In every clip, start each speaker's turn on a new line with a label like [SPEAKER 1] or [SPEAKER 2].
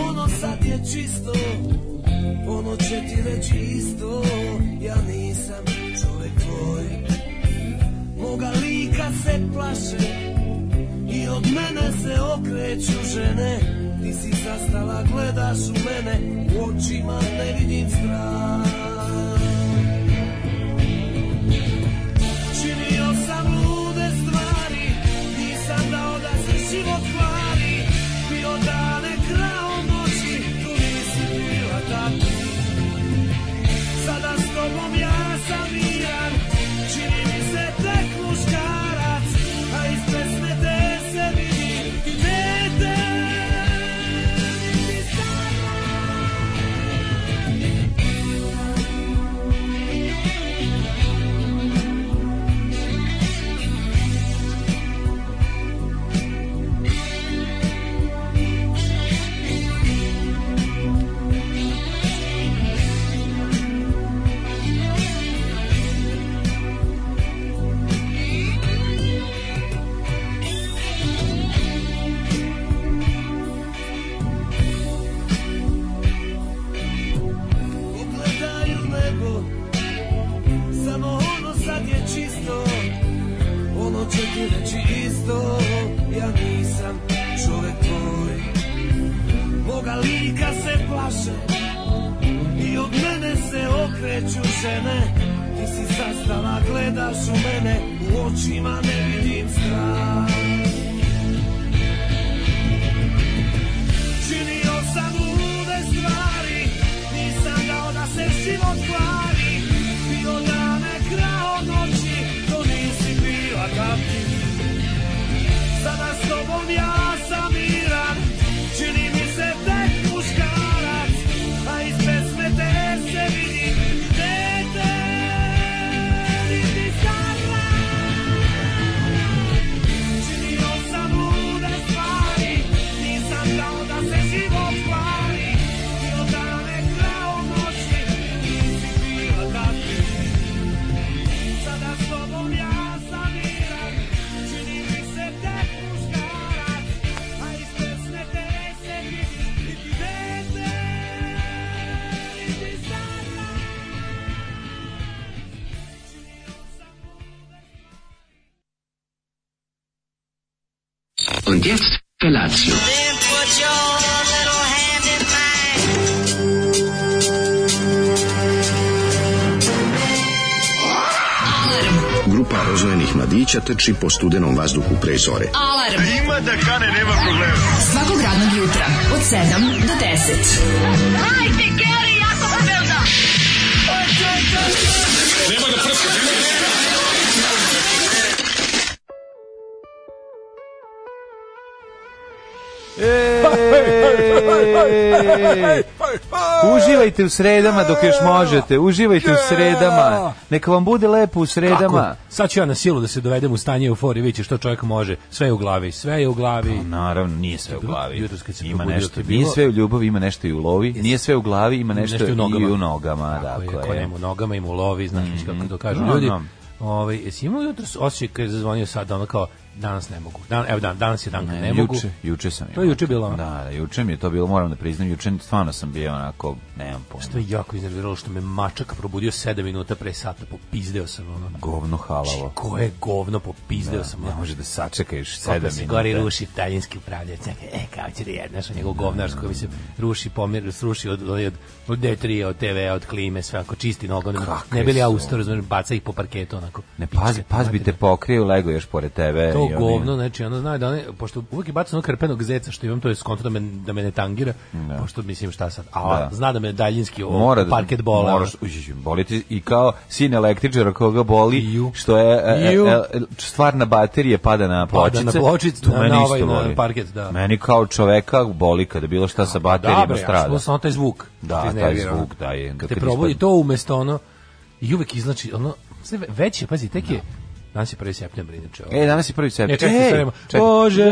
[SPEAKER 1] ono čisto Ono će ti reći isto Ja nisam čovjek tvoj Moga lika se plaše I od mene se okreću žene Ti si zastala, gledaš u mene U očima ne vidim strah Činio sam lude stvari, nisam dao da se život kvari Bio dane krao noći, tu nisi bila tako Sada s tobom ja sam miran, čini mi se tek muškarac A iz pesme te se vidi i dete Niti stara Pogledaju nebo Samo ono sad je čisto Ono će ti reći isto Ja nisam čovjek tvoj Moga lika se plaše I od mene se okreću žene Ti si zastala, gledaš u mene U očima ne vidim strah Činio sam lude stvari, nisam dao da se život kvari. Bio dane krao noći, to nisi bila kad ti. Sada s tobom ja sam miran, čini mi se tek muškarac, a iz pesme te se vidi dete. Niti stara, Činio sam lude stvari, nisam dao da se život kvari. Bio dane krao noći, nisi bila da ti. Sada s tobom ja sam miran, čini mi se tek muškarac, a iz pesme te se vidi i dete. Niti stara, činio sam lude
[SPEAKER 2] Und jetzt Felatio.
[SPEAKER 3] Then put your little hand in mine.
[SPEAKER 4] Grupa rozvojenih mladića teči po studenom vazduhu pre zore.
[SPEAKER 5] Alarm. Ima da kane, nema problema. Svakog radnog jutra, od 7 do 10.
[SPEAKER 6] Ej, Uživajte u sredama dok još možete. Uživajte u sredama. Neka vam bude lepo u sredama.
[SPEAKER 7] Kako? Sad ću ja na silu da se dovedem u stanje euforije, vidite što čovjek može. Sve je u glavi, sve je u glavi.
[SPEAKER 6] Naravno, nije sve u
[SPEAKER 7] bilo-
[SPEAKER 6] glavi.
[SPEAKER 7] jutros kad se
[SPEAKER 6] ima
[SPEAKER 7] probudio,
[SPEAKER 6] nešto,
[SPEAKER 7] to je
[SPEAKER 6] nije
[SPEAKER 7] bilo-
[SPEAKER 6] sve u ljubavi, ima nešto i u lovi. Nije sve u glavi, ima nešto,
[SPEAKER 7] Nešto i u nogama.
[SPEAKER 6] i u nogama. Mhm.
[SPEAKER 7] Tako je,
[SPEAKER 6] dakle.
[SPEAKER 7] ko nema u nogama ima u lovi, znaš već kako to kažu
[SPEAKER 6] No,
[SPEAKER 7] ljudi.
[SPEAKER 6] no.
[SPEAKER 7] Ovaj, jesi imao jutros osjećaj kad je zazvonio sad, ono kao, danas ne mogu. Dan, evo, dan, danas je dan kad ne, mogu.
[SPEAKER 6] Juče, juče sam
[SPEAKER 7] To je
[SPEAKER 6] imao
[SPEAKER 7] juče bilo, ono?
[SPEAKER 6] Da, da, juče mi je to bilo, moram da priznam, juče stvarno sam bio onako, nemam pojma.
[SPEAKER 7] To je jako iznerviralo što me mačak probudio 7 minuta pre sata, popizdeo sam ono.
[SPEAKER 6] Govno halavo.
[SPEAKER 7] Koje govno, popizdeo sam ono.
[SPEAKER 6] Ne može da sačekaješ
[SPEAKER 7] Kako
[SPEAKER 6] sedam
[SPEAKER 7] se
[SPEAKER 6] minuta.
[SPEAKER 7] gori ruši italijanski upravljac. E, kao će da jednaš, a njegov govnar s kojim se ruši, pomir, sruši od, od, od D3, od TV, od klime, sve, ako čisti nogo, ne,
[SPEAKER 6] Kakve
[SPEAKER 7] ne bi li
[SPEAKER 6] su?
[SPEAKER 7] autor, razumiješ, baca ih po parketu, onako.
[SPEAKER 6] Ne, pazi, pazi bi te pokrio, lego još pored tebe.
[SPEAKER 7] To
[SPEAKER 6] i oni-
[SPEAKER 7] govno, znači, ono znaju da one, pošto uvijek je bacano onog krpenog zeca što imam, to je skonto da me, da me ne tangira, pošto mislim šta sad, a
[SPEAKER 6] Da.
[SPEAKER 7] zna da me daljinski o,
[SPEAKER 6] mora da
[SPEAKER 7] parket bola.
[SPEAKER 6] moraš uj, uj, boli ti i kao sin električara koga boli
[SPEAKER 7] Iju.
[SPEAKER 6] što je e,
[SPEAKER 7] Iju.
[SPEAKER 6] e, e, stvarna baterija pada na
[SPEAKER 7] Pada
[SPEAKER 6] pločice
[SPEAKER 7] na pločice,
[SPEAKER 6] To
[SPEAKER 7] na-
[SPEAKER 6] mene
[SPEAKER 7] na
[SPEAKER 6] isto
[SPEAKER 7] ovaj, na
[SPEAKER 6] boli.
[SPEAKER 7] parket, da.
[SPEAKER 6] meni kao čoveka boli kada bilo šta sa baterijama
[SPEAKER 7] Da, bre,
[SPEAKER 6] strada
[SPEAKER 7] ja, samo ono taj zvuk.
[SPEAKER 6] Da,
[SPEAKER 7] ti
[SPEAKER 6] taj
[SPEAKER 7] iznervira,
[SPEAKER 6] zvuk,
[SPEAKER 7] ono.
[SPEAKER 6] da, je,
[SPEAKER 7] Kad
[SPEAKER 6] kad
[SPEAKER 7] te
[SPEAKER 6] ti
[SPEAKER 7] probudi,
[SPEAKER 6] ispadne.
[SPEAKER 7] to umesto ono, i uvek izlači, ono, sve ve- već je, pazi, tek je, danas je 1. septembar, inače. ovo.
[SPEAKER 6] E, danas je prvi septembar.
[SPEAKER 7] E, čekaj,
[SPEAKER 6] Ej,
[SPEAKER 7] sad idemo.
[SPEAKER 6] čekaj.
[SPEAKER 7] Bože,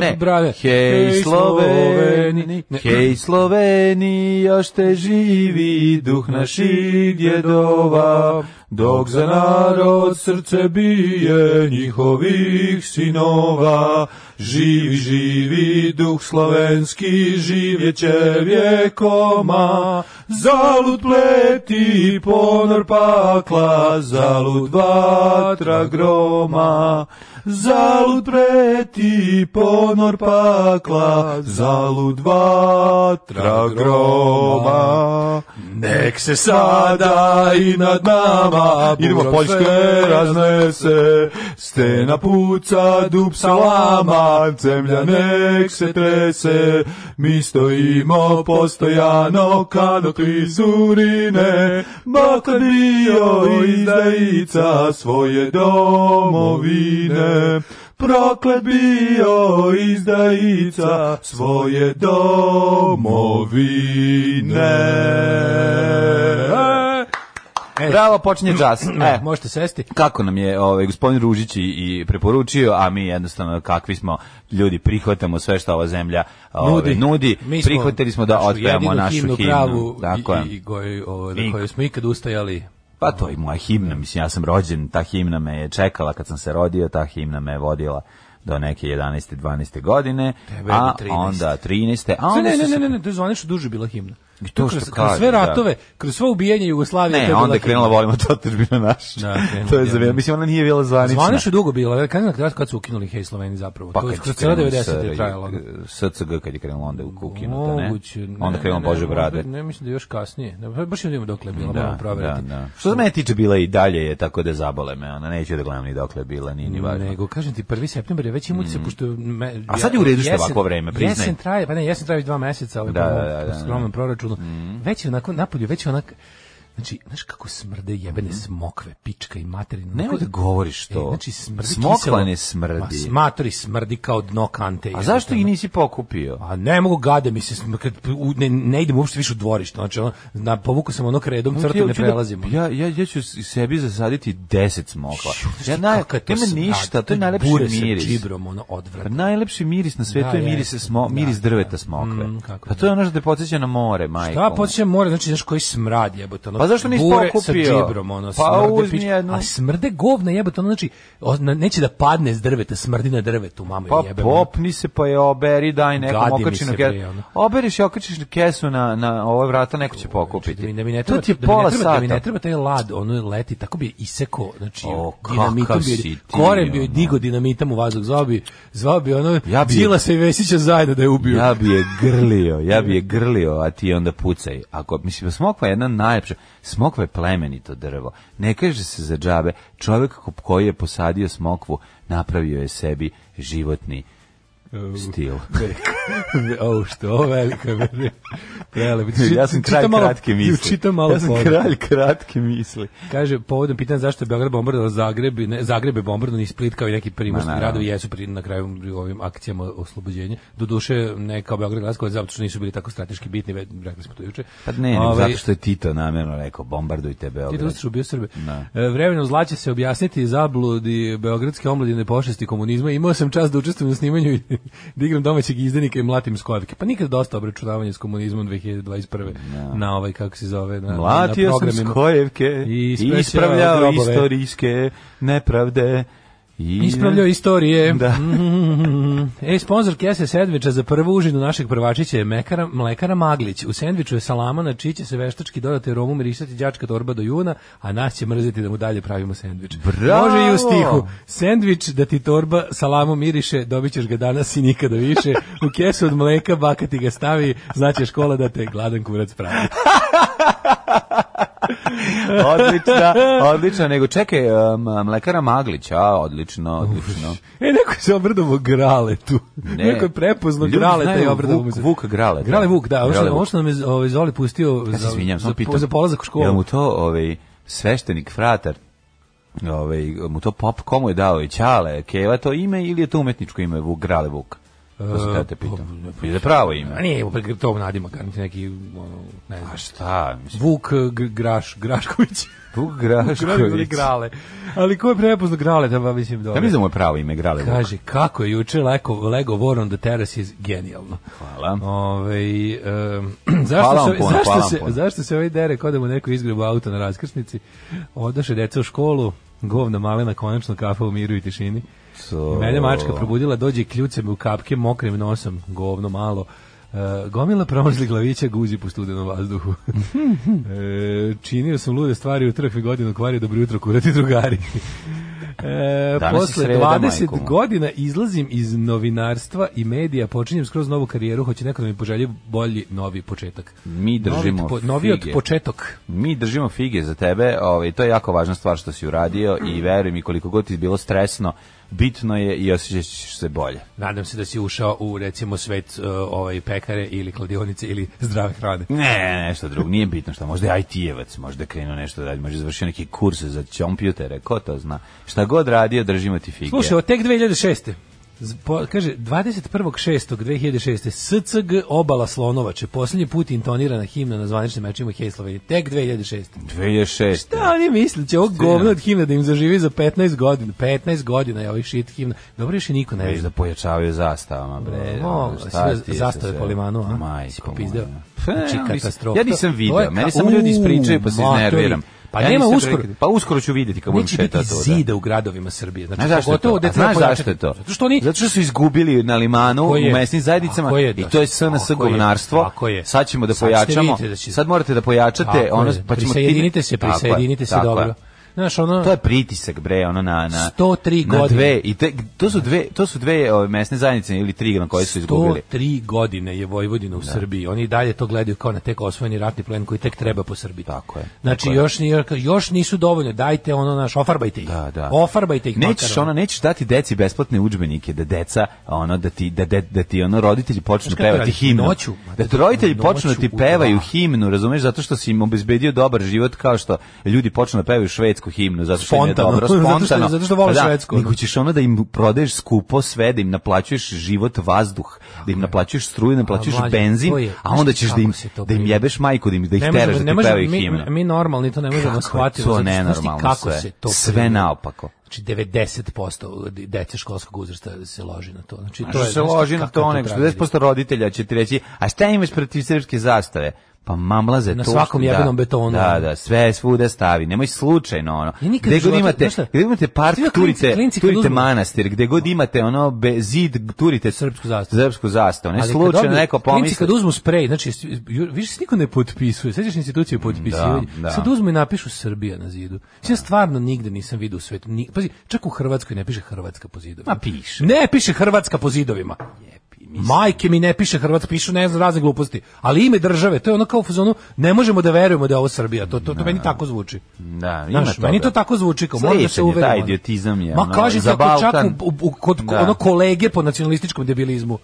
[SPEAKER 6] ne.
[SPEAKER 7] brave.
[SPEAKER 6] Hej,
[SPEAKER 7] Hej,
[SPEAKER 6] Sloveni,
[SPEAKER 7] Sloveni. Ne.
[SPEAKER 6] hej, Sloveni, još te živi duh naših djedova. Dok za narod srce bije njihovih sinova, živi, živi duh slovenski, živjeće vjekoma. Zalud pleti i ponor pakla, zalud vatra groma. Zalud preti i ponor pakla, zalud vatra groma. Nek se sada i nad nama Idemo Poljske raznese Stena puca dub salama Zemlja nek se trese Mi stojimo postojano Kado klizurine Makar bio izdajica Svoje domovine Proklet bio izdajica svoje domovine.
[SPEAKER 7] E,
[SPEAKER 6] Bravo, počinje džas. E,
[SPEAKER 7] Možete sesti.
[SPEAKER 6] kako nam je ovaj, gospodin Ružić i, i preporučio, a mi jednostavno kakvi smo ljudi, prihvatamo sve što ova zemlja ovaj, nudi.
[SPEAKER 7] Mi smo
[SPEAKER 6] Prihvatili smo da
[SPEAKER 7] našu
[SPEAKER 6] otpevamo
[SPEAKER 7] jedinu
[SPEAKER 6] našu himnu.
[SPEAKER 7] pravu
[SPEAKER 6] Tako je.
[SPEAKER 7] i, i, koju, ovo, na
[SPEAKER 6] I-
[SPEAKER 7] kojoj smo ikad ustajali.
[SPEAKER 6] Pa to je moja himna, mislim, ja sam rođen, ta himna me je čekala kad sam se rodio, ta himna me je vodila do neke 11. 12. godine,
[SPEAKER 7] Tebe do
[SPEAKER 6] a
[SPEAKER 7] 13.
[SPEAKER 6] onda 13. A
[SPEAKER 7] Sve,
[SPEAKER 6] onda
[SPEAKER 7] ne,
[SPEAKER 6] su
[SPEAKER 7] ne,
[SPEAKER 6] se-
[SPEAKER 7] ne, ne, ne, to je zvanično duže bila himna.
[SPEAKER 6] I to
[SPEAKER 7] kroz,
[SPEAKER 6] što
[SPEAKER 7] kroz
[SPEAKER 6] kaže,
[SPEAKER 7] sve
[SPEAKER 6] da.
[SPEAKER 7] ratove, kroz sve ubijanje Jugoslavije. to
[SPEAKER 6] Ne,
[SPEAKER 7] je bila
[SPEAKER 6] onda je krenula
[SPEAKER 7] himna.
[SPEAKER 6] volimo to težbina naša.
[SPEAKER 7] Da, krenula,
[SPEAKER 6] to je za
[SPEAKER 7] ja.
[SPEAKER 6] vrijeme, mislim, ona nije bila zvanična. Pa
[SPEAKER 7] Zvanično dugo bila, ja kažem kad kad su ukinuli Hej Sloveni zapravo. to je
[SPEAKER 6] kad
[SPEAKER 7] kroz
[SPEAKER 6] je
[SPEAKER 7] cela
[SPEAKER 6] krenulo
[SPEAKER 7] 90 je
[SPEAKER 6] sa-
[SPEAKER 7] trajalo.
[SPEAKER 6] SCG kad je krenulo onda je ukinuto, ne?
[SPEAKER 7] Moguće, ne,
[SPEAKER 6] onda krenulo
[SPEAKER 7] ne,
[SPEAKER 6] Bože
[SPEAKER 7] ne,
[SPEAKER 6] brade.
[SPEAKER 7] možda- Ne, mislim da je još kasnije. Ne, baš ne vidimo dokle je bilo, moramo
[SPEAKER 6] Da, da,
[SPEAKER 7] proveriti.
[SPEAKER 6] da. Što se mene tiče bila i dalje je tako da zabole me, ona neću da gledam ni dokle je bila, ni ni važno. Mm.
[SPEAKER 7] Nego, kažem ti, 1. september je već imao se, pošto... Me,
[SPEAKER 6] A sad je u redu što je ovako vreme, priznaj.
[SPEAKER 7] Jesen traje, pa ne, jesen traje već dva meseca, ovaj,
[SPEAKER 6] Da,
[SPEAKER 7] da,
[SPEAKER 6] da, da, Mm. da, da.
[SPEAKER 7] skromnom proračunu. Već je onako, napolju, već je onak... Znači, znaš kako smrde jebene smokve, pička i materina.
[SPEAKER 6] Mm. Nemoj da govoriš to.
[SPEAKER 7] E, znači, smrdi
[SPEAKER 6] Smokva
[SPEAKER 7] kiselo.
[SPEAKER 6] ne smrdi.
[SPEAKER 7] Ma, smatori smrdi kao dno kante.
[SPEAKER 6] A
[SPEAKER 7] jebote,
[SPEAKER 6] zašto ih
[SPEAKER 7] ono.
[SPEAKER 6] nisi pokupio?
[SPEAKER 7] A ne mogu gade mi se sm- kad u- ne, ne idem uopšte više u dvorište. Znači ono na povuku sam ono kredom
[SPEAKER 6] Ja
[SPEAKER 7] crtu ne
[SPEAKER 6] hoću da-
[SPEAKER 7] prelazimo.
[SPEAKER 6] Ja, ja, ja ću s- sebi zasaditi 10 smokva.
[SPEAKER 7] Znaš ti
[SPEAKER 6] Ja naj,
[SPEAKER 7] kakav znači, je
[SPEAKER 6] to ima
[SPEAKER 7] smrad,
[SPEAKER 6] ništa, to je najlepši
[SPEAKER 7] bure
[SPEAKER 6] miris.
[SPEAKER 7] Sa čibrom, ono, odvratno.
[SPEAKER 6] Pa najlepši miris na svetu
[SPEAKER 7] Da,
[SPEAKER 6] je miris,
[SPEAKER 7] jeste.
[SPEAKER 6] smo,
[SPEAKER 7] Da,
[SPEAKER 6] miris
[SPEAKER 7] da.
[SPEAKER 6] drveta smokve.
[SPEAKER 7] Mm, kako
[SPEAKER 6] pa to je ono što te podsjeća na more, majko.
[SPEAKER 7] Šta podsjeća more, znači znaš koji smrad jebote, ono.
[SPEAKER 6] Pa zašto nisi
[SPEAKER 7] bure
[SPEAKER 6] pokupio?
[SPEAKER 7] Sa džibrom, ono,
[SPEAKER 6] Pa
[SPEAKER 7] smrde
[SPEAKER 6] uzmi
[SPEAKER 7] pič-
[SPEAKER 6] jednu.
[SPEAKER 7] A smrde govna jebote, ono znači o, na- neće da padne s drveta, smrdi na drvetu, mamo
[SPEAKER 6] Pa
[SPEAKER 7] jebem.
[SPEAKER 6] popni se pa je oberi, daj nekom
[SPEAKER 7] Gadi mi
[SPEAKER 6] okačinu
[SPEAKER 7] se,
[SPEAKER 6] kesu.
[SPEAKER 7] bre, ono. znači,
[SPEAKER 6] Oberiš i okačiš kesu na, na ove vrata, neko će
[SPEAKER 7] Da mi,
[SPEAKER 6] pokupiti.
[SPEAKER 7] da mi ne
[SPEAKER 6] to
[SPEAKER 7] treba,
[SPEAKER 6] ti je
[SPEAKER 7] da mi ne
[SPEAKER 6] pola
[SPEAKER 7] treba, da mi
[SPEAKER 6] sata.
[SPEAKER 7] ne treba taj lad, ono leti, tako bi je isekao, znači
[SPEAKER 6] O,
[SPEAKER 7] dinamitom
[SPEAKER 6] kakav
[SPEAKER 7] bi,
[SPEAKER 6] si
[SPEAKER 7] je-
[SPEAKER 6] ti,
[SPEAKER 7] korem bi je
[SPEAKER 6] ono.
[SPEAKER 7] digo dinamitom u vazduh, zvao bi, zvao bi ono,
[SPEAKER 6] Ja
[SPEAKER 7] ja
[SPEAKER 6] bi-
[SPEAKER 7] bi, se i Vesića zajedno da je ubio.
[SPEAKER 6] Ja bi je grlio, ja bi je grlio, a ti onda pucaj. Ako, mislim, smokva je jedna najlepša, smokva je plemenito drvo. Ne kaže se za džabe, čovjek ko- koji je posadio smokvu, napravio je sebi životni stil.
[SPEAKER 7] o, što ovo velika veri. Prelepo.
[SPEAKER 6] ja sam kralj
[SPEAKER 7] Čitam malo-
[SPEAKER 6] kratke misli.
[SPEAKER 7] Čitam malo
[SPEAKER 6] ja sam
[SPEAKER 7] poruku.
[SPEAKER 6] kralj kratke misli.
[SPEAKER 7] Kaže, povodom pitanja zašto je Beograd bombardovan Zagreb, i ne, Zagreb je bombardovan i Split kao i neki primorski
[SPEAKER 6] Ma, naravno.
[SPEAKER 7] gradovi jesu pri, na kraju pri ovim akcijama oslobođenja. Doduše, ne kao Beograd Glasgow, zato što nisu bili tako strateški bitni, već, rekli smo to juče.
[SPEAKER 6] Pa ne, nego
[SPEAKER 7] Ovaj,
[SPEAKER 6] zato što je Tito namjerno rekao, bombardujte
[SPEAKER 7] Ti
[SPEAKER 6] Beograd.
[SPEAKER 7] da ustaš ubio Srbe.
[SPEAKER 6] Da.
[SPEAKER 7] E, Vremenom zla će se objasniti zabludi beogradske omladine pošesti komunizma. Imao sam čast da učestvujem na snimanju i da igram domaćeg izdenika i mlatim skojevke. Pa nikad dosta obračunavanja s komunizmom 2021. Na ovaj, kako se zove, na, na
[SPEAKER 6] Mlatio sam
[SPEAKER 7] programima.
[SPEAKER 6] skojevke i
[SPEAKER 7] I ispraćao
[SPEAKER 6] ispravljao
[SPEAKER 7] grobove.
[SPEAKER 6] istorijske nepravde. I...
[SPEAKER 7] Ispravljao istorije.
[SPEAKER 6] Da.
[SPEAKER 7] Mhm. E, sponsor kese sendviča za prvu užinu našeg prvačića je mekara, mlekara Maglić. U sendviču je salama na čiji će se veštački dodati romu mirisati đačka torba do juna, a nas će mrziti da mu dalje pravimo sendvič.
[SPEAKER 6] Bravo!
[SPEAKER 7] Može i u stihu. Sendvič da ti torba salamu miriše, dobit ćeš ga danas i nikada više. U kesu od mleka baka ti ga stavi, znaće škola da te gladan kurac pravi.
[SPEAKER 6] odlična, odlična, nego čekaj, um, mlekara Maglić, a, odlično, odlično.
[SPEAKER 7] E, neko se obrdovo grale tu. Neko je prepoznao
[SPEAKER 6] Ljudi
[SPEAKER 7] grale taj
[SPEAKER 6] znaju
[SPEAKER 7] obrdovo.
[SPEAKER 6] Vuk, Vuk Grale.
[SPEAKER 7] Grale Vuk, da, ono
[SPEAKER 6] Grale
[SPEAKER 7] što, ono
[SPEAKER 6] Vuk.
[SPEAKER 7] što nam je ovaj, Zoli pustio
[SPEAKER 6] Ja se
[SPEAKER 7] za,
[SPEAKER 6] izvinjam,
[SPEAKER 7] za,
[SPEAKER 6] samo pitam.
[SPEAKER 7] za polazak u školu.
[SPEAKER 6] Jel mu to ovaj, sveštenik fratar, ovaj, mu to pop, komu je dao i Ćale, Keva to ime ili je to umetničko ime Vuk, Grale Vuk? To sam kada te
[SPEAKER 7] pa,
[SPEAKER 6] pitam. Ide pravo
[SPEAKER 7] A
[SPEAKER 6] ime.
[SPEAKER 7] nije, pa to nadima, kad neki, ono, ne znam.
[SPEAKER 6] A šta? Mislim,
[SPEAKER 7] Vuk eh, Gr- Graš, Grašković.
[SPEAKER 6] Vuk
[SPEAKER 7] Grašković. ili
[SPEAKER 6] Grašković.
[SPEAKER 7] Grale. Ali ko je prepozno Grale, da ba, mislim dobro.
[SPEAKER 6] Ja mislim da mu je pravo ime Grale Vuk.
[SPEAKER 7] Kaže, kako je juče Lego, Lego War on the Terrace je genijalno.
[SPEAKER 6] Hvala.
[SPEAKER 7] Ove, um, zašto,
[SPEAKER 6] Hvala vam
[SPEAKER 7] se,
[SPEAKER 6] puno, hvala
[SPEAKER 7] zašto,
[SPEAKER 6] vam
[SPEAKER 7] se,
[SPEAKER 6] puno.
[SPEAKER 7] zašto se ovaj dere kod da mu neko izgrebu auto na raskrsnici? Odoše deca u školu, govna malena, konačno kafa u miru i tišini.
[SPEAKER 6] To.
[SPEAKER 7] Mene mačka probudila, dođe i kljuce mi u kapke, mokrim nosom, govno malo. E, gomila promrzli glavića guzi po studenom vazduhu. e, činio sam lude stvari u trhvi godinu kvario, dobro jutro kurati drugari. E,
[SPEAKER 6] Danas je
[SPEAKER 7] posle
[SPEAKER 6] sreda,
[SPEAKER 7] 20
[SPEAKER 6] majko moja.
[SPEAKER 7] godina izlazim iz novinarstva i medija, počinjem skroz novu karijeru, hoće neko da mi poželje bolji novi početak.
[SPEAKER 6] Mi držimo
[SPEAKER 7] novi, novi od
[SPEAKER 6] fige.
[SPEAKER 7] početak.
[SPEAKER 6] Mi držimo fige za tebe, ovaj, to je jako važna stvar što si uradio i veruj mi koliko god ti bilo stresno, bitno je i osjećaš ćeš se bolje.
[SPEAKER 7] Nadam se da si ušao u recimo svet e, ovaj pekare ili kladionice ili zdrave hrane.
[SPEAKER 6] Ne, nešto drugo, nije bitno što, možda je IT-evac, možda je krenuo nešto da radi, možda je završio neki kurs za kompjutere, ko to zna. Šta god radio, držimo ti fige.
[SPEAKER 7] Slušaj, od tek 2006. Z- Po, kaže, 21.6.2006. SCG obala Slonovače, posljednji put intonirana himna na zvaničnim mečima Hej Slovenije, tek 2006.
[SPEAKER 6] 2006.
[SPEAKER 7] Da, oni misle, će ovo govno od himna da im zaživi za 15 godina. 15 godina je ovaj shit himna. Dobro još i niko ne
[SPEAKER 6] Već
[SPEAKER 7] zna.
[SPEAKER 6] da pojačavaju zastavama, bre.
[SPEAKER 7] O,
[SPEAKER 6] Šta
[SPEAKER 7] sve
[SPEAKER 6] ti je
[SPEAKER 7] zastave
[SPEAKER 6] sa
[SPEAKER 7] po limanu, a?
[SPEAKER 6] Majko
[SPEAKER 7] Si popizdeo.
[SPEAKER 6] moja.
[SPEAKER 7] Znači,
[SPEAKER 6] ja nisam-
[SPEAKER 7] katastrofa.
[SPEAKER 6] Ja nisam
[SPEAKER 7] To- to
[SPEAKER 6] video,
[SPEAKER 7] je ka-
[SPEAKER 6] meni samo ljudi ispričaju pa se
[SPEAKER 7] U, matori.
[SPEAKER 6] iznerviram.
[SPEAKER 7] Pa
[SPEAKER 6] ja
[SPEAKER 7] nema
[SPEAKER 6] nisam
[SPEAKER 7] uskoro.
[SPEAKER 6] prekid- Pa uskoro ću vidjeti kad budem
[SPEAKER 7] Neće biti
[SPEAKER 6] šetao to. da.
[SPEAKER 7] zida u gradovima Srbije. Znači,
[SPEAKER 6] Znaš Pa zašto je to?
[SPEAKER 7] pogotovo gde
[SPEAKER 6] A
[SPEAKER 7] treba
[SPEAKER 6] znaš
[SPEAKER 7] pojačati-
[SPEAKER 6] zašto je to?
[SPEAKER 7] Zato što oni
[SPEAKER 6] Zato što su izgubili na limanu
[SPEAKER 7] Tako
[SPEAKER 6] u
[SPEAKER 7] je.
[SPEAKER 6] mesnim zajednicama
[SPEAKER 7] Tako je,
[SPEAKER 6] i
[SPEAKER 7] da.
[SPEAKER 6] to je SNS
[SPEAKER 7] Tako je.
[SPEAKER 6] govnarstvo.
[SPEAKER 7] Tako je.
[SPEAKER 6] Sad ćemo da
[SPEAKER 7] Sad ćete
[SPEAKER 6] pojačamo.
[SPEAKER 7] vidjeti da će-
[SPEAKER 6] Sad morate da pojačate.
[SPEAKER 7] Tako
[SPEAKER 6] ono,
[SPEAKER 7] je.
[SPEAKER 6] pa ćemo ti-
[SPEAKER 7] prisajedinite se,
[SPEAKER 6] Tako je,
[SPEAKER 7] prisajedinite se
[SPEAKER 6] tako je.
[SPEAKER 7] dobro. Znaš, ono,
[SPEAKER 6] To je pritisak bre, ono na na
[SPEAKER 7] 103
[SPEAKER 6] na
[SPEAKER 7] godine.
[SPEAKER 6] dve i te, to su dve, to su dve ove mesne zajednice ili tri na koje su izgubili.
[SPEAKER 7] 103 godine je Vojvodina u Srbiji. Oni i dalje to gledaju kao na tek osvojeni ratni plen koji tek treba po Srbiji.
[SPEAKER 6] Tako je,
[SPEAKER 7] Znači
[SPEAKER 6] tako je.
[SPEAKER 7] još ni još nisu dovoljno. Dajte ono naš ofarbajte ih.
[SPEAKER 6] Da, da.
[SPEAKER 7] Ofarbajte ih
[SPEAKER 6] Nećeš
[SPEAKER 7] makar, ono.
[SPEAKER 6] ono, nećeš dati deci besplatne udžbenike da deca ono da ti da, da, da ti ono roditelji počnu
[SPEAKER 7] Znaš kako
[SPEAKER 6] pevati
[SPEAKER 7] radiš?
[SPEAKER 6] himnu.
[SPEAKER 7] Noću,
[SPEAKER 6] da ti
[SPEAKER 7] mater,
[SPEAKER 6] roditelji
[SPEAKER 7] noću
[SPEAKER 6] počnu da ti
[SPEAKER 7] u
[SPEAKER 6] pevaju
[SPEAKER 7] dva.
[SPEAKER 6] himnu, razumeš, zato što si im obezbedio dobar život kao što ljudi počnu da pevaju švedsku himnu zato što im je
[SPEAKER 7] Spontano.
[SPEAKER 6] dobro,
[SPEAKER 7] Zato što-
[SPEAKER 6] spontano.
[SPEAKER 7] zato što vole
[SPEAKER 6] Pa da,
[SPEAKER 7] švedsku.
[SPEAKER 6] Nego ćeš ono da im prodaješ skupo sve, da im naplaćuješ život, vazduh, da im naplaćuješ struju, naplaćuješ
[SPEAKER 7] mlađe,
[SPEAKER 6] benzin,
[SPEAKER 7] to je-
[SPEAKER 6] a onda
[SPEAKER 7] znaš
[SPEAKER 6] ćeš
[SPEAKER 7] kako
[SPEAKER 6] da im
[SPEAKER 7] se to
[SPEAKER 6] da im
[SPEAKER 7] prima?
[SPEAKER 6] jebeš majku, da im da ih
[SPEAKER 7] Ne
[SPEAKER 6] teraš
[SPEAKER 7] možemo,
[SPEAKER 6] da
[SPEAKER 7] ne
[SPEAKER 6] ti
[SPEAKER 7] možemo,
[SPEAKER 6] pevaju
[SPEAKER 7] mi,
[SPEAKER 6] himnu.
[SPEAKER 7] mi normalni to ne možemo
[SPEAKER 6] Kako je
[SPEAKER 7] shvatiti. zato
[SPEAKER 6] to
[SPEAKER 7] što znaš ti
[SPEAKER 6] nenormalno
[SPEAKER 7] kako
[SPEAKER 6] sve.
[SPEAKER 7] se to
[SPEAKER 6] Sve
[SPEAKER 7] prima.
[SPEAKER 6] naopako.
[SPEAKER 7] Znači 90% dece školskog uzrasta se loži na to. Znači to
[SPEAKER 6] Što
[SPEAKER 7] je
[SPEAKER 6] se
[SPEAKER 7] znaš
[SPEAKER 6] loži na
[SPEAKER 7] kakva je
[SPEAKER 6] to, nego
[SPEAKER 7] tragedija.
[SPEAKER 6] 40% roditelja će ti reći, a šta imaš protiv srpske zastave? Pa mamlaze
[SPEAKER 7] Na
[SPEAKER 6] to.
[SPEAKER 7] svakom
[SPEAKER 6] što- da,
[SPEAKER 7] jebenom betonu. ono.
[SPEAKER 6] Da, da, sve svuda stavi, nemoj slučajno ono.
[SPEAKER 7] Ja nikad
[SPEAKER 6] Gde
[SPEAKER 7] u
[SPEAKER 6] god
[SPEAKER 7] životu-
[SPEAKER 6] imate,
[SPEAKER 7] znaš šta?
[SPEAKER 6] gde imate park,
[SPEAKER 7] Svi ovi klinci-
[SPEAKER 6] turite,
[SPEAKER 7] klinci kad
[SPEAKER 6] turite
[SPEAKER 7] uzmu-
[SPEAKER 6] manastir, gde god imate ono be, zid, turite
[SPEAKER 7] Srpsku zastavu.
[SPEAKER 6] Srpsku zastavu. Ne
[SPEAKER 7] Ali kad
[SPEAKER 6] slučajno
[SPEAKER 7] dobiju-
[SPEAKER 6] neko
[SPEAKER 7] Klinci
[SPEAKER 6] pomisli.
[SPEAKER 7] kad uzmu sprej, znači s- ju- više se niko ne potpisuje. Sećaš institucije potpisivanja.
[SPEAKER 6] Da, da.
[SPEAKER 7] Sad uzmu i napišu Srbija na zidu. Mislim, ja stvarno nigde nisam vidio u svetu. Ni, pazi, čak u Hrvatskoj ne piše Hrvatska po zidovima.
[SPEAKER 6] Ma, piše.
[SPEAKER 7] Ne piše Hrvatska po zidovima. Majke mi ne piše Hrvatska, pišu ne znam razne gluposti. Ali ime države, to je ono kao u fazonu, ne možemo da verujemo da je ovo Srbija. To, to, to meni tako zvuči.
[SPEAKER 6] Da, ima
[SPEAKER 7] Znaš, meni to
[SPEAKER 6] toga.
[SPEAKER 7] tako zvuči kao moram da se
[SPEAKER 6] Slepan je taj
[SPEAKER 7] uverim. ono.
[SPEAKER 6] idiotizam je,
[SPEAKER 7] Ma
[SPEAKER 6] ono,
[SPEAKER 7] kaže tako čak
[SPEAKER 6] zabautan.
[SPEAKER 7] u, u- kod
[SPEAKER 6] Da.
[SPEAKER 7] ono kolege po nacionalističkom debilizmu.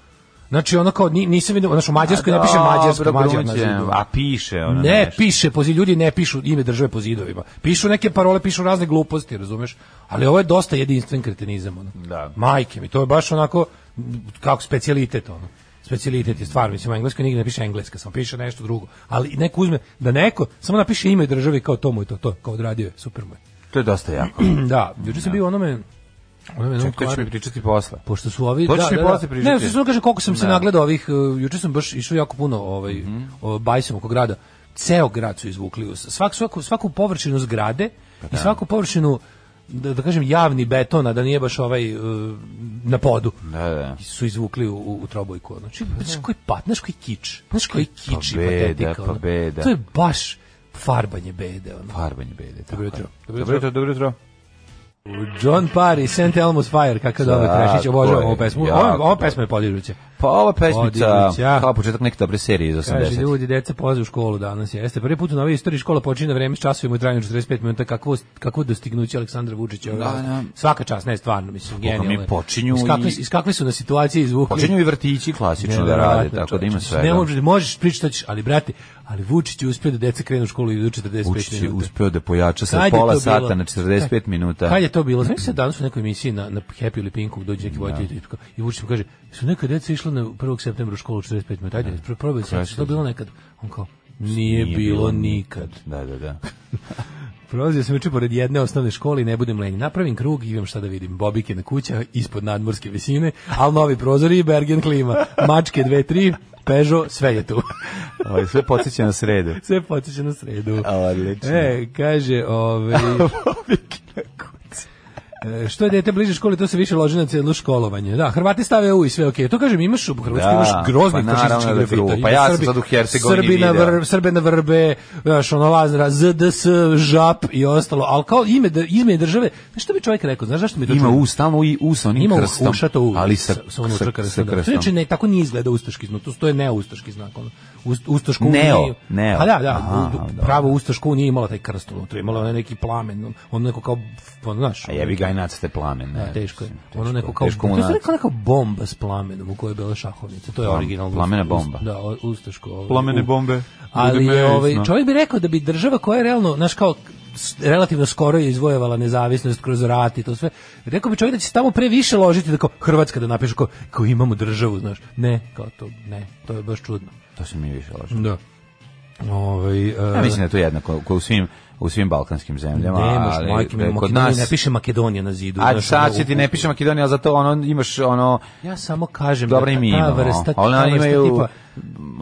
[SPEAKER 7] Znači ono kao ni, nisam vidio, znači u Mađarskoj ne piše Mađarska,
[SPEAKER 6] Dobro,
[SPEAKER 7] Mađar na
[SPEAKER 6] Grunće,
[SPEAKER 7] zidu.
[SPEAKER 6] A piše ono
[SPEAKER 7] Ne
[SPEAKER 6] nešto.
[SPEAKER 7] piše, po zidu, ljudi ne pišu ime države po zidovima. Pišu neke parole, pišu razne gluposti, razumeš? Ali ovo je dosta jedinstven kretenizam. Ono.
[SPEAKER 6] Da.
[SPEAKER 7] Majke mi, to je baš onako m, kako specijalitet ono. Specijalitet je stvar, mislim, u engleskoj nigde ne piše engleska, samo piše nešto drugo. Ali neko uzme, da neko, samo napiše ime države kao to mu je to, to, kao odradio je, super mu je.
[SPEAKER 6] To je dosta jako.
[SPEAKER 7] Da, juče sam bio u onome onome jednom
[SPEAKER 6] To ću
[SPEAKER 7] kvaru,
[SPEAKER 6] mi pričati posle.
[SPEAKER 7] pošto su ovi
[SPEAKER 6] To ćeš
[SPEAKER 7] da,
[SPEAKER 6] mi
[SPEAKER 7] da, da.
[SPEAKER 6] posle pričati.
[SPEAKER 7] Ne, samo kažem koliko sam se
[SPEAKER 6] Da.
[SPEAKER 7] nagledao ovih uh, juče sam baš išao jako puno ovaj
[SPEAKER 6] Mhm.
[SPEAKER 7] o, bajsam oko grada. Ceo grad su izvukli. Svak, svaku, svaku površinu zgrade
[SPEAKER 6] Pa
[SPEAKER 7] i svaku površinu da, da kažem javni betona da nije baš ovaj uh, na podu
[SPEAKER 6] Da, da.
[SPEAKER 7] su izvukli u, u, u trobojku. Znači, znaš koji pat, znaš koji kič, znaš koji kič i
[SPEAKER 6] Pa beda,
[SPEAKER 7] patetika.
[SPEAKER 6] pa
[SPEAKER 7] ono.
[SPEAKER 6] beda.
[SPEAKER 7] To je baš farbanje bede. Ono.
[SPEAKER 6] Farbanje bede. tako je.
[SPEAKER 7] jutro. Dobro
[SPEAKER 6] Dobro jutro, dobro jutro.
[SPEAKER 7] John Parr i St. Elmo's Fire, kakav dobar
[SPEAKER 6] Tako
[SPEAKER 7] Krešić, obožavam ovu
[SPEAKER 6] je,
[SPEAKER 7] pesmu.
[SPEAKER 6] jako
[SPEAKER 7] Ova, ova
[SPEAKER 6] dobro.
[SPEAKER 7] pesma je podižuća.
[SPEAKER 6] Pa ova pesmica,
[SPEAKER 7] Odigraća.
[SPEAKER 6] kao početak neke dobre serije iz 80.
[SPEAKER 7] Kaže, ljudi, deca pozve u školu danas, jeste. Prvi put u novoj istoriji škola počinje na vreme s časovima u trajanju 45 minuta. Kakvo, kakvo dostignuće Aleksandra Vučića. ove
[SPEAKER 6] Da,
[SPEAKER 7] vlasti.
[SPEAKER 6] da.
[SPEAKER 7] Svaka čast, ne, stvarno, mislim, genijalno. je.
[SPEAKER 6] mi počinju
[SPEAKER 7] iz kakve,
[SPEAKER 6] i-
[SPEAKER 7] iz kakve su na situacije izvukli.
[SPEAKER 6] Počinju i vrtići klasično da rade,
[SPEAKER 7] Nevjerovatno,
[SPEAKER 6] tako da ima
[SPEAKER 7] čoveče.
[SPEAKER 6] svega.
[SPEAKER 7] Ne možeš, možeš pričati šta ćeš, ali brate, ali Vučić je uspio da deca krenu u školu i idu 45
[SPEAKER 6] Vučić je
[SPEAKER 7] minuta.
[SPEAKER 6] uspeo da pojača sa
[SPEAKER 7] Kad je to
[SPEAKER 6] pola
[SPEAKER 7] bilo?
[SPEAKER 6] sata na 45 minuta.
[SPEAKER 7] Kad je to bilo? Znaš se danas u nekoj emisiji na, na Happy ili Pinku dođe neki vojitelj i, kao- i Vučić mu kaže, su neka deca išla išlo na 1. septembra u školu 45 minuta. Ajde, pro- probaj se,
[SPEAKER 6] Crashes.
[SPEAKER 7] to je bilo nekad. On kao, nije, bilo nikad.
[SPEAKER 6] Da, da, da.
[SPEAKER 7] Prolazio sam juče pored jedne osnovne škole i ne budem lenj. Napravim krug i imam šta da vidim. Bobike na kuća ispod nadmorske visine, ali novi prozori i Bergen klima. Mačke dve, tri, Peugeot, sve je tu.
[SPEAKER 6] Ovo je
[SPEAKER 7] Ovaj,
[SPEAKER 6] sve podsjeća na sredu.
[SPEAKER 7] sve podsjeća na sredu.
[SPEAKER 6] Odlično.
[SPEAKER 7] E, kaže, ovaj... E, Što je dete bliže školi, to se više loži na celu školovanje. Da, Hrvati stave u i sve okej. To kažem, imaš u
[SPEAKER 6] Da,
[SPEAKER 7] Hrvatskoj imaš groznih
[SPEAKER 6] pa
[SPEAKER 7] fašističkih
[SPEAKER 6] naravno da je
[SPEAKER 7] grafita.
[SPEAKER 6] grubo. Pa
[SPEAKER 7] Imaš
[SPEAKER 6] ja sam
[SPEAKER 7] Srbi-
[SPEAKER 6] sad u Hercegovini
[SPEAKER 7] Srbi na
[SPEAKER 6] video.
[SPEAKER 7] vrb, Srbe na vrbe, znaš, ono lazra, ZDS, ŽAP i ostalo. Ali kao ime, dr- ime države, znaš što bi čovjek rekao? Znaš zašto mi to
[SPEAKER 6] Ima
[SPEAKER 7] čudi?
[SPEAKER 6] u, stalno i u sa onim
[SPEAKER 7] Ima
[SPEAKER 6] krstom.
[SPEAKER 7] uša to u,
[SPEAKER 6] ali sa,
[SPEAKER 7] sa,
[SPEAKER 6] sa,
[SPEAKER 7] onim
[SPEAKER 6] sa,
[SPEAKER 7] krstom, da. To
[SPEAKER 6] krstom.
[SPEAKER 7] inače ne, tako nije izgleda ustaški znak, to, to je neustaški znak. Ono. Ust, ustašku
[SPEAKER 6] Neo,
[SPEAKER 7] nije,
[SPEAKER 6] neo.
[SPEAKER 7] A da, da,
[SPEAKER 6] Aha,
[SPEAKER 7] u-
[SPEAKER 6] dobro.
[SPEAKER 7] pravo ustašku nije imala taj krst unutra, imala je onaj neki plamen, on neko kao, ono, znaš,
[SPEAKER 6] A jebi ga i nacrte plamen. Ne,
[SPEAKER 7] Da, teško je.
[SPEAKER 6] mislim,
[SPEAKER 7] Ono neko kao,
[SPEAKER 6] teško mu
[SPEAKER 7] to je
[SPEAKER 6] nacrte.
[SPEAKER 7] neka neka bomba s plamenom u kojoj je bila šahovnica. To je
[SPEAKER 6] Plam-
[SPEAKER 7] originalno.
[SPEAKER 6] plamena
[SPEAKER 7] ust-
[SPEAKER 6] bomba.
[SPEAKER 7] Da, o- ustaško. Ovaj,
[SPEAKER 6] Plamene
[SPEAKER 7] u-
[SPEAKER 6] bombe.
[SPEAKER 7] Ali
[SPEAKER 6] Bude
[SPEAKER 7] je, ovaj,
[SPEAKER 6] merisno.
[SPEAKER 7] čovjek bi rekao da bi država koja je realno, znaš kao, s- relativno skoro je izvojevala nezavisnost kroz rat i to sve. Rekao bi čovjek da će se tamo previše ložiti da kao Hrvatska da napiše kao, kao imamo državu, znaš. Ne, kao to, ne, to je baš čudno.
[SPEAKER 6] To se mi više loži.
[SPEAKER 7] Da. Ovaj,
[SPEAKER 6] Ja
[SPEAKER 7] e,
[SPEAKER 6] mislim da je to jednako ko u svim u svim balkanskim zemljama,
[SPEAKER 7] Nemaš,
[SPEAKER 6] ali
[SPEAKER 7] majke mi,
[SPEAKER 6] da je kod
[SPEAKER 7] Makedonija
[SPEAKER 6] nas
[SPEAKER 7] ne piše Makedonija na zidu.
[SPEAKER 6] A
[SPEAKER 7] znaš, ono,
[SPEAKER 6] sad će ti
[SPEAKER 7] u-
[SPEAKER 6] ne piše Makedonija, ali zato ono imaš ono
[SPEAKER 7] Pa Ja samo kažem
[SPEAKER 6] Dobro
[SPEAKER 7] da
[SPEAKER 6] i mi
[SPEAKER 7] ta
[SPEAKER 6] imamo.
[SPEAKER 7] vrsta,
[SPEAKER 6] ali
[SPEAKER 7] ta
[SPEAKER 6] oni
[SPEAKER 7] vrsta
[SPEAKER 6] imaju
[SPEAKER 7] tipa,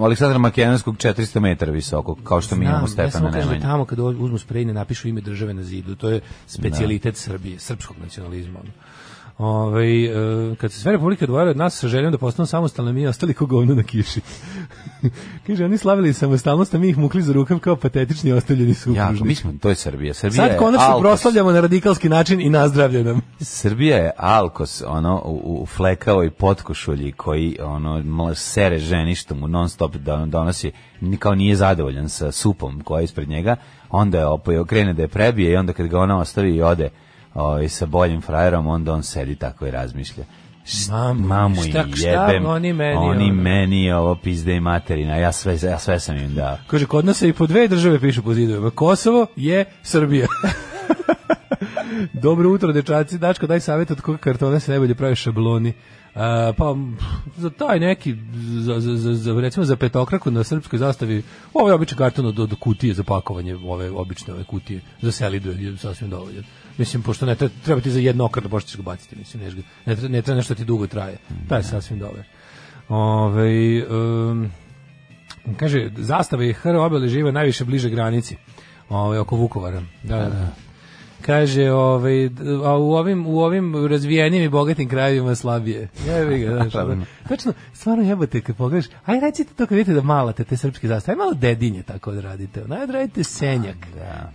[SPEAKER 6] Aleksandra Makedonskog 400 metara visokog, kao što mi imamo
[SPEAKER 7] Znam, ja samo
[SPEAKER 6] Stefana
[SPEAKER 7] kažem da
[SPEAKER 6] Nemanja.
[SPEAKER 7] tamo kad uzmu sprej ne napišu ime države na zidu, to je specijalitet Srbije, srpskog nacionalizma. ono. Ovaj, e, kad se sve republike odvojile od nas sa željom da postanu samostalne, mi ostali ko govno na kiši. Kaže, oni slavili samostalnost, a mi ih mukli za rukav kao patetični ostavljeni
[SPEAKER 6] Jako, mi
[SPEAKER 7] supružni.
[SPEAKER 6] smo, to je Srbija. Srbija
[SPEAKER 7] Sad
[SPEAKER 6] je
[SPEAKER 7] konačno
[SPEAKER 6] Alkos.
[SPEAKER 7] proslavljamo na radikalski način i nazdravlja nam.
[SPEAKER 6] Srbija je Alkos, ono, u, u- u flekao i potkošulji koji, ono, mla- sere ženi što mu non stop don- donosi, ni- kao nije zadovoljan sa supom koja je ispred njega, onda je opoj, krene da je prebije i onda kad ga ona ostavi i ode ovaj, sa boljim frajerom, onda on sedi tako i razmišlja. Št-
[SPEAKER 7] Mamu,
[SPEAKER 6] mamu i
[SPEAKER 7] šta- šta
[SPEAKER 6] jebem,
[SPEAKER 7] oni meni,
[SPEAKER 6] oni
[SPEAKER 7] ono.
[SPEAKER 6] meni ovo pizde i materina, ja sve, ja sve sam im dao.
[SPEAKER 7] Kaže, kod nas se i po dve države pišu po zidovima. Kosovo je Srbija. Dobro jutro, dečaci. Dačko, daj savjet od koga kartona se najbolje prave šabloni. A, pa, m, za taj neki, za, za, za, za, recimo za petokraku na srpskoj zastavi, ovo je običan karton od, od kutije za pakovanje, ove obične ove kutije, za selidu je sasvim dovoljan. Mislim, pošto ne treba, treba ti za jednokratno, pošto ćeš ga baciti, mislim, neš ga- ne, treba, ne treba nešto ti dugo traje. Taj je sasvim dovoljan. Ove, um, Kaže, zastava i HR obeleživa najviše bliže granici, ovaj, oko Vukovara. Da, da, da. Kaže, ovaj, d- a u ovim, u ovim razvijenim i bogatim krajevima slabije. Jebi ga, znaš. ono. Tačno, stvarno jebote kad pogledaš, aj recite to kad vidite da malate te srpske zastave, aj malo dedinje tako odradite, ono, aj odradite senjak.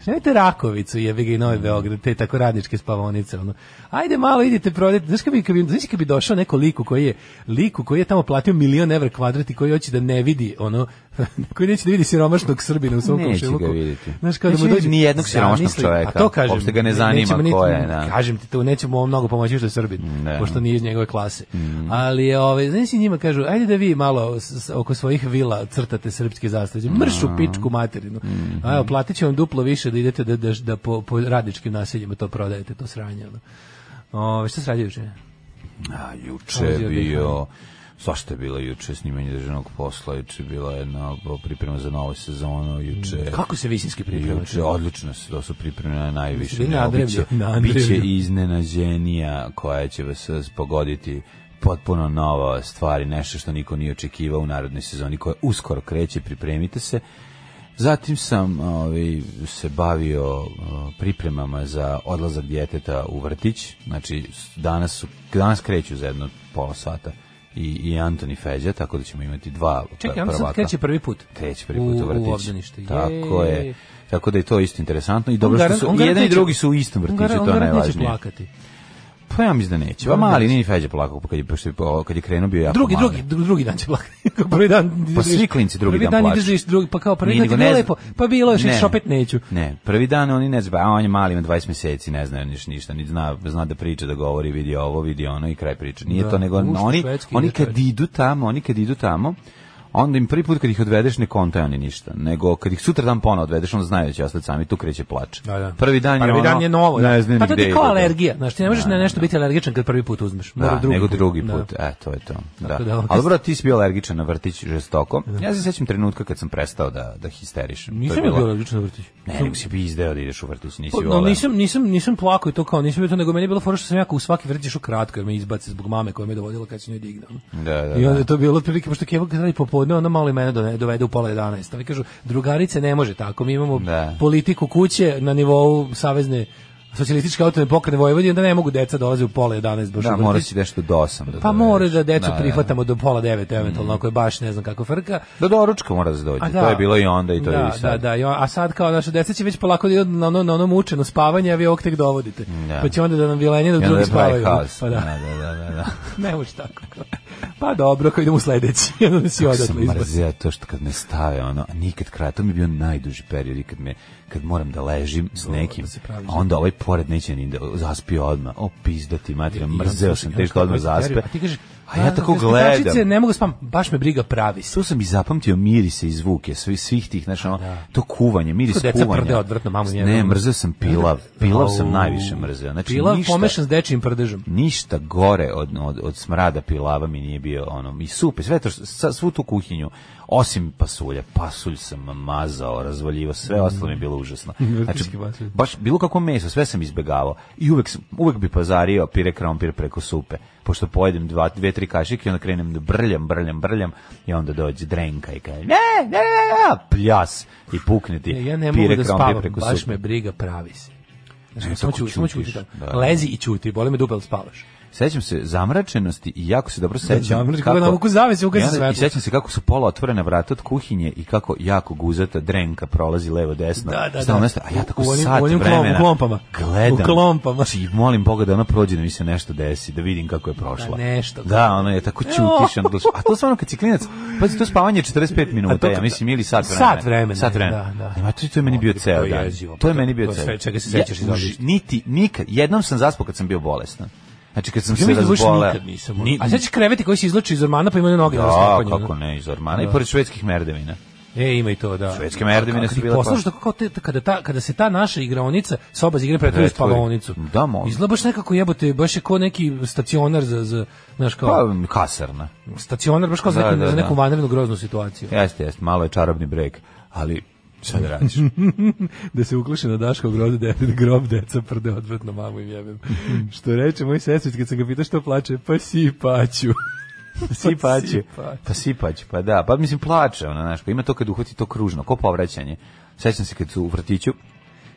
[SPEAKER 7] Nemojte Rakovicu, jebi ga i Novi Beograd, te tako radničke spavonice, ono. Ajde malo idite prodajte, znaš kad bi, kad bi, znaš kad bi došao neko liku koji je, liku koji je tamo platio milion evra kvadrat i koji hoće da ne vidi, ono, koji neće da vidi siromašnog Srbina u svom
[SPEAKER 6] Neće ga
[SPEAKER 7] komšiluku.
[SPEAKER 6] vidjeti.
[SPEAKER 7] Znaš, kao da
[SPEAKER 6] Neće
[SPEAKER 7] mu
[SPEAKER 6] vidjeti
[SPEAKER 7] dođe-
[SPEAKER 6] ni jednog siromašnog
[SPEAKER 7] Zamisli,
[SPEAKER 6] čoveka.
[SPEAKER 7] A to kažem.
[SPEAKER 6] Uopšte ga ne
[SPEAKER 7] ne-
[SPEAKER 6] zanima
[SPEAKER 7] nećemo niti-
[SPEAKER 6] ko je, da.
[SPEAKER 7] Kažem ti to, nećemo ovo mnogo pomoći što je Srbin,
[SPEAKER 6] Ne.
[SPEAKER 7] pošto nije iz njegove klase.
[SPEAKER 6] Mm.
[SPEAKER 7] Ali, ovaj, znaš, i njima kažu, ajde da vi malo s- s- oko svojih vila crtate srpske zastave. Mršu pičku materinu.
[SPEAKER 6] Mhm.
[SPEAKER 7] A evo, platit ću vam duplo više da idete da, da, da po, po radničkim naseljima to prodajete, to sranje. Ono. Ove, šta se radi juče?
[SPEAKER 6] A, juče
[SPEAKER 7] Ozio
[SPEAKER 6] je
[SPEAKER 7] bih,
[SPEAKER 6] bio... Svašta je bilo juče, snimanje državnog posla, juče je bila jedna priprema za novu sezonu, juče...
[SPEAKER 7] Kako se visinski pripremate?
[SPEAKER 6] Juče, odlično se, to su pripreme na najviše.
[SPEAKER 7] Bili na
[SPEAKER 6] Ne,
[SPEAKER 7] drevlju,
[SPEAKER 6] biće-
[SPEAKER 7] na
[SPEAKER 6] Biće
[SPEAKER 7] drevlju.
[SPEAKER 6] iznenađenija koja će vas pogoditi potpuno nova stvari, nešto što niko nije očekivao u narodnoj sezoni koja uskoro kreće, pripremite se. Zatim sam ovaj, se bavio o, pripremama za odlazak djeteta u vrtić. Znači, s- danas, su, danas kreću za jedno pola sata i, i Antoni Feđa, tako da ćemo imati dva
[SPEAKER 7] Čekaj, on sad
[SPEAKER 6] prvaka.
[SPEAKER 7] kreće prvi put.
[SPEAKER 6] Treći prvi put u,
[SPEAKER 7] u
[SPEAKER 6] vrtić.
[SPEAKER 7] obdanište.
[SPEAKER 6] Tako
[SPEAKER 7] Jej.
[SPEAKER 6] je. Tako da je to isto interesantno i dobro
[SPEAKER 7] On
[SPEAKER 6] što
[SPEAKER 7] garan-
[SPEAKER 6] su
[SPEAKER 7] on
[SPEAKER 6] i
[SPEAKER 7] garant
[SPEAKER 6] jedan i
[SPEAKER 7] neće-
[SPEAKER 6] drugi su u istom
[SPEAKER 7] on
[SPEAKER 6] vrtiću,
[SPEAKER 7] garant- on
[SPEAKER 6] to je
[SPEAKER 7] garant neće
[SPEAKER 6] najvažnije.
[SPEAKER 7] plakati.
[SPEAKER 6] Pa ja mislim da neće. Pa
[SPEAKER 7] On
[SPEAKER 6] mali
[SPEAKER 7] neće.
[SPEAKER 6] nije ni Feđa plakao pa kad je pošto je po- kad je krenuo bio jako
[SPEAKER 7] drugi,
[SPEAKER 6] mali.
[SPEAKER 7] drugi, dru- drugi dan će plakati. Kao prvi dan...
[SPEAKER 6] Pa svi klinci drugi
[SPEAKER 7] prvi
[SPEAKER 6] dan
[SPEAKER 7] dan
[SPEAKER 6] plaču.
[SPEAKER 7] ideš da iš- drugi, pa kao prvi
[SPEAKER 6] Nije,
[SPEAKER 7] dan ti
[SPEAKER 6] nego
[SPEAKER 7] bilo
[SPEAKER 6] ne zna-
[SPEAKER 7] lepo, pa bilo je šećeš, opet neću.
[SPEAKER 6] Ne, prvi dan oni ne zna, a on je mali, ima 20 meseci, ne zna niš ništa, ni zna, zna da priča, da govori, vidi ovo, vidi ono i kraj priče. Nije
[SPEAKER 7] Da,
[SPEAKER 6] to nego
[SPEAKER 7] muški,
[SPEAKER 6] oni
[SPEAKER 7] švedski,
[SPEAKER 6] oni
[SPEAKER 7] ide
[SPEAKER 6] kad
[SPEAKER 7] čovječ.
[SPEAKER 6] idu tamo, oni kad idu tamo, onda im prvi put kad ih odvedeš ne kontaju oni ništa, nego kad ih sutra dan ponovo odvedeš, onda znaju da će ostati sami, tu kreće plač.
[SPEAKER 7] Da, da.
[SPEAKER 6] Prvi dan je
[SPEAKER 7] prvi
[SPEAKER 6] ono,
[SPEAKER 7] dan je novo. da.
[SPEAKER 6] ne znam
[SPEAKER 7] pa
[SPEAKER 6] ni
[SPEAKER 7] to
[SPEAKER 6] gde
[SPEAKER 7] ti kao
[SPEAKER 6] ide.
[SPEAKER 7] alergija. Znaš, ti ne možeš na nešto biti alergičan kad prvi put uzmeš. Mora
[SPEAKER 6] Da,
[SPEAKER 7] drugi
[SPEAKER 6] nego
[SPEAKER 7] put.
[SPEAKER 6] drugi
[SPEAKER 7] Da.
[SPEAKER 6] put. E, to je to. Da.
[SPEAKER 7] Tako da, ovo-
[SPEAKER 6] Ali bro, ti si bio alergičan na vrtić žestoko. Ja se sećam trenutka kad sam prestao da, da histerišem. To je
[SPEAKER 7] Nisam ja
[SPEAKER 6] bilo-
[SPEAKER 7] bio alergičan na vrtić.
[SPEAKER 6] Ne, nego si bi izdeo da ideš u vrtić, nisi
[SPEAKER 7] Pa,
[SPEAKER 6] voleo.
[SPEAKER 7] no, nisam, nisam, nisam plako i to kao nisam bio to, nego meni je bilo fora što sam jako u svaki vrtić išao kratko, jer me izbaci zbog mame koja me dovodila kad se njoj ono. dignem.
[SPEAKER 6] Da, da,
[SPEAKER 7] I onda
[SPEAKER 6] da.
[SPEAKER 7] je to bilo otprilike, pošto Keva kad radi popodne, ona malo i mene done- dovede u pola 11. Ali kažu, drugarice ne može tako, mi imamo
[SPEAKER 6] Da.
[SPEAKER 7] politiku kuće na nivou savezne socijalističke autonome pokrene Vojvodine, da ne mogu deca dolaze u pola 11 baš u
[SPEAKER 6] Da,
[SPEAKER 7] vrtić.
[SPEAKER 6] mora si nešto do osam. Da
[SPEAKER 7] Pa
[SPEAKER 6] dovedeš.
[SPEAKER 7] mora da decu
[SPEAKER 6] Da, da.
[SPEAKER 7] prihvatamo do pola 9 eventualno, ako je baš ne znam kako frka.
[SPEAKER 6] Do doručka mora da se dođe.
[SPEAKER 7] A
[SPEAKER 6] To je bilo i onda i to
[SPEAKER 7] da,
[SPEAKER 6] je i sad.
[SPEAKER 7] Da, da, i on- a sad kao naša deca će već polako da idu na ono, na ono mučeno spavanje, a vi ovog tek dovodite.
[SPEAKER 6] Da.
[SPEAKER 7] Pa će onda da nam vilenje da
[SPEAKER 6] I onda
[SPEAKER 7] drugi
[SPEAKER 6] je pravi
[SPEAKER 7] spavaju.
[SPEAKER 6] haos.
[SPEAKER 7] Pa da,
[SPEAKER 6] da, da, da. da.
[SPEAKER 7] ne može tako. Pa dobro, kao idemo u sledeći. I onda si
[SPEAKER 6] sam
[SPEAKER 7] odatle izbaci.
[SPEAKER 6] mrzio to što kad me stave, ono, a nikad kraja, to mi je bio najduži period i kad, me, kad moram da ležim s nekim,
[SPEAKER 7] se
[SPEAKER 6] a
[SPEAKER 7] praviš.
[SPEAKER 6] onda ovaj pored neće ni da zaspio odmah, o pizdati materija,
[SPEAKER 7] I onda
[SPEAKER 6] mrzeo sam
[SPEAKER 7] slušaj, i
[SPEAKER 6] te
[SPEAKER 7] onda
[SPEAKER 6] što odmah
[SPEAKER 7] kako već
[SPEAKER 6] zaspe,
[SPEAKER 7] teraju, A ti kažeš,
[SPEAKER 6] a ja tako
[SPEAKER 7] vaspitačice,
[SPEAKER 6] gledam.
[SPEAKER 7] Ne mogu spam, baš me briga pravi se.
[SPEAKER 6] Tu sam i zapamtio mirise i zvuke svih, svih tih, znaš, ono, to kuvanje, miris
[SPEAKER 7] Kako deca
[SPEAKER 6] kuvanja.
[SPEAKER 7] prde odvratno, mamu njenu.
[SPEAKER 6] Ne, mrzeo sam pilav, pilav sam
[SPEAKER 7] Au.
[SPEAKER 6] najviše mrzeo. Znači,
[SPEAKER 7] Pilav
[SPEAKER 6] ništa,
[SPEAKER 7] pomešan s dečijim prdežom.
[SPEAKER 6] ništa gore od, od, od smrada pilava mi nije bio ono i sup i sve to što- sa, svu tu kuhinju osim pasulja pasulj sam mazao razvaljivao sve ostalo mi je bilo užasno znači
[SPEAKER 7] Vrtićki pasulj.
[SPEAKER 6] baš bilo kako meso sve sam izbegavao i uvek sam- uvek bi pazario pire krompir preko supe pošto pojedem dva dve tri kašike i onda krenem da brljam brljam brljam i onda dođe drenka i kaže ne ne ne, ne, pljas i pukne ti
[SPEAKER 7] Ja ne mogu
[SPEAKER 6] pire
[SPEAKER 7] da
[SPEAKER 6] krompir
[SPEAKER 7] spavam,
[SPEAKER 6] preko
[SPEAKER 7] baš
[SPEAKER 6] supe
[SPEAKER 7] me briga pravi se. Znači,
[SPEAKER 6] Ne,
[SPEAKER 7] samo
[SPEAKER 6] tako
[SPEAKER 7] ću, samo ću
[SPEAKER 6] ćutiš,
[SPEAKER 7] ćuti tamo.
[SPEAKER 6] da.
[SPEAKER 7] Lezi i ćuti, boli me dupe, ali spavaš. Znači,
[SPEAKER 6] Sećam se zamračenosti i jako se dobro sećam.
[SPEAKER 7] zamračenost, kako navuku zavese, ugasi
[SPEAKER 6] I onda-
[SPEAKER 7] svetlo.
[SPEAKER 6] I sećam se kako su pola otvorena vrata od kuhinje i kako jako guzata drenka prolazi levo desno.
[SPEAKER 7] Da, da,
[SPEAKER 6] Stalno
[SPEAKER 7] da.
[SPEAKER 6] Mesto, a ja tako
[SPEAKER 7] U onim-
[SPEAKER 6] sat
[SPEAKER 7] u onim klom-
[SPEAKER 6] vremena
[SPEAKER 7] u klompama.
[SPEAKER 6] Gledam.
[SPEAKER 7] U klompama.
[SPEAKER 6] Znači, molim Boga da ona prođe da mi se nešto desi, da vidim kako je prošla.
[SPEAKER 7] Da, Pa nešto.
[SPEAKER 6] Da, ona je tako ćutiš. onda slušaš. A to stvarno kad si klinac, pazi, to spavanje je 45
[SPEAKER 7] A
[SPEAKER 6] minuta,
[SPEAKER 7] to
[SPEAKER 6] ja
[SPEAKER 7] kad-
[SPEAKER 6] mislim, ili sat vremena.
[SPEAKER 7] Sat vremena,
[SPEAKER 6] Sat vremena.
[SPEAKER 7] da, da.
[SPEAKER 6] Nema, to, to je meni bio
[SPEAKER 7] To je
[SPEAKER 6] ceo dan.
[SPEAKER 7] jezivo,
[SPEAKER 6] To je
[SPEAKER 7] to-
[SPEAKER 6] meni bio
[SPEAKER 7] to je
[SPEAKER 6] ceo
[SPEAKER 7] sve čega se sećaš iz
[SPEAKER 6] Ja,
[SPEAKER 7] ovih-
[SPEAKER 6] uži- Niti, nikad. Jednom sam zaspao kad sam bio bolestan. Znači kad sam
[SPEAKER 7] Ja
[SPEAKER 6] se
[SPEAKER 7] mislim da baš
[SPEAKER 6] razboleo.
[SPEAKER 7] nikad nisam.
[SPEAKER 6] Ni-
[SPEAKER 7] Ni, a sećaš kreveti koji se izlači iz ormana pa imaju noge na
[SPEAKER 6] da,
[SPEAKER 7] sklapanju.
[SPEAKER 6] kako ne, iz ormana. I
[SPEAKER 7] Da.
[SPEAKER 6] pored švedskih merdevina.
[SPEAKER 7] E, ima i to, da.
[SPEAKER 6] Švedske merdevine su bile pa-
[SPEAKER 7] Poslušaj
[SPEAKER 6] kao-
[SPEAKER 7] tako kao te, kada, ta, kada se ta naša igraonica, soba za igre pretvori u
[SPEAKER 6] Pretvori.
[SPEAKER 7] spavaonicu.
[SPEAKER 6] Da, molim.
[SPEAKER 7] Izgleda baš nekako jebote, baš je ko neki stacionar za, za znaš
[SPEAKER 6] Pa,
[SPEAKER 7] kao,
[SPEAKER 6] m, kasarna.
[SPEAKER 7] stacionar baš kao za,
[SPEAKER 6] Da,
[SPEAKER 7] neku,
[SPEAKER 6] da,
[SPEAKER 7] za neku
[SPEAKER 6] da.
[SPEAKER 7] vanrednu groznu situaciju.
[SPEAKER 6] Jeste, jeste, malo je čarobni breg, ali šta da radiš?
[SPEAKER 7] Pa da se ukloše na Daškov grob, de, grob deca prde odvratno mamu im jebem. što reče moj sestrić kad sam ga pitao što plače, pa sipaću.
[SPEAKER 6] Pa Sipaću.
[SPEAKER 7] Sipaću.
[SPEAKER 6] Pa sipaću, pa da. Pa mislim, plače, ona, znaš, kao ima to kad uhvati to kružno, ko povraćanje. Sećam se kad su u vrtiću,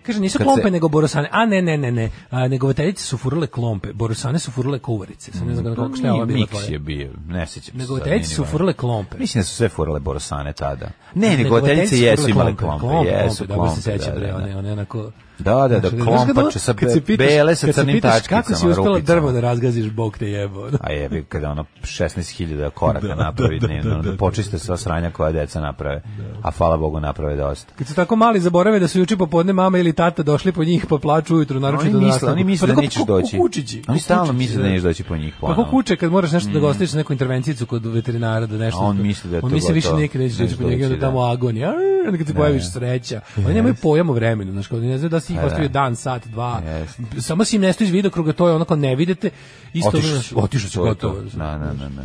[SPEAKER 7] Kaže, nisu
[SPEAKER 6] Kad
[SPEAKER 7] klompe
[SPEAKER 6] se-
[SPEAKER 7] nego borosane. A ne, ne, ne, ne. A, nego veterice su furale klompe. Borosane su furale kuvarice. Sad ne znam kako šta je ova bila
[SPEAKER 6] Miks
[SPEAKER 7] tvoja.
[SPEAKER 6] je bio, ne sećam se.
[SPEAKER 7] Nego
[SPEAKER 6] sad,
[SPEAKER 7] veterice
[SPEAKER 6] nije
[SPEAKER 7] su
[SPEAKER 6] ni
[SPEAKER 7] furale klompe.
[SPEAKER 6] važno. Mislim da su sve furale borosane tada. Ne,
[SPEAKER 7] Nego
[SPEAKER 6] nego
[SPEAKER 7] veterice
[SPEAKER 6] oteljice
[SPEAKER 7] su
[SPEAKER 6] jesu
[SPEAKER 7] furale
[SPEAKER 6] imale klompe, jesu
[SPEAKER 7] Dobro se
[SPEAKER 6] klompe.
[SPEAKER 7] seća,
[SPEAKER 6] da,
[SPEAKER 7] bre,
[SPEAKER 6] da, da.
[SPEAKER 7] one, one onako...
[SPEAKER 6] Da, da, da,
[SPEAKER 7] Znaš, znaš kad ono-
[SPEAKER 6] klompače sa
[SPEAKER 7] kad se
[SPEAKER 6] be-
[SPEAKER 7] pitaš-
[SPEAKER 6] bele sa
[SPEAKER 7] kad se
[SPEAKER 6] crnim
[SPEAKER 7] pitaš
[SPEAKER 6] tačkicama,
[SPEAKER 7] Kako si uspela
[SPEAKER 6] rupicama.
[SPEAKER 7] drvo da razgaziš, bog te jebo.
[SPEAKER 6] A jebi kada ono 16.000 koraka napravi
[SPEAKER 7] da,
[SPEAKER 6] dnevno,
[SPEAKER 7] da,
[SPEAKER 6] ono, da,
[SPEAKER 7] da,
[SPEAKER 6] počiste sva sranja koja deca naprave, a hvala Bogu naprave dosta.
[SPEAKER 7] Kad su tako mali zaborave da su juče popodne mama ili tata došli po njih pa plaču ujutru naročito
[SPEAKER 6] Oni
[SPEAKER 7] na
[SPEAKER 6] misle,
[SPEAKER 7] nastavku.
[SPEAKER 6] oni misle
[SPEAKER 7] Pa
[SPEAKER 6] da
[SPEAKER 7] tako
[SPEAKER 6] nećeš
[SPEAKER 7] ku-
[SPEAKER 6] doći.
[SPEAKER 7] kukučići,
[SPEAKER 6] Oni stalno
[SPEAKER 7] kukučići,
[SPEAKER 6] misle da nećeš doći po njih pa ono,
[SPEAKER 7] Kako
[SPEAKER 6] ponovo.
[SPEAKER 7] Pa kuče kad moraš nešto da gostiš neku intervencijicu kod veterinara da nešto.
[SPEAKER 6] A Mm. on misli da je
[SPEAKER 7] on
[SPEAKER 6] to
[SPEAKER 7] misli više
[SPEAKER 6] gotovo.
[SPEAKER 7] nikad neće doći
[SPEAKER 6] Neće
[SPEAKER 7] po njega
[SPEAKER 6] doći,
[SPEAKER 7] da tamo
[SPEAKER 6] da.
[SPEAKER 7] agonija. Arr, Onda kad se pojaviš sreća. Oni nemaju pojam o vremenu, znači kao ne znaju da si ih ostavio dan, sat, dva.
[SPEAKER 6] Pa Jeste.
[SPEAKER 7] Samo si im nesto iz vidokruga, to je onako ne vidite. Isto
[SPEAKER 6] Otišao si,
[SPEAKER 7] otišao si
[SPEAKER 6] to je to.
[SPEAKER 7] gotovo.
[SPEAKER 6] Na, na, na, na,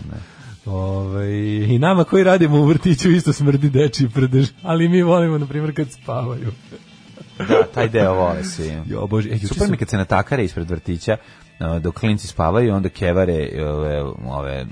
[SPEAKER 6] na.
[SPEAKER 7] Ovaj, I nama koji radimo u vrtiću isto smrdi dečiji prdež, ali mi volimo, na primjer, kad spavaju.
[SPEAKER 6] Da, taj deo vole svi.
[SPEAKER 7] Jo, bože, e, juče
[SPEAKER 6] Super
[SPEAKER 7] sam-
[SPEAKER 6] mi kad se natakare ispred vrtića, e, dok klinci spavaju, onda kevare e, ove, ove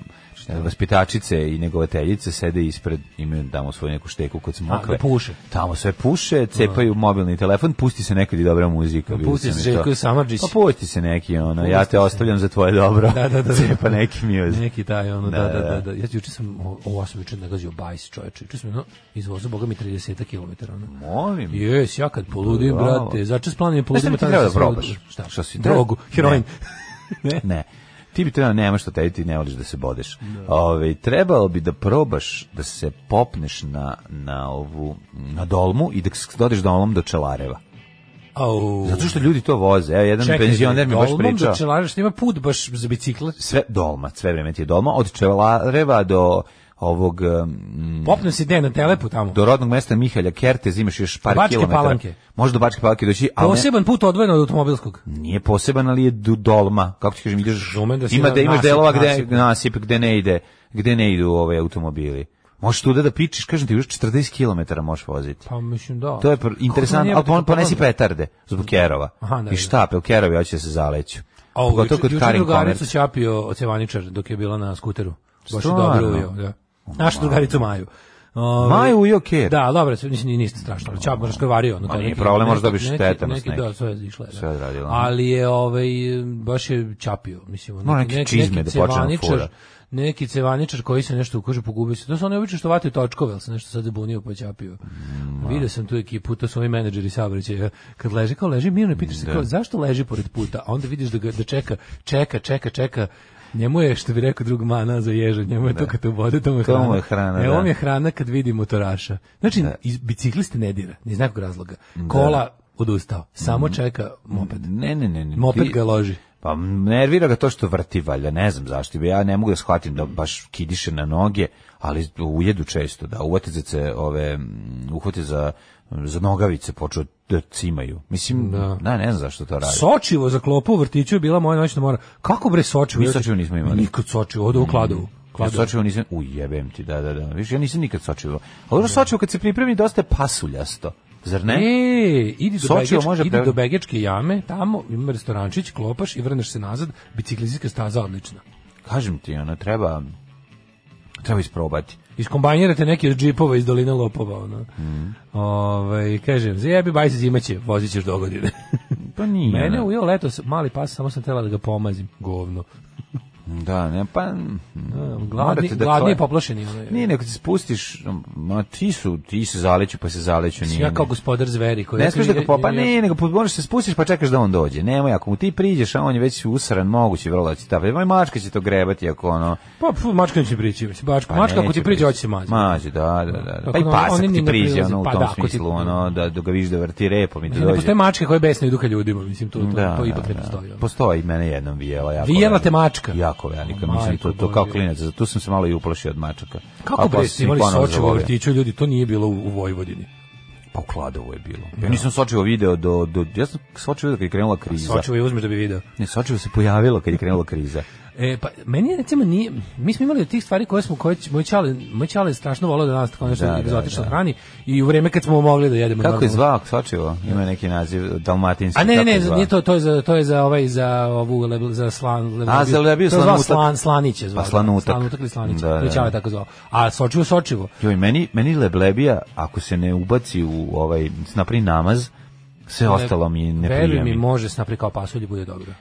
[SPEAKER 6] e, vaspitačice i negovateljice sede ispred, imaju tamo svoju neku šteku kod smokve.
[SPEAKER 7] da puše.
[SPEAKER 6] Tamo sve puše, cepaju mobilni telefon, pusti se nekad i dobra muzika. vidio
[SPEAKER 7] Pa pusti
[SPEAKER 6] sam
[SPEAKER 7] se
[SPEAKER 6] i to.
[SPEAKER 7] Željko Samardžić.
[SPEAKER 6] Pa pusti se neki, ono, ja te ostavljam za tvoje dobro.
[SPEAKER 7] Da, da, da.
[SPEAKER 6] Cepa neki music.
[SPEAKER 7] Neki taj, ono, da,
[SPEAKER 6] Da,
[SPEAKER 7] da,
[SPEAKER 6] da.
[SPEAKER 7] da. da. Ja juče sam, o, ovo sam juče nagazio bajs, čoveče. Juče sam, no, izvozao, boga mi, 30 km. Ono.
[SPEAKER 6] Molim.
[SPEAKER 7] Jes, ja kad poludim,
[SPEAKER 6] Bravo.
[SPEAKER 7] brate, začas planujem
[SPEAKER 6] Znaš šta
[SPEAKER 7] poludim.
[SPEAKER 6] bi ti
[SPEAKER 7] tada
[SPEAKER 6] trebao da
[SPEAKER 7] sam sreo-
[SPEAKER 6] probaš?
[SPEAKER 7] Šta?
[SPEAKER 6] Šta si-
[SPEAKER 7] Drogu,
[SPEAKER 6] Ne.
[SPEAKER 7] heroin.
[SPEAKER 6] Ne. Ti bi trebao, nema što tebi, ti ne voliš da se bodeš. Ove, trebalo bi da probaš da se popneš na, na ovu, na dolmu i da s- dodeš dolmom do Čelareva.
[SPEAKER 7] Au.
[SPEAKER 6] Zato što ljudi to voze. Evo, jedan
[SPEAKER 7] Čekaj,
[SPEAKER 6] penzioner mi baš
[SPEAKER 7] dolmom
[SPEAKER 6] pričao.
[SPEAKER 7] Do čelara, što ima put baš za bicikle.
[SPEAKER 6] Sve dolma, sve vreme ti je dolma. Od Čelareva do ovog um,
[SPEAKER 7] Popnem se gde na telepu tamo.
[SPEAKER 6] do rodnog mesta Mihalja Kertez imaš još par
[SPEAKER 7] Bačke
[SPEAKER 6] kilometara.
[SPEAKER 7] Palanke.
[SPEAKER 6] Možda do Bačke Palanke doći, ali ne-
[SPEAKER 7] Poseban put odvojen od automobilskog.
[SPEAKER 6] nije poseban, ali je du- dolma. Kako ti kažem, ideš,
[SPEAKER 7] Razumem da si
[SPEAKER 6] ima
[SPEAKER 7] na-
[SPEAKER 6] da imaš
[SPEAKER 7] nasip,
[SPEAKER 6] delova gde
[SPEAKER 7] nasip.
[SPEAKER 6] nasip. gde ne ide, gde ne idu ove automobili. Možeš tu da pičiš, kažem ti, još 40 km možeš voziti.
[SPEAKER 7] Pa mislim da.
[SPEAKER 6] To je pr- interesantno, ali pon, ponesi petarde zbog kerova.
[SPEAKER 7] Aha, da,
[SPEAKER 6] I
[SPEAKER 7] da.
[SPEAKER 6] štape, u kerovi hoće da se zaleću.
[SPEAKER 7] O,
[SPEAKER 6] Pogotovo kod Karin Komerc.
[SPEAKER 7] drugaricu ćapio ocevaničar dok je bila na skuteru. Baš je
[SPEAKER 6] Stvarno?
[SPEAKER 7] dobro uvio, da. Našu drugaricu Maju. Ove,
[SPEAKER 6] Maju ujo ker?
[SPEAKER 7] Da, dobro, sve, mislim, nije ništa strašno, ali čap, moraš krvario. Ono,
[SPEAKER 6] Ma
[SPEAKER 7] kao
[SPEAKER 6] Pa nije
[SPEAKER 7] neki-
[SPEAKER 6] problem, možeš
[SPEAKER 7] neki-
[SPEAKER 6] dobiš
[SPEAKER 7] neki-
[SPEAKER 6] tetanus
[SPEAKER 7] neki.
[SPEAKER 6] neki.
[SPEAKER 7] Da, sve je išlo. je, Da.
[SPEAKER 6] Sve ono. je odradila.
[SPEAKER 7] Ali je, ovaj, baš je ćapio, mislim. ono,
[SPEAKER 6] Mora neke čizme da počne da
[SPEAKER 7] cevaničar-
[SPEAKER 6] fura.
[SPEAKER 7] Neki cevaničar koji se nešto ukože pogubio se. To su oni obično što vataju točkove, ali se nešto sad zabunio pa ćapio.
[SPEAKER 6] Mm,
[SPEAKER 7] Vidio sam tu ekipu, to su ovi menadžeri saobraćaja. Kad leže, kao leži mirno, i pitaš se kao, zašto leži pored puta? A onda vidiš da, ga, da čeka, čeka, čeka, čeka. Njemu je, što bi rekao drug mana za ježa, njemu je to kad te vode, to mu je
[SPEAKER 6] To mu
[SPEAKER 7] hrana.
[SPEAKER 6] je hrana,
[SPEAKER 7] e,
[SPEAKER 6] da.
[SPEAKER 7] on je hrana kad vidi motoraša. Znači, iz, bicikliste ne dira, iz nekog razloga. Kola odustao,
[SPEAKER 6] Mhm.
[SPEAKER 7] samo čeka moped.
[SPEAKER 6] Ne, ne, ne. ne.
[SPEAKER 7] Moped
[SPEAKER 6] ti-
[SPEAKER 7] ga loži.
[SPEAKER 6] Pa nervira ga to što vrti valjda, ne znam zašto. Ja ne mogu da shvatim da baš kidiše na noge, ali ujedu često, da uhvate za ce, ove, mm, uhvate za, za nogavice, počeo da cimaju. Mislim, da. ne znam zašto to radi.
[SPEAKER 7] Sočivo za klopu u vrtiću je bila moja noćna mora. Kako bre Sočivo?
[SPEAKER 6] Mi Sočivo nismo imali. Mhm.
[SPEAKER 7] Nikad Sočivo, ovde u Kladovu.
[SPEAKER 6] Ja
[SPEAKER 7] Kladovu.
[SPEAKER 6] sočivo nisam, ujebem ti, da, da, da. Viš, ja nisam nikad sočivo. Ali ono sočivo kad se pripremi dosta je pasuljasto, zar ne?
[SPEAKER 7] E, idi do,
[SPEAKER 6] Sočivo
[SPEAKER 7] Begečke,
[SPEAKER 6] može
[SPEAKER 7] idi
[SPEAKER 6] pre-
[SPEAKER 7] do Begečke jame, tamo ima restorančić, klopaš i vrneš se nazad, biciklistička staza odlična.
[SPEAKER 6] Kažem ti, ono, treba, treba isprobati.
[SPEAKER 7] Iskombajnirate neki od džipova iz doline Lopova, ono.
[SPEAKER 6] Mhm.
[SPEAKER 7] Ovaj, kaže, zajebi baj se zimaće, vozit ćeš do godine.
[SPEAKER 6] Pa nije.
[SPEAKER 7] Mene
[SPEAKER 6] ono.
[SPEAKER 7] ujeo letos mali pas, samo sam tela da ga pomazim. Govno.
[SPEAKER 6] Da, ne, pa... mm,
[SPEAKER 7] Gladni,
[SPEAKER 6] morate
[SPEAKER 7] da
[SPEAKER 6] da
[SPEAKER 7] gladni
[SPEAKER 6] kle-
[SPEAKER 7] i poplašeni. Ono, je.
[SPEAKER 6] Nije, nego ti spustiš, ma ti su, ti se zaleću, pa se zaleću, nije.
[SPEAKER 7] ja kao gospodar zveri. Koji
[SPEAKER 6] Ne smiješ da ga popa, ne, nego po- moraš se spustiš pa čekaš da on dođe. Nemoj, ako mu ti priđeš, a on je već usran, moguće vrlo da će tapati. Moj mačka će to grebati ako ono...
[SPEAKER 7] Pa, pfu, mačka neće prići, mislim, mačka,
[SPEAKER 6] Pa
[SPEAKER 7] mačka ako
[SPEAKER 6] neće
[SPEAKER 7] ti priđe,
[SPEAKER 6] prići.
[SPEAKER 7] hoće se maziti.
[SPEAKER 6] Mađe, da, da, da.
[SPEAKER 7] Tako
[SPEAKER 6] Pa i
[SPEAKER 7] da
[SPEAKER 6] pas
[SPEAKER 7] oni
[SPEAKER 6] ako
[SPEAKER 7] ni
[SPEAKER 6] ti
[SPEAKER 7] ne
[SPEAKER 6] priđe,
[SPEAKER 7] prilaze.
[SPEAKER 6] ono, u
[SPEAKER 7] Pa
[SPEAKER 6] tom
[SPEAKER 7] da, ako ti-
[SPEAKER 6] smislu, ono, da, da ga vidiš da vrti repom i da
[SPEAKER 7] Ne, ne
[SPEAKER 6] dođe.
[SPEAKER 7] postoje mačke koje besno idu ka ljudima, mislim, to,
[SPEAKER 6] Da,
[SPEAKER 7] to, to ipak ne
[SPEAKER 6] da. Pa
[SPEAKER 7] postoji. ono.
[SPEAKER 6] Postoji mene jednom vijela. Jako
[SPEAKER 7] Vijela
[SPEAKER 6] velika.
[SPEAKER 7] te mačka?
[SPEAKER 6] Jako velika,
[SPEAKER 7] O,
[SPEAKER 6] mislim, to,
[SPEAKER 7] majko
[SPEAKER 6] to kao
[SPEAKER 7] Božja.
[SPEAKER 6] klinac. Zato sam se malo i uplašio od mačaka.
[SPEAKER 7] Kako
[SPEAKER 6] A
[SPEAKER 7] bre,
[SPEAKER 6] posle
[SPEAKER 7] ste
[SPEAKER 6] sam ih
[SPEAKER 7] imali
[SPEAKER 6] pa ponovo
[SPEAKER 7] Sočevo u
[SPEAKER 6] zavoleo.
[SPEAKER 7] vrtiću, ljudi, to nije bilo u, u Vojvodini.
[SPEAKER 6] Pa u Kladovu je bilo. Ja nisam Sočivo video do, do... Ja sam Sočivo video kad je krenula kriza.
[SPEAKER 7] Sočevo je uzmeš da bi video.
[SPEAKER 6] Ne, Sočivo se pojavilo kad je krenula kriza.
[SPEAKER 7] E, pa, meni je, recimo, nije, mi smo imali od tih stvari koje smo, koje, će- moj čale, moj čale je strašno volao da nas tako nešto
[SPEAKER 6] Da, da,
[SPEAKER 7] egzotično
[SPEAKER 6] da.
[SPEAKER 7] hrani i u vreme kad smo mogli da jedemo.
[SPEAKER 6] Kako je
[SPEAKER 7] normalno.
[SPEAKER 6] zvao Sočivo? Ima neki naziv dalmatinski.
[SPEAKER 7] A ne, ne,
[SPEAKER 6] kako je
[SPEAKER 7] ne,
[SPEAKER 6] zvao?
[SPEAKER 7] nije to, to je za, to je za ovaj, za ovu, le, za slan, le,
[SPEAKER 6] A, za lebio
[SPEAKER 7] to je zvao
[SPEAKER 6] slanutak.
[SPEAKER 7] slan, slanić je zvao.
[SPEAKER 6] Pa, slanutak.
[SPEAKER 7] Slanutak ili slanić,
[SPEAKER 6] Da, da.
[SPEAKER 7] da, da. tako zvao. A sočivo, sočivo.
[SPEAKER 6] Joj, meni, meni leblebija, ako se ne ubaci u ovaj, napri namaz, sve ostalo mi ne
[SPEAKER 7] Veruj mi,
[SPEAKER 6] prijemi.
[SPEAKER 7] može snapri kao pasulj i bude dobro.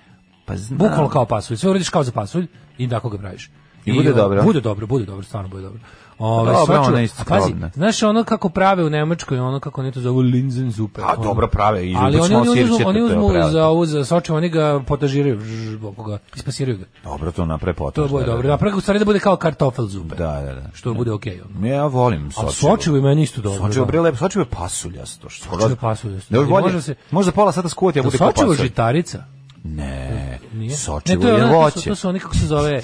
[SPEAKER 6] Pa znam.
[SPEAKER 7] Bukvalno kao pasulj, sve uradiš kao za pasulj i tako ga praviš.
[SPEAKER 6] I bude
[SPEAKER 7] o,
[SPEAKER 6] dobro.
[SPEAKER 7] Bude dobro, bude dobro, stvarno bude dobro. Ove,
[SPEAKER 6] Dobro,
[SPEAKER 7] sočivo-
[SPEAKER 6] ona je isto
[SPEAKER 7] a pazi,
[SPEAKER 6] probna.
[SPEAKER 7] znaš ono kako prave u Nemačkoj, ono kako oni to zovu linzensuppe.
[SPEAKER 6] A,
[SPEAKER 7] ono.
[SPEAKER 6] dobro prave, i
[SPEAKER 7] Ali oni,
[SPEAKER 6] ubacimo
[SPEAKER 7] oni, uzmu,
[SPEAKER 6] sirćeta,
[SPEAKER 7] oni
[SPEAKER 6] to je
[SPEAKER 7] uzmu
[SPEAKER 6] prelepo.
[SPEAKER 7] za ovu, za sočivo, oni ga potažiraju, žž, oko ga, ispasiraju ga.
[SPEAKER 6] Dobro, to napre
[SPEAKER 7] To
[SPEAKER 6] potaš.
[SPEAKER 7] je bude dobro. Napravljaj ga u stvari da bude kao kartofel zupe.
[SPEAKER 6] Da, da, da.
[SPEAKER 7] Što bude okej. ono.
[SPEAKER 6] Ja volim Sočivo.
[SPEAKER 7] A sočivo je meni isto dobro.
[SPEAKER 6] Sočivo
[SPEAKER 7] da.
[SPEAKER 6] bre lepo, Sočivo je pasuljasto. Što skoro-
[SPEAKER 7] Sočivo je pasuljasto.
[SPEAKER 6] Dobro,
[SPEAKER 7] Ali
[SPEAKER 6] bolje,
[SPEAKER 7] može
[SPEAKER 6] može
[SPEAKER 7] se-
[SPEAKER 6] se... Možda pola sata skuti, ja
[SPEAKER 7] Jel
[SPEAKER 6] bude kao
[SPEAKER 7] sočivo
[SPEAKER 6] pasulj.
[SPEAKER 7] žitarica?
[SPEAKER 6] Ne,
[SPEAKER 7] Nije.
[SPEAKER 6] Sočivo
[SPEAKER 7] to
[SPEAKER 6] je,
[SPEAKER 7] ono- To su,
[SPEAKER 6] voće.
[SPEAKER 7] to su oni kako se zove...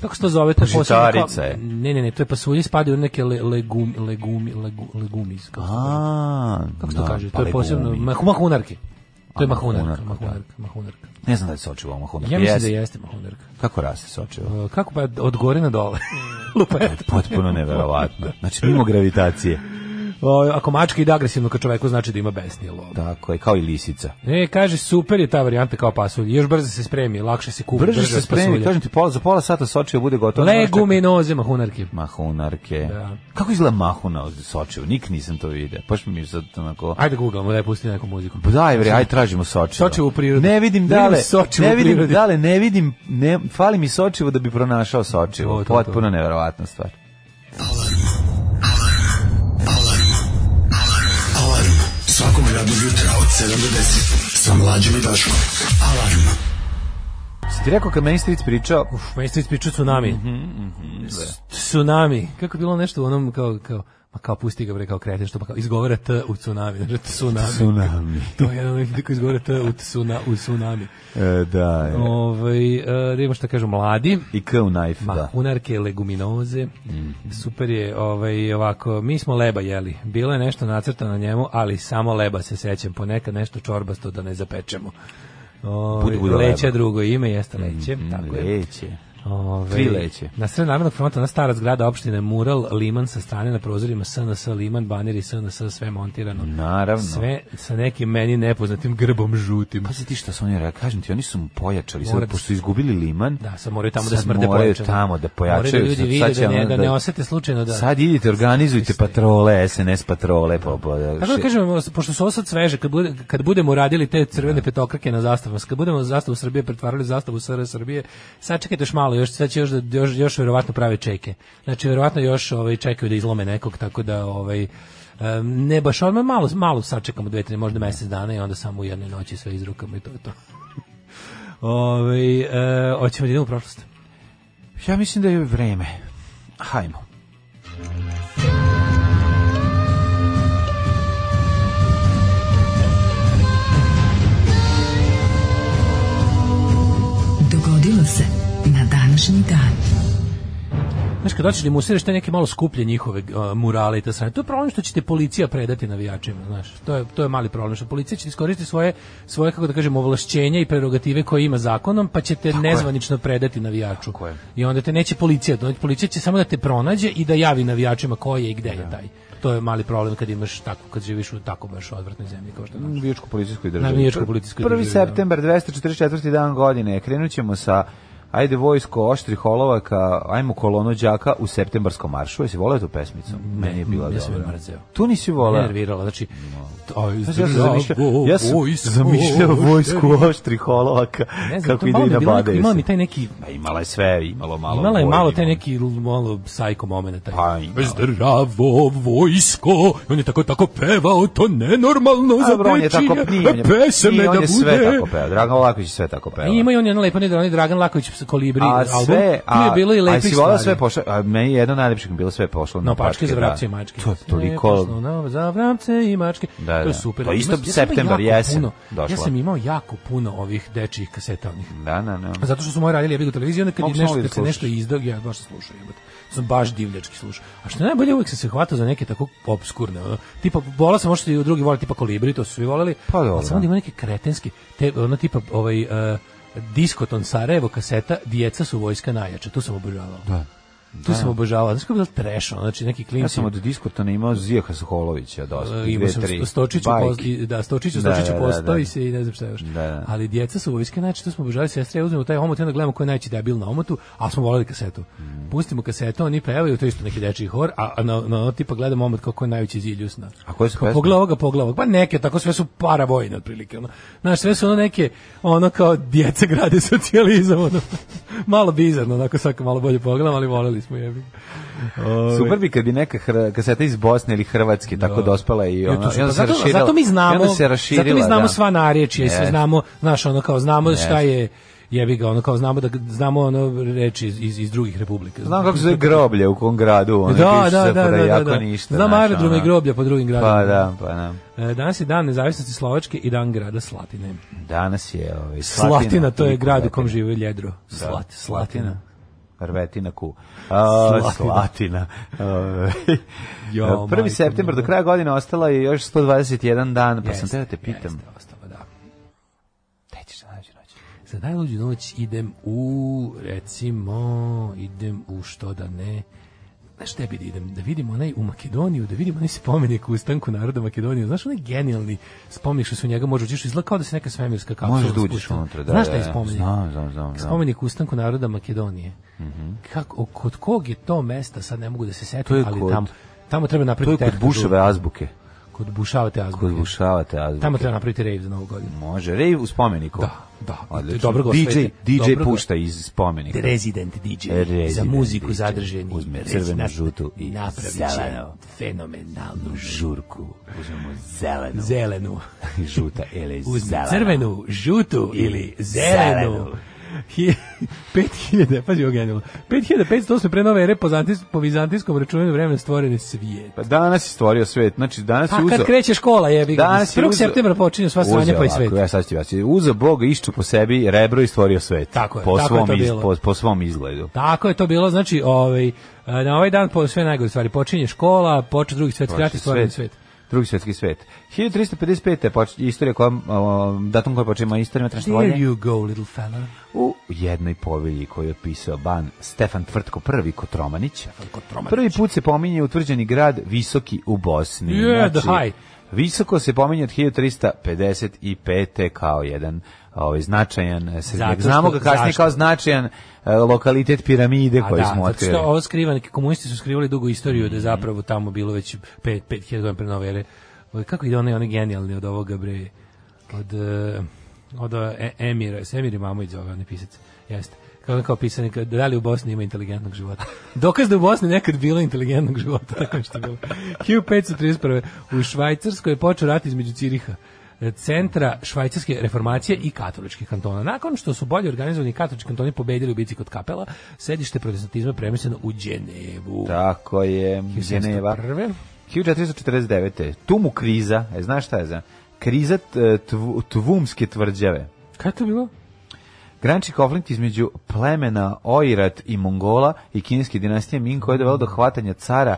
[SPEAKER 7] Kako se to zove? To je posebno kao-
[SPEAKER 6] Žitarica je.
[SPEAKER 7] Ne, ne, ne, to je pasulje spadaju u neke le, legum, legumi, legu, legumis. Kako se to kaže?
[SPEAKER 6] A,
[SPEAKER 7] Kako se to
[SPEAKER 6] da,
[SPEAKER 7] kaže?
[SPEAKER 6] pa
[SPEAKER 7] To je posebno...
[SPEAKER 6] legumi.
[SPEAKER 7] Mah, mahunarke. To je
[SPEAKER 6] A,
[SPEAKER 7] mahunarka,
[SPEAKER 6] mahunarka,
[SPEAKER 7] mahunarka, mahunarka.
[SPEAKER 6] Ne znam da je Sočivo mahunarka.
[SPEAKER 7] Ja mislim da
[SPEAKER 6] Jeste.
[SPEAKER 7] jeste mahunarka.
[SPEAKER 6] Kako raste Sočivo?
[SPEAKER 7] E, Kako pa od gore na dole? Lupa je.
[SPEAKER 6] Potpuno neverovatno. Znači, mimo gravitacije.
[SPEAKER 7] O, Ako mačka ide agresivno ka čoveku, znači da ima besnilo.
[SPEAKER 6] Tako je, kao i lisica.
[SPEAKER 7] E, kaže, super je ta varijanta kao pasulj. Još brzo se spremi, lakše se kupi.
[SPEAKER 6] Brže
[SPEAKER 7] brže
[SPEAKER 6] se
[SPEAKER 7] od
[SPEAKER 6] spremi,
[SPEAKER 7] pasulja.
[SPEAKER 6] kažem ti, pola, za pola sata Sočivo bude gotovo.
[SPEAKER 7] Leguminoze mahunarke.
[SPEAKER 6] Mahunarke.
[SPEAKER 7] Da.
[SPEAKER 6] Kako izgleda mahuna od Sočivo? Nik nisam to vidio. Paš mi je sad onako...
[SPEAKER 7] Ajde googlamo, daj pusti neku muziku.
[SPEAKER 6] Daj bre, aj tražimo Sočivo.
[SPEAKER 7] Sočivo u prirodi.
[SPEAKER 6] Pa Ne vidim
[SPEAKER 7] Da
[SPEAKER 6] dale,
[SPEAKER 7] vidim Sočivo u
[SPEAKER 6] ne vidim
[SPEAKER 7] prirodi.
[SPEAKER 6] dale, ne vidim, ne, fali mi Sočivo da bi pronašao Sočivo.
[SPEAKER 7] To, to, to.
[SPEAKER 6] Potpuno neverovatna stvar.
[SPEAKER 8] Svakog radnog jutra od 7 do 10 sa mlađom i Daškom. Alarm.
[SPEAKER 6] Si ti rekao kad meni stric pričao, Mhm.
[SPEAKER 7] Uf, meni ste ispričao tsunami. S- Tsunami. Kako je bilo nešto u onom kao, kao ma kao pusti ga bre kao kreten što pa kao izgovara t u tsunami, znači tsunami.
[SPEAKER 6] Tsunami.
[SPEAKER 7] to je jedan od ljudi koji izgovara t u tsuna u tsunami.
[SPEAKER 6] E, da, e.
[SPEAKER 7] Ovaj e, nema šta kažu mladi.
[SPEAKER 6] I K u knife, da. Mhm.
[SPEAKER 7] Mahunarke, leguminoze. Super je, ovaj, ovako, mi smo leba jeli. Bilo je nešto nacrtano na njemu, ali samo leba se sećam. Ponekad nešto čorbasto da ne zapečemo. Ovaj,
[SPEAKER 6] Bude, bude
[SPEAKER 7] leće
[SPEAKER 6] leba.
[SPEAKER 7] drugo ime, jeste leće.
[SPEAKER 6] Mm,
[SPEAKER 7] tako je.
[SPEAKER 6] Leće.
[SPEAKER 7] Ove,
[SPEAKER 6] Tri leće.
[SPEAKER 7] Na sred Narodnog fronta, na stara zgrada opštine Mural, Liman sa strane na prozorima SNS, Liman, baneri SNS, sve montirano.
[SPEAKER 6] Naravno.
[SPEAKER 7] Sve sa nekim meni nepoznatim grbom žutim.
[SPEAKER 6] Pazi ti što su oni rekli, kažem ti, oni su mu pojačali, sad
[SPEAKER 7] Moraju da
[SPEAKER 6] pošto
[SPEAKER 7] su-
[SPEAKER 6] su izgubili liman,
[SPEAKER 7] Da, sad moraju tamo da
[SPEAKER 6] sad
[SPEAKER 7] smrde
[SPEAKER 6] moraju
[SPEAKER 7] pojačano.
[SPEAKER 6] tamo da
[SPEAKER 7] Moraju
[SPEAKER 6] pojačaju.
[SPEAKER 7] da ljudi
[SPEAKER 6] sad
[SPEAKER 7] vide
[SPEAKER 6] će
[SPEAKER 7] da ne,
[SPEAKER 6] ono
[SPEAKER 7] da ne osete slučajno da...
[SPEAKER 6] Sad idite, organizujte patrole, SNS patrole. Po, po,
[SPEAKER 7] Tako da
[SPEAKER 6] še-
[SPEAKER 7] kažem, pošto su ovo sad sveže, kad, bude, kad budemo radili te crvene petokrake na zastavama, kad budemo zastavu Srbije pretvarali u zastavu SR Srbije, sad čekajte još malo, još, sad će još, da- još, još verovatno prave čeke. Znači, verovatno još ovaj, čekaju da izlome nekog, tako da ovaj, em, ne baš odmah, malo, malo sačekamo dve, tri, možda mesec dana i onda samo u jednoj noći sve izrukamo i to je to. Ovaj e, hoćemo da idemo u prošlost.
[SPEAKER 6] Ja mislim da je vreme. Hajmo.
[SPEAKER 5] Dogodilo se na današnji dan.
[SPEAKER 7] Znaš, kad hoćeš da im usireš te neke malo skuplje njihove uh, murale i ta sranja, to je problem što će te policija predati navijačima, znaš, to je, to je mali problem, što policija će iskoristiti svoje, svoje, kako da kažem, ovlašćenja i prerogative koje ima zakonom, pa će te nezvanično predati navijaču.
[SPEAKER 6] je.
[SPEAKER 7] I onda te neće policija, doneti, policija će samo da te pronađe i da javi navijačima ko je i gde je taj. To je mali problem kad imaš tako, kad živiš u tako baš odvratnoj zemlji kao što je naša.
[SPEAKER 6] Navijačko policijskoj državi.
[SPEAKER 7] Navijačko policijskoj
[SPEAKER 6] Prvi
[SPEAKER 7] državi, da.
[SPEAKER 6] september, 244. dan godine. Krenut ćemo sa Ajde vojsko oštrih olovaka, ajmo kolonu đaka u septembarskom maršu. Jesi voleo tu pesmicu? Meni je bila
[SPEAKER 7] ja sam je
[SPEAKER 6] dobra.
[SPEAKER 7] mrzeo.
[SPEAKER 6] Tu nisi voleo.
[SPEAKER 7] Nervirala, znači, aj,
[SPEAKER 6] Pa Znaš, ja sam zamišljao, ja sam
[SPEAKER 7] vojsko,
[SPEAKER 6] zamišljao vojsku oštrih olovaka
[SPEAKER 7] Ne znam,
[SPEAKER 6] kako
[SPEAKER 7] to
[SPEAKER 6] ide
[SPEAKER 7] malo
[SPEAKER 6] i
[SPEAKER 7] mi je bilo neko-
[SPEAKER 6] nabadaju
[SPEAKER 7] Imala
[SPEAKER 6] se.
[SPEAKER 7] mi taj neki
[SPEAKER 6] Pa imala je sve, imalo malo.
[SPEAKER 7] Imala je
[SPEAKER 6] bojni,
[SPEAKER 7] malo taj
[SPEAKER 6] imalo-
[SPEAKER 7] neki l- malo sajko moment taj.
[SPEAKER 6] Pa, imala.
[SPEAKER 7] Zdravo vojsko, on je tako tako pevao, to nenormalno
[SPEAKER 6] A,
[SPEAKER 7] za
[SPEAKER 6] dobro, on je tako nije, on je-
[SPEAKER 7] e, pesme
[SPEAKER 6] nije,
[SPEAKER 7] da
[SPEAKER 6] on
[SPEAKER 7] bude.
[SPEAKER 6] je sve tako peva. Dragan Olaković je sve tako peva.
[SPEAKER 7] A ima i on je ono lepo nedavno, onaj Dragan Laković sa Kolibri
[SPEAKER 6] a
[SPEAKER 7] album.
[SPEAKER 6] sve,
[SPEAKER 7] tu je bilo i
[SPEAKER 6] a, a
[SPEAKER 7] lepih
[SPEAKER 6] si
[SPEAKER 7] stvari.
[SPEAKER 6] volao sve pošlo, a meni je jedno najlepše kad je bilo sve pošlo
[SPEAKER 7] No,
[SPEAKER 6] na
[SPEAKER 7] pačke za
[SPEAKER 6] da.
[SPEAKER 7] vrapce i mačke.
[SPEAKER 6] To je
[SPEAKER 7] Ne,
[SPEAKER 6] toliko,
[SPEAKER 7] pošlo na- za vrapce i mačke.
[SPEAKER 6] Da,
[SPEAKER 7] to je
[SPEAKER 6] da.
[SPEAKER 7] super.
[SPEAKER 6] To je isto
[SPEAKER 7] Ima- ja sam imao
[SPEAKER 6] septembar,
[SPEAKER 7] jako
[SPEAKER 6] jesen
[SPEAKER 7] puno- Ja
[SPEAKER 6] došla.
[SPEAKER 7] sam imao jako puno ovih dečijih kaseta onih.
[SPEAKER 6] da, da, da.
[SPEAKER 7] Zato što su moji radili jebigo televiziju, onda kad,
[SPEAKER 6] Mogu
[SPEAKER 7] je
[SPEAKER 6] samo
[SPEAKER 7] nešto,
[SPEAKER 6] da
[SPEAKER 7] kad se
[SPEAKER 6] slušaš.
[SPEAKER 7] nešto izdao, ja baš slušao jebote. Sam baš divljački slušao. A što je najbolje, uvek sam se hvatao za neke tako obskurne. Ono, tipa, volao sam možda i drugi vole, tipa Kolibri, to su svi voleli.
[SPEAKER 6] Pa dobro.
[SPEAKER 7] ali sam onda imao neke kretenske, te, ono tipa, ovaj, uh, Diskoton Sarajevo kaseta, djeca su vojska najjače, tu sam obožavao. Da. Tu sam obožavao. Znaš kako je bilo trash, ono, znači neki klinci.
[SPEAKER 6] Ja sam od diskotona imao Zijeha Soholovića dosta,
[SPEAKER 7] E,
[SPEAKER 6] i
[SPEAKER 7] Imao
[SPEAKER 6] dve,
[SPEAKER 7] sam
[SPEAKER 6] tri.
[SPEAKER 7] Stočiću,
[SPEAKER 6] Bajke.
[SPEAKER 7] poz- i- da, Stočiću,
[SPEAKER 6] Da,
[SPEAKER 7] Stočiću
[SPEAKER 6] da, da,
[SPEAKER 7] postoji
[SPEAKER 6] da.
[SPEAKER 7] se i ne znam šta još.
[SPEAKER 6] Da, da.
[SPEAKER 7] Ali djeca su vojske, znači tu smo obožavali sestre, ja uzmemo taj omot i onda gledamo ko je najveći debil na omotu, a smo voleli kasetu.
[SPEAKER 6] Mm.
[SPEAKER 7] Pustimo kasetu, oni pevaju, to je isto neki dečiji hor, a a na, na, ono tipa gledamo omot kako je najveći ziljusna.
[SPEAKER 6] A koje su
[SPEAKER 7] Kao,
[SPEAKER 6] pesme?
[SPEAKER 7] Pogledaj ovoga, pogledaj ovoga. Pa neke, tako sve su paravojne otprilike. Ono. Znaš, sve su ono neke, ono kao djeca grade socijalizam. Ono. malo bizarno, onako svako malo bolje pogledam, ali voleli smo jebi.
[SPEAKER 6] Super bi kad bi neka hr- kaseta iz Bosne ili Hrvatske tako dospala i ono, pa ona,
[SPEAKER 7] Jo, to
[SPEAKER 6] i
[SPEAKER 7] su-
[SPEAKER 6] onda se
[SPEAKER 7] zato,
[SPEAKER 6] raširila.
[SPEAKER 7] zato mi
[SPEAKER 6] i
[SPEAKER 7] znamo,
[SPEAKER 6] onda se raširila,
[SPEAKER 7] zato mi znamo
[SPEAKER 6] da.
[SPEAKER 7] sva narječja i sve
[SPEAKER 6] Jeste.
[SPEAKER 7] znamo, znaš, ono kao znamo šta
[SPEAKER 6] Jeste.
[SPEAKER 7] je jebi ga, ono kao znamo da znamo ono reči iz, iz, iz drugih republika.
[SPEAKER 6] Znam kako se zove groblje u kom gradu, ono
[SPEAKER 7] da, da, da, da,
[SPEAKER 6] da,
[SPEAKER 7] da,
[SPEAKER 6] jako
[SPEAKER 7] da.
[SPEAKER 6] ništa.
[SPEAKER 7] Znam
[SPEAKER 6] znaš,
[SPEAKER 7] aerodrome i
[SPEAKER 6] ono.
[SPEAKER 7] groblja po drugim gradima.
[SPEAKER 6] Pa da, pa da.
[SPEAKER 7] E, Danas je dan nezavisnosti Slovačke i dan grada Slatine.
[SPEAKER 6] Danas je ovaj,
[SPEAKER 7] Slatina, to je
[SPEAKER 6] toliko
[SPEAKER 7] grad u kom
[SPEAKER 6] letina.
[SPEAKER 7] žive ljedro. Slat, Slatina.
[SPEAKER 6] Slatina. Rvetina ku. A,
[SPEAKER 7] Slatina.
[SPEAKER 6] slatina.
[SPEAKER 7] Jo,
[SPEAKER 6] Jo,
[SPEAKER 7] majko
[SPEAKER 6] Prvi september, do
[SPEAKER 7] moja.
[SPEAKER 6] kraja godine ostala je još 121 dan, pa sam
[SPEAKER 7] Jeste,
[SPEAKER 6] te da te pitam.
[SPEAKER 7] jeste, ostalo, da.
[SPEAKER 6] Gde ćeš na najluđu noć?
[SPEAKER 7] Za najluđu noć idem u, recimo, idem u što da ne, znaš gde bi da idem, da vidim onaj u Makedoniju, da vidim onaj spomenik u ustanku naroda Makedonije, znaš onaj genijalni spomenik što su njega može uđeš, izgleda kao da se neka svemirska kapsula
[SPEAKER 6] Možeš da uđeš
[SPEAKER 7] spustila.
[SPEAKER 6] unutra, da.
[SPEAKER 7] Znaš šta
[SPEAKER 6] da,
[SPEAKER 7] je
[SPEAKER 6] da.
[SPEAKER 7] spomenik?
[SPEAKER 6] Znam, znam, znam. znam.
[SPEAKER 7] Spomenik ustanku naroda Makedonije. Kako, kod kog je to mesta, sad ne mogu da se
[SPEAKER 6] To
[SPEAKER 7] setim,
[SPEAKER 6] je
[SPEAKER 7] ali
[SPEAKER 6] kod-
[SPEAKER 7] tamo, tamo treba
[SPEAKER 6] To je kod
[SPEAKER 7] napraviti tehniku.
[SPEAKER 6] Buševe azbuke.
[SPEAKER 7] Kod bušavate azbuke.
[SPEAKER 6] Kod Bušavate azbuke.
[SPEAKER 7] Tamo treba napraviti rave za novu godinu.
[SPEAKER 6] Može, rej u spomeniku.
[SPEAKER 7] Da, da.
[SPEAKER 6] Odlično.
[SPEAKER 7] Dobro ga
[SPEAKER 6] DJ,
[SPEAKER 7] osvetlite.
[SPEAKER 6] DJ
[SPEAKER 7] Dobro ga-
[SPEAKER 6] pušta iz spomenika.
[SPEAKER 7] Resident DJ za
[SPEAKER 6] Resident
[SPEAKER 7] muziku
[SPEAKER 6] DJ.
[SPEAKER 7] zadrženi
[SPEAKER 6] Uzme
[SPEAKER 7] Rezi-
[SPEAKER 6] crvenu,
[SPEAKER 7] nap-
[SPEAKER 6] žutu i
[SPEAKER 7] napravit će
[SPEAKER 6] zelenu.
[SPEAKER 7] fenomenalnu
[SPEAKER 6] Žurku. Uzmemo zelenu.
[SPEAKER 7] zelenu
[SPEAKER 6] Žuta ili
[SPEAKER 7] Uzmi
[SPEAKER 6] zelena.
[SPEAKER 7] crvenu, žutu ili zelenu,
[SPEAKER 6] zelenu.
[SPEAKER 7] Hi- 5000, pazi ovo genijalno. 5508 pre nove ere po, zantis, po vizantijskom računanju vremena stvorene svijet.
[SPEAKER 6] Pa danas je stvorio svet, znači danas je
[SPEAKER 7] Pa
[SPEAKER 6] uzeo...
[SPEAKER 7] kad kreće škola, jebi ga.
[SPEAKER 6] Danas je
[SPEAKER 7] 1.
[SPEAKER 6] uzeo-
[SPEAKER 7] septembra počinju sva
[SPEAKER 6] Uzeo
[SPEAKER 7] sranja pa i
[SPEAKER 6] ovako,
[SPEAKER 7] svet.
[SPEAKER 6] Ja sad ću vas. Uzeo Boga, išču po sebi rebro i stvorio svet.
[SPEAKER 7] Tako je,
[SPEAKER 6] po
[SPEAKER 7] tako je
[SPEAKER 6] svom
[SPEAKER 7] to
[SPEAKER 6] iz-
[SPEAKER 7] bilo.
[SPEAKER 6] po, po svom izgledu.
[SPEAKER 7] Tako je to bilo, znači, ovaj, na ovaj dan po sve najgore stvari. Počinje škola, počne drugi svet, skrati stvoren svet.
[SPEAKER 6] Znači, Drugi svetski svet. 1355. počinje istorija koja, um, datum koja počinje moja istorija metrašnje
[SPEAKER 7] There
[SPEAKER 6] vojne
[SPEAKER 7] you go, little fella.
[SPEAKER 6] u jednoj povelji koju je pisao ban Stefan Tvrtko I Kotromanić. Prvi put se pominje utvrđeni grad Visoki u Bosni. Znači,
[SPEAKER 7] Yeah, the high.
[SPEAKER 6] Visoko se pominje od 1355. kao jedan ovaj, značajan, eh, se,
[SPEAKER 7] Zato što-
[SPEAKER 6] znamo ga kasnije
[SPEAKER 7] zašto?
[SPEAKER 6] kao značajan eh, lokalitet piramide
[SPEAKER 7] A
[SPEAKER 6] koji
[SPEAKER 7] da,
[SPEAKER 6] smo
[SPEAKER 7] zato
[SPEAKER 6] otkrili.
[SPEAKER 7] što ovo skriva, neki komunisti su skrivali dugu istoriju da je zapravo tamo bilo već 5 5000 godina pre nove ere. Ovaj, Kako ide onaj onaj genijalni od ovoga bre od eh, od eh, Emira, s Emir Mamović zove onaj pisac. Jeste. Kao kao pisani kao, da li u Bosni ima inteligentnog života. Dokaz da u Bosni nekad bilo inteligentnog života, tako što je bilo. 1531. U Švajcarskoj je počeo rat između Ciriha centra švajcarske reformacije i katoličkih kantona. Nakon što su bolje organizovani katolički kantoni pobedili u bici kod kapela, sedište protestantizma je premješteno u Đenevu.
[SPEAKER 6] Tako je, Geneva.
[SPEAKER 7] 1701.
[SPEAKER 6] 1449. Tumu kriza, e, znaš šta je za? Kriza t- e, tv- tvumske tvrđave.
[SPEAKER 7] Kaj je to bilo?
[SPEAKER 6] Granči konflikt između plemena Oirat i Mongola i kineske dinastije Ming koja je dovela do hvatanja cara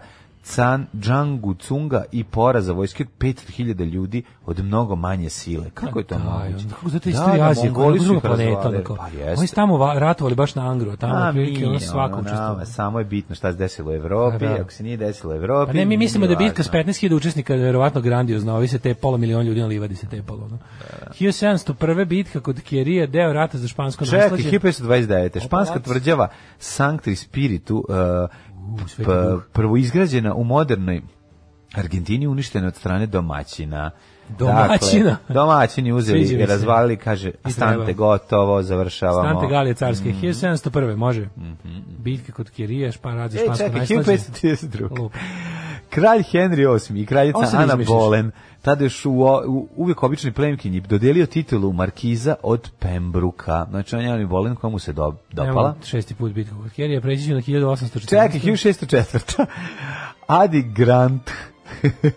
[SPEAKER 6] Can Džangu Cunga i poraza vojske od 5000 ljudi od mnogo manje sile. Kako je to
[SPEAKER 7] Da,
[SPEAKER 6] moguće?
[SPEAKER 7] Kako zato
[SPEAKER 6] Da,
[SPEAKER 7] istorija
[SPEAKER 6] da,
[SPEAKER 7] Azije,
[SPEAKER 6] Mongoli
[SPEAKER 7] koji je
[SPEAKER 6] su
[SPEAKER 7] druga
[SPEAKER 6] ih
[SPEAKER 7] planeta.
[SPEAKER 6] razvalili.
[SPEAKER 7] onako.
[SPEAKER 6] Pa
[SPEAKER 7] Oni
[SPEAKER 6] jeste.
[SPEAKER 7] su tamo va- ratovali baš na Angro, tamo
[SPEAKER 6] A,
[SPEAKER 7] na prilike,
[SPEAKER 6] mi,
[SPEAKER 7] ono
[SPEAKER 6] ono,
[SPEAKER 7] svako
[SPEAKER 6] nama,
[SPEAKER 7] učestvovalo.
[SPEAKER 6] samo je bitno šta se desilo u Evropi,
[SPEAKER 7] Pa da.
[SPEAKER 6] ako se nije desilo u Evropi.
[SPEAKER 7] Pa ne, mi mislimo da je
[SPEAKER 6] nije
[SPEAKER 7] bitka s
[SPEAKER 6] važno.
[SPEAKER 7] 15.000 učesnika je verovatno grandiozna, ovi se te pola milion ljudi na livadi se te ono. polo. No. 1701. bitka kod Kjerija, deo rata za špansko
[SPEAKER 6] Čekaj,
[SPEAKER 7] nasleđe.
[SPEAKER 6] 1529. Španska
[SPEAKER 7] Opalac.
[SPEAKER 6] tvrđava Sanctri Spiritu, uh,
[SPEAKER 7] sveti
[SPEAKER 6] p-
[SPEAKER 7] duh.
[SPEAKER 6] prvo izgrađena u modernoj Argentini uništena od strane domaćina.
[SPEAKER 7] Domaćina?
[SPEAKER 6] Dakle, domaćini uzeli
[SPEAKER 7] Sviđa mi
[SPEAKER 6] i
[SPEAKER 7] se.
[SPEAKER 6] razvalili, kaže,
[SPEAKER 7] I treba.
[SPEAKER 6] stante gotovo, završavamo.
[SPEAKER 7] Stante Galije carske,
[SPEAKER 6] Mhm.
[SPEAKER 7] 1701. može. Bitka kod Kirije, špa rad za
[SPEAKER 6] E,
[SPEAKER 7] špansko
[SPEAKER 6] Mhm. čekaj,
[SPEAKER 7] najslađe.
[SPEAKER 6] 1532.
[SPEAKER 7] Lup.
[SPEAKER 6] Kralj Henry VIII i kraljica
[SPEAKER 7] Ovo se ne
[SPEAKER 6] Ana
[SPEAKER 7] izmišljaš.
[SPEAKER 6] Bolen tada još u, u, uvijek običnoj plemkinji dodelio titulu Markiza od Pembruka. Znači, on je Ana Bolen koja mu se do, dopala.
[SPEAKER 7] Nemamo šesti put bitku kod Kirije, preći ću na 1814.
[SPEAKER 6] Čekaj, 1604. Adi Grant.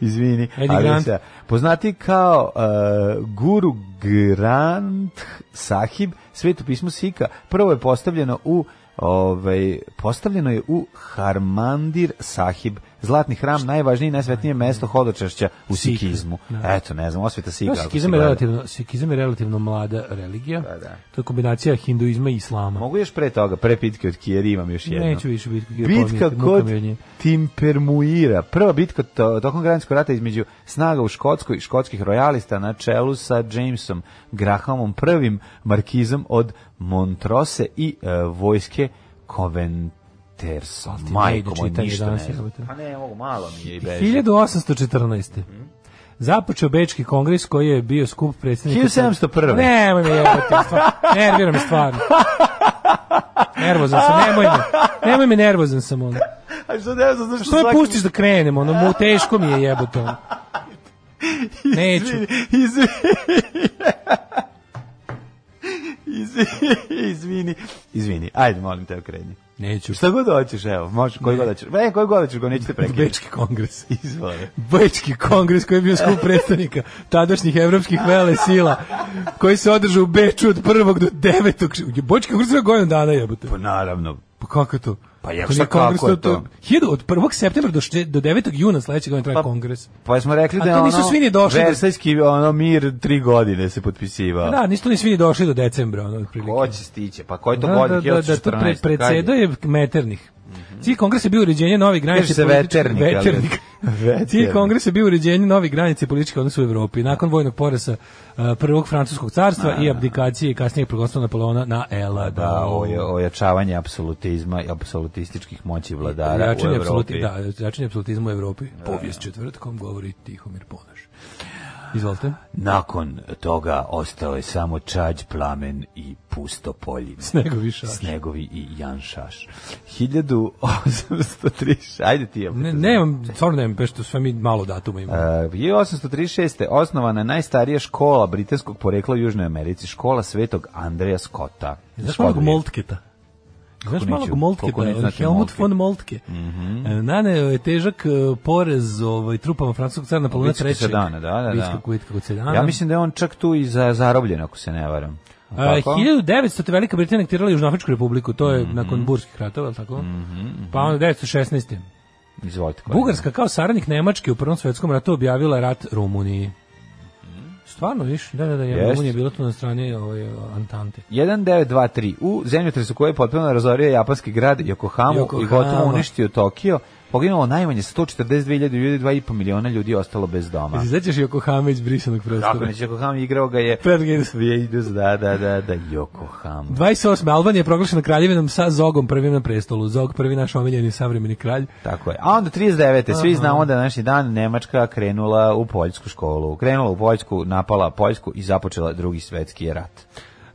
[SPEAKER 6] Izvini.
[SPEAKER 7] Edi
[SPEAKER 6] ali
[SPEAKER 7] Grant.
[SPEAKER 6] se- Poznati kao uh, Guru Grant sahib, sveto pismo Sika, prvo je postavljeno u Ovaj, postavljeno je u Harmandir Sahib, zlatni hram, najvažnije i najsvetnije mesto hodočašća u
[SPEAKER 7] Sika,
[SPEAKER 6] sikizmu.
[SPEAKER 7] da.
[SPEAKER 6] Eto, ne znam, osveta Sika.
[SPEAKER 7] No,
[SPEAKER 6] ako se
[SPEAKER 7] sikizam, je
[SPEAKER 6] gleda.
[SPEAKER 7] relativno, sikizam je relativno mlada religija.
[SPEAKER 6] Da, da.
[SPEAKER 7] To je kombinacija hinduizma i islama.
[SPEAKER 6] Mogu još pre toga, pre pitke od Kijeri imam još jedno.
[SPEAKER 7] Neću više bitku kod Kirije.
[SPEAKER 6] Bitka
[SPEAKER 7] pominjati, muka
[SPEAKER 6] kod
[SPEAKER 7] mi je od nje.
[SPEAKER 6] Timpermuira. Prva bitka to, tokom građanskog rata između snaga u Škotskoj i škotskih rojalista na čelu sa Jamesom Grahamom, prvim markizom od Montrose i e, vojske Coventersa.
[SPEAKER 7] ti ne
[SPEAKER 6] Majko,
[SPEAKER 7] ide
[SPEAKER 6] moj,
[SPEAKER 7] čitanje
[SPEAKER 6] ništa
[SPEAKER 7] danas,
[SPEAKER 6] ne znam.
[SPEAKER 7] jebote.
[SPEAKER 6] Pa ne, mogu, malo mi je i beži.
[SPEAKER 7] 1814.
[SPEAKER 6] Mhm.
[SPEAKER 7] Započeo Bečki kongres koji je bio skup predsjednika...
[SPEAKER 6] 1701.
[SPEAKER 7] Pa Nemoj me jebati, stvarno. Nervira me stvarno. Nervozan sam, nemoj me. Nemoj me, nervozan sam. Ono.
[SPEAKER 6] A što ne znam, zašto
[SPEAKER 7] Što je
[SPEAKER 6] svaki-
[SPEAKER 7] pustiš da krenem, ono, mu teško mi je jebote. ono. Neću.
[SPEAKER 6] Izvini, izvini. izvini, izvini, izvini. Ajde, molim te, okreni.
[SPEAKER 7] Neću.
[SPEAKER 6] Šta god hoćeš, evo, može, koji god hoćeš. Ne, koji god hoćeš, go nećete prekinuti.
[SPEAKER 7] Bečki kongres.
[SPEAKER 6] Izvoli.
[SPEAKER 7] Bečki kongres koji je bio skup predstavnika tadašnjih evropskih vele sila koji se održao u Beču od 1. do 9. Bečki kongres je godinu dana jebote.
[SPEAKER 6] Pa naravno.
[SPEAKER 7] Pa kako to?
[SPEAKER 6] Pa je,
[SPEAKER 7] To
[SPEAKER 6] šta
[SPEAKER 7] nije kongres,
[SPEAKER 6] kako je to?
[SPEAKER 7] Hiljadu- od 1. septembra do, šte- do 9. juna sledećeg godine traje
[SPEAKER 6] Pa-
[SPEAKER 7] kongres.
[SPEAKER 6] Pa smo rekli
[SPEAKER 7] A
[SPEAKER 6] da je
[SPEAKER 7] to
[SPEAKER 6] ono...
[SPEAKER 7] nisu svi ni došli do-
[SPEAKER 6] Versajski, ono, mir tri godine se potpisivao.
[SPEAKER 7] Pa Da, nisu ni svi ni došli do decembra, ono, otprilike.
[SPEAKER 6] Ko će stiće? Pa koji to
[SPEAKER 7] da, da,
[SPEAKER 6] godin?
[SPEAKER 7] da, da, to pre,
[SPEAKER 6] 1414,
[SPEAKER 7] predsedo je Meternih. Cilj kongresa je bio uređenje novih granica
[SPEAKER 6] Mhm. Kaže se
[SPEAKER 7] političkih-
[SPEAKER 6] veternik, ali-
[SPEAKER 7] veternik.
[SPEAKER 6] Veternik.
[SPEAKER 7] Cilj kongresa je bio uređenje novih granica političkih odnosa u Evropi. Nakon vojnog porasa a, prvog francuskog carstva i abdikacije i kasnije progonstva Napoleona na Ela.
[SPEAKER 6] Pa Da, oja- ojačavanje apsolutizma i apsolutističkih moći vladara u
[SPEAKER 7] jačanje
[SPEAKER 6] Evropi.
[SPEAKER 7] apsoluti, da, jačanje apsolutizma u Evropi. Povijest četvrtkom govori Tihomir Ponoš. Izvolite.
[SPEAKER 6] Nakon toga ostao je samo čađ, plamen i pusto poljine.
[SPEAKER 7] Snegovi šaš.
[SPEAKER 6] Snegovi i Jan Šaš. 1803, ajde ti je.
[SPEAKER 7] Ne, nemam, stvarno nemam, pošto sve mi malo datuma imamo.
[SPEAKER 6] Uh, 1836. E, osnovana je najstarija škola britanskog porekla u Južnoj Americi, škola Svetog Andreja Scotta.
[SPEAKER 7] Znaš malog
[SPEAKER 6] Škodlije.
[SPEAKER 7] Moltketa? Znaš
[SPEAKER 6] neću,
[SPEAKER 7] malog Moltketa,
[SPEAKER 6] koliko neću znati
[SPEAKER 7] Helmut
[SPEAKER 6] Moltke. Mhm.
[SPEAKER 7] von Moltke. E, Naneo je težak e, porez ovaj, trupama francuskog cara na polona
[SPEAKER 6] Vitković
[SPEAKER 7] trećeg.
[SPEAKER 6] Sedana, da, da, da.
[SPEAKER 7] Vitković- Vitković Sedana.
[SPEAKER 6] Ja mislim da je on čak tu i za, zarobljen, ako se ne varam.
[SPEAKER 7] E,
[SPEAKER 6] Tako? Mhm.
[SPEAKER 7] 1900. Velika Britanija aktirala Južnoafričku republiku, to je nakon burskih ratova, jel tako? Pa onda 1916.
[SPEAKER 6] Izvolite. kolega.
[SPEAKER 7] Bugarska kao saradnik Nemačke u Prvom svetskom ratu objavila je rat Rumuniji.
[SPEAKER 6] Mhm.
[SPEAKER 7] Stvarno, viš, da, da, da, ja,
[SPEAKER 6] Jeste.
[SPEAKER 7] Rumunija je bila tu na strani ovaj, Antante.
[SPEAKER 6] 1923. U zemljotresu koji je potpuno razorio japanski grad Yokohamu i
[SPEAKER 7] Yokohama.
[SPEAKER 6] gotovo uništio Tokio, poginulo najmanje 142.000 ljudi, 2,5 miliona ljudi je ostalo bez
[SPEAKER 7] Pa.
[SPEAKER 6] doma.
[SPEAKER 7] Ti sećaš Yokohama iz brisanog
[SPEAKER 6] Tako
[SPEAKER 7] prostora?
[SPEAKER 6] neće Yokohama igrao ga je
[SPEAKER 7] Fred Gibbs.
[SPEAKER 6] Vijejdus, da, da, da, da, Yokohama.
[SPEAKER 7] 28. Albanija je proglašena kraljevinom sa Zogom prvim na prestolu. Zog prvi naš omiljeni savremeni kralj.
[SPEAKER 6] Tako je. A onda 39. Svi znamo da naši dan Nemačka krenula u poljsku školu. Krenula u Poljsku, napala Poljsku i započela drugi svetski rat.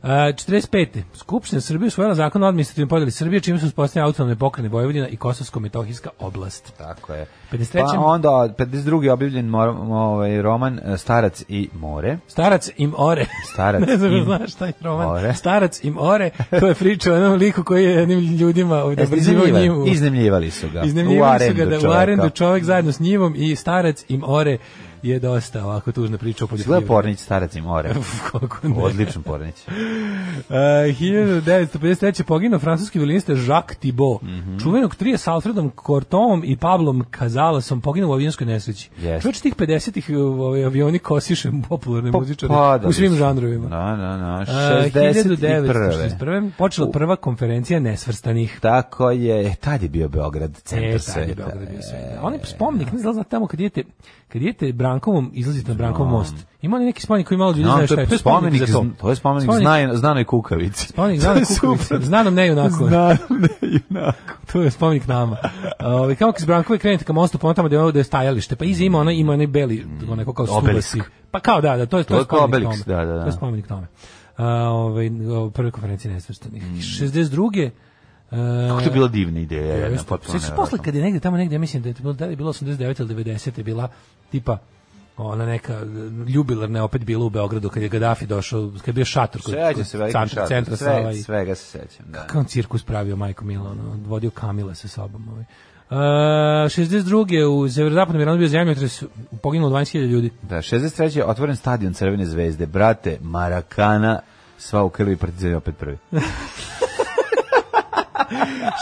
[SPEAKER 7] Uh, 45. Skupština Srbije usvojila zakon o administrativnoj podeli Srbije, čime su uspostavljene autonomne pokrajine Vojvodina i Kosovsko-Metohijska oblast.
[SPEAKER 6] Tako je.
[SPEAKER 7] 53..
[SPEAKER 6] Pa onda 52. objavljen mor- ovaj, roman eh, Starac i more.
[SPEAKER 7] Starac im ore.
[SPEAKER 6] Starac
[SPEAKER 7] ne znam,
[SPEAKER 6] im
[SPEAKER 7] im znaš taj roman.
[SPEAKER 6] ore.
[SPEAKER 7] Starac im ore, to je priča o jednom liku koji je jednim ljudima ovaj,
[SPEAKER 6] Jeste
[SPEAKER 7] nabrđivao
[SPEAKER 6] iznajmljivali?
[SPEAKER 7] njivu.
[SPEAKER 6] Iznajmljivali su ga. U
[SPEAKER 7] Iznajmljivali su
[SPEAKER 6] arendu
[SPEAKER 7] ga da u
[SPEAKER 6] čoveka.
[SPEAKER 7] arendu čovek zajedno s njivom i starac im ore je dosta ovako tužna priča o
[SPEAKER 6] Izgleda
[SPEAKER 7] poljoprivredi.
[SPEAKER 6] pornić starac i more.
[SPEAKER 7] Kako ne.
[SPEAKER 6] Odličan pornić.
[SPEAKER 7] Uh, 1953. poginuo francuski violinista Jacques Thibault.
[SPEAKER 6] Mhm.
[SPEAKER 7] Čuvenog trije s Alfredom Cortonom i Pablom Cazalesom poginuo u avionskoj nesreći.
[SPEAKER 6] Jeste.
[SPEAKER 7] Čovječ tih 50-ih ovaj, avioni kosiše popularne muzičare
[SPEAKER 6] Popadali
[SPEAKER 7] u svim
[SPEAKER 6] su.
[SPEAKER 7] žanrovima.
[SPEAKER 6] Da, da, da.
[SPEAKER 7] Uh,
[SPEAKER 6] 61.
[SPEAKER 7] 1961. Počela
[SPEAKER 6] U-
[SPEAKER 7] prva konferencija nesvrstanih.
[SPEAKER 6] Tako je, e, tad je bio Beograd, centar
[SPEAKER 7] E, tad
[SPEAKER 6] sveta.
[SPEAKER 7] je Beograd bio sve.
[SPEAKER 6] E,
[SPEAKER 7] On je spomenik, ne znam znate tamo kad idete, kad idete Brankovom, izlazite na Brankov most. Ima onaj neki spomenik koji malo ljudi
[SPEAKER 6] no,
[SPEAKER 7] znaju
[SPEAKER 6] to
[SPEAKER 7] šta je.
[SPEAKER 6] je spomenik,
[SPEAKER 7] za
[SPEAKER 6] zn- to je spomenik znaj- znanoj kukavici.
[SPEAKER 7] Spomenik
[SPEAKER 6] To je
[SPEAKER 7] znanoj kukavici.
[SPEAKER 6] super.
[SPEAKER 7] Znanom ne junako.
[SPEAKER 6] Znanom ne junako.
[SPEAKER 7] To je spomenik nama. Ovaj kako iz Brankove krenete ka mostu, ponovo tamo gde je ono da je stajalište, pa iza ima ona ima onaj beli, onako kao
[SPEAKER 6] Mm, Obelisk.
[SPEAKER 7] subasi. Pa kao da, da, to je to,
[SPEAKER 6] To
[SPEAKER 7] je
[SPEAKER 6] je kao
[SPEAKER 7] spomenik
[SPEAKER 6] obelisk,
[SPEAKER 7] tome.
[SPEAKER 6] da, da, da.
[SPEAKER 7] To je spomenik tome. A, ovaj o, prve konferencije nesvrstanih. 62.
[SPEAKER 6] Mm. Kako to je bila divna ideja. jedna,
[SPEAKER 7] e, Jeste.
[SPEAKER 6] potpuno
[SPEAKER 7] Sjećaš
[SPEAKER 6] nevjerojatno.
[SPEAKER 7] posle kad je negde tamo negde, ja mislim da je to bilo, da li je bilo 89 ili 90 je bila tipa ona neka e, ljubilarna je opet bila u Beogradu kad je Gaddafi došao, kad je bio šator kod,
[SPEAKER 6] Sećam
[SPEAKER 7] kod
[SPEAKER 6] se veliki
[SPEAKER 7] centra,
[SPEAKER 6] šator,
[SPEAKER 7] centra
[SPEAKER 6] sve-
[SPEAKER 7] Sava i
[SPEAKER 6] Svega se sećam, da.
[SPEAKER 7] kakav on cirkus pravio Majko Milo, ono, vodio Kamila sa sobom. Ovaj. E, 62. u severozapadnom Iranu bio zemljotres, poginulo 12.000 ljudi.
[SPEAKER 6] Da, 63. je otvoren stadion Crvene zvezde, brate, Marakana, sva u krvi, partizan je opet prvi.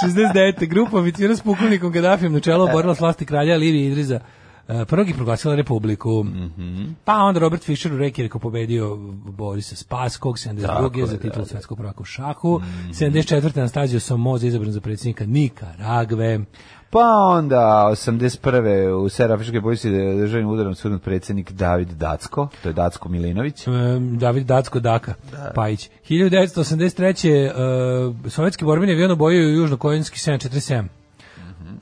[SPEAKER 7] 69. grupa oficira s pukovnikom Gaddafijem na čelu oborila slasti kralja Livije Idriza e, prvog i proglasila republiku.
[SPEAKER 6] Mhm.
[SPEAKER 7] Pa onda Robert Fischer u Reykjaviku pobedio Borisa Spaskog, 72.
[SPEAKER 6] Tako je,
[SPEAKER 7] za
[SPEAKER 6] da,
[SPEAKER 7] titul
[SPEAKER 6] da. Mhm.
[SPEAKER 7] svetskog prvaka u šahu, 74. Anastazio Somoza izabran za predsjednika Nikaragve.
[SPEAKER 6] Pa onda, 81. u Serafričkoj policiji je državnim udarom sudnut predsjednik David Dacko, to je Dacko Milinović.
[SPEAKER 7] Em, David Dacko Daka Pajić. 1983. e, sovjetski borbeni avion obojio južnokojenski 747.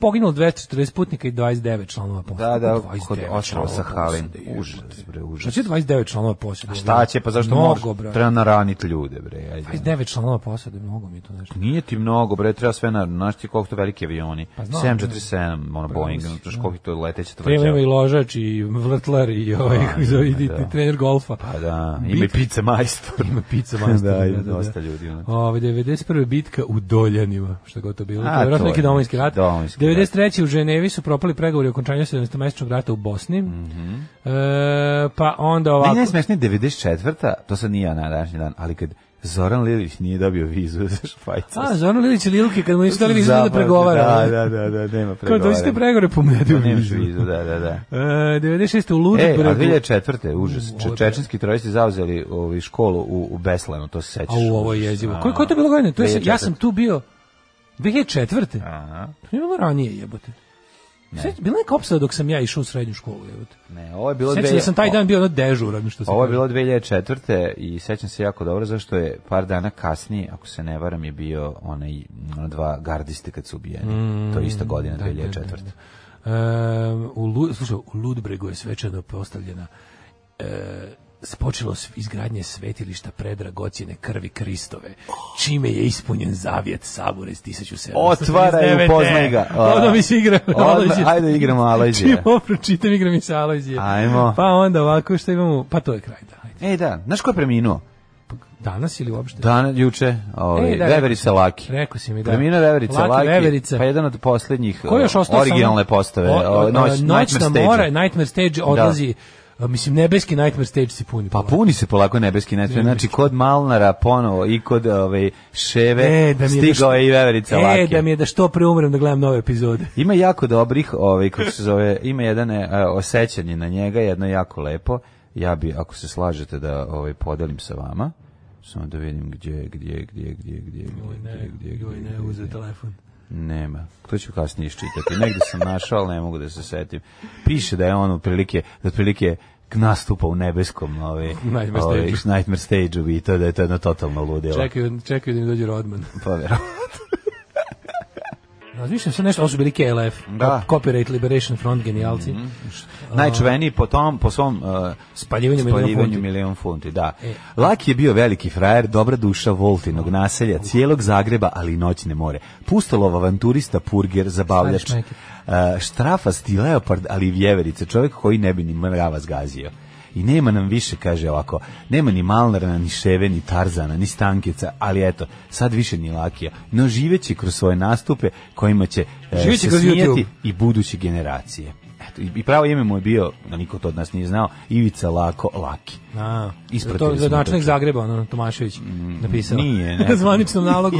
[SPEAKER 7] Poginulo 240 putnika i 29 članova posade.
[SPEAKER 6] Mhm. Da, da,
[SPEAKER 7] 29
[SPEAKER 6] kod Ošava
[SPEAKER 7] članova
[SPEAKER 6] sa Halin.
[SPEAKER 7] posade.
[SPEAKER 6] Užas, bre,
[SPEAKER 7] Šta
[SPEAKER 6] užas.
[SPEAKER 7] će 29 članova posade?
[SPEAKER 6] Šta će, pa zašto
[SPEAKER 7] mnogo,
[SPEAKER 6] možeš?
[SPEAKER 7] brate. Pa
[SPEAKER 6] Treba naraniti ljude, bre. Ajde.
[SPEAKER 7] 29 članova posade, mnogo mi je to nešto.
[SPEAKER 6] Nije ti mnogo, bre, treba sve na, znaš ti koliko to veliki avioni.
[SPEAKER 7] Pa znam, pa
[SPEAKER 6] 747, ono, Boeing,
[SPEAKER 7] mislim,
[SPEAKER 6] znaš
[SPEAKER 7] da.
[SPEAKER 6] koliko to leteće to
[SPEAKER 7] Treba ima i ložač i vrtlar i ovaj kako se zove, i, i,
[SPEAKER 6] Pa, da.
[SPEAKER 7] i trener golfa.
[SPEAKER 6] Pa da, ima i pizza majstor.
[SPEAKER 7] Ima pizza majstor.
[SPEAKER 6] da, ima dosta ljudi. ono.
[SPEAKER 7] Ove, 91. bitka u Doljanima, što god to bilo.
[SPEAKER 6] A,
[SPEAKER 7] to je vjerojatno
[SPEAKER 6] to je
[SPEAKER 7] neki domovinski rat.
[SPEAKER 6] Domovinski
[SPEAKER 7] 93. u Ženevi su propali pregovori o okončanju 17-mesečnog rata u Bosni.
[SPEAKER 6] Mhm.
[SPEAKER 7] e, pa onda ovako...
[SPEAKER 6] Meni je najsmešnije 94. To sad nije na današnji dan, ali kad Zoran Lilić nije dobio vizu za
[SPEAKER 7] A,
[SPEAKER 6] Švajcarsku.
[SPEAKER 7] Zoran Lilić i Lilke, kad mu nisu dali vizu da
[SPEAKER 6] Zabavno,
[SPEAKER 7] pregovara. ono.
[SPEAKER 6] Da, da, da, da, nema
[SPEAKER 7] Kao
[SPEAKER 6] pregovara.
[SPEAKER 7] dođite pregovore po medu
[SPEAKER 6] Pa nemaš
[SPEAKER 7] vizu.
[SPEAKER 6] vizu, da, da, da.
[SPEAKER 7] E, 96. u
[SPEAKER 6] E, a
[SPEAKER 7] Ludbregu.
[SPEAKER 6] 2004. užas.
[SPEAKER 7] ovo je
[SPEAKER 6] Če, čečenski teroristi zauzeli ovi školu u, u Beslanu, to se sećaš.
[SPEAKER 7] A u ovo je
[SPEAKER 6] Užas.
[SPEAKER 7] jezivo.
[SPEAKER 6] A,
[SPEAKER 7] Koje, koje je to bilo godine? To je, se-
[SPEAKER 6] 2004..
[SPEAKER 7] ja sam tu bio 2004.
[SPEAKER 6] Aha.
[SPEAKER 7] To je bilo ranije jebote. Ne. Bila je neka opsada dok sam ja išao u srednju školu jebote.
[SPEAKER 6] Ne, ovo je bilo...
[SPEAKER 7] Sećam se
[SPEAKER 6] dve-
[SPEAKER 7] da sam taj dan bio ono dežuran što se
[SPEAKER 6] Ovo je
[SPEAKER 7] kaže.
[SPEAKER 6] bilo 2004. i sećam se jako dobro zašto je par dana kasnije, ako se ne varam, je bio onaj ono, dva gardiste kad su ubijeni.
[SPEAKER 7] Mm,
[SPEAKER 6] to je ista godina, 2004.
[SPEAKER 7] Da, da, da. E, u Lu, slušaj, u Ludbregu je svečano postavljena s- počelo s izgradnje svetilišta predragocjene krvi Kristove, čime je ispunjen zavjet Savure iz 1789.
[SPEAKER 6] Otvaraj, upoznaj ga.
[SPEAKER 7] Odmah mi se igra.
[SPEAKER 6] Odmah,
[SPEAKER 7] Alojzije.
[SPEAKER 6] ajde igramo Alojzije.
[SPEAKER 7] Čim ovo pročitam, igram i sa Alojzije.
[SPEAKER 6] Ajmo.
[SPEAKER 7] Pa onda ovako, šta imamo? Pa to je kraj, da. Ajde.
[SPEAKER 6] E, da, znaš ko je preminuo?
[SPEAKER 7] Danas ili uopšte?
[SPEAKER 6] Dan, juče, ovaj,
[SPEAKER 7] E, da,
[SPEAKER 6] Veverica Laki.
[SPEAKER 7] Rekao si mi, da.
[SPEAKER 6] Preminuo Veverica
[SPEAKER 7] Laki,
[SPEAKER 6] Laki,
[SPEAKER 7] Veverica.
[SPEAKER 6] pa jedan od poslednjih
[SPEAKER 7] Ko je još
[SPEAKER 6] o,
[SPEAKER 7] ostao
[SPEAKER 6] originalne
[SPEAKER 7] samo?
[SPEAKER 6] postave.
[SPEAKER 7] Ono, O- o-
[SPEAKER 6] o, noć-
[SPEAKER 7] noćna
[SPEAKER 6] Nightmare Stage-a.
[SPEAKER 7] mora, Nightmare Stage odlazi, a, mislim, nebeski Nightmare Stage se puni.
[SPEAKER 6] Pa
[SPEAKER 7] polako.
[SPEAKER 6] puni se polako nebeski Nightmare. Znači, kod Malnara ponovo i kod ove, Ševe
[SPEAKER 7] E, da mi je da
[SPEAKER 6] stigao
[SPEAKER 7] što-
[SPEAKER 6] je i Veverica Laki.
[SPEAKER 7] E, da mi je da što pre umrem da gledam nove epizode.
[SPEAKER 6] Ima jako dobrih, ovaj kako se zove, ima jedan e, osećanje na njega, jedno jako lepo. Ja bi ako se slažete da ovaj podelim sa vama. Samo da vidim gdje, gdje, gdje, gdje, gdje, gdje, gdje, gdje,
[SPEAKER 7] Joj,
[SPEAKER 6] gdje,
[SPEAKER 7] ne,
[SPEAKER 6] gdje.
[SPEAKER 7] uze telefon.
[SPEAKER 6] Nema. To ću kasnije iščitati. Negde sam našao, ali ne mogu da se setim. Piše da je on otprilike, da otprilike nastupa u nebeskom ovaj,
[SPEAKER 7] Nightmare
[SPEAKER 6] ovaj,
[SPEAKER 7] stage-u.
[SPEAKER 6] Nightmare stage-u i to da je to jedno totalno ludilo.
[SPEAKER 7] Čekaju, čekaju da mi dođe Rodman.
[SPEAKER 6] Pa, verovatno.
[SPEAKER 7] Razmišljam se nešto, ovo su bili KLF.
[SPEAKER 6] Da.
[SPEAKER 7] Copyright Liberation Front genijalci.
[SPEAKER 6] najčuveniji po tom, po svom uh,
[SPEAKER 7] Spaljivanju milion funti. E.
[SPEAKER 6] milion funti. Da. Laki je bio veliki frajer, dobra duša Voltinog naselja, cijelog Zagreba, ali i noćne more. Pustolov avanturista, purger, zabavljač,
[SPEAKER 7] Stari
[SPEAKER 6] uh, štrafasti leopard, ali i vjeverice, čovjek koji ne bi ni mrava zgazio. I nema nam više, kaže ovako, nema ni Malnarana, ni Ševe, ni Tarzana, ni Stankica, ali eto, sad više ni Lakija. No živeći kroz svoje nastupe kojima će e,
[SPEAKER 7] Živeći
[SPEAKER 6] se
[SPEAKER 7] kroz YouTube.
[SPEAKER 6] smijati i buduće generacije. Eto, i- i pravo ime mu je bio, no niko to od nas nije znao, Ivica Lako Laki.
[SPEAKER 7] A,
[SPEAKER 6] Ispratili
[SPEAKER 7] to je
[SPEAKER 6] smo to. Mm,
[SPEAKER 7] gradonačelnik Zagreba, ono, Tomašević napisao.
[SPEAKER 6] nije, ne.
[SPEAKER 7] Zvaničnom nalogu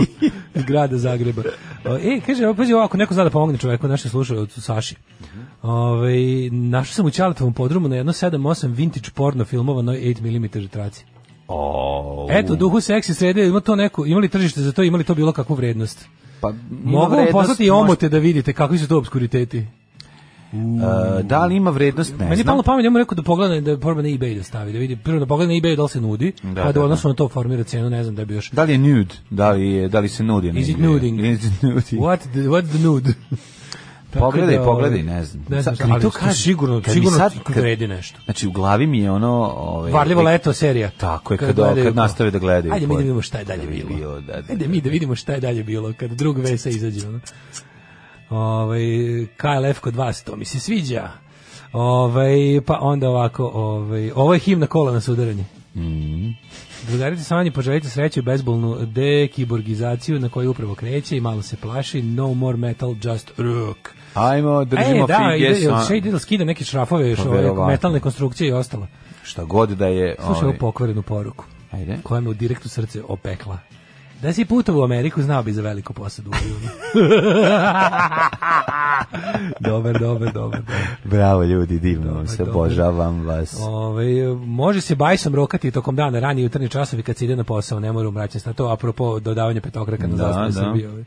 [SPEAKER 7] grada Zagreba. O, E, kaže, evo, pazi ovako, neko zna da pomogne čoveku, naši slušalcu Saši.
[SPEAKER 6] Mhm.
[SPEAKER 7] Ove, našao sam u Ćaletovom podrumu na jedno 7-8 vintage porno filmova na 8mm traci.
[SPEAKER 6] O,
[SPEAKER 7] Eto, u duhu seksi srede, ima to neko, imali tržište za to, imali to bilo kakvu vrednost.
[SPEAKER 6] pa, ima
[SPEAKER 7] Mogu vam
[SPEAKER 6] vrednost,
[SPEAKER 7] poslati i
[SPEAKER 6] možda-
[SPEAKER 7] omote da vidite kakvi su to obskuriteti.
[SPEAKER 6] E, da li ima vrednost, ne
[SPEAKER 7] Meni je
[SPEAKER 6] znam.
[SPEAKER 7] palo na pamet, ja mu rekao da pogleda, da proba na eBay da stavi, da vidi, prvo da pogleda na eBay da li se nudi,
[SPEAKER 6] Da,
[SPEAKER 7] pa
[SPEAKER 6] da,
[SPEAKER 7] da
[SPEAKER 6] da.
[SPEAKER 7] u odnosu na to formira cenu, ne znam da bi još.
[SPEAKER 6] Da li je nude? Da li, je, da li se nudi? na
[SPEAKER 7] Is it
[SPEAKER 6] igri?
[SPEAKER 7] nuding?
[SPEAKER 6] Is it nuding?
[SPEAKER 7] What the, what the nude? Tako
[SPEAKER 6] Pogledaj,
[SPEAKER 7] ovaj,
[SPEAKER 6] pogledaj, ne znam.
[SPEAKER 7] Ne znam,
[SPEAKER 6] Sad,
[SPEAKER 7] ali
[SPEAKER 6] ali
[SPEAKER 7] to
[SPEAKER 6] što
[SPEAKER 7] kaže, sigurno,
[SPEAKER 6] kad mi
[SPEAKER 7] sigurno
[SPEAKER 6] sad- kad-
[SPEAKER 7] vredi nešto.
[SPEAKER 6] Znači, u glavi mi je ono... Ovaj,
[SPEAKER 7] Varljivo
[SPEAKER 6] nek-
[SPEAKER 7] leto serija.
[SPEAKER 6] Tako je, kad, kad,
[SPEAKER 7] gledaju to.
[SPEAKER 6] nastave da gledaju.
[SPEAKER 7] Ajde mi da
[SPEAKER 6] porno.
[SPEAKER 7] vidimo šta je dalje
[SPEAKER 6] Da bi
[SPEAKER 7] bilo.
[SPEAKER 6] da, da,
[SPEAKER 7] Ajde mi da vidimo šta je dalje bilo kad drug Vesa izađe. Ono. Ovaj KLF kod vas to mi se sviđa. Ovaj pa onda ovako, ovaj ovo je himna kola na sudaranje.
[SPEAKER 6] Mhm.
[SPEAKER 7] Drugarice Sanji, poželite sreću i bezbolnu dekiborgizaciju na koju upravo kreće i malo se plaši. No more metal, just rock.
[SPEAKER 6] Ajmo, držimo
[SPEAKER 7] e, da,
[SPEAKER 6] fige. ono-
[SPEAKER 7] ide, jel
[SPEAKER 6] sa-
[SPEAKER 7] Shea Diddle skida neke šrafove, još,
[SPEAKER 6] Pa,
[SPEAKER 7] ove,
[SPEAKER 6] verovatno.
[SPEAKER 7] metalne konstrukcije i ostalo.
[SPEAKER 6] Šta god da je...
[SPEAKER 7] Slušaj
[SPEAKER 6] ovaj,
[SPEAKER 7] ovu pokvarenu poruku.
[SPEAKER 6] Ajde.
[SPEAKER 7] Koja me u direktu srce opekla. Da si putovao u Ameriku, znao bi za veliku posadu u avionu. dobar, dobar, dobar. dobar.
[SPEAKER 6] Bravo ljudi, divno vam se,
[SPEAKER 7] dobro.
[SPEAKER 6] obožavam vas.
[SPEAKER 7] Ove, može se bajsom rokati tokom dana, ranije jutarnji časovi kad se ide na posao, ne mora u mračan stan. To je apropo dodavanja petokraka na
[SPEAKER 6] Da,
[SPEAKER 7] zastavu
[SPEAKER 6] da.
[SPEAKER 7] Srbije. ove. E,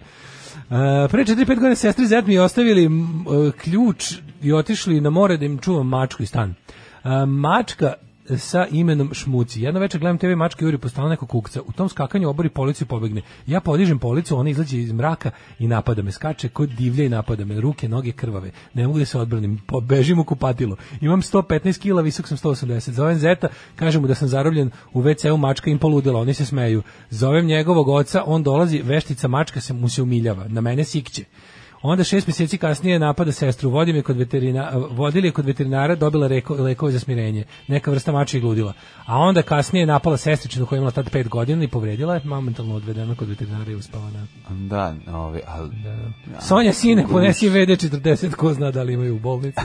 [SPEAKER 7] pre 4-5 godina sestri i zet mi ostavili m, e, ključ i otišli na more da im čuvam mačku i stan. E, mačka sa imenom Šmuci. Jedno večer gledam TV mačka juri po stanu neko kukca. U tom skakanju obori policu i pobegne. Ja podižem policu, ona izlazi iz mraka i napada me. Skače kod divlje i napada me. Ruke, noge krvave. Ne mogu da se odbranim. Pobežim u kupatilo. Imam 115 kila, visok sam 180. Zovem Zeta, kažem mu da sam zarobljen u WC-u mačka im poludela. Oni se smeju. Zovem njegovog oca, on dolazi, veštica mačka se mu se umiljava. Na mene sikće. Onda šest mjeseci kasnije napada sestru, vodim je kod veterina, vodili je kod veterinara, dobila reko, lekove za smirenje, neka vrsta mača i gludila. A onda kasnije je napala sestričinu koja je imala tad pet godina i povredila je, momentalno odvedena kod veterinara i uspavana.
[SPEAKER 6] Da, ove, ali...
[SPEAKER 7] Sonja sine, ponesi VD40, ko zna da li imaju u bolnici.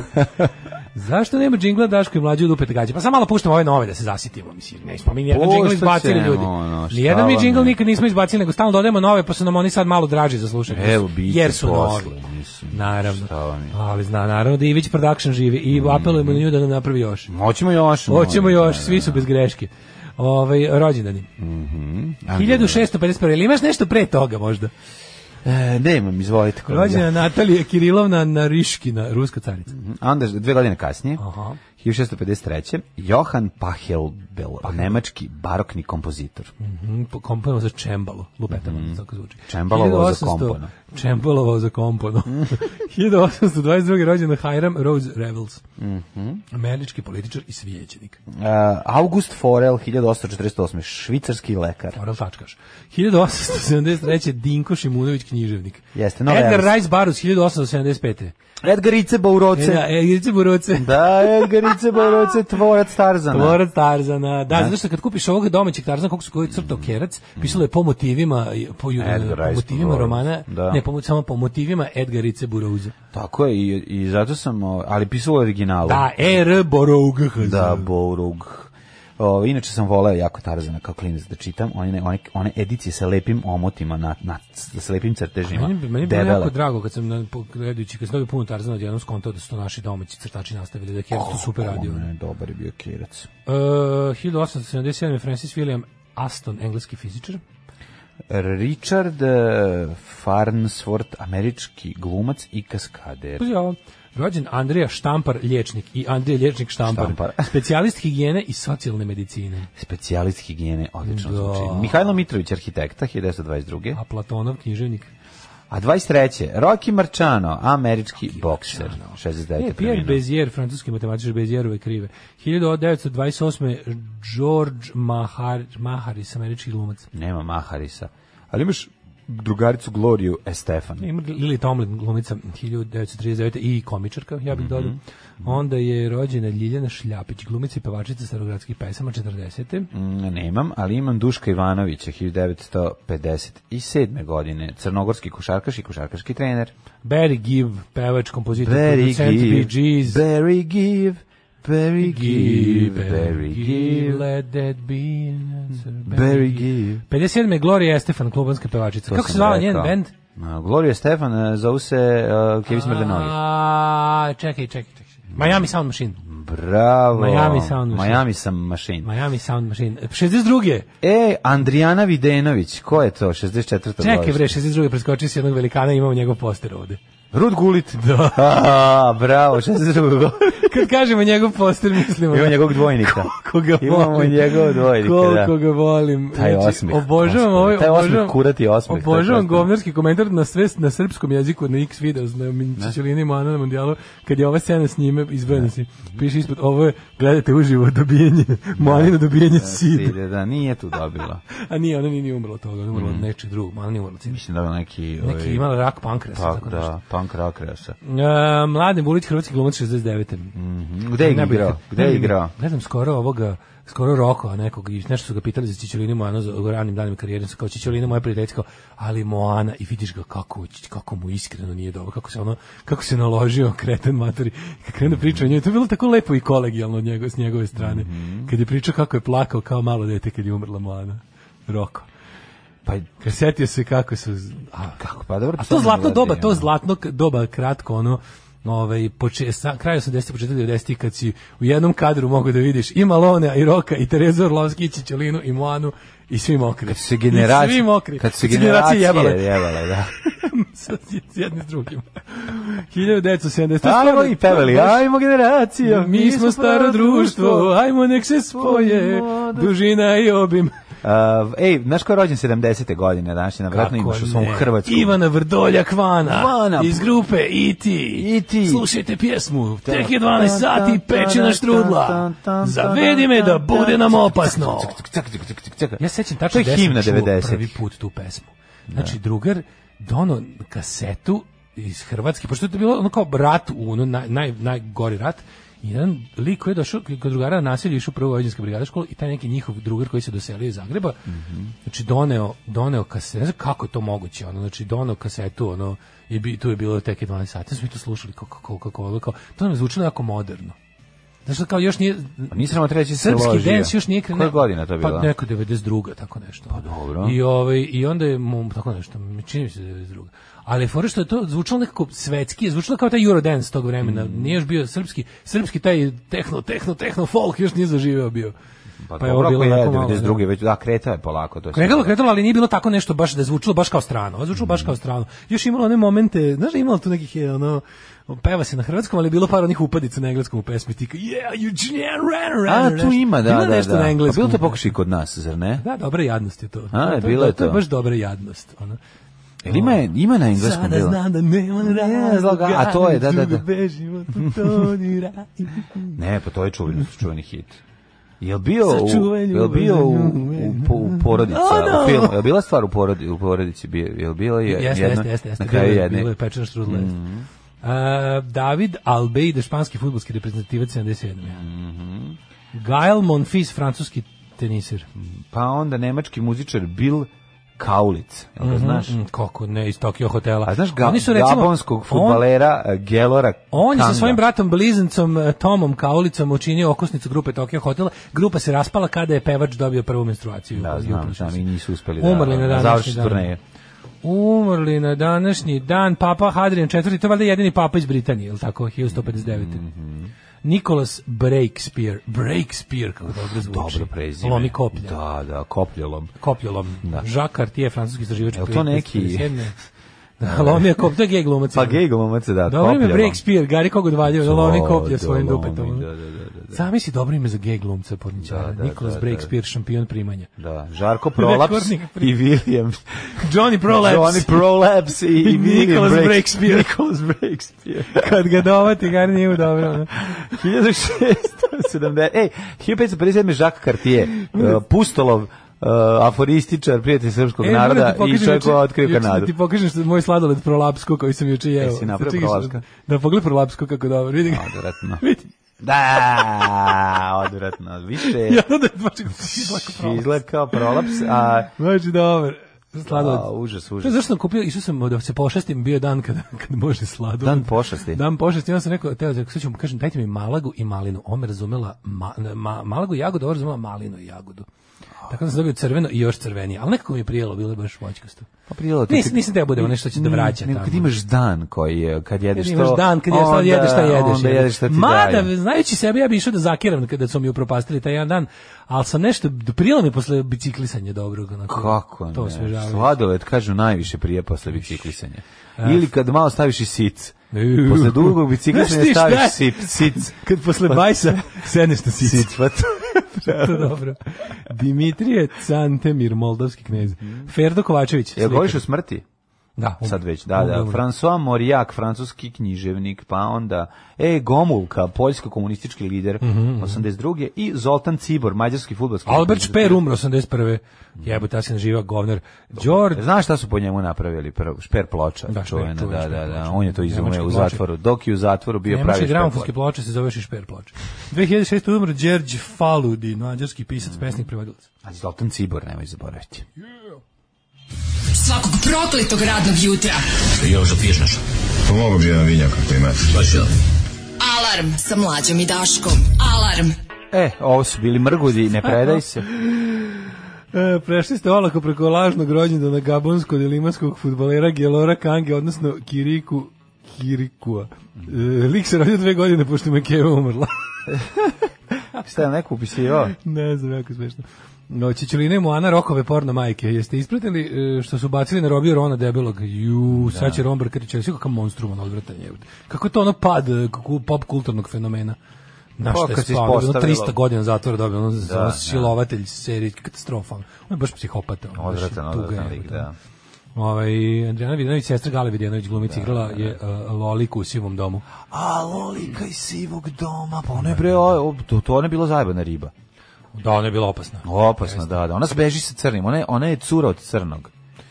[SPEAKER 7] Zašto nema džingla Daško i mlađi od upet gađa? Pa samo malo puštamo ove nove da se zasitimo, mislim. Ne, smo mi nijedan
[SPEAKER 6] Puštat
[SPEAKER 7] džingl izbacili
[SPEAKER 6] ćemo,
[SPEAKER 7] ljudi.
[SPEAKER 6] ono, šta
[SPEAKER 7] Nijedan mi
[SPEAKER 6] vam
[SPEAKER 7] džingl
[SPEAKER 6] je?
[SPEAKER 7] nikad nismo izbacili, nego stalno dodajemo nove, pa su nam oni sad malo draži za slušanje.
[SPEAKER 6] Evo, bit će
[SPEAKER 7] Jer su
[SPEAKER 6] posle,
[SPEAKER 7] novi.
[SPEAKER 6] mislim,
[SPEAKER 7] Naravno.
[SPEAKER 6] šta vam je?
[SPEAKER 7] Ali zna, naravno da Ivić Production živi i apelujemo na nju da nam napravi još.
[SPEAKER 6] Hoćemo još.
[SPEAKER 7] Hoćemo
[SPEAKER 6] molim,
[SPEAKER 7] još,
[SPEAKER 6] da, Mhm.
[SPEAKER 7] svi su bez greške. Ovaj rođendani.
[SPEAKER 6] da.
[SPEAKER 7] 1651. Ili imaš nešto pre toga možda?
[SPEAKER 6] E, ne imam, izvolite. kolega.
[SPEAKER 7] Rođena Natalija Kirilovna Nariškina, ruska carica.
[SPEAKER 6] Onda, dve godine kasnije,
[SPEAKER 7] Aha.
[SPEAKER 6] 1653. Johan Pachelbel, nemački barokni kompozitor.
[SPEAKER 7] Mm, komponovao za čembalo, lupetano, tako zvuči.
[SPEAKER 6] Čembalovao Mhm. za
[SPEAKER 7] 1800
[SPEAKER 6] kompono. Mhm.
[SPEAKER 7] Čembalovao za kompono. 1822. rođen Hiram Rhodes Revels.
[SPEAKER 6] Mhm.
[SPEAKER 7] Američki političar i svijećenik.
[SPEAKER 6] Uh, August Forel, 1848. Švicarski lekar.
[SPEAKER 7] Moral tačkaš. 1873. Dinko Šimunović književnik.
[SPEAKER 6] Jeste, Nova
[SPEAKER 7] Edgar
[SPEAKER 6] Elvis.
[SPEAKER 7] Rice Barus, 1875.
[SPEAKER 6] Edgarice Bauroce.
[SPEAKER 7] Da, Edgar Buroce.
[SPEAKER 6] Da, Edgarice Bauroce, tvorac Tarzana.
[SPEAKER 7] Tvorac Tarzana. Da, zato što kad kupiš ovog domaćeg Tarzana, koliko su koji crtao Kerac, pisalo je po motivima, po, ju-
[SPEAKER 6] Mm. Edgar
[SPEAKER 7] po
[SPEAKER 6] Rice
[SPEAKER 7] motivima
[SPEAKER 6] Burroughs.
[SPEAKER 7] romana,
[SPEAKER 6] Da.
[SPEAKER 7] ne, po, samo po motivima Edgarice Burouze.
[SPEAKER 6] Tako je, i, i zato sam, o, ali pisalo je originalom.
[SPEAKER 7] Da, R. Boroug.
[SPEAKER 6] Da, Borug. O, inače sam voleo jako Tarzana kao klinac da čitam, one, one, one edicije sa lepim omotima, na, na, sa lepim crtežima,
[SPEAKER 7] Meni, bi- meni je bilo
[SPEAKER 6] debele.
[SPEAKER 7] jako drago kad sam na- po- gledajući, kad sam dobio puno Tarzana odjednom skontao da su to naši domaći crtači nastavili, da je Kerac to super radio.
[SPEAKER 6] O, ne, dobar je bio Kirac.
[SPEAKER 7] Uh, 1877 je Francis William Aston, engleski fizičar.
[SPEAKER 6] Richard eh, Farnsworth, američki glumac i kaskader.
[SPEAKER 7] Pazi ovo. Rođen Andrija Štampar, liječnik i Andrija liječnik Štampar,
[SPEAKER 6] Štampar.
[SPEAKER 7] specijalist higijene i socijalne medicine.
[SPEAKER 6] Specijalist higijene, odlično
[SPEAKER 7] Da.
[SPEAKER 6] zvuči. Mihajlo Mitrović, arhitekta, 1922.
[SPEAKER 7] A Platonov književnik.
[SPEAKER 6] A 23. Rocky Marciano, američki bokser, 69.
[SPEAKER 7] E, Pierre
[SPEAKER 6] preminuo.
[SPEAKER 7] Bezier, francuski matematičar Bezierove krive. 1928. George Mahar, Maharis, američki glumac.
[SPEAKER 6] Nema Maharisa. Ali imaš drugaricu Gloriju Estefan.
[SPEAKER 7] Ima Lili Tomlin, glumica 1939. i komičarka, ja
[SPEAKER 6] Mhm.
[SPEAKER 7] bih dodao. Onda je rođena Ljiljana Šljapić, glumica i pevačica starogradskih pesama 40.
[SPEAKER 6] Mm, Nemam, ali imam Duška Ivanovića, 1957. godine, crnogorski košarkaš i košarkaški trener.
[SPEAKER 7] Barry Gibb, pevač, kompozitor,
[SPEAKER 6] Barry
[SPEAKER 7] producent, Bee
[SPEAKER 6] Give,
[SPEAKER 7] Gees.
[SPEAKER 6] Barry Give, Barry Give, Barry Give,
[SPEAKER 7] let that be an answer,
[SPEAKER 6] Barry Give.
[SPEAKER 7] 57. je Gloria Estefan, klubanska pevačica.
[SPEAKER 6] To
[SPEAKER 7] Kako se
[SPEAKER 6] sam
[SPEAKER 7] zvala njen
[SPEAKER 6] rekao.
[SPEAKER 7] bend?
[SPEAKER 6] A, Gloria Stefan e, zovu se uh, Kevis Mrdenovi.
[SPEAKER 7] A, čekaj, čekaj, čekaj. Miami Sound Machine.
[SPEAKER 6] Bravo.
[SPEAKER 7] Miami Sound Machine.
[SPEAKER 6] Miami Sound Machine.
[SPEAKER 7] Miami Sound Machine. 62.
[SPEAKER 6] E, Andrijana Videnović, ko je to? 64.
[SPEAKER 7] Čekaj
[SPEAKER 6] godište.
[SPEAKER 7] bre, 62. preskoči si jednog velikana, imamo njegov poster ovde.
[SPEAKER 6] Rud Gulit. Da. A, bravo, 62. godište.
[SPEAKER 7] Kad kažemo njegov poster, mislimo...
[SPEAKER 6] Imamo njegovog dvojnika.
[SPEAKER 7] Koga
[SPEAKER 6] Imamo
[SPEAKER 7] volim.
[SPEAKER 6] njegov dvojnika,
[SPEAKER 7] Koliko
[SPEAKER 6] da.
[SPEAKER 7] ga volim. Znači,
[SPEAKER 6] Taj osmeh,
[SPEAKER 7] Obožavam
[SPEAKER 6] osmeh.
[SPEAKER 7] ovaj,
[SPEAKER 6] Taj osmeh,
[SPEAKER 7] obožavam,
[SPEAKER 6] kurati osmeh, to je
[SPEAKER 7] Obožavam
[SPEAKER 6] prosto.
[SPEAKER 7] govnarski komentar na sve na srpskom jeziku na X video na Čičelini i Moana na mundijalu kad je ova scena s njime izbrojena si. Piše ispod ovo je gledate uživo dobijenje Moanino dobijenje sida.
[SPEAKER 6] Ide, da, nije tu dobila.
[SPEAKER 7] A nije, ona nije ni umrla od toga, ona je umrla od nečeg drugog, Moana nije umrla od sida.
[SPEAKER 6] Mm. Mislim da je neki...
[SPEAKER 7] Neki
[SPEAKER 6] ovaj,
[SPEAKER 7] imala rak pankrasa,
[SPEAKER 6] Tako
[SPEAKER 7] tako nešto.
[SPEAKER 6] da, punk rock resa.
[SPEAKER 7] E, Mladen Bulić, hrvatski glumac 69.
[SPEAKER 6] Mhm. Gde je
[SPEAKER 7] Ne bih-
[SPEAKER 6] igrao? Gde
[SPEAKER 7] ne
[SPEAKER 6] je
[SPEAKER 7] bih-
[SPEAKER 6] igrao?
[SPEAKER 7] Gledam skoro ovoga, skoro Roko nekog, i nešto su ga pitali za Čičolinu Moana za u ranim danima karijere, su kao Čičolina moja prijateljica, kao, ali Moana, i vidiš ga kako, kako mu iskreno nije dobro, kako se ono, kako se naložio kreten matori, kad krenu priča o njoj, to je bilo tako lepo i kolegijalno od njegove, s njegove strane, kad je pričao kako je plakao kao malo dete kad je umrla Moana, Roko.
[SPEAKER 6] Pa,
[SPEAKER 7] Kad setio se kako su... A,
[SPEAKER 6] kako, pa dobro.
[SPEAKER 7] a
[SPEAKER 6] sad
[SPEAKER 7] to
[SPEAKER 6] ne
[SPEAKER 7] zlatno
[SPEAKER 6] gledaj,
[SPEAKER 7] doba, to
[SPEAKER 6] ono.
[SPEAKER 7] zlatno k- doba kratko ono ovaj poče sa kraj 80 početak 90 kad si u jednom kadru mogu da vidiš i Malonea i Roka i Terezu Orlovski i Čičelinu i Moanu i svi mokri.
[SPEAKER 6] Kad su se generacije...
[SPEAKER 7] I svi mokri.
[SPEAKER 6] Kad su se generacije jebale.
[SPEAKER 7] jebale.
[SPEAKER 6] da.
[SPEAKER 7] S jedni s drugim. 1970.
[SPEAKER 6] Ajmo i pevali, ajmo generacija.
[SPEAKER 7] Mi smo staro društvo, ajmo nek se spoje, dužina i obim.
[SPEAKER 6] Uh, ej, znaš ko je rođen 70. godine, danas je navratno
[SPEAKER 7] Kako
[SPEAKER 6] imaš u svom
[SPEAKER 7] ne?
[SPEAKER 6] Hrvatskom.
[SPEAKER 7] Ivana Vrdoljak Vana,
[SPEAKER 6] Vana.
[SPEAKER 7] iz grupe E.T.
[SPEAKER 6] E.T..
[SPEAKER 7] Slušajte pjesmu, tek je 12 sati, pečena štrudla. Zavedi me da bude nam opasno.
[SPEAKER 6] Čekaj, čekaj, čekaj, čekaj.
[SPEAKER 7] Ja sećam tačno
[SPEAKER 6] Dakle, To je
[SPEAKER 7] gde
[SPEAKER 6] himna
[SPEAKER 7] sam čuo
[SPEAKER 6] 90.
[SPEAKER 7] prvi put tu pesmu. Znači, drugar dono kasetu iz Hrvatske, pošto je to bilo ono kao rat, u ono, naj, naj, najgori rat, I jedan lik koji je došao kod drugara na naselje išao u prvo vojđanska brigada školu i taj neki njihov drugar koji se doselio iz Zagreba
[SPEAKER 6] Mhm.
[SPEAKER 7] znači doneo, doneo kasetu ne znam kako je to moguće, ono, znači doneo kasetu ono, i bi, tu je bilo tek je 12 sati smo mi to slušali kako, kako, kako, kako to nam je zvučilo jako moderno znači kao još nije
[SPEAKER 6] Pa nisam vam treći se
[SPEAKER 7] Srpski
[SPEAKER 6] ložio.
[SPEAKER 7] dance još nije krenuo.
[SPEAKER 6] Koja godina to bila?
[SPEAKER 7] Pa neko 92. tako nešto. Pa
[SPEAKER 6] dobro.
[SPEAKER 7] I, ovaj, i onda je mu tako nešto, mi čini mi se da je 92. Ali fora što je to zvučalo nekako svetski, je zvučalo kao taj Eurodance
[SPEAKER 6] Mm.
[SPEAKER 7] tog vremena. Nije još bio srpski, srpski taj tehno, tehno, tehno folk još nije zaživeo bio.
[SPEAKER 6] Pa,
[SPEAKER 7] Pa je
[SPEAKER 6] dobro,
[SPEAKER 7] ovo
[SPEAKER 6] ako
[SPEAKER 7] bilo
[SPEAKER 6] je
[SPEAKER 7] onako malo,
[SPEAKER 6] 92. već, da, kretao je polako. To se-
[SPEAKER 7] Kretalo, kretalo, ali nije bilo tako nešto baš da je zvučilo baš kao strano. Ovo je Zvučilo baš
[SPEAKER 6] Mm.
[SPEAKER 7] kao strano. Još je imalo one momente, znaš da je imalo tu nekih, je, ono, peva se na hrvatskom, ali je bilo par onih upadica na engleskom u pesmi. Tika, yeah, you yeah, runner,
[SPEAKER 6] A, tu ima, da, da,
[SPEAKER 7] nešto
[SPEAKER 6] da.
[SPEAKER 7] na
[SPEAKER 6] Pa
[SPEAKER 7] engleskom.
[SPEAKER 6] bilo to pokušaj kod nas, zar ne?
[SPEAKER 7] Da, dobra jadnost je to.
[SPEAKER 6] A,
[SPEAKER 7] to, to-
[SPEAKER 6] bilo je
[SPEAKER 7] To je
[SPEAKER 6] to.
[SPEAKER 7] baš dobra jadnost. Ono.
[SPEAKER 6] Jel ima, je- ima na engleskom
[SPEAKER 7] Sada
[SPEAKER 6] bilo?
[SPEAKER 7] znam da nema razloga,
[SPEAKER 6] A to je, da, da, da.
[SPEAKER 7] drugo bežimo, tu to ni radi.
[SPEAKER 6] Ne, pa to je čuveni, čuveni hit. Jel bio, u,
[SPEAKER 7] Sačuvaj
[SPEAKER 6] jel
[SPEAKER 7] ljubav
[SPEAKER 6] bio u,
[SPEAKER 7] za nju,
[SPEAKER 6] u, po- u porodica,
[SPEAKER 7] Oh,
[SPEAKER 6] u
[SPEAKER 7] no.
[SPEAKER 6] filmu, jel bila stvar u, porodi, u porodici, bio, jel bila je
[SPEAKER 7] Jeste,
[SPEAKER 6] jedna,
[SPEAKER 7] jeste, jeste, jeste.
[SPEAKER 6] na kraju
[SPEAKER 7] bilo, je- Bilo
[SPEAKER 6] jedne,
[SPEAKER 7] je pečena štrudla, jeste. A, David Albeide, španski futbolski reprezentativac 77. Mm Gael Monfils, francuski teniser.
[SPEAKER 6] pa onda nemački muzičar Bill Kaulic, jel ga znaš?
[SPEAKER 7] Mm, kako ne, iz Tokio hotela.
[SPEAKER 6] A znaš ga,
[SPEAKER 7] Oni su, recimo,
[SPEAKER 6] gabonskog
[SPEAKER 7] on-
[SPEAKER 6] futbalera eh, Gelora
[SPEAKER 7] On je sa
[SPEAKER 6] Kanga?
[SPEAKER 7] svojim bratom bliznancom eh, Tomom Kaulicom učinio okosnicu grupe Tokyo Hotel. Grupa se raspala kada je pevač dobio prvu menstruaciju.
[SPEAKER 6] Da,
[SPEAKER 7] I
[SPEAKER 6] znam,
[SPEAKER 7] uplašio
[SPEAKER 6] znam,
[SPEAKER 7] se.
[SPEAKER 6] i nisu uspeli
[SPEAKER 7] Umrli
[SPEAKER 6] da, da
[SPEAKER 7] na današnji
[SPEAKER 6] završi
[SPEAKER 7] dan.
[SPEAKER 6] turneje.
[SPEAKER 7] Umrli na današnji dan Papa Hadrian IV. To je valjda jedini papa iz Britanije, ili tako? 1159.
[SPEAKER 6] Mhm.
[SPEAKER 7] Nikolas Breakspear. Breakspear, kako dobro zvuči.
[SPEAKER 6] Dobro prezime.
[SPEAKER 7] Lomi koplja.
[SPEAKER 6] Da, da, kopljolom.
[SPEAKER 7] Kopljolom.
[SPEAKER 6] Da.
[SPEAKER 7] Jacques Cartier, francuski istraživač.
[SPEAKER 6] Jel to neki-
[SPEAKER 7] 1547. Da, Lomio koplja, to je gej glumac.
[SPEAKER 6] Pa gej glumac, da,
[SPEAKER 7] Dobro ime
[SPEAKER 6] kopljolom.
[SPEAKER 7] Breakspear, Gary Kogod valjao, da lomi koplja svojim
[SPEAKER 6] Dolomi,
[SPEAKER 7] dupetom. ono?
[SPEAKER 6] Da, da, da, da.
[SPEAKER 7] Zamisli dobro ime za gej glumca porničara.
[SPEAKER 6] Da, da,
[SPEAKER 7] Nikolas
[SPEAKER 6] da, da.
[SPEAKER 7] Breakspear, šampion primanja.
[SPEAKER 6] Da, Žarko Prolaps
[SPEAKER 7] Rekordnik pri-
[SPEAKER 6] i William.
[SPEAKER 7] Johnny Prolaps.
[SPEAKER 6] Johnny Prolaps i,
[SPEAKER 7] I Nicholas Breakspear.
[SPEAKER 6] Nicholas Breakspear.
[SPEAKER 7] Kad ga dovati, Gary nije u dobro. ono.
[SPEAKER 6] 1670. Ej, 1557. Jacques Cartier, uh, pustolov, uh, aforističar, prijatelj srpskog
[SPEAKER 7] E, moram da ti
[SPEAKER 6] naroda i
[SPEAKER 7] pokažem
[SPEAKER 6] čovjek
[SPEAKER 7] juče-
[SPEAKER 6] koji je otkrio
[SPEAKER 7] juče
[SPEAKER 6] Kanadu.
[SPEAKER 7] Da ti pokažem što moj sladoled prolapsku koji sam juče jeo.
[SPEAKER 6] Jesi napravio
[SPEAKER 7] Čekaj,
[SPEAKER 6] prolapska?
[SPEAKER 7] Da pogledaj prolapsku kako dobro, vidi ga.
[SPEAKER 6] Odvratno.
[SPEAKER 7] Vidi.
[SPEAKER 6] Da, odvratno. Više
[SPEAKER 7] Ja da je baš izlako prolaps.
[SPEAKER 6] izgleda kao prolaps, a...
[SPEAKER 7] Baš dobar. Znači, Sladoled.
[SPEAKER 6] A, užas,
[SPEAKER 7] To je
[SPEAKER 6] užas.
[SPEAKER 7] zašto sam kupio, išao sam da se pošastim, bio je dan kada, kad može sladoled.
[SPEAKER 6] Dan pošasti.
[SPEAKER 7] Dan pošasti, onda sam rekao, teo, rekao, sad ću mu kažem, dajte mi malagu i malinu. Ome razumela ma, ma, malagu i jagodu, ovo razumela malinu i jagodu. Tako da sam dobio crveno i još crvenije, ali nekako mi je prijelo, bilo je baš voćkasto.
[SPEAKER 6] Pa prijelo ti.
[SPEAKER 7] Nisam-
[SPEAKER 6] kad-
[SPEAKER 7] nisam teo budem nešto će da vraća
[SPEAKER 6] Nego
[SPEAKER 7] tamo.
[SPEAKER 6] kad imaš dan koji je, kad jedeš
[SPEAKER 7] Kad
[SPEAKER 6] to...
[SPEAKER 7] imaš dan kad jedeš, sad jedeš šta
[SPEAKER 6] onda-
[SPEAKER 7] jedeš.
[SPEAKER 6] Onda jedeš šta ti
[SPEAKER 7] Mada,
[SPEAKER 6] daje.
[SPEAKER 7] znajući sebe, ja bi išao da zakiram kada su mi upropastili taj jedan dan, ali sam nešto, prijelo mi posle biciklisanja dobrog. Onako,
[SPEAKER 6] Kako
[SPEAKER 7] to
[SPEAKER 6] ne?
[SPEAKER 7] osvežavaju.
[SPEAKER 6] Sladoled, kažu, najviše prije posle biciklisanja. Ili kad malo staviš i sic.
[SPEAKER 7] Iu.
[SPEAKER 6] Posle dugog
[SPEAKER 7] Znaš
[SPEAKER 6] biciklisanja
[SPEAKER 7] ti šta
[SPEAKER 6] staviš
[SPEAKER 7] je?
[SPEAKER 6] sip, sic.
[SPEAKER 7] Kad posle bajsa sedneš na sici.
[SPEAKER 6] Sic, pa to-
[SPEAKER 7] to je dobro. Dimitrije Cantemir, moldavski knez. Ferdo Kovačević.
[SPEAKER 6] Jel
[SPEAKER 7] slikar.
[SPEAKER 6] govoriš o smrti?
[SPEAKER 7] Da,
[SPEAKER 6] Sad već, da, da.
[SPEAKER 7] uglavnom.
[SPEAKER 6] François Mauriac, francuski književnik, pa onda E. Gomulka, poljsko komunistički lider,
[SPEAKER 7] Mhm,
[SPEAKER 6] 82. I Zoltan Cibor, mađarski futbolski.
[SPEAKER 7] Albert Speer umro 81. Jebote, ja se naživa govnar. Đorđe
[SPEAKER 6] E, Znaš šta su po njemu napravili? Prvo, šper ploča,
[SPEAKER 7] Da, šper,
[SPEAKER 6] čuvena,
[SPEAKER 7] čuvena
[SPEAKER 6] da,
[SPEAKER 7] šper
[SPEAKER 6] da, da.
[SPEAKER 7] ploča.
[SPEAKER 6] On je to
[SPEAKER 7] Nemačke
[SPEAKER 6] izumeo u
[SPEAKER 7] ploče.
[SPEAKER 6] zatvoru. Dok je u zatvoru bio pravi
[SPEAKER 7] Nemačke
[SPEAKER 6] šper
[SPEAKER 7] gramofonske
[SPEAKER 6] ploča.
[SPEAKER 7] ploče se zove šper ploče. 2006. umro Đerđ Faludi, mađarski pisac, pesnik, prevodilac.
[SPEAKER 6] A Zoltan Cibor, nemoj zaboraviti.
[SPEAKER 5] Svakog prokletog radnog jutra.
[SPEAKER 8] Pomogu Pa bi jedan vinjak ako imate.
[SPEAKER 5] Alarm sa mlađom i Daškom. Alarm.
[SPEAKER 6] E, ovo su bili mrgudi, ne predaj se.
[SPEAKER 7] E, prešli ste olako preko lažnog rođendana gabonskog i limanskog futbolera Gelora Kange, odnosno Kiriku Kirikua. E, lik se rodio dve godine pošto mu je Keva umrla.
[SPEAKER 6] Šta je neko upisivao?
[SPEAKER 7] ne znam, jako smešno. No, Čičulina i Moana rokove porno majke. Jeste ispratili e, što su bacili na robio Rona debelog? Ju, sad će Ron Brkarić, sve kakav monstrum, ono odvratan je. Kako je to ono pad e, kako- pop kulturnog fenomena? Na
[SPEAKER 6] Pa,
[SPEAKER 7] šta je
[SPEAKER 6] kad se
[SPEAKER 7] spao, ono
[SPEAKER 6] ispostavilo-
[SPEAKER 7] 300 godina zatvora dobio, ono,
[SPEAKER 6] Da,
[SPEAKER 7] ono
[SPEAKER 6] da.
[SPEAKER 7] silovatelj, serijski katastrofa. ono. On je baš psihopata. ono, baš
[SPEAKER 6] Odvratan,
[SPEAKER 7] tuga
[SPEAKER 6] odvratan
[SPEAKER 7] je,
[SPEAKER 6] lik,
[SPEAKER 7] ono.
[SPEAKER 6] da.
[SPEAKER 7] Ovaj Andrijana Vidanović, sestra Gale Vidanović, glumica igrala je uh, Loliku u sivom domu.
[SPEAKER 6] A, lolika iz sivog doma, pa ono je bre, o, o, to, to ona je bila zajebana riba.
[SPEAKER 7] Da, ona je bila opasna.
[SPEAKER 6] Opasno, da, da. Ona se beži sa crnim, ona je, ona je cura od crnog.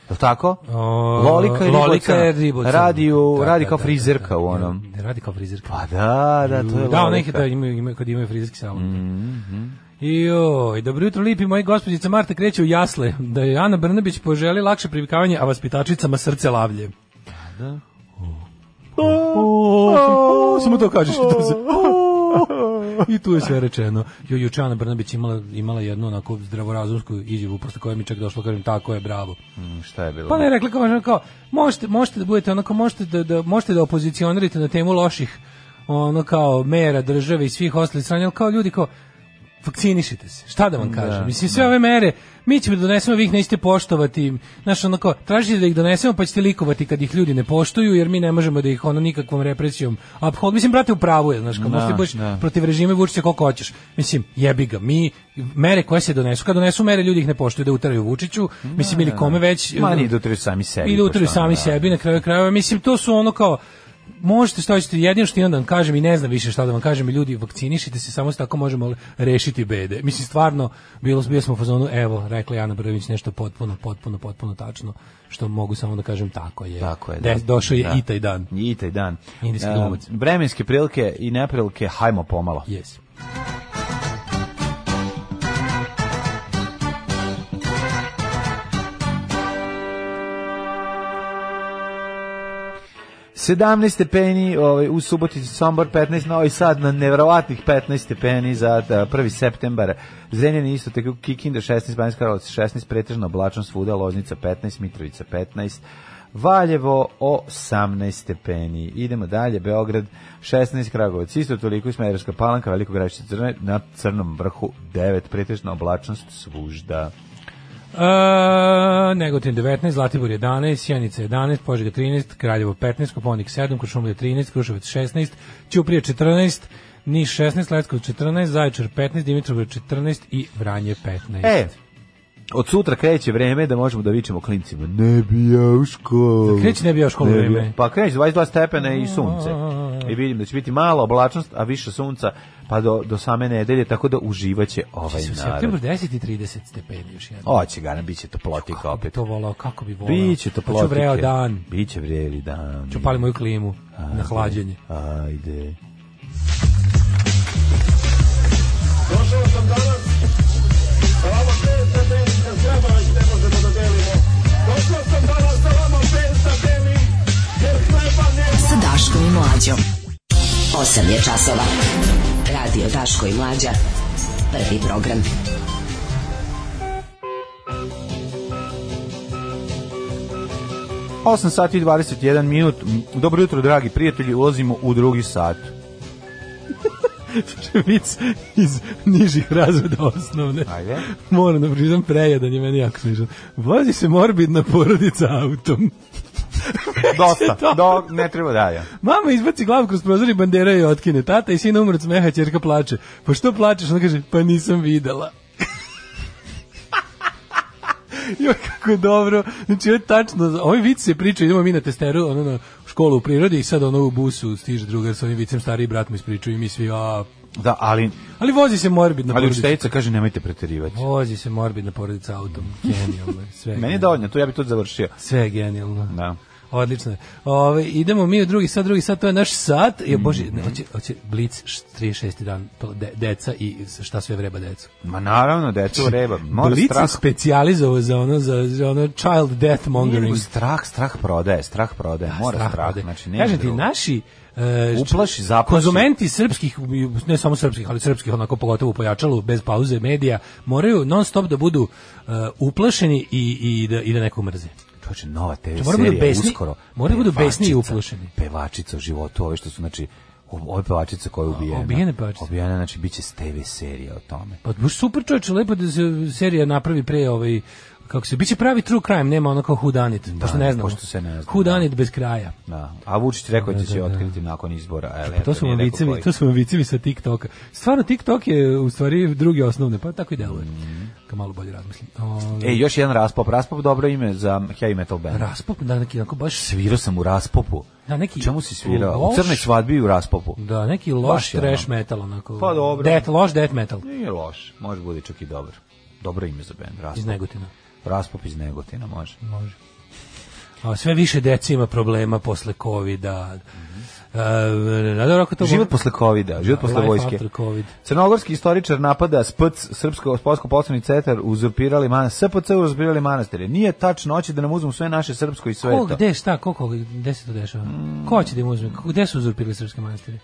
[SPEAKER 6] Je li tako?
[SPEAKER 7] O,
[SPEAKER 6] lolika je riba od
[SPEAKER 7] Lolika je
[SPEAKER 6] crnog.
[SPEAKER 7] riba od crnog.
[SPEAKER 6] Radi, u,
[SPEAKER 7] Da,
[SPEAKER 6] radi
[SPEAKER 7] da,
[SPEAKER 6] kao
[SPEAKER 7] da,
[SPEAKER 6] frizerka
[SPEAKER 7] da, da.
[SPEAKER 6] u onom.
[SPEAKER 7] Ne radi kao frizerka.
[SPEAKER 6] Pa da, da, to je
[SPEAKER 7] da, ona ih
[SPEAKER 6] lolika. Mhm,
[SPEAKER 7] da imaju, imaju, kad imaju frizerski salon. Joj, dobro jutro lipi, moji gospođica Marta kreće u jasle, da je Ana Brnabić poželi lakše privikavanje, a vaspitačicama srce lavlje. Da. samo to kažeš. i tu se- I tu je sve rečeno. Jo, juče Ana Brnabić imala, imala jednu onako zdravorazumsku izjavu, posle koje mi čak došlo, kažem, tako je, bravo.
[SPEAKER 6] Mm, Šta je bilo?
[SPEAKER 7] Pa ne, rekla kao, možda kao možete, možete da budete onako, možete da, da, možete da opozicionirate na temu loših ono kao mera države i svih ostalih stranja, ali kao ljudi kao vakcinišite se. Šta da vam kažem? Mislim, sve ove mere, mi ćemo da donesemo, vi ih nećete poštovati. Znaš, onako, tražite da ih donesemo, pa ćete likovati kad ih ljudi ne poštuju, jer mi ne možemo da ih ono nikakvom represijom uphold. Mislim, brate, u pravu je, znaš, kao
[SPEAKER 6] Da,
[SPEAKER 7] možete budeš
[SPEAKER 6] da.
[SPEAKER 7] protiv režima vuči se koliko hoćeš. Mislim, jebi ga, mi, mere koje se donesu, kad donesu mere, ljudi ih ne poštuju da utaraju Vučiću, mislim, ili kome već. ono,
[SPEAKER 6] Ma, ni da utraju sami sebi,
[SPEAKER 7] Ili da utaraju
[SPEAKER 6] pošteno,
[SPEAKER 7] sami
[SPEAKER 6] da.
[SPEAKER 7] sebi, na kraju krajeva. Mislim, to su ono kao, možete šta hoćete, jedino što imam da vam kažem i ne znam više šta da vam kažem, i ljudi, vakcinišite se, samo se tako možemo rešiti bede. Mislim, stvarno, bilo, bili smo u fazonu, evo, rekla je Ana Brvić nešto potpuno, potpuno, potpuno tačno, što mogu samo da kažem, tako je.
[SPEAKER 6] Tako je.
[SPEAKER 7] Des- došao je
[SPEAKER 6] Da.
[SPEAKER 7] i taj dan.
[SPEAKER 6] I taj dan.
[SPEAKER 7] Indijski
[SPEAKER 6] E,
[SPEAKER 7] glumac.
[SPEAKER 6] Vremenske prilike i neprilike, hajmo pomalo.
[SPEAKER 7] Yes.
[SPEAKER 6] Yeah. 17 stepeni ovaj, u Subotici, Sombor 15, Novi Sad na nevjerovatnih 15 stepeni za da, 1. septembar. Zrenjanin isto tako Kikinda 16, Banjska Karlovac 16, pretežno oblačno svuda, Loznica 15, Mitrovica 15. Valjevo 18 stepeni. Idemo dalje, Beograd 16, Kragovac isto toliko, Smederska palanka, Veliko gradište crne, na crnom vrhu 9, pretežna oblačnost svužda.
[SPEAKER 7] E, Negotin 19, Zlatibor 11, Sjenica 11, Požega 13, Kraljevo 15, Koponik 7, Košumlija 13, Kruševac 16, Ćuprije 14, Niš 16, Leskovac 14, Zaječar 15, Dimitrovgrad 14 i Vranje 15.
[SPEAKER 6] E, od sutra kreće vreme da možemo da vičemo klincima. Ne bi ja u školu.
[SPEAKER 7] Kreće ne bi ja u školu
[SPEAKER 6] Ne bi ja-
[SPEAKER 7] vreme.
[SPEAKER 6] Pa kreće 22 stepene i sunce. I vidim da će biti mala oblačnost, a više sunca pa do, do same nedelje, tako da uživaće ovaj
[SPEAKER 7] Su septembru
[SPEAKER 6] narod.
[SPEAKER 7] 10 i 30 stepeni još jedno.
[SPEAKER 6] Oće ga, ne, bit će toplotika
[SPEAKER 7] Kako bi
[SPEAKER 6] opet.
[SPEAKER 7] to volao, kako bi volao.
[SPEAKER 6] Biće
[SPEAKER 7] Hoću
[SPEAKER 6] toplotike.
[SPEAKER 7] vreo dan,
[SPEAKER 6] Biće vreli dan.
[SPEAKER 7] ću pali moju klimu na hlađenje.
[SPEAKER 6] Ajde.
[SPEAKER 5] Sa Daškom i Mlađom. 8 je časova. Radio Daško i Mlađa. Prvi program.
[SPEAKER 6] Osam sati i 21 minut. Dobro jutro, dragi prijatelji, ulazimo u drugi sat.
[SPEAKER 7] Vic iz nižih razreda osnovne.
[SPEAKER 6] Ajde.
[SPEAKER 7] Moram da priznam prejedan je meni jako smišan. Vozi se morbidna porodica autom. Znači
[SPEAKER 6] Dosta,
[SPEAKER 7] to.
[SPEAKER 6] do, ne treba dalje.
[SPEAKER 7] Mama izbaci glavu kroz prozor i bandera je otkine. Tata i sin umre od smeha, ćerka plače. Pa što plačeš? Ona kaže, pa nisam videla. Joj, kako je dobro. Znači, ovo je tačno. Ovi vic se priča, idemo mi na testeru, ono, na školu u prirodi i sad ono u busu stiže drugar sa ovim vicem, stariji brat mu ispričaju i mi svi, a...
[SPEAKER 6] Da, ali
[SPEAKER 7] Ali vozi se morbidna
[SPEAKER 6] Ali
[SPEAKER 7] porodica.
[SPEAKER 6] učiteljica kaže nemojte preterivati.
[SPEAKER 7] Vozi se morbidna porodica autom. Genijalno je. Sve je
[SPEAKER 6] Meni je
[SPEAKER 7] genijalno.
[SPEAKER 6] dovoljno, tu ja bi to završio.
[SPEAKER 7] Sve je genijalno.
[SPEAKER 6] Da.
[SPEAKER 7] Odlično. je. Ove, idemo mi u drugi sat, drugi sat, to je naš sat.
[SPEAKER 6] Mhm.
[SPEAKER 7] Je, bože, ne, hoće, hoće Blitz š- 36. dan, to de, deca i s- šta sve vreba decu.
[SPEAKER 6] Ma naravno, decu
[SPEAKER 7] Znači,
[SPEAKER 6] reba. Mora
[SPEAKER 7] Blitz je
[SPEAKER 6] strah.
[SPEAKER 7] specijalizovao za ono, za, za ono child death mongering.
[SPEAKER 6] Nego strah, strah prodaje, strah prodaje. Mora strah,
[SPEAKER 7] ode.
[SPEAKER 6] znači ne.
[SPEAKER 7] Kažem ti, naši e,
[SPEAKER 6] Uplaši, zaplaši.
[SPEAKER 7] Konzumenti srpskih, ne samo srpskih, ali srpskih onako pogotovo u pojačalu, bez pauze medija, moraju non stop da budu e, uplašeni i, i, da, i da neko mrze.
[SPEAKER 6] Čoče, nova TV
[SPEAKER 7] Moraju
[SPEAKER 6] serija
[SPEAKER 7] budu Znači, besni-
[SPEAKER 6] uskoro.
[SPEAKER 7] moraju budu besni i
[SPEAKER 6] Pevačica,
[SPEAKER 7] uplašeni.
[SPEAKER 6] Pevačica o životu, ove što su, znači, ove pevačice koja je ubijena.
[SPEAKER 7] ubijene pevačice.
[SPEAKER 6] Ubijena, znači, bit će s TV serija o tome.
[SPEAKER 7] Pa baš super čovječe, lepo da se serija napravi pre ovaj kako se biće pravi true crime, nema ono kao hudanit, pošto ne znamo.
[SPEAKER 6] pošto se ne zna,
[SPEAKER 7] Whodunit bez kraja.
[SPEAKER 6] Da. A Vučić rekao da će se otkriti nakon izbora. ali eto,
[SPEAKER 7] Pa To su
[SPEAKER 6] nije
[SPEAKER 7] vam
[SPEAKER 6] rekao
[SPEAKER 7] vicevi,
[SPEAKER 6] koji.
[SPEAKER 7] to su vam vicevi sa TikToka. Stvarno TikTok je u stvari drugi osnovne, pa tako i deluje.
[SPEAKER 6] Mhm.
[SPEAKER 7] Kad malo bolje razmislim. Ovaj,
[SPEAKER 6] E, još jedan raspop. Raspop dobro ime za heavy metal band.
[SPEAKER 7] raspop da neki onako baš
[SPEAKER 6] Svirao sam u raspopu.
[SPEAKER 7] Da, neki-
[SPEAKER 6] Čemu si svirao? U
[SPEAKER 7] Loš-
[SPEAKER 6] crnoj svadbi i u raspopu.
[SPEAKER 7] da neki
[SPEAKER 6] Baš
[SPEAKER 7] loš
[SPEAKER 6] je
[SPEAKER 7] trash
[SPEAKER 6] ono.
[SPEAKER 7] metal onako.
[SPEAKER 6] Pa dobro.
[SPEAKER 7] Death, loš death metal
[SPEAKER 6] Nije loš, može bude čak i dobar. Dobro ime za bend, Raspop.
[SPEAKER 7] iz Negotina.
[SPEAKER 6] Raspop iz Negotina, može.
[SPEAKER 7] Može. A sve više dece ima problema posle covida. Mm dobro, ako to
[SPEAKER 6] Mhm. Život posle covida, život posle
[SPEAKER 7] Life
[SPEAKER 6] vojske.
[SPEAKER 7] after covid.
[SPEAKER 6] Crnogorski istoričar napada SPC, Srpsko sportsko poslovni centar, uzurpirali manastir, SPC uzurpirali manastire. Nije tačno, hoće da nam uzmu sve naše srpsko i
[SPEAKER 7] Ko,
[SPEAKER 6] sveto. Mm.
[SPEAKER 7] gde, šta, ko, ko, gde se to dešava? Ko će da im uzme? Ko- Gde su uzurpili srpske manastire?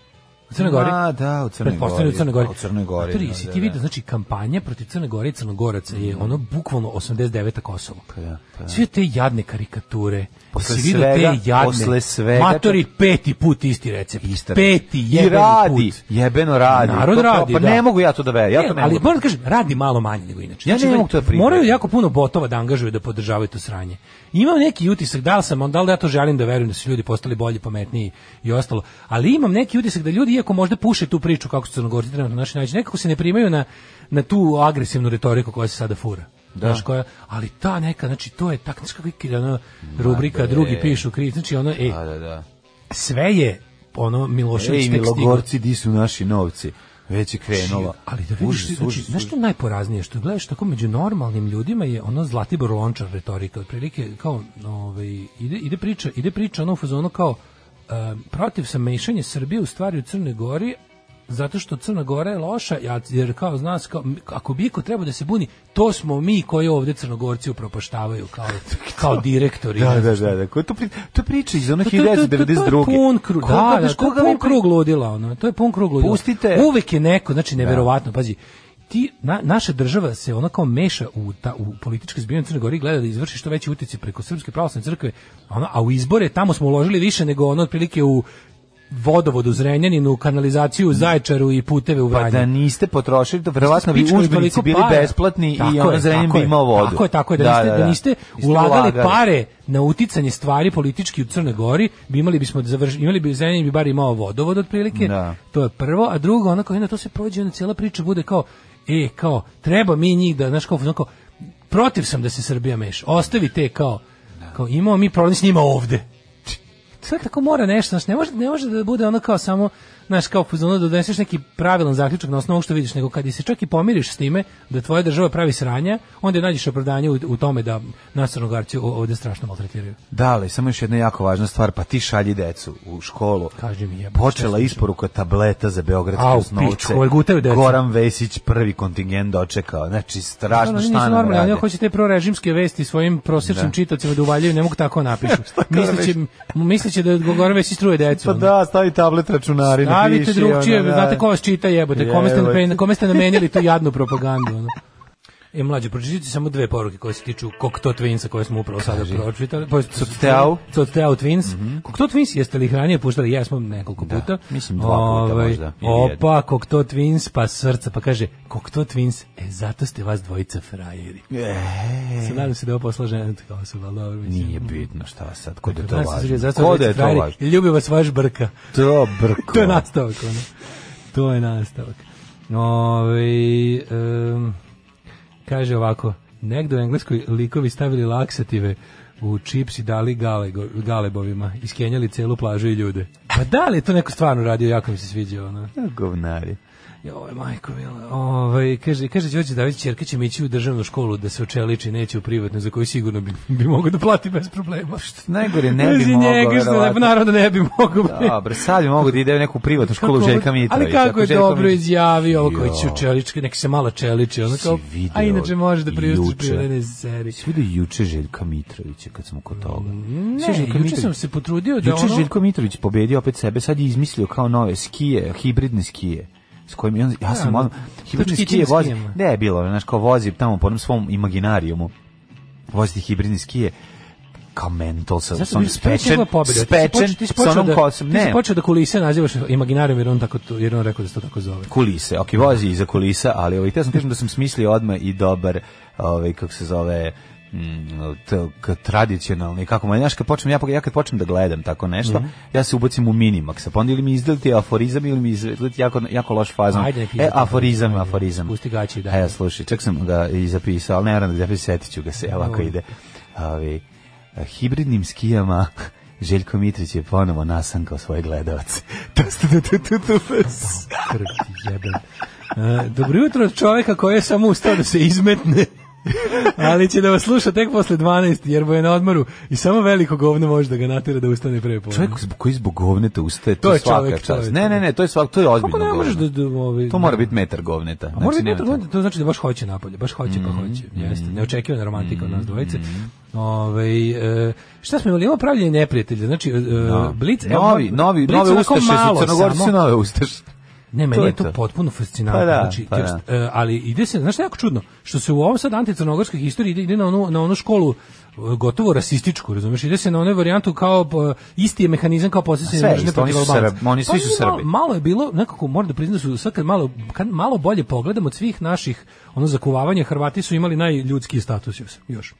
[SPEAKER 7] U Crnoj Gori?
[SPEAKER 6] Ma, da, u Crnoj
[SPEAKER 7] Pretpostavljam
[SPEAKER 6] Gori. Pa,
[SPEAKER 7] U Crnoj
[SPEAKER 6] U
[SPEAKER 7] Gori.
[SPEAKER 6] Crnoj Gori,
[SPEAKER 7] Maturi,
[SPEAKER 6] da,
[SPEAKER 7] si
[SPEAKER 6] da,
[SPEAKER 7] ti
[SPEAKER 6] da.
[SPEAKER 7] vidio, znači, kampanja protiv Crne Gore i Crnogoraca je ono bukvalno 89. Kosovo. Pa
[SPEAKER 6] da, pa da.
[SPEAKER 7] Sve te jadne karikature.
[SPEAKER 6] Posle
[SPEAKER 7] si vidio
[SPEAKER 6] svega-
[SPEAKER 7] te jadne.
[SPEAKER 6] posle svega-
[SPEAKER 7] Matori peti put isti recept.
[SPEAKER 6] Ista-
[SPEAKER 7] Peti
[SPEAKER 6] I
[SPEAKER 7] jebeni
[SPEAKER 6] radi,
[SPEAKER 7] put.
[SPEAKER 6] jebeno radi.
[SPEAKER 7] Narod
[SPEAKER 6] To- to-
[SPEAKER 7] radi,
[SPEAKER 6] pa
[SPEAKER 7] da.
[SPEAKER 6] ne mogu ja to da verujem, ja
[SPEAKER 7] Ne,
[SPEAKER 6] to ne
[SPEAKER 7] ali
[SPEAKER 6] mogu.
[SPEAKER 7] moram da kažem, radi malo manje nego inače. Znači,
[SPEAKER 6] Ja ne mogu to da prihvatim.
[SPEAKER 7] Moraju jako puno botova da angažuju da podržavaju to sranje. Imam neki utisak, da li sam, da li ja to želim da verujem da su ljudi postali bolji, pametniji i ostalo, ali imam neki utisak da ljudi, iako možda puše tu priču kako su crnogorci trenutno naši najveći, nekako se ne primaju na, na tu agresivnu retoriku koja se sada fura. Znaš, koja, ali ta neka, znači to je tak, znaš kako je ono, rubrika, drugi pišu, kriv, znači ono, e,
[SPEAKER 6] Da, da, da.
[SPEAKER 7] sve je ono Milošević
[SPEAKER 6] Ej,
[SPEAKER 7] tek stigao.
[SPEAKER 6] Milogorci, di su naši novci? Već je krenula.
[SPEAKER 7] Ali da vidiš,
[SPEAKER 6] Užas,
[SPEAKER 7] znači,
[SPEAKER 6] užas,
[SPEAKER 7] znaš što je najporaznije, što gledaš tako među normalnim ljudima je ono Zlatibor Lončar retorika, otprilike kao, ovaj, ide, ide priča, ide priča ono u fazonu kao, em, protiv sam mešanja Srbije u stvari u Crnoj Gori, zato što Crna Gora je loša, ja- jer kao zna se, kao, m- ako bi iko trebao da se buni, to smo mi koji ovde Crnogorci upropaštavaju kao, kao direktori. ne
[SPEAKER 6] Da,
[SPEAKER 7] znam
[SPEAKER 6] da,
[SPEAKER 7] šta.
[SPEAKER 6] da, da. ko- To, pri, to priča iz onog
[SPEAKER 7] Pa To- to- to- to-
[SPEAKER 6] 1992.
[SPEAKER 7] To je pun krug,
[SPEAKER 6] Koga
[SPEAKER 7] da, da,
[SPEAKER 6] znaš,
[SPEAKER 7] to je
[SPEAKER 6] koga
[SPEAKER 7] pun
[SPEAKER 6] vi-
[SPEAKER 7] krug ludila, ono, to je pun krug ludila.
[SPEAKER 6] Pustite-
[SPEAKER 7] Uvek je neko, znači, neverovatno, pazi, ti, na, naša država se ona kao meša u, ta, u političke zbivanje Crne Gori i gleda da izvrši što veći utjeci preko Srpske pravoslavne crkve, a ono, a u izbore tamo smo uložili više nego ono otprilike u vodovodu Zrenjaninu, kanalizaciju Zaječaru i puteve u
[SPEAKER 6] Pa
[SPEAKER 7] Vranju.
[SPEAKER 6] da niste potrošili, to verovatno bi
[SPEAKER 7] Pička je
[SPEAKER 6] udžbenici
[SPEAKER 7] toliko
[SPEAKER 6] bili
[SPEAKER 7] para.
[SPEAKER 6] besplatni
[SPEAKER 7] Tako
[SPEAKER 6] i
[SPEAKER 7] je,
[SPEAKER 6] ono zrenjem
[SPEAKER 7] tako
[SPEAKER 6] bi
[SPEAKER 7] je.
[SPEAKER 6] imao vodu.
[SPEAKER 7] Tako je, tako je, da, niste, da, niste ulagali, pare na uticanje stvari politički u Crnoj Gori, bi imali bismo da završ, imali bi zrenjem bi bar imao vodovod otprilike.
[SPEAKER 6] Da.
[SPEAKER 7] To je prvo, a drugo ono kao, jedna, to se prođe, ona cijela priča bude kao e, kao, treba mi njih da, znaš, kao, ono kao, protiv sam da se Srbija meša, ostavi te kao, kao imamo mi problem s njima ovde sve tako mora nešto, znaš, ne može, ne može da bude ono kao samo, znaš, kao ono da doneseš neki pravilan zaključak na osnovu što vidiš, nego kad se čak i pomiriš s time da tvoja država pravi sranja, onda nađeš opravdanje u, u tome da nas crnogarci o- ovde strašno maltretiraju.
[SPEAKER 6] Da, ali samo još jedna jako važna stvar, pa ti šalji decu u školu.
[SPEAKER 7] Kaži mi jebote, šta
[SPEAKER 6] Počela
[SPEAKER 7] slušam?
[SPEAKER 6] isporuka tableta za beogradske
[SPEAKER 7] Au,
[SPEAKER 6] osnovce.
[SPEAKER 7] pičku, ovaj gutaju decu.
[SPEAKER 6] Goran Vesić prvi kontingent dočekao. Znači, strašno
[SPEAKER 7] Ono,
[SPEAKER 6] šta nam
[SPEAKER 7] normalno,
[SPEAKER 6] rade.
[SPEAKER 7] oni hoće te prorežimske vesti svojim prosječnim čitacima da uvaljaju, ne mogu tako napišu. misliće, misliće da Goran već istruje decu.
[SPEAKER 6] Pa
[SPEAKER 7] ono.
[SPEAKER 6] da, stavi tablet računari.
[SPEAKER 7] Stavite
[SPEAKER 6] napiši,
[SPEAKER 7] drugčije,
[SPEAKER 6] ono, da.
[SPEAKER 7] znate ko vas čita jebote, kome ste,
[SPEAKER 6] Jebote.
[SPEAKER 7] nape- kome ste namenili tu jadnu propagandu. Ono. E, mlađe, pročitajte samo dve poruke koje se tiču Kokto Twinsa koje smo upravo sada pročitali. Pa,
[SPEAKER 6] Cocteau.
[SPEAKER 7] Cocteau Twins. Kokto Twins, jeste li ih ranije puštali? Jesmo nekoliko
[SPEAKER 6] Mhm. Da,
[SPEAKER 7] puta.
[SPEAKER 6] mislim dva puta
[SPEAKER 7] Ovaj,
[SPEAKER 6] možda, ili
[SPEAKER 7] Opa, Kokto Twins, pa srca, pa kaže Kokto Twins, e, zato ste vas dvojica frajeri.
[SPEAKER 6] E,
[SPEAKER 7] Se nadam se da je ovo posla žena kao osoba, ali dobro, mislim.
[SPEAKER 6] Nije bitno šta sad, ko da je to
[SPEAKER 7] Nadam se da je
[SPEAKER 6] važno.
[SPEAKER 7] zato
[SPEAKER 6] Ko da
[SPEAKER 7] dvojica
[SPEAKER 6] je to
[SPEAKER 7] frajeri,
[SPEAKER 6] važno?
[SPEAKER 7] Ljubi vas vaš brka.
[SPEAKER 6] To brko.
[SPEAKER 7] To je nastavak, ono. To je nastavak. Ove, kaže ovako, negde u Engleskoj likovi stavili laksative u čips i dali galego, galebovima, iskenjali celu plažu i ljude. Pa da li je to neko stvarno radio, jako mi se sviđa ono.
[SPEAKER 6] Govnari.
[SPEAKER 7] Joj, majko mila. Ovaj, kaže, kaže Đorđe Davić, čerka će mi ići u državnu školu da se očeliči, neće u privatnu, za koju sigurno bi, bi mogao da plati bez problema.
[SPEAKER 6] Najgore ne bi
[SPEAKER 7] Pazi
[SPEAKER 6] mogao,
[SPEAKER 7] njega, što
[SPEAKER 6] verovatno.
[SPEAKER 7] ne- naravno da ne bi mogao. bre.
[SPEAKER 6] Dobro, sad bi mogu da ide u neku privatnu školu
[SPEAKER 7] Kako
[SPEAKER 6] Željka
[SPEAKER 7] ovo-
[SPEAKER 6] Mitrovića.
[SPEAKER 7] Ali kako je
[SPEAKER 6] Željko
[SPEAKER 7] dobro
[SPEAKER 6] Mitrović-
[SPEAKER 7] izjavio ovo koji
[SPEAKER 6] Jo.
[SPEAKER 7] će u čeličke, nek se malo čeliči, ono kao,
[SPEAKER 6] Si video
[SPEAKER 7] a inače može da priustiš
[SPEAKER 6] juče.
[SPEAKER 7] privedene serije. Mm,
[SPEAKER 6] Svi da juče Željka Mitrovića kad smo kod toga. Sve
[SPEAKER 7] Ne,
[SPEAKER 6] Željko
[SPEAKER 7] juče
[SPEAKER 6] Mitrović-
[SPEAKER 7] sam se potrudio da
[SPEAKER 6] Juče
[SPEAKER 7] ono...
[SPEAKER 6] Željko Mitrović pobedio opet sebe, sad je izmislio kao nove skije, hibridne skije s kojim je on, ja sam
[SPEAKER 7] Da,
[SPEAKER 6] ono,
[SPEAKER 7] to
[SPEAKER 6] hibridne
[SPEAKER 7] čkićim
[SPEAKER 6] skije vozi,
[SPEAKER 7] skijama.
[SPEAKER 6] ne je bilo, ono, znaš, kao vozi tamo po onom svom imaginarijumu, vozi ti hibridne skije, kao mentol sa,
[SPEAKER 7] Zato
[SPEAKER 6] sa onom
[SPEAKER 7] bi
[SPEAKER 6] spečen, spečen, sa
[SPEAKER 7] sa
[SPEAKER 6] onom kosom,
[SPEAKER 7] Ti si
[SPEAKER 6] ne,
[SPEAKER 7] počeo da kulise nazivaš imaginarijom jer on, tako, to- jer on rekao da se to tako zove.
[SPEAKER 6] kulise, ok, vozi iza kulisa, ali ovaj, htio sam kažem da sam smislio odmah i dobar, ovaj, kako se zove, mm, t- k- tradicionalni, kako moj, znaš, kad počnem, ja, pog- ja kad počnem da gledam tako nešto,
[SPEAKER 7] Mhm.
[SPEAKER 6] ja se ubacim u minimaksa, pa onda ili mi izdeliti aforizam ili mi izdeliti jako, jako loš fazan.
[SPEAKER 7] Ajde, neki
[SPEAKER 6] e,
[SPEAKER 7] izdelati.
[SPEAKER 6] aforizam,
[SPEAKER 7] Ajde,
[SPEAKER 6] aforizam.
[SPEAKER 7] pusti gaći, da.
[SPEAKER 6] E, slušaj, čak sam ga i zapisao, ali ne moram da ga zapisao, setit ću ga se, evo ako
[SPEAKER 7] Dobro.
[SPEAKER 6] ide. Ovaj, hibridnim skijama Željko Mitrić je ponovo nasankao svoje gledalce. Tu, tu, tu, tu, tu, tu.
[SPEAKER 7] Krk, jebem. E, Dobro jutro od čoveka koji je samo ustao da se izmetne. ali će da vas sluša tek posle 12, jer mu je na odmoru i samo veliko govno može da ga natera da ustane pre podne.
[SPEAKER 6] Čovjek zbog- koji zbog govneta ustaje, to,
[SPEAKER 7] Mhm. To
[SPEAKER 6] je
[SPEAKER 7] je
[SPEAKER 6] svaka
[SPEAKER 7] čovjek,
[SPEAKER 6] čast.
[SPEAKER 7] čovjek.
[SPEAKER 6] Ne, ne, ne, to je svak, to je ozbiljno
[SPEAKER 7] Kako ne možeš
[SPEAKER 6] govno.
[SPEAKER 7] da... da ovaj,
[SPEAKER 6] To mora biti metar govneta.
[SPEAKER 7] A mora
[SPEAKER 6] Znači,
[SPEAKER 7] biti
[SPEAKER 6] nema Mm-hmm,
[SPEAKER 7] metar
[SPEAKER 6] to.
[SPEAKER 7] godine, to znači da baš hoće napolje, baš hoće pa hoće. Jeste, neočekivana romantika
[SPEAKER 6] Mm-hmm,
[SPEAKER 7] od nas dvojice. Ovaj e, šta smo imali? Imamo pravljenje neprijatelja, znači e, Blic... evo,
[SPEAKER 6] Novi, novi,
[SPEAKER 7] Blic
[SPEAKER 6] nove
[SPEAKER 7] onako
[SPEAKER 6] ustaše
[SPEAKER 7] malo
[SPEAKER 6] su crnogorci
[SPEAKER 7] samo.
[SPEAKER 6] nove ustaše.
[SPEAKER 7] Ne,
[SPEAKER 6] To
[SPEAKER 7] meni je
[SPEAKER 6] je
[SPEAKER 7] to,
[SPEAKER 6] to.
[SPEAKER 7] potpuno fascinantno.
[SPEAKER 6] Pa da,
[SPEAKER 7] znači,
[SPEAKER 6] pa
[SPEAKER 7] tekst, e, ali ide se, znaš šta je jako čudno, što se u ovom sad anticrnogorskoj historiji ide, ide na, onu, na onu školu e, gotovo rasističku, razumiješ, ide se na onu varijantu kao e, isti je mehanizam kao
[SPEAKER 6] Sve
[SPEAKER 7] posjećanje
[SPEAKER 6] je
[SPEAKER 7] mržnje
[SPEAKER 6] isto, oni
[SPEAKER 7] protiv
[SPEAKER 6] su
[SPEAKER 7] Albanaca.
[SPEAKER 6] Srbi, oni svi
[SPEAKER 7] Pa
[SPEAKER 6] su
[SPEAKER 7] nije malo-
[SPEAKER 6] Srbi.
[SPEAKER 7] malo je bilo, nekako moram da priznam da su sad kad malo, kad malo bolje pogledamo od svih naših ono zakuvavanja, Hrvati su imali najljudski status još. još.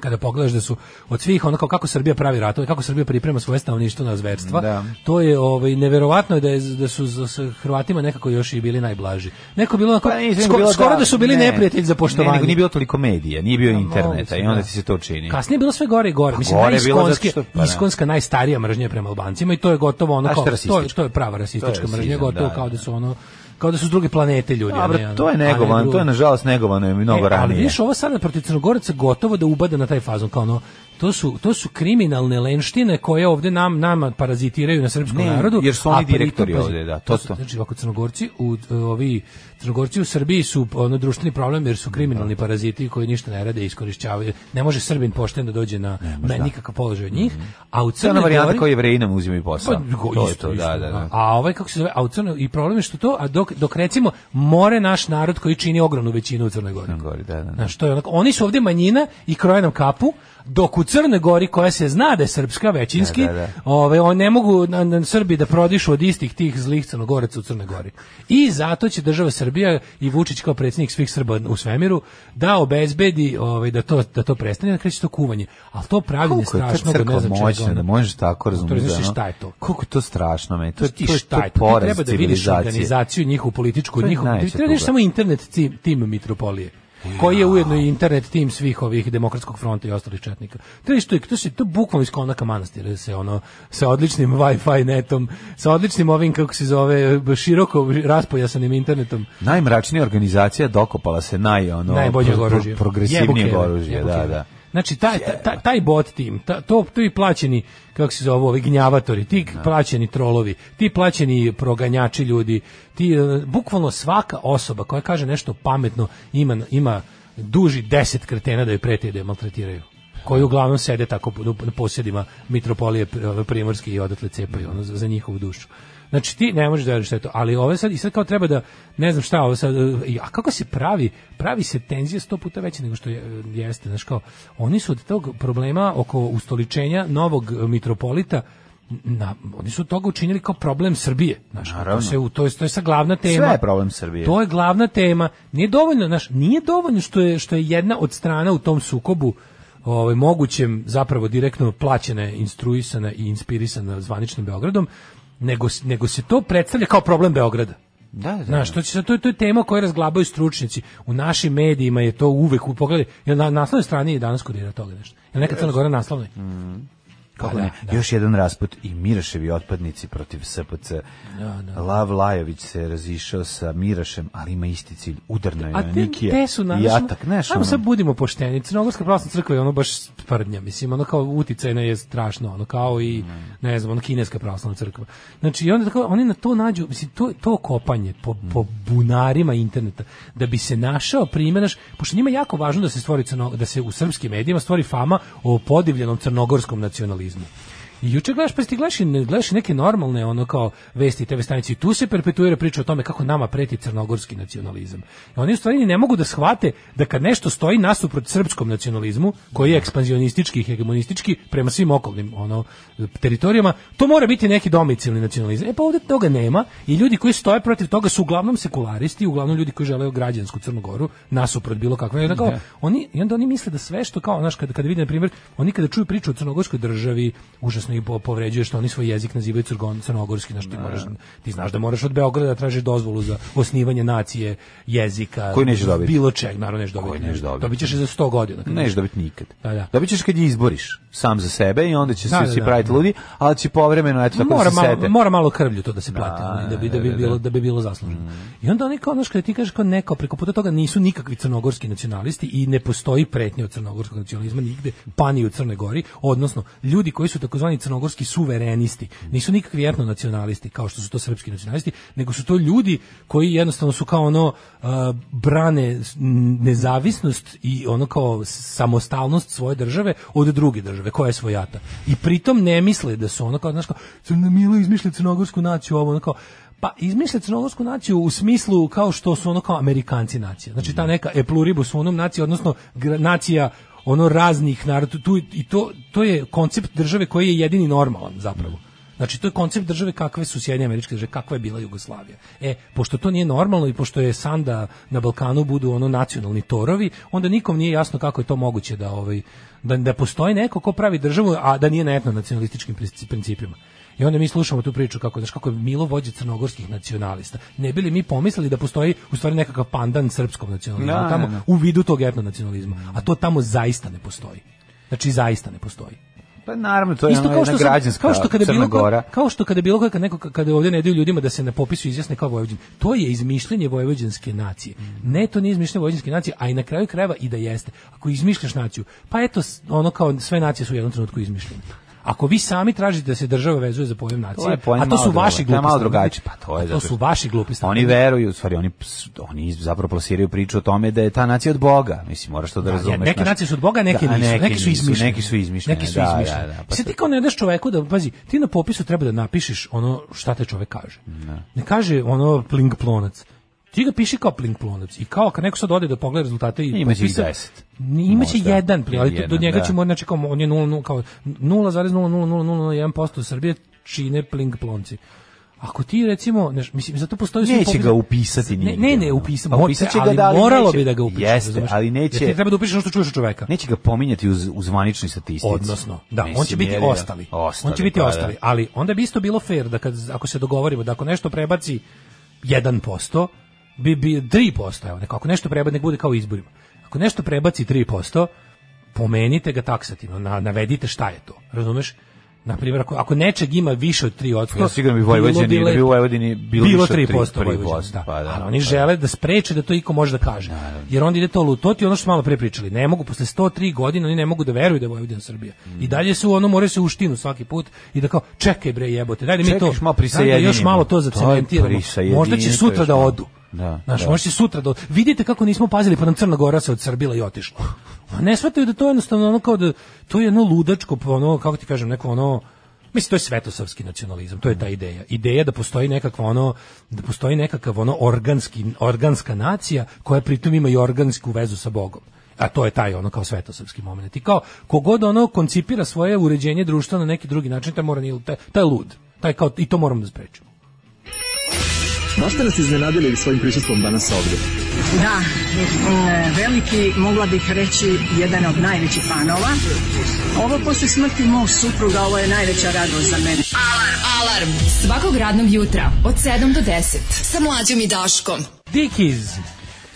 [SPEAKER 7] Kada pogledaš da su od svih onako kako Srbija pravi ratove, kako Srbija priprema svoje stanovništvo na zverstva,
[SPEAKER 6] Da.
[SPEAKER 7] to je ovaj neverovatno je da je, da su za- sa Hrvatima nekako još i bili najblaži. Neko je bilo onako,
[SPEAKER 6] Pa nije
[SPEAKER 7] sko-
[SPEAKER 6] bilo
[SPEAKER 7] skoro da, su bili
[SPEAKER 6] ne,
[SPEAKER 7] neprijatelji za
[SPEAKER 6] Ne,
[SPEAKER 7] poštovanje. Pa
[SPEAKER 6] nego nije bilo toliko medija, nije bio interneta
[SPEAKER 7] moguće,
[SPEAKER 6] i onda
[SPEAKER 7] da.
[SPEAKER 6] ti se to čini. Pa
[SPEAKER 7] Kasnije je bilo sve gore i gore. Mislim,
[SPEAKER 6] gore
[SPEAKER 7] gore
[SPEAKER 6] je bilo zato
[SPEAKER 7] najiskonske,
[SPEAKER 6] što- pa da.
[SPEAKER 7] iskonska najstarija mržnja je prema Albancima i to je gotovo ono
[SPEAKER 6] A
[SPEAKER 7] kao,
[SPEAKER 6] što
[SPEAKER 7] to, je,
[SPEAKER 6] rasistička?
[SPEAKER 7] to je prava rasistička
[SPEAKER 6] To je rasizam,
[SPEAKER 7] mržnja, gotovo
[SPEAKER 6] da,
[SPEAKER 7] kao
[SPEAKER 6] da.
[SPEAKER 7] da su ono kao da su s druge planete ljudi. a
[SPEAKER 6] Dobro,
[SPEAKER 7] ne, ono,
[SPEAKER 6] to je
[SPEAKER 7] a ne
[SPEAKER 6] negovan, to
[SPEAKER 7] drugo.
[SPEAKER 6] je nažalost negovano je mnogo
[SPEAKER 7] E, ali
[SPEAKER 6] ranije.
[SPEAKER 7] vidiš ovo sada protiv Crnogoraca gotovo da ubada na taj fazon kao ono to su to su kriminalne lenštine koje ovde nam nama parazitiraju na srpskom
[SPEAKER 6] Ne,
[SPEAKER 7] narodu
[SPEAKER 6] jer su oni
[SPEAKER 7] a pritom,
[SPEAKER 6] direktori
[SPEAKER 7] pazi,
[SPEAKER 6] ovde, da, to
[SPEAKER 7] su-
[SPEAKER 6] to.
[SPEAKER 7] znači ovako Crnogorci u e, ovi Crnogorci u Srbiji su ono društveni problem jer su kriminalni paraziti koji ništa ne rade i iskorišćavaju ne može Srbin pošten da dođe na, na nikakav položaj od njih a u
[SPEAKER 6] Mhm. To je ona
[SPEAKER 7] Crnoj
[SPEAKER 6] varijanta
[SPEAKER 7] Gori-
[SPEAKER 6] kao jevreji nam uzimaju posao.
[SPEAKER 7] pa, go-
[SPEAKER 6] to je
[SPEAKER 7] isto,
[SPEAKER 6] to,
[SPEAKER 7] isto,
[SPEAKER 6] da, da, da.
[SPEAKER 7] A ovaj kako se zove, a u Crnoj i problem je što to, a dok dok recimo more naš narod koji čini ogromnu većinu u Crnoj Gori.
[SPEAKER 6] Gori, da, da, da.
[SPEAKER 7] Znaš, to je onako, oni su ovdje manjina i kroje nam kapu, dok u Crnoj Gori koja se zna da je srpska većinski,
[SPEAKER 6] Da, da, da.
[SPEAKER 7] ovaj, on ne mogu na, na Srbi da prodišu od istih tih zlih Crnogoraca u Crnoj Gori. I zato će država Srbija i Vučić kao predsjednik svih Srba u svemiru da obezbedi ovaj, da, to, da to prestane, da kreće to kuvanje. Ali to pravljenje
[SPEAKER 6] Koliko je ta
[SPEAKER 7] strašno,
[SPEAKER 6] crkva
[SPEAKER 7] ne znam čega,
[SPEAKER 6] moćna
[SPEAKER 7] ono.
[SPEAKER 6] da možeš tako
[SPEAKER 7] To je,
[SPEAKER 6] razumjeti.
[SPEAKER 7] znaš
[SPEAKER 6] ono,
[SPEAKER 7] šta je to?
[SPEAKER 6] Koliko je to strašno meni. To je, to
[SPEAKER 7] ti
[SPEAKER 6] je, to
[SPEAKER 7] šta
[SPEAKER 6] je
[SPEAKER 7] je to? Ti
[SPEAKER 6] poraz
[SPEAKER 7] treba da vidiš
[SPEAKER 6] civilizacije.
[SPEAKER 7] organizaciju njihovu političku,
[SPEAKER 6] To je
[SPEAKER 7] njihovu, ti
[SPEAKER 6] najveća
[SPEAKER 7] treba da vidiš
[SPEAKER 6] tuga.
[SPEAKER 7] samo internet tim, tim Mitropolije koji je ujedno i internet tim svih ovih demokratskog fronta i ostalih četnika. To je što je- to se to bukvalno iz konaka manastira se ono sa odličnim Wi-Fi netom, sa odličnim ovim kako se zove široko raspojasanim internetom.
[SPEAKER 6] Najmračnija organizacija dokopala se naj ono
[SPEAKER 7] najboljeg
[SPEAKER 6] pro- pro-
[SPEAKER 7] oružja. Jebuk
[SPEAKER 6] progresivnijeg
[SPEAKER 7] je,
[SPEAKER 6] oružja,
[SPEAKER 7] jebuk
[SPEAKER 6] da,
[SPEAKER 7] je.
[SPEAKER 6] da.
[SPEAKER 7] Znači taj, taj, taj bot tim, ta, to, to i plaćeni, kako se zove, ovi gnjavatori, ti plaćeni trolovi, ti plaćeni proganjači ljudi, ti e, bukvalno svaka osoba koja kaže nešto pametno ima, ima duži deset kretena da joj prete i da je maltretiraju koji uglavnom sede tako po- na posjedima mitropolije pr- ove primorske i odatle cepaju ono, za, za njihovu dušu. Znači ti ne možeš da veriš šta je to, ali ove sad, i sad kao treba da, ne znam šta ovo sad, e, i- a kako se pravi, pravi se tenzija sto puta veća nego što je, e, jeste, znaš kao, oni su od tog problema oko ustoličenja novog e, mitropolita, na, oni su od toga učinili kao problem Srbije, znaš, kao, to,
[SPEAKER 6] Naravno.
[SPEAKER 7] se, u- to, je, to je sad glavna tema.
[SPEAKER 6] Sve je problem Srbije.
[SPEAKER 7] To je glavna tema. Nije dovoljno, znaš, nije dovoljno što je što je jedna od strana u tom sukobu ovaj mogućem zapravo direktno plaćena, instruisana i inspirisana zvaničnim Beogradom, nego s- nego se to predstavlja kao problem Beograda.
[SPEAKER 6] Da, da.
[SPEAKER 7] Znaš, to, će, sad- to, je- to je tema koju razglabaju stručnci. U našim medijima je to uvek u pogledu. Jel na naslovnoj strani je danas kurira toga nešto? Jel neka Crna Gora na naslovnoj?
[SPEAKER 6] Kako
[SPEAKER 7] Pa
[SPEAKER 6] ne?
[SPEAKER 7] da, da.
[SPEAKER 6] Još jedan rasput i Miraševi otpadnici protiv SPC. Lav Lajović se razišao sa Mirašem, ali ima isti cilj. Udarno je na
[SPEAKER 7] A te,
[SPEAKER 6] Nikija
[SPEAKER 7] te su
[SPEAKER 6] i
[SPEAKER 7] naravno-
[SPEAKER 6] Atak. Znaš,
[SPEAKER 7] Ajmo
[SPEAKER 6] ono,
[SPEAKER 7] sad budimo pošteni. Crnogorska pravoslavna crkva je ono baš tvrdnja. Mislim, ono kao uticajna je strašno. Ono kao i,
[SPEAKER 6] Mm.
[SPEAKER 7] ne znam, ono kineska pravoslavna crkva. Znači, i onda tako, oni na to nađu, mislim, to, to kopanje po,
[SPEAKER 6] Mm.
[SPEAKER 7] po bunarima interneta, da bi se našao primjenaš, pošto njima je jako važno da se stvori, crno- da se u srpskim medijima stvori fama o podivljenom crnogorskom nacionalizmu. I juče gledaš, pa ti gledaš, i ne- gledaš i neke normalne ono kao vesti i TV stanice i tu se perpetuira priča o tome kako nama preti crnogorski nacionalizam. I oni u stvari ni ne mogu da shvate da kad nešto stoji nasuprot srpskom nacionalizmu, koji je ekspanzionistički i hegemonistički prema svim okolnim ono teritorijama, to mora biti neki domicilni nacionalizam. E pa ovdje toga nema i ljudi koji stoje protiv toga su uglavnom sekularisti, uglavnom ljudi koji žele građansku Crnogoru nasuprot bilo kakve. I onda, kao, oni, I onda oni misle da sve što kao, znaš, kada, kada vide, na primjer, oni kada čuju priču o crnogorskoj državi, užasno strašno i po- povređuje što oni svoj jezik nazivaju crgon, crnogorski, znaš, ti, moraš, ti znaš da moraš od Beograda da tražiš dozvolu za osnivanje nacije, jezika,
[SPEAKER 6] Koju nećeš dobiti.
[SPEAKER 7] bilo čeg, naravno nećeš dobiti.
[SPEAKER 6] Koju nećeš dobiti.
[SPEAKER 7] Dobit ćeš je za 100 godina. kad
[SPEAKER 6] Neš dobiti nikad.
[SPEAKER 7] Da, da.
[SPEAKER 6] Dobit ćeš kad je izboriš sam za sebe i onda će
[SPEAKER 7] Da,
[SPEAKER 6] se
[SPEAKER 7] da,
[SPEAKER 6] svi
[SPEAKER 7] da,
[SPEAKER 6] praviti
[SPEAKER 7] da.
[SPEAKER 6] ludi, ali će povremeno eto tako
[SPEAKER 7] mora
[SPEAKER 6] da se
[SPEAKER 7] malo,
[SPEAKER 6] sete.
[SPEAKER 7] mora malo krvlju to da se plati,
[SPEAKER 6] Da,
[SPEAKER 7] da, da, bi, da, bi
[SPEAKER 6] da, Mm. da.
[SPEAKER 7] bilo, da bi bilo zasluženo. I onda oni kao, znaš, kada ti kažeš kao neko, preko puta toga nisu nikakvi crnogorski nacionalisti i ne postoji pretnja od crnogorskog nacionalizma nigde, pa ni u Crnoj Gori, odnosno, ljudi koji su takozvani crnogorski suverenisti, nisu nikakvi etnonacionalisti, kao što su to srpski nacionalisti, nego su to ljudi koji jednostavno su kao ono, uh, brane s- n- nezavisnost i ono kao samostalnost svoje države od druge države, koja je svojata. I pritom ne misle da su ono kao, znaš, kao, Crna Milo izmišlja crnogorsku naciju, ovo ono kao, pa izmišlja crnogorsku naciju u smislu kao što su ono kao Amerikanci nacija. Znači ta neka e pluribus unum nacija, odnosno gra- nacija ono raznih naroda, tu, i to, to je koncept države koji je jedini normalan zapravo. Znači, to je koncept države kakve su Sjedinje američke države, kakva je bila Jugoslavija. E, pošto to nije normalno i pošto je sanda na Balkanu budu ono nacionalni torovi, onda nikom nije jasno kako je to moguće da ovaj da, da postoji neko ko pravi državu, a da nije na etnonacionalističkim princi- principima. I onda mi slušamo tu priču kako, znaš, kako je Milo vođe crnogorskih nacionalista. Ne bili mi pomislili da postoji u stvari nekakav pandan srpskom nacionalizmu
[SPEAKER 6] Da,
[SPEAKER 7] tamo
[SPEAKER 6] da, da.
[SPEAKER 7] u vidu tog etnonacionalizma. A to tamo zaista ne postoji. Znači zaista ne postoji.
[SPEAKER 6] Pa naravno, to je ono jedna
[SPEAKER 7] sad-
[SPEAKER 6] građanska
[SPEAKER 7] kao što kada
[SPEAKER 6] Crna
[SPEAKER 7] bilo ko-
[SPEAKER 6] Gora.
[SPEAKER 7] kao što kada bilo ko- kad neko kada ovdje ne daju ljudima da se na popisu izjasne kao vojvođin. To je izmišljanje vojvođanske nacije. Ne, to nije izmišljanje vojvođanske nacije, a i na kraju krajeva i da jeste. Ako izmišljaš naciju, pa eto s- ono kao sve nacije su u jednom trenutku izmišljene. Ako vi sami tražite da se država vezuje za pojem nacije,
[SPEAKER 6] point
[SPEAKER 7] a to
[SPEAKER 6] malo
[SPEAKER 7] su
[SPEAKER 6] drugačiji, to je
[SPEAKER 7] vaši glupi
[SPEAKER 6] malo
[SPEAKER 7] stavovi.
[SPEAKER 6] drugačije, pa to je
[SPEAKER 7] A
[SPEAKER 6] zato
[SPEAKER 7] to su
[SPEAKER 6] što-
[SPEAKER 7] vaši glupi stavovi.
[SPEAKER 6] Oni veruju, u stvari, oni, ps- oni zapravo plasiraju priču o tome da je ta nacija od Boga. Mislim, moraš to da razumeš.
[SPEAKER 7] Neke
[SPEAKER 6] znaš.
[SPEAKER 7] nacije su od Boga, neke
[SPEAKER 6] Da, a
[SPEAKER 7] nisu. Neke su izmišljene.
[SPEAKER 6] Neki su izmišljene.
[SPEAKER 7] Neki su
[SPEAKER 6] da,
[SPEAKER 7] izmišljene.
[SPEAKER 6] Da, da,
[SPEAKER 7] I
[SPEAKER 6] pa
[SPEAKER 7] sad ti kao ne daš čoveku da, pazi, ti na popisu treba da napišeš ono šta taj čovek kaže. Ne kaže ono pling plonac. Ti ga piši kao pling plonac. I kao kad neko sad ode da pogleda rezultate i
[SPEAKER 6] Imaće ih
[SPEAKER 7] popisa-
[SPEAKER 6] 10.
[SPEAKER 7] Ni- Imaće
[SPEAKER 6] Možda.
[SPEAKER 7] jedan, pling, ali to- do
[SPEAKER 6] Jedan,
[SPEAKER 7] njega
[SPEAKER 6] da.
[SPEAKER 7] ćemo znači kao on je 0 kao 0,00001% Srbije čine pling plonci. Ako ti recimo, neš, mislim, zato postoji svi
[SPEAKER 6] Neće
[SPEAKER 7] popisi-
[SPEAKER 6] ga upisati
[SPEAKER 7] Ne,
[SPEAKER 6] nigde,
[SPEAKER 7] ne, ne,
[SPEAKER 6] ono.
[SPEAKER 7] upisa,
[SPEAKER 6] Pa upisat će ga,
[SPEAKER 7] ali
[SPEAKER 6] da, ali
[SPEAKER 7] moralo
[SPEAKER 6] neće.
[SPEAKER 7] bi da ga upiše.
[SPEAKER 6] Jeste,
[SPEAKER 7] razumeš?
[SPEAKER 6] ali neće-
[SPEAKER 7] Jer ti treba da upišeš ono što čuješ od čoveka.
[SPEAKER 6] Neće ga pominjati uz, u zvaničnoj statistici.
[SPEAKER 7] Odnosno, da, on će
[SPEAKER 6] Mislim,
[SPEAKER 7] biti
[SPEAKER 6] jer je-
[SPEAKER 7] ostali. On će biti
[SPEAKER 6] pa da.
[SPEAKER 7] ostali, ali onda bi isto bilo fair da kad, ako se dogovorimo da ako nešto prebaci 1%, bi, bi 3%, evo, neko, ako nešto prebaci, nek bude kao u izborima. Ako nešto prebaci 3%, pomenite ga taksativno, na, navedite šta je to, razumeš? Na primjer, ako, ako nečeg ima više od 3%,
[SPEAKER 6] Ja sigurno bi Vojvođani-
[SPEAKER 7] bilo
[SPEAKER 6] da bi u
[SPEAKER 7] lepo.
[SPEAKER 6] Vojvodini bilo
[SPEAKER 7] bilo
[SPEAKER 6] više od
[SPEAKER 7] 3%,
[SPEAKER 6] 3%,
[SPEAKER 7] Vojvođana, da.
[SPEAKER 6] pa da,
[SPEAKER 7] ali oni
[SPEAKER 6] pa da.
[SPEAKER 7] žele da spreče da to iko može da kaže. Jer onda ide to lu- to ti je ono što smo malo pre pričali. Ne mogu posle 103 godine oni ne mogu da veruju da je Vojvodina Srbija.
[SPEAKER 6] Mm.
[SPEAKER 7] I dalje su ono moraju se uštinu svaki put i da kao čekaj bre jebote. Dajde mi
[SPEAKER 6] Čekaj,
[SPEAKER 7] to.
[SPEAKER 6] još malo
[SPEAKER 7] daj da još
[SPEAKER 6] prisajedinimo.
[SPEAKER 7] malo to
[SPEAKER 6] To je
[SPEAKER 7] zacementiramo.
[SPEAKER 6] prisajedinite
[SPEAKER 7] Možda će
[SPEAKER 6] još
[SPEAKER 7] sutra da
[SPEAKER 6] malo.
[SPEAKER 7] odu.
[SPEAKER 6] Da,
[SPEAKER 7] Znaš,
[SPEAKER 6] da.
[SPEAKER 7] možda Pa će sutra da odu. Vidite kako nismo pazili, pa nam Crna Gora se odsrbila i otišla. A ne shvataju da to je jednostavno ono kao da to je jedno ludačko, ono kako ti kažem, neko ono Mislim, to je svetosavski nacionalizam, to je ta ideja. Ideja da postoji nekakva ono, da postoji nekakav ono organski, organska nacija koja pritom ima i organsku vezu sa Bogom. A to je taj ono kao svetosavski moment. I kao, kogod ono koncipira svoje uređenje društva na neki drugi način, taj mora nije, taj, taj je lud. Taj kao, i to moramo da sprečimo.
[SPEAKER 9] Baš ste nas iznenadili svojim prisustvom danas ovdje.
[SPEAKER 10] Da, e, veliki, mogla bih reći, jedan od najvećih fanova. Ovo posle smrti mog supruga, ovo je najveća radost za mene.
[SPEAKER 11] Alarm svakog radnog jutra od 7 do 10 sa mlađom i Daškom.
[SPEAKER 7] Dickies!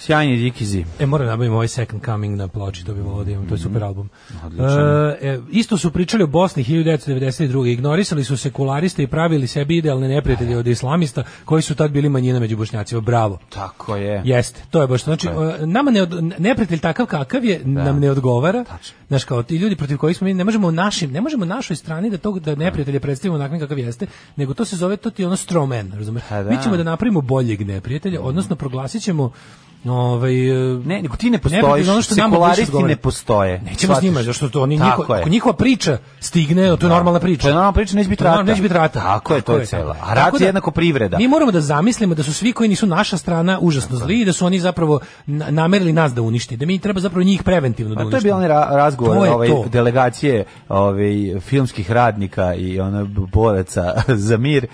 [SPEAKER 6] Sjajni dikizi.
[SPEAKER 7] E, moram da nabavim ovaj Second Coming na ploči, to bi volao da imam, to je super
[SPEAKER 6] Mm-hmm.
[SPEAKER 7] album.
[SPEAKER 6] Odličan.
[SPEAKER 7] E, e, isto su pričali o Bosni 1992. Ignorisali su sekulariste i pravili sebi idealne neprijatelje od islamista, koji su tad bili manjina među bošnjacima. Bravo.
[SPEAKER 6] Tako je.
[SPEAKER 7] Jeste, to je baš to. Znači,
[SPEAKER 6] Tako
[SPEAKER 7] e, nama ne od, neprijatelj takav kakav je, nam ne odgovara. Znaš, kao ti ljudi protiv kojih smo mi, ne možemo našim, ne možemo našoj strani da tog da neprijatelje predstavimo onakvim kakav jeste, nego to se zove, to ti je ono strawman, razumeš?
[SPEAKER 6] Pa da.
[SPEAKER 7] Mi ćemo da napravimo boljeg neprijatelja, odnosno proglasit ćemo ovaj, e,
[SPEAKER 6] Ne, nego ti ne postojiš.
[SPEAKER 7] neprijatelj, ono što nama više
[SPEAKER 6] Sekularisti
[SPEAKER 7] odgovara.
[SPEAKER 6] ne postoje.
[SPEAKER 7] Nećemo s njima, zašto to oni
[SPEAKER 6] Tako
[SPEAKER 7] njiho,
[SPEAKER 6] je.
[SPEAKER 7] ako njihova priča stigne, to je normalna priča.
[SPEAKER 6] To je normalna priča, neće biti
[SPEAKER 7] To je normalna-
[SPEAKER 6] rata.
[SPEAKER 7] Neće biti rata.
[SPEAKER 6] Tako je, to je cela. A rat
[SPEAKER 7] Tako
[SPEAKER 6] je jednako privreda.
[SPEAKER 7] Mi moramo da zamislimo da su svi koji nisu naša strana užasno zli i da su oni zapravo na- namerili nas da uništi, da mi treba zapravo njih preventivno da
[SPEAKER 6] A Pa to je
[SPEAKER 7] uništimo.
[SPEAKER 6] bio onaj ra- razgovor
[SPEAKER 7] To je
[SPEAKER 6] ovaj,
[SPEAKER 7] to.
[SPEAKER 6] delegacije ovaj, filmskih radnika i ono boraca za mir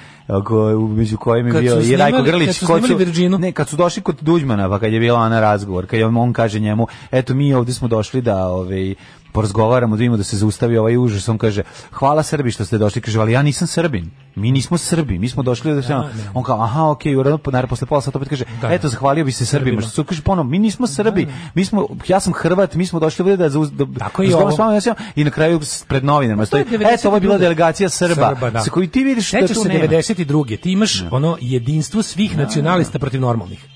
[SPEAKER 6] ko, među kojim je
[SPEAKER 7] Kad
[SPEAKER 6] bio
[SPEAKER 7] su
[SPEAKER 6] i Rajko
[SPEAKER 7] snimali-
[SPEAKER 6] Grlić.
[SPEAKER 7] kad su
[SPEAKER 6] ko
[SPEAKER 7] snimali Virginu.
[SPEAKER 6] Ne, kad su došli kod Duđmana, pa kad je bila ona razgovor, kad je on, on kaže njemu, eto mi ovdje smo došli da ovaj, porazgovaramo, da vidimo da se zaustavi ovaj užas, on kaže, hvala Srbi što ste došli, kaže, ali ja nisam Srbin, mi nismo Srbi, mi smo došli da se, on kao, aha, okej, okay, naravno, posle pola sata opet kaže,
[SPEAKER 7] Da.
[SPEAKER 6] eto, zahvalio bi se Srbima,
[SPEAKER 7] Srbima.
[SPEAKER 6] što su, kaže, ponovno, mi nismo Srbi, mi smo, ja sam Hrvat, mi smo došli ovde da, zauz- da,
[SPEAKER 7] je i
[SPEAKER 6] razgovaramo
[SPEAKER 7] ovo. Pa
[SPEAKER 6] s vama, ja sam- i na kraju s- pred novinarima
[SPEAKER 7] To
[SPEAKER 6] stoji,
[SPEAKER 7] je
[SPEAKER 6] eto, ovo je bila
[SPEAKER 7] 92..
[SPEAKER 6] delegacija Srba,
[SPEAKER 7] Srba, da.
[SPEAKER 6] sa koju ti vidiš da
[SPEAKER 7] Sećaš
[SPEAKER 6] tu
[SPEAKER 7] se
[SPEAKER 6] nema.
[SPEAKER 7] 92. Ti imaš ono jedinstvo svih nacionalista protiv normalnih.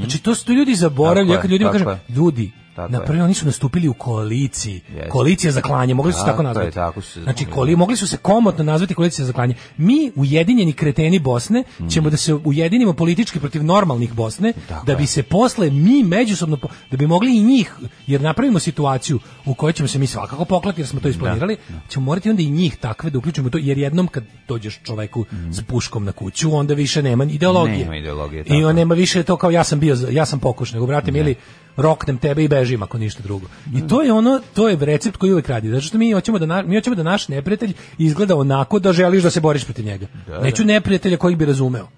[SPEAKER 7] Znači to su ljudi
[SPEAKER 6] Mhm. Tako
[SPEAKER 7] zaboravljaju, ja
[SPEAKER 6] je,
[SPEAKER 7] kad ljudima
[SPEAKER 6] tako
[SPEAKER 7] kažem,
[SPEAKER 6] je.
[SPEAKER 7] ljudi,
[SPEAKER 6] Tako
[SPEAKER 7] na prvi oni su nastupili u koaliciji.
[SPEAKER 6] Jeste.
[SPEAKER 7] Koalicija za klanje, mogli su se
[SPEAKER 6] Tako
[SPEAKER 7] tako
[SPEAKER 6] je,
[SPEAKER 7] nazvati.
[SPEAKER 6] tako su se
[SPEAKER 7] znači
[SPEAKER 6] zvali.
[SPEAKER 7] koali, mogli su se komotno nazvati koalicija za klanje. Mi ujedinjeni kreteni Bosne ćemo da se ujedinimo politički protiv normalnih Bosne da bi se posle mi međusobno po- da bi mogli i njih jer napravimo situaciju u kojoj ćemo se mi svakako poklati jer smo to isplanirali, ćemo morati onda i njih takve da uključimo u to jer jednom kad dođeš čoveku s puškom na kuću onda više nema ideologije.
[SPEAKER 6] Nema ideologije,
[SPEAKER 7] I
[SPEAKER 6] tako je.
[SPEAKER 7] on nema više to kao ja sam bio za- ja sam pokuš nego brate mili roknem tebe i bežim ako ništa drugo. I to je ono, to je recept koji uvek radi. Zato što mi hoćemo da na, mi hoćemo da naš neprijatelj izgleda onako da želiš da se boriš protiv njega. Neću neprijatelja kojeg bi razumeo.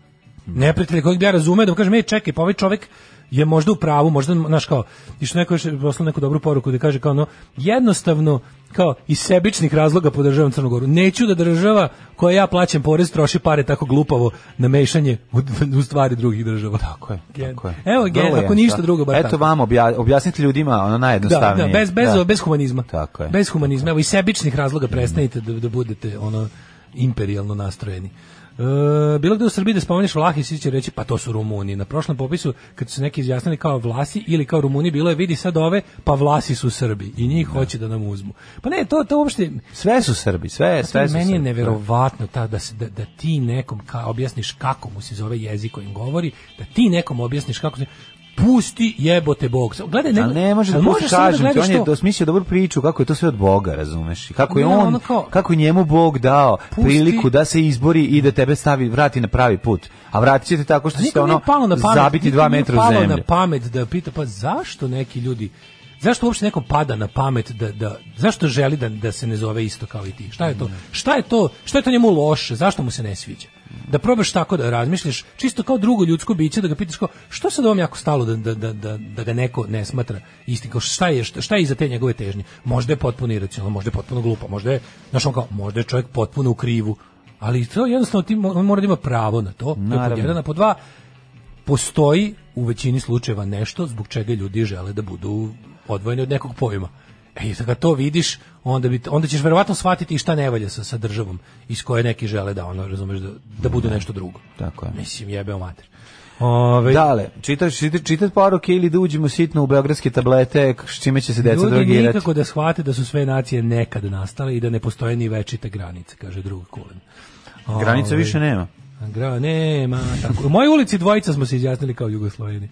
[SPEAKER 7] Neprijatelja kojeg bi ja razumeo da mu kažem ej čekaj, pa ovaj čovek je možda u pravu, možda znaš kao i što neko je poslao neku dobru poruku da kaže kao no jednostavno kao iz sebičnih razloga podržavam Crnu Goru. Neću da država koja ja plaćam porez troši pare tako glupavo na mešanje u, u stvari drugih država. Tako je.
[SPEAKER 6] Tako je.
[SPEAKER 7] Evo,
[SPEAKER 6] Vrlo
[SPEAKER 7] gen, ako
[SPEAKER 6] jednostavno.
[SPEAKER 7] ništa drugo, bar
[SPEAKER 6] Eto
[SPEAKER 7] tako.
[SPEAKER 6] vam obja- objasnite ljudima ono
[SPEAKER 7] Da,
[SPEAKER 6] najjednostavnije.
[SPEAKER 7] da, bez, bez, bez humanizma.
[SPEAKER 6] Tako je.
[SPEAKER 7] Bez humanizma. Evo, iz sebičnih razloga prestanite da, da budete ono imperijalno nastrojeni. E, bilo gde u Srbiji da spomeniš Vlahi, svi će reći pa to su Rumuni. Na prošlom popisu kad su se neki izjasnili kao Vlasi ili kao Rumuni, bilo je vidi sad ove, pa Vlasi su Srbi i njih hoće da nam uzmu. Pa ne, to, to uopšte,
[SPEAKER 6] Sve su Srbi, sve,
[SPEAKER 7] Zato
[SPEAKER 6] sve su
[SPEAKER 7] meni je
[SPEAKER 6] Srbi.
[SPEAKER 7] neverovatno ta, da, se, da, da ti nekom ka, objasniš kako mu se zove jezik kojim govori, da ti nekom objasniš kako se pusti jebote Bog. Samo Gledaj, ne,
[SPEAKER 6] Ali ne može da
[SPEAKER 7] ali
[SPEAKER 6] mu
[SPEAKER 7] možeš samo
[SPEAKER 6] kažem, ti,
[SPEAKER 7] gledaš
[SPEAKER 6] on je
[SPEAKER 7] to.
[SPEAKER 6] dosmislio dobru priču kako je to sve od Boga, razumeš? I kako je
[SPEAKER 7] Ne,
[SPEAKER 6] on,
[SPEAKER 7] ono kao-
[SPEAKER 6] kako je njemu Bog dao
[SPEAKER 7] Pusti-
[SPEAKER 6] priliku da se izbori i da tebe stavi, vrati na pravi put. A vratit će te tako što
[SPEAKER 7] Pa
[SPEAKER 6] ćete
[SPEAKER 7] nikom
[SPEAKER 6] ono
[SPEAKER 7] nije palo na pamet,
[SPEAKER 6] zabiti
[SPEAKER 7] nikom
[SPEAKER 6] dva
[SPEAKER 7] nije
[SPEAKER 6] metra u
[SPEAKER 7] palo
[SPEAKER 6] zemlju.
[SPEAKER 7] na pamet da pita, pa zašto neki ljudi, zašto uopšte nekom pada na pamet da, da zašto želi da, da se ne zove isto kao i ti? Šta je
[SPEAKER 6] Mm.
[SPEAKER 7] to? Šta je to? Šta je to njemu loše? Zašto mu se ne sviđa? Da probaš tako da razmišljaš, čisto kao drugo ljudsko biće, da ga pitaš kao, što sad ovom jako stalo da, da, da, da, da ga neko ne smatra istim, kao šta je, šta, šta je iza te njegove težnje? Možda je potpuno iracionalno, možda je potpuno glupo, možda je, znaš, on kao, možda je čovjek potpuno u krivu, ali to jednostavno ti, mo- on mora da ima pravo na to, to je
[SPEAKER 6] Naravno.
[SPEAKER 7] pod jedan, a pod dva, postoji u većini slučajeva nešto zbog čega ljudi žele da budu odvojeni od nekog pojma. E, i kada to vidiš, onda, bi, onda ćeš verovatno shvatiti i šta ne valja sa, sa državom iz koje neki žele da, ono, razumeš, da, da budu nešto drugo.
[SPEAKER 6] Tako je.
[SPEAKER 7] Mislim, jebeo mater. Ove,
[SPEAKER 6] Dale, čitaš, čitaš, čitaš poruke ili da uđemo sitno u beogradske tablete, k- s čime će se deca
[SPEAKER 7] Ljudi
[SPEAKER 6] drogirati.
[SPEAKER 7] nikako da shvate da su sve nacije nekad nastale i da ne postoje ni večite granice, kaže drug Kulen.
[SPEAKER 6] Granica
[SPEAKER 7] Ove,
[SPEAKER 6] više nema.
[SPEAKER 7] Gra nema. Tako. U mojoj ulici dvojica smo se izjasnili kao Jugosloveni.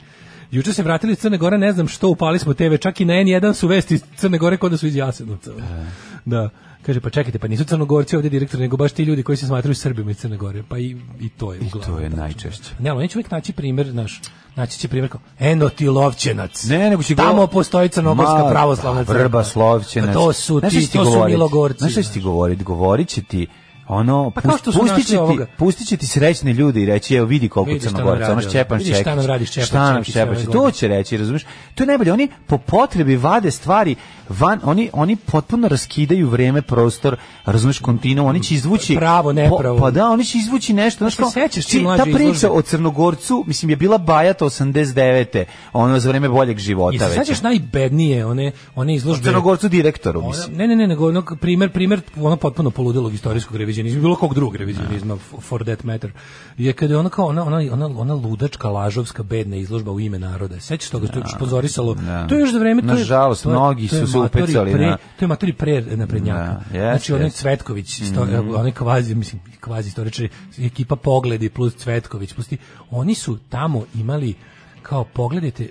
[SPEAKER 7] Juče se vratili iz Crne Gore, ne znam što, upali smo TV, čak i na N1 su vesti iz Crne Gore kod da su iz Jasenovca.
[SPEAKER 6] E.
[SPEAKER 7] Da. Kaže, pa čekajte, pa nisu crnogorci ovdje direktori, nego baš ti ljudi koji se smatraju Srbima iz Crne Gore. Pa i, i to je uglavnom.
[SPEAKER 6] To je
[SPEAKER 7] tačno.
[SPEAKER 6] najčešće.
[SPEAKER 7] Ne, ali oni će uvijek naći primjer, naš, naći će primjer kao, eno ti lovčenac.
[SPEAKER 6] Ne, nego će
[SPEAKER 7] Tamo
[SPEAKER 6] govo-
[SPEAKER 7] postoji crnogorska
[SPEAKER 6] Ma,
[SPEAKER 7] pravoslavna
[SPEAKER 6] pa,
[SPEAKER 7] crkva.
[SPEAKER 6] Vrba, Slovćenac.
[SPEAKER 7] Pa to su
[SPEAKER 6] Znaš šta će
[SPEAKER 7] ti,
[SPEAKER 6] ti
[SPEAKER 7] to su
[SPEAKER 6] govorit?
[SPEAKER 7] milogorci.
[SPEAKER 6] Znaš šta će ti govorit? Govorit će ti ono,
[SPEAKER 7] Pa kao
[SPEAKER 6] pust-
[SPEAKER 7] što su
[SPEAKER 6] pustit,
[SPEAKER 7] našli
[SPEAKER 6] će ti,
[SPEAKER 7] ovoga.
[SPEAKER 6] pustit će ti srećni ljudi i reći, evo vidi koliko
[SPEAKER 7] Vidi šta nam
[SPEAKER 6] crnogorca,
[SPEAKER 7] radi
[SPEAKER 6] ono
[SPEAKER 7] ovo.
[SPEAKER 6] Šćepan
[SPEAKER 7] Vidi šta nam radi Šćepan
[SPEAKER 6] Šta nam
[SPEAKER 7] Šćepić
[SPEAKER 6] Šćepan
[SPEAKER 7] ove
[SPEAKER 6] Šćepić? To
[SPEAKER 7] godine.
[SPEAKER 6] će reći, razumiješ? To je najbolje, oni po potrebi vade stvari van, oni, oni potpuno raskidaju vreme, prostor, razumiješ, kontinu, oni će izvući...
[SPEAKER 7] Pravo, nepravo.
[SPEAKER 6] Po-
[SPEAKER 7] Pa
[SPEAKER 6] Pa da, oni će izvući nešto, znaš
[SPEAKER 7] se
[SPEAKER 6] kao,
[SPEAKER 7] sećaš ti
[SPEAKER 6] ti- ta
[SPEAKER 7] mlađe
[SPEAKER 6] priča
[SPEAKER 7] izložbe?
[SPEAKER 6] o Crnogorcu, mislim, je bila bajata 89. ono za vreme boljeg života.
[SPEAKER 7] I se
[SPEAKER 6] već.
[SPEAKER 7] sećaš najbednije one, one izložbe...
[SPEAKER 6] Crnogorcu direktoru, mislim.
[SPEAKER 7] Ona- Ne, ne, ne, nego ono primer, primer ono potpuno poludelog istorijskog revizionizma, bilo kog drugog revizionizma f- for that matter. Je kad je ona kao ona ona ona, ona ludačka lažovska bedna izložba u ime naroda. Sećaš toga što je sponzorisalo. To je još za vreme to je-
[SPEAKER 6] Nažalost,
[SPEAKER 7] to je-
[SPEAKER 6] mnogi
[SPEAKER 7] to je
[SPEAKER 6] su se
[SPEAKER 7] matori
[SPEAKER 6] upecali
[SPEAKER 7] pre-
[SPEAKER 6] na-
[SPEAKER 7] To je matori pre naprednjaka.
[SPEAKER 6] Da, jeste,
[SPEAKER 7] znači onaj
[SPEAKER 6] jeste. Mhm.
[SPEAKER 7] Cvetković, isto, onaj kvazi, mislim, kvazi istoričari, ekipa Pogledi plus Cvetković, plus ti, oni su tamo imali kao pogledajte,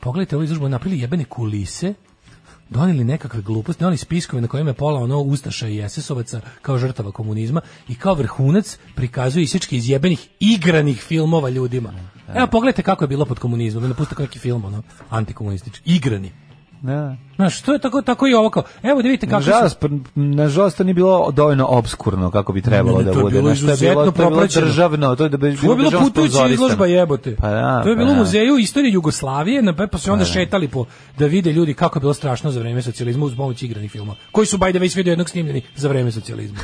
[SPEAKER 7] pogledajte ovu izložbu, napravili jebene kulise, doneli nekakve gluposti, doneli spiskove na kojima je pola ono Ustaša i SS-ovaca kao žrtava komunizma i kao vrhunac prikazuje isječke iz jebenih igranih filmova
[SPEAKER 6] Mhm,
[SPEAKER 7] ljudima. Evo pogledajte kako je bilo pod komunizmom, da ne puste neki film, ono, antikomunistički, igrani.
[SPEAKER 6] Da.
[SPEAKER 7] Znaš, to je tako, tako i ovo kao, evo da vidite kako
[SPEAKER 6] Nažalost, pr- nažalost, to nije bilo dovoljno obskurno kako bi trebalo
[SPEAKER 7] Ne, ne,
[SPEAKER 6] da
[SPEAKER 7] to je
[SPEAKER 6] bude.
[SPEAKER 7] bilo
[SPEAKER 6] Znaš, to je
[SPEAKER 7] izuzetno
[SPEAKER 6] bilo- to je bilo
[SPEAKER 7] propraćeno.
[SPEAKER 6] državno, to je da bi-
[SPEAKER 7] To je bilo
[SPEAKER 6] državno
[SPEAKER 7] putujuća
[SPEAKER 6] sponzorisano.
[SPEAKER 7] izložba jebote.
[SPEAKER 6] Pa da,
[SPEAKER 7] to je bilo
[SPEAKER 6] pa
[SPEAKER 7] u
[SPEAKER 6] da.
[SPEAKER 7] muzeju istorije Jugoslavije, na pa su onda šetali po da vide ljudi kako je bilo strašno za vreme socijalizma uz pomoć igranih filma. Koji su by the way sve do jednog snimljeni za vreme socijalizma.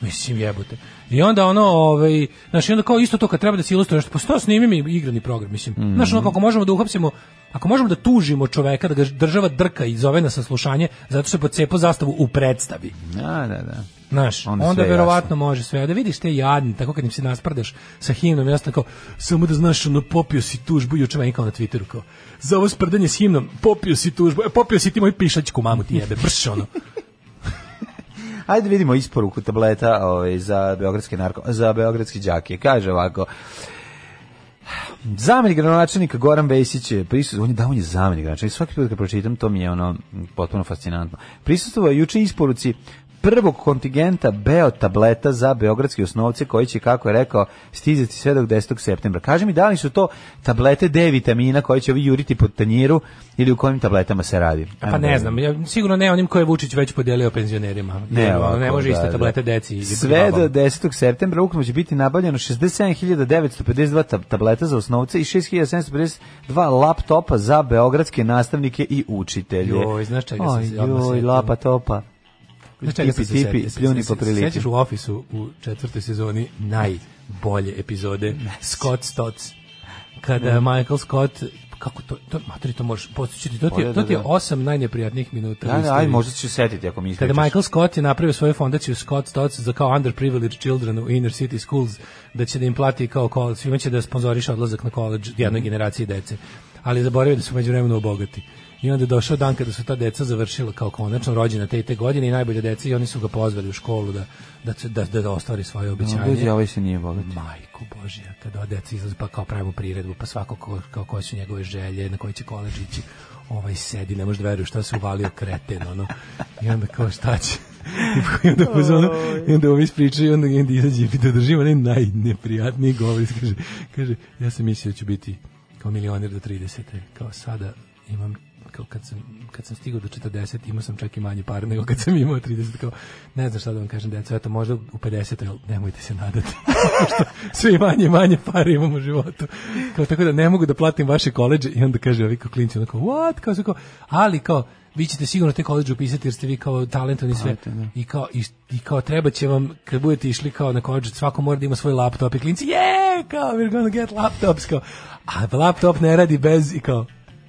[SPEAKER 7] Mislim jebote. I onda ono, ovaj, znači onda kao isto to kad treba da se ilustruje nešto, pa što snimim i igrani program, mislim.
[SPEAKER 6] Mhm.
[SPEAKER 7] Znaš, ono kako možemo da uhapsimo, ako možemo da tužimo čoveka da ga država drka i zove na saslušanje zato što je pocepo zastavu u predstavi.
[SPEAKER 6] Da, da, da.
[SPEAKER 7] Znaš,
[SPEAKER 6] Onda
[SPEAKER 7] onda,
[SPEAKER 6] sve je
[SPEAKER 7] verovatno može sve. A Da vidiš te jadni, tako kad im se nasprdaš sa himnom, jasno kao, samo da znaš, ono, popio si tužbu, juče meni kao na Twitteru, kao, za ovo sprdanje s himnom, popio si tužbu, e, popio si ti moju pišaćku mamu ti jebe, brš, ono.
[SPEAKER 6] Ajde vidimo isporuku tableta ovaj, za beogradske narko, za beogradske đake. Kaže ovako. Zamenik gradonačelnika Goran Vesić je prisustvo, on je da on je zamenik gradonačelnika. Svaki put kad pročitam to mi je ono m, potpuno fascinantno. Prisustvovao je juče isporuci prvog kontingenta Beo tableta za beogradske osnovce koji će, kako je rekao, stizati sve do 10. septembra. Kaže mi, da li su to tablete D vitamina koje će ovi juriti pod tanjiru ili u kojim tabletama se radi?
[SPEAKER 7] Pa ne znam, ja, sigurno ne onim koje je Vučić već podelio penzionerima. Jer, ono,
[SPEAKER 6] ovako,
[SPEAKER 7] ne može
[SPEAKER 6] da,
[SPEAKER 7] iste
[SPEAKER 6] da.
[SPEAKER 7] tablete deci. i
[SPEAKER 6] Sve
[SPEAKER 7] babama.
[SPEAKER 6] do 10. septembra ukupno će biti nabavljeno 67.952 tab- tableta za osnovce i 6.752 laptopa za beogradske nastavnike i učitelje.
[SPEAKER 7] Joj, znaš čega sam
[SPEAKER 6] Oj,
[SPEAKER 7] se odmah
[SPEAKER 6] Joj,
[SPEAKER 7] setio?
[SPEAKER 6] laptopa.
[SPEAKER 7] Znaš čega sam
[SPEAKER 6] Tipi,
[SPEAKER 7] se
[SPEAKER 6] tipi,
[SPEAKER 7] setio?
[SPEAKER 6] pljuni
[SPEAKER 7] Se-
[SPEAKER 6] po
[SPEAKER 7] se-
[SPEAKER 6] prilici.
[SPEAKER 7] Sećaš u ofisu u četvrtoj sezoni najbolje epizode Scott Stotts. Kada Michael Scott kako to, to materi to možeš postići, to ti,
[SPEAKER 6] Pa da,
[SPEAKER 7] je- to ti je
[SPEAKER 6] da, da.
[SPEAKER 7] osam najneprijatnijih minuta. u
[SPEAKER 6] Da, da, aj,
[SPEAKER 7] istoriji.
[SPEAKER 6] možda ću se setiti ako mi ispričaš.
[SPEAKER 7] Kada Michael Scott je napravio svoju fondaciju Scott Stotts za kao underprivileged children u inner city schools, da će da im plati kao college, svima će da sponzoriše odlazak na college jednoj generaciji dece. Ali je zaboravio da su među vremenu obogati. I onda je došao dan kada su ta deca završila kao konačno rođena te i te godine i najbolje deca i oni su ga pozvali u školu da, da, će- da, da, da ostvari svoje obećanje.
[SPEAKER 6] Ljudi, ovaj se nije bogat.
[SPEAKER 7] Majko Božja, kada ova deca izlaze, pa kao pravimo priredbu, pa svako ko, kao koje su njegove želje, na koji će koleđ ići, ovaj sedi, ne može da veruje šta se uvalio kreten, ono. I onda kao šta će? I onda, uz ono, I onda ovi ispričaju, i onda, i onda izađe i da držimo onaj najneprijatniji govor. i Kaže, kaže, ja sam mislio da ću biti kao milioner do 30. Kao sada imam kao kad sam, kad sam stigao do 40 imao sam čak i manje pare nego kad sam imao 30 kao, ne znam šta da vam kažem deco eto možda u 50 ali nemojte se nadati Pošto sve manje i manje pare imam u životu kao, tako da ne mogu da platim vaše koleđe i onda kaže ovi kao klinci ono kao what kao, su kao, ali kao vi ćete sigurno te koleđe upisati jer ste vi kao talentovni i sve i kao, i, i kao treba će vam kad budete išli kao na koleđe svako mora da ima svoj laptop i klinci je kao we're gonna get laptops kao, a laptop ne radi bez i kao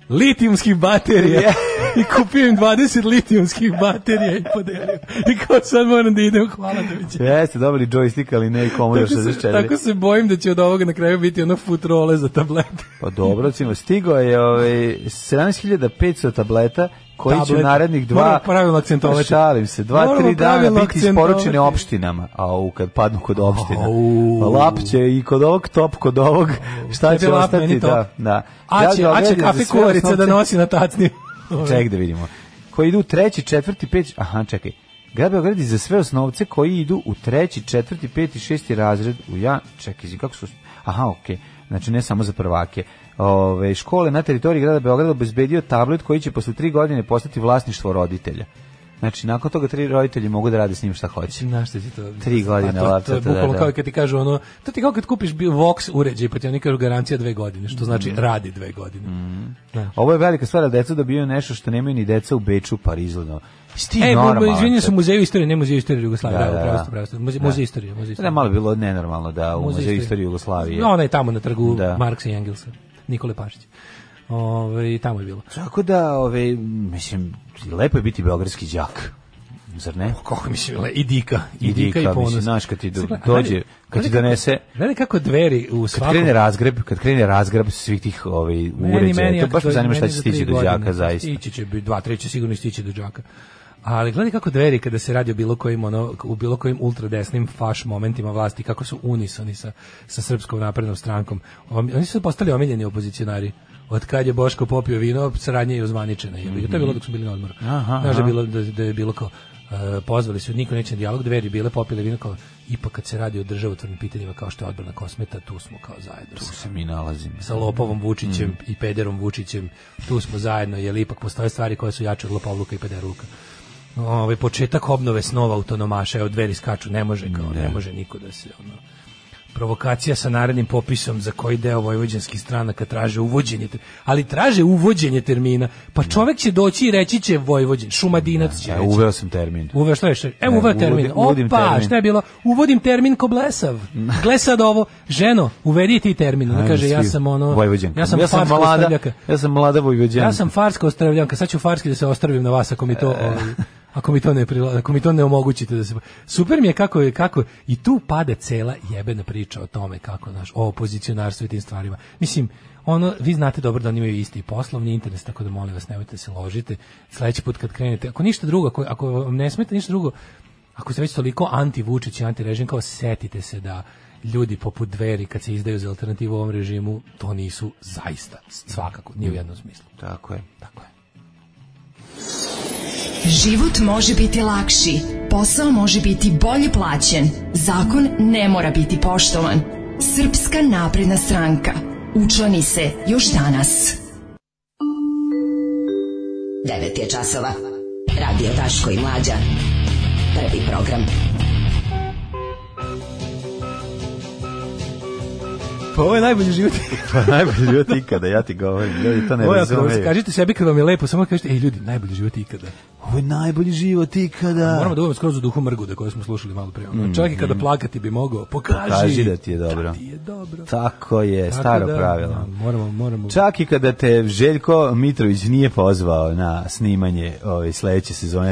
[SPEAKER 7] litijumskih baterija i kupio im 20 litijumskih baterija i podelio. I kao sad moram da idem, hvala da vidim.
[SPEAKER 6] Jeste, dobili joystick, ali ne i Commodore
[SPEAKER 7] Tako se,
[SPEAKER 6] 64.
[SPEAKER 7] tako se bojim da će od ovoga na kraju biti ono futrole za tablete.
[SPEAKER 6] Pa dobro, recimo, stigao je ovaj, 17.500 tableta koji će u
[SPEAKER 7] Tablet.
[SPEAKER 6] narednih dva,
[SPEAKER 7] Moramo pravilno akcentovati.
[SPEAKER 6] šalim se, dva,
[SPEAKER 7] Moramo
[SPEAKER 6] tri dana
[SPEAKER 7] pravilno
[SPEAKER 6] biti isporučene
[SPEAKER 7] akcentovati.
[SPEAKER 6] opštinama. A u kad padnu kod opština.
[SPEAKER 7] Au.
[SPEAKER 6] Lap će i kod ovog, top kod ovog, šta
[SPEAKER 7] Tebi
[SPEAKER 6] će
[SPEAKER 7] lap,
[SPEAKER 6] ostati.
[SPEAKER 7] meni top.
[SPEAKER 6] Da, da.
[SPEAKER 7] A će,
[SPEAKER 6] ga
[SPEAKER 7] a će
[SPEAKER 6] odredim za sve
[SPEAKER 7] kafe kuvarica da
[SPEAKER 6] osnovce.
[SPEAKER 7] nosi na tacni.
[SPEAKER 6] Ček da vidimo. Koji idu u treći, četvrti, peti, aha, čekaj. Grad Beograd je za sve osnovce koji idu u treći, četvrti, peti, šesti razred u ja, čekaj, izvini, kako su, aha, okej, znači ne samo za prvake. Ove, škole na teritoriji grada Beograda obezbedio tablet koji će posle tri godine postati vlasništvo roditelja. Znači, nakon toga tri roditelji mogu da rade s njim šta hoće.
[SPEAKER 7] Na šta će to?
[SPEAKER 6] Tri godine
[SPEAKER 7] A to- To, je
[SPEAKER 6] laptop, da,
[SPEAKER 7] bukvalno
[SPEAKER 6] da.
[SPEAKER 7] kao kad ti kažu ono, to ti kao kad kupiš bio Vox uređaj, pa ti oni kažu garancija dve godine, što znači
[SPEAKER 6] Mhm.
[SPEAKER 7] radi dve godine.
[SPEAKER 6] Ovo je velika stvar, a deca dobijaju nešto što nemaju ni deca u Beču, Parizu. No. Sti
[SPEAKER 7] E, bu- bu-
[SPEAKER 6] normalan,
[SPEAKER 7] izvinjam se,
[SPEAKER 6] čovječe.
[SPEAKER 7] muzej istorije, ne muzej istorije Jugoslavije,
[SPEAKER 6] Da,
[SPEAKER 7] da,
[SPEAKER 6] da, da.
[SPEAKER 7] da, pravo ste, pravo ste. Muze-
[SPEAKER 6] Da.
[SPEAKER 7] Muzej istorije, muzej
[SPEAKER 6] Da,
[SPEAKER 7] istorije.
[SPEAKER 6] malo je bilo nenormalno da u muzeju istorije Jugoslavije.
[SPEAKER 7] No, ona je tamo na trgu
[SPEAKER 6] Da.
[SPEAKER 7] Marksa i Engelsa, Nikole Pašića. Ove, tamo je bilo.
[SPEAKER 6] Tako da, ove, mislim, lepo je biti beogradski đak. Zar ne?
[SPEAKER 7] Kako mislim, le, i dika, i,
[SPEAKER 6] I
[SPEAKER 7] dika,
[SPEAKER 6] dika,
[SPEAKER 7] i ponos.
[SPEAKER 6] mislim, znaš, kad ti do-
[SPEAKER 7] Sada,
[SPEAKER 6] dođe,
[SPEAKER 7] gledaj-
[SPEAKER 6] kad ti
[SPEAKER 7] gledaj
[SPEAKER 6] donese-
[SPEAKER 7] Kako, gledaj kako dveri u
[SPEAKER 6] Kad
[SPEAKER 7] svakom...
[SPEAKER 6] krene razgreb, kad krene razgreb svih tih ovaj uređaja, to
[SPEAKER 7] ako
[SPEAKER 6] baš me
[SPEAKER 7] dođe-
[SPEAKER 6] zanima šta
[SPEAKER 7] meni
[SPEAKER 6] će
[SPEAKER 7] za tri
[SPEAKER 6] stići do
[SPEAKER 7] godine,
[SPEAKER 6] đaka zaista.
[SPEAKER 7] Stići će, bi- dva, tri će sigurno stići do đaka. Ali gledaj kako dveri kada se radi o bilo kojim ono u bilo kojim ultradesnim faš momentima vlasti kako su unisoni sa sa srpskom naprednom strankom. Om- Oni su postali omiljeni opozicionari. Od kad je Boško popio vino, saradnja je ozvaničena. Je. To je bilo dok su bili na odmoru.
[SPEAKER 6] Mhm. Aha,
[SPEAKER 7] Znaš da
[SPEAKER 6] aha.
[SPEAKER 7] je bilo da, da je bilo kao E, pozvali su niko neće na dijalog, dveri bile popile vino kao ipak kad se radi o državotvornim pitanjima kao što je odbrana kosmeta, tu smo kao zajedno.
[SPEAKER 6] Tu se mi nalazimo.
[SPEAKER 7] Mm-hmm. Sa lopovom Vučićem i pederom Vučićem, tu smo zajedno, jer ipak postoje stvari koje su jače od lopovluka i pederuka. Ovaj početak obnove snova autonomaša, evo dveri skaču, ne može kao, ne, može niko da se ono provokacija sa narednim popisom za koji deo vojvođanskih stranaka traže uvođenje, ter- ali traže uvođenje termina, pa čovek će doći i reći će vojvođen, šumadinac će
[SPEAKER 6] Ja,
[SPEAKER 7] reći.
[SPEAKER 6] uveo sam termin.
[SPEAKER 7] Uveo šta je šta? je? E,
[SPEAKER 6] Ne,
[SPEAKER 7] uveo termin.
[SPEAKER 6] uvodim- uvodim
[SPEAKER 7] Opa,
[SPEAKER 6] termin. Mm.
[SPEAKER 7] šta je bilo? Uvodim termin ko blesav. Gle sad ovo, ženo, uvedi ti termin. Ona
[SPEAKER 6] Ajmo
[SPEAKER 7] kaže, ja
[SPEAKER 6] svi,
[SPEAKER 7] sam ono...
[SPEAKER 6] Vojvođanka.
[SPEAKER 7] Ja sam,
[SPEAKER 6] ja sam
[SPEAKER 7] farska
[SPEAKER 6] mlada,
[SPEAKER 7] ostavljaka.
[SPEAKER 6] ja sam mlada vojvođanka.
[SPEAKER 7] Ja sam farska ostavljanka, sad ću farski da se ostavim na vas ako mi to... ovaj, Ako mi to ne prila, ako mi to ne omogućite da se Super mi je kako je kako i tu pada cela jebena priča o tome kako naš o opozicionarstvu i tim stvarima. Mislim ono vi znate dobro da oni imaju isti poslovni interes tako da molim vas nemojte da se ložite. Sledeći put kad krenete, ako ništa drugo, ako, ako vam ne smeta ništa drugo, ako ste već toliko anti Vučić i anti režim kao setite se da ljudi poput dveri kad se izdaju za alternativu ovom režimu, to nisu zaista svakako, ni u jednom smislu.
[SPEAKER 6] Tako je.
[SPEAKER 7] Tako je.
[SPEAKER 11] Život može biti lakši, posao može biti bolje plaćen, zakon ne mora biti poštovan. Srpska napredna stranka. Učlani se još danas.
[SPEAKER 5] 9 je časova. Radio Daško i Mlađa. Prvi program.
[SPEAKER 7] Pa ovo je najbolji život.
[SPEAKER 6] Pa najbolji život ikada, ja ti govorim, ljudi to ne
[SPEAKER 7] Ovo je, ako
[SPEAKER 6] razumeju.
[SPEAKER 7] Kažite sebi kad vam je lepo, samo kažite, ej ljudi, najbolji život ikada.
[SPEAKER 6] Ovo je najbolji život ikada.
[SPEAKER 7] Moramo da budemo skroz u duhu mrguda koje smo slušali malo pre. Ono, Čak i kada plakati bi mogao, pokaži.
[SPEAKER 6] Kaži da ti je dobro.
[SPEAKER 7] Ti je dobro.
[SPEAKER 6] Tako je, staro
[SPEAKER 7] Tako da,
[SPEAKER 6] pravilo.
[SPEAKER 7] da, moramo, moramo.
[SPEAKER 6] Čak i kada te Željko Mitrović nije pozvao na snimanje ove sledeće sezone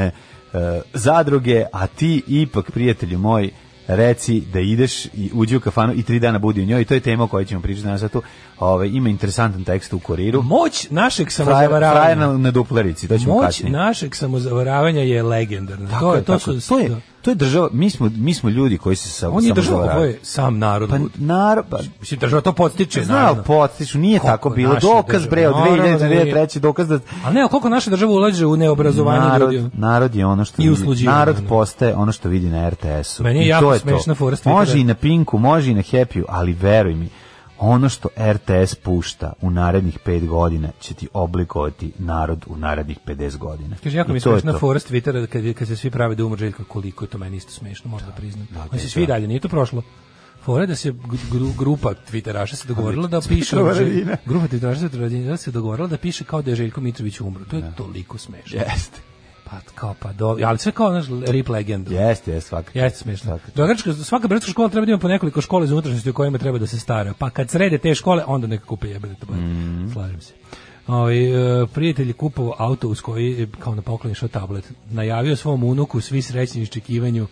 [SPEAKER 6] e, zadruge, a ti ipak, prijatelju moj, reci da ideš i uđi u kafanu i tri dana budi u njoj i to je tema o kojoj ćemo pričati danas. Zato, ove, ima interesantan tekst u kuriru.
[SPEAKER 7] Moć našeg
[SPEAKER 6] Frajer, frajer na,
[SPEAKER 7] samozavaravanja.
[SPEAKER 6] na duplerici, to ćemo
[SPEAKER 7] Moć
[SPEAKER 6] kasnije.
[SPEAKER 7] našeg samozavaravanja je legendarna. to je, to,
[SPEAKER 6] tako
[SPEAKER 7] su,
[SPEAKER 6] to je, to je država, mi smo, mi smo ljudi koji se sa,
[SPEAKER 7] On je država, ovo
[SPEAKER 6] samozavaravaju.
[SPEAKER 7] je sam narod.
[SPEAKER 6] Pa
[SPEAKER 7] lud.
[SPEAKER 6] narod, pa,
[SPEAKER 7] Mislim, država to podstiče,
[SPEAKER 6] znao,
[SPEAKER 7] naravno.
[SPEAKER 6] potišu, nije
[SPEAKER 7] Kako
[SPEAKER 6] tako bilo.
[SPEAKER 7] naša
[SPEAKER 6] Dokaz,
[SPEAKER 7] država.
[SPEAKER 6] bre, od
[SPEAKER 7] Naravno da
[SPEAKER 6] 2003. dokaz da
[SPEAKER 7] Ali ne, ali koliko naša država ulaže u neobrazovanje
[SPEAKER 6] narod,
[SPEAKER 7] ljudi?
[SPEAKER 6] narod je ono što
[SPEAKER 7] I
[SPEAKER 6] vidi-
[SPEAKER 7] usluđivanje,
[SPEAKER 6] narod
[SPEAKER 7] ono.
[SPEAKER 6] postaje ono što vidi na RTS-u.
[SPEAKER 7] Meni je
[SPEAKER 6] I
[SPEAKER 7] jako
[SPEAKER 6] to
[SPEAKER 7] smešna
[SPEAKER 6] to.
[SPEAKER 7] fora s Twittera.
[SPEAKER 6] Može i na Pinku, može i na Happy-u, ali veruj mi, ono što RTS pušta u narednih 5 godina će ti oblikovati narod u narednih 50 godina.
[SPEAKER 7] Kaže, jako mi
[SPEAKER 6] I
[SPEAKER 7] je
[SPEAKER 6] to je
[SPEAKER 7] smešna
[SPEAKER 6] to.
[SPEAKER 7] fora s Twittera kad, je- kad se svi prave da umre Željko, koliko je to meni isto smešno, možda priznam. Da, se svi dalje, nije to prošlo. Fora je da se gru, grupa Twitteraša se dogovorila da piše
[SPEAKER 6] Twitteraša
[SPEAKER 7] o Želj-
[SPEAKER 6] vina.
[SPEAKER 7] grupa Twitteraša se dogovorila- se dogovorila da piše kao da je Željko Mitrović umro. To je toliko smešno.
[SPEAKER 6] Jeste.
[SPEAKER 7] Pa kao pa do, ali sve kao naš rip legend.
[SPEAKER 6] Jeste, jeste, svakako.
[SPEAKER 7] Jeste smešno.
[SPEAKER 6] Svakako.
[SPEAKER 7] Beogradska, svaka beogradska škola treba da ima po nekoliko škola iz unutrašnjosti o kojima treba da se stara. Pa kad srede te škole, onda neka kupe jebene tablete.
[SPEAKER 6] Mhm.
[SPEAKER 7] Slažem se. Ovaj, e, prijatelj je kupovao auto uz koji je kao na poklon išao tablet. Najavio svom unuku svi srećni u iščekivanju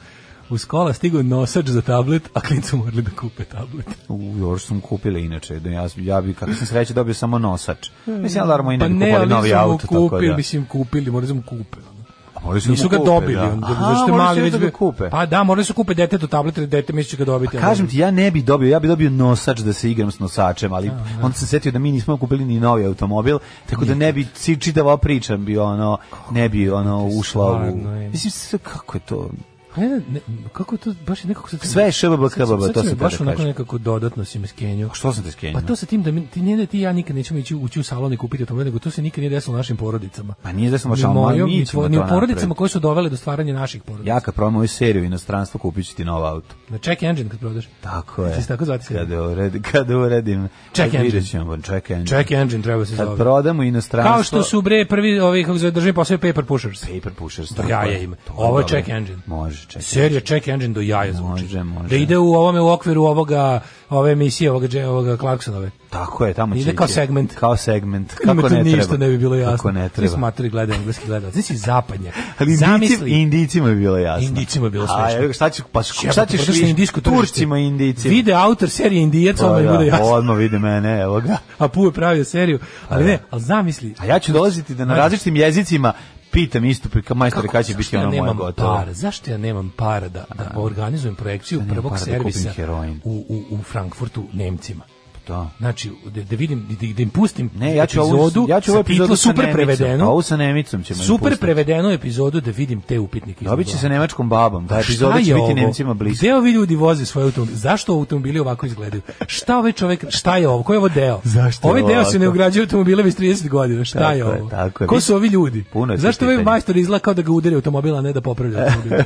[SPEAKER 7] uz kola stigao nosač za tablet, a klincu morali da kupe tablet.
[SPEAKER 6] U, još sam kupila inače, da ja, ja bi, kako sam sreće, dobio samo nosač. Mislim, ali naravno i ne
[SPEAKER 7] Pa
[SPEAKER 6] bi
[SPEAKER 7] ne,
[SPEAKER 6] kupovali
[SPEAKER 7] ali
[SPEAKER 6] novi
[SPEAKER 7] su mu
[SPEAKER 6] auto, tako
[SPEAKER 7] kupili,
[SPEAKER 6] da.
[SPEAKER 7] mislim kupili, morali su mu kupe. ono.
[SPEAKER 6] A morali su
[SPEAKER 7] Nisu
[SPEAKER 6] mu
[SPEAKER 7] ga
[SPEAKER 6] kupe,
[SPEAKER 7] dobili,
[SPEAKER 6] da.
[SPEAKER 7] onda,
[SPEAKER 6] Aha,
[SPEAKER 7] zato što je
[SPEAKER 6] morali
[SPEAKER 7] mali
[SPEAKER 6] su
[SPEAKER 7] već
[SPEAKER 6] da ga
[SPEAKER 7] bio-
[SPEAKER 6] kupe.
[SPEAKER 7] Pa da, morali su kupe detetu tablet, jer dete misli će ga dobiti. ali-
[SPEAKER 6] Pa Kažem ti, ja ne bi dobio, ja bi dobio nosač da se igram s nosačem, ali onda sam setio da mi nismo kupili ni novi automobil, tako da ne bi ci- čitava ova priča bi ono, ne bi ono ušla u...
[SPEAKER 7] stvarno je.
[SPEAKER 6] Mislim, sve kako je to?
[SPEAKER 7] Pa Ne, ne, ne, kako to baš je nekako sad-
[SPEAKER 6] Sve je šbb,
[SPEAKER 7] Sad- sad- sad
[SPEAKER 6] to
[SPEAKER 7] si
[SPEAKER 6] sam
[SPEAKER 7] me baš
[SPEAKER 6] tada
[SPEAKER 7] onako
[SPEAKER 6] kažem.
[SPEAKER 7] nekako dodatno si me skenio.
[SPEAKER 6] Što sam te skenio?
[SPEAKER 7] Pa to sa tim da mi, ti ne, ne, ti i ja nikad nećemo ići ući u salon i kupiti automobil, nego to se nikad nije desilo našim porodicama.
[SPEAKER 6] Pa nije da sam
[SPEAKER 7] Ni
[SPEAKER 6] baš, ali
[SPEAKER 7] mojom,
[SPEAKER 6] mi
[SPEAKER 7] ni,
[SPEAKER 6] ćemo
[SPEAKER 7] tvoj-
[SPEAKER 6] to
[SPEAKER 7] ni u
[SPEAKER 6] napraviti.
[SPEAKER 7] porodicama koje su dovele do stvaranja naših porodica.
[SPEAKER 6] Ja kad probam ovu seriju u inostranstvu, kupit ću ti nov auto.
[SPEAKER 7] Na check engine kad prodaš.
[SPEAKER 6] Tako je.
[SPEAKER 7] Će se tako zvati serija?
[SPEAKER 6] Kada uredim, kada uredim.
[SPEAKER 7] Check
[SPEAKER 6] kad vidjet
[SPEAKER 7] engine.
[SPEAKER 6] ćemo, check engine.
[SPEAKER 7] Check engine treba se
[SPEAKER 6] Kad
[SPEAKER 7] zove.
[SPEAKER 6] prodamo inostranstvo...
[SPEAKER 7] Kao što su bre prvi ovi kako se zove, državni posao paper pushers.
[SPEAKER 6] Paper pushers.
[SPEAKER 7] Do
[SPEAKER 6] tako
[SPEAKER 7] jaja
[SPEAKER 6] je.
[SPEAKER 7] ima.
[SPEAKER 6] To
[SPEAKER 7] Ovo je
[SPEAKER 6] dobro.
[SPEAKER 7] check engine.
[SPEAKER 6] Može, check engine.
[SPEAKER 7] Serija Check Engine do jaja zvuči.
[SPEAKER 6] Može, može.
[SPEAKER 7] Da ide u ovome u okviru ovoga ove emisije ovoga Dže- ovoga Clarksonove.
[SPEAKER 6] Tako je, tamo će
[SPEAKER 7] Ide kao
[SPEAKER 6] ići.
[SPEAKER 7] segment.
[SPEAKER 6] Kao segment.
[SPEAKER 7] Kako
[SPEAKER 6] Kako ne treba.
[SPEAKER 7] Pa ništa ne bi bilo jasno.
[SPEAKER 6] Kako ne
[SPEAKER 7] Svi
[SPEAKER 6] treba.
[SPEAKER 7] smatrali gleda engleski gledalac. Znači zapadnjak.
[SPEAKER 6] Ali indicima,
[SPEAKER 7] Zamisli.
[SPEAKER 6] indicima je bilo jasno.
[SPEAKER 7] Indicima je bilo
[SPEAKER 6] A,
[SPEAKER 7] smešno.
[SPEAKER 6] evo, šta će, pa
[SPEAKER 7] Jebote,
[SPEAKER 6] šta ćeš
[SPEAKER 7] potrošili
[SPEAKER 6] vi?
[SPEAKER 7] indijsko tržište.
[SPEAKER 6] Turcima i indicima.
[SPEAKER 7] Vide autor serije Indijac,
[SPEAKER 6] Pa
[SPEAKER 7] odmah im
[SPEAKER 6] da,
[SPEAKER 7] bude jasno.
[SPEAKER 6] Odmah vide mene, evo ga.
[SPEAKER 7] A Pu je pravio seriju, ali
[SPEAKER 6] da.
[SPEAKER 7] ne, ali zamisli.
[SPEAKER 6] A ja ću dolaziti da na
[SPEAKER 7] Ajde.
[SPEAKER 6] različitim jezicima pitam istupi ka majstore kada će
[SPEAKER 7] zašto
[SPEAKER 6] biti
[SPEAKER 7] ja
[SPEAKER 6] ono moje
[SPEAKER 7] nemam
[SPEAKER 6] gotovo.
[SPEAKER 7] Para, zašto ja nemam para da, da organizujem projekciju
[SPEAKER 6] nemam
[SPEAKER 7] prvog
[SPEAKER 6] para da kupim
[SPEAKER 7] servisa
[SPEAKER 6] heroin?
[SPEAKER 7] u, u, u Frankfurtu Nemcima?
[SPEAKER 6] Da.
[SPEAKER 7] Znači, da, da vidim, da, da im pustim
[SPEAKER 6] Ne, ja ću ovu, ja ću ovu
[SPEAKER 7] sa
[SPEAKER 6] epizodu
[SPEAKER 7] titlom
[SPEAKER 6] sa
[SPEAKER 7] super
[SPEAKER 6] Nemicom.
[SPEAKER 7] prevedenu.
[SPEAKER 6] A Ovu sa Nemicom ćemo im
[SPEAKER 7] Super
[SPEAKER 6] pustiti.
[SPEAKER 7] prevedenu epizodu da vidim te upitnike.
[SPEAKER 6] Dobit će
[SPEAKER 7] iznad
[SPEAKER 6] sa nemačkom babom. Da,
[SPEAKER 7] glave.
[SPEAKER 6] epizoda
[SPEAKER 7] Pa Šta
[SPEAKER 6] Pa će
[SPEAKER 7] je
[SPEAKER 6] biti
[SPEAKER 7] ovo?
[SPEAKER 6] Nemcima blizu.
[SPEAKER 7] Gde ovi ljudi voze svoje automobile? Zašto automobili ovako izgledaju? Šta ovaj čovjek, šta je ovo? Ko je ovo deo?
[SPEAKER 6] Zašto je
[SPEAKER 7] Ovaj deo
[SPEAKER 6] ovako?
[SPEAKER 7] se ne ugrađuje u automobile već 30 godina. Šta
[SPEAKER 6] Tako
[SPEAKER 7] je
[SPEAKER 6] je,
[SPEAKER 7] ovo?
[SPEAKER 6] tako je.
[SPEAKER 7] Ko su ovi ljudi?
[SPEAKER 6] Puno je
[SPEAKER 7] Zašto
[SPEAKER 6] tih
[SPEAKER 7] ovaj
[SPEAKER 6] pitanja.
[SPEAKER 7] majstor izgleda kao da ga udari automobil, a ne da popravlja automobil?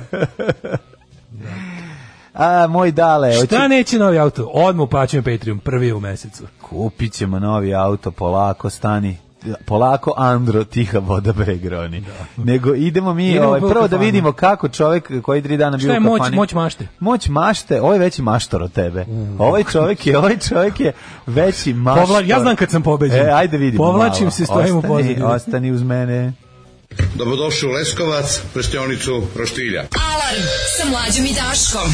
[SPEAKER 6] A, moj dale, hoće,
[SPEAKER 7] Šta neće novi auto? Odmah uplaćujem Patreon, prvi je u mesecu.
[SPEAKER 6] kupit ćemo novi auto, polako stani polako Andro tiha voda bregroni. Nego idemo mi
[SPEAKER 7] Idemo
[SPEAKER 6] ovaj,
[SPEAKER 7] prvo u
[SPEAKER 6] prvo da
[SPEAKER 7] kafanu.
[SPEAKER 6] vidimo kako čovjek koji tri dana bio
[SPEAKER 7] Šta
[SPEAKER 6] u
[SPEAKER 7] je
[SPEAKER 6] kafani.
[SPEAKER 7] moć, moć mašte?
[SPEAKER 6] Moć mašte, ovaj je veći maštor od tebe. Ovaj čovjek je, ovaj čovjek je veći maštor.
[SPEAKER 7] Povla- ja znam kad sam pobeđen.
[SPEAKER 6] E, ajde vidimo
[SPEAKER 7] Povlačim
[SPEAKER 6] malo.
[SPEAKER 7] se, stojim u
[SPEAKER 6] Ostani-
[SPEAKER 7] pozadini.
[SPEAKER 6] Ostani uz mene.
[SPEAKER 12] Dobrodošli u Leskovac, prštionicu Roštilja.
[SPEAKER 11] Alarm sa mlađom i Daškom.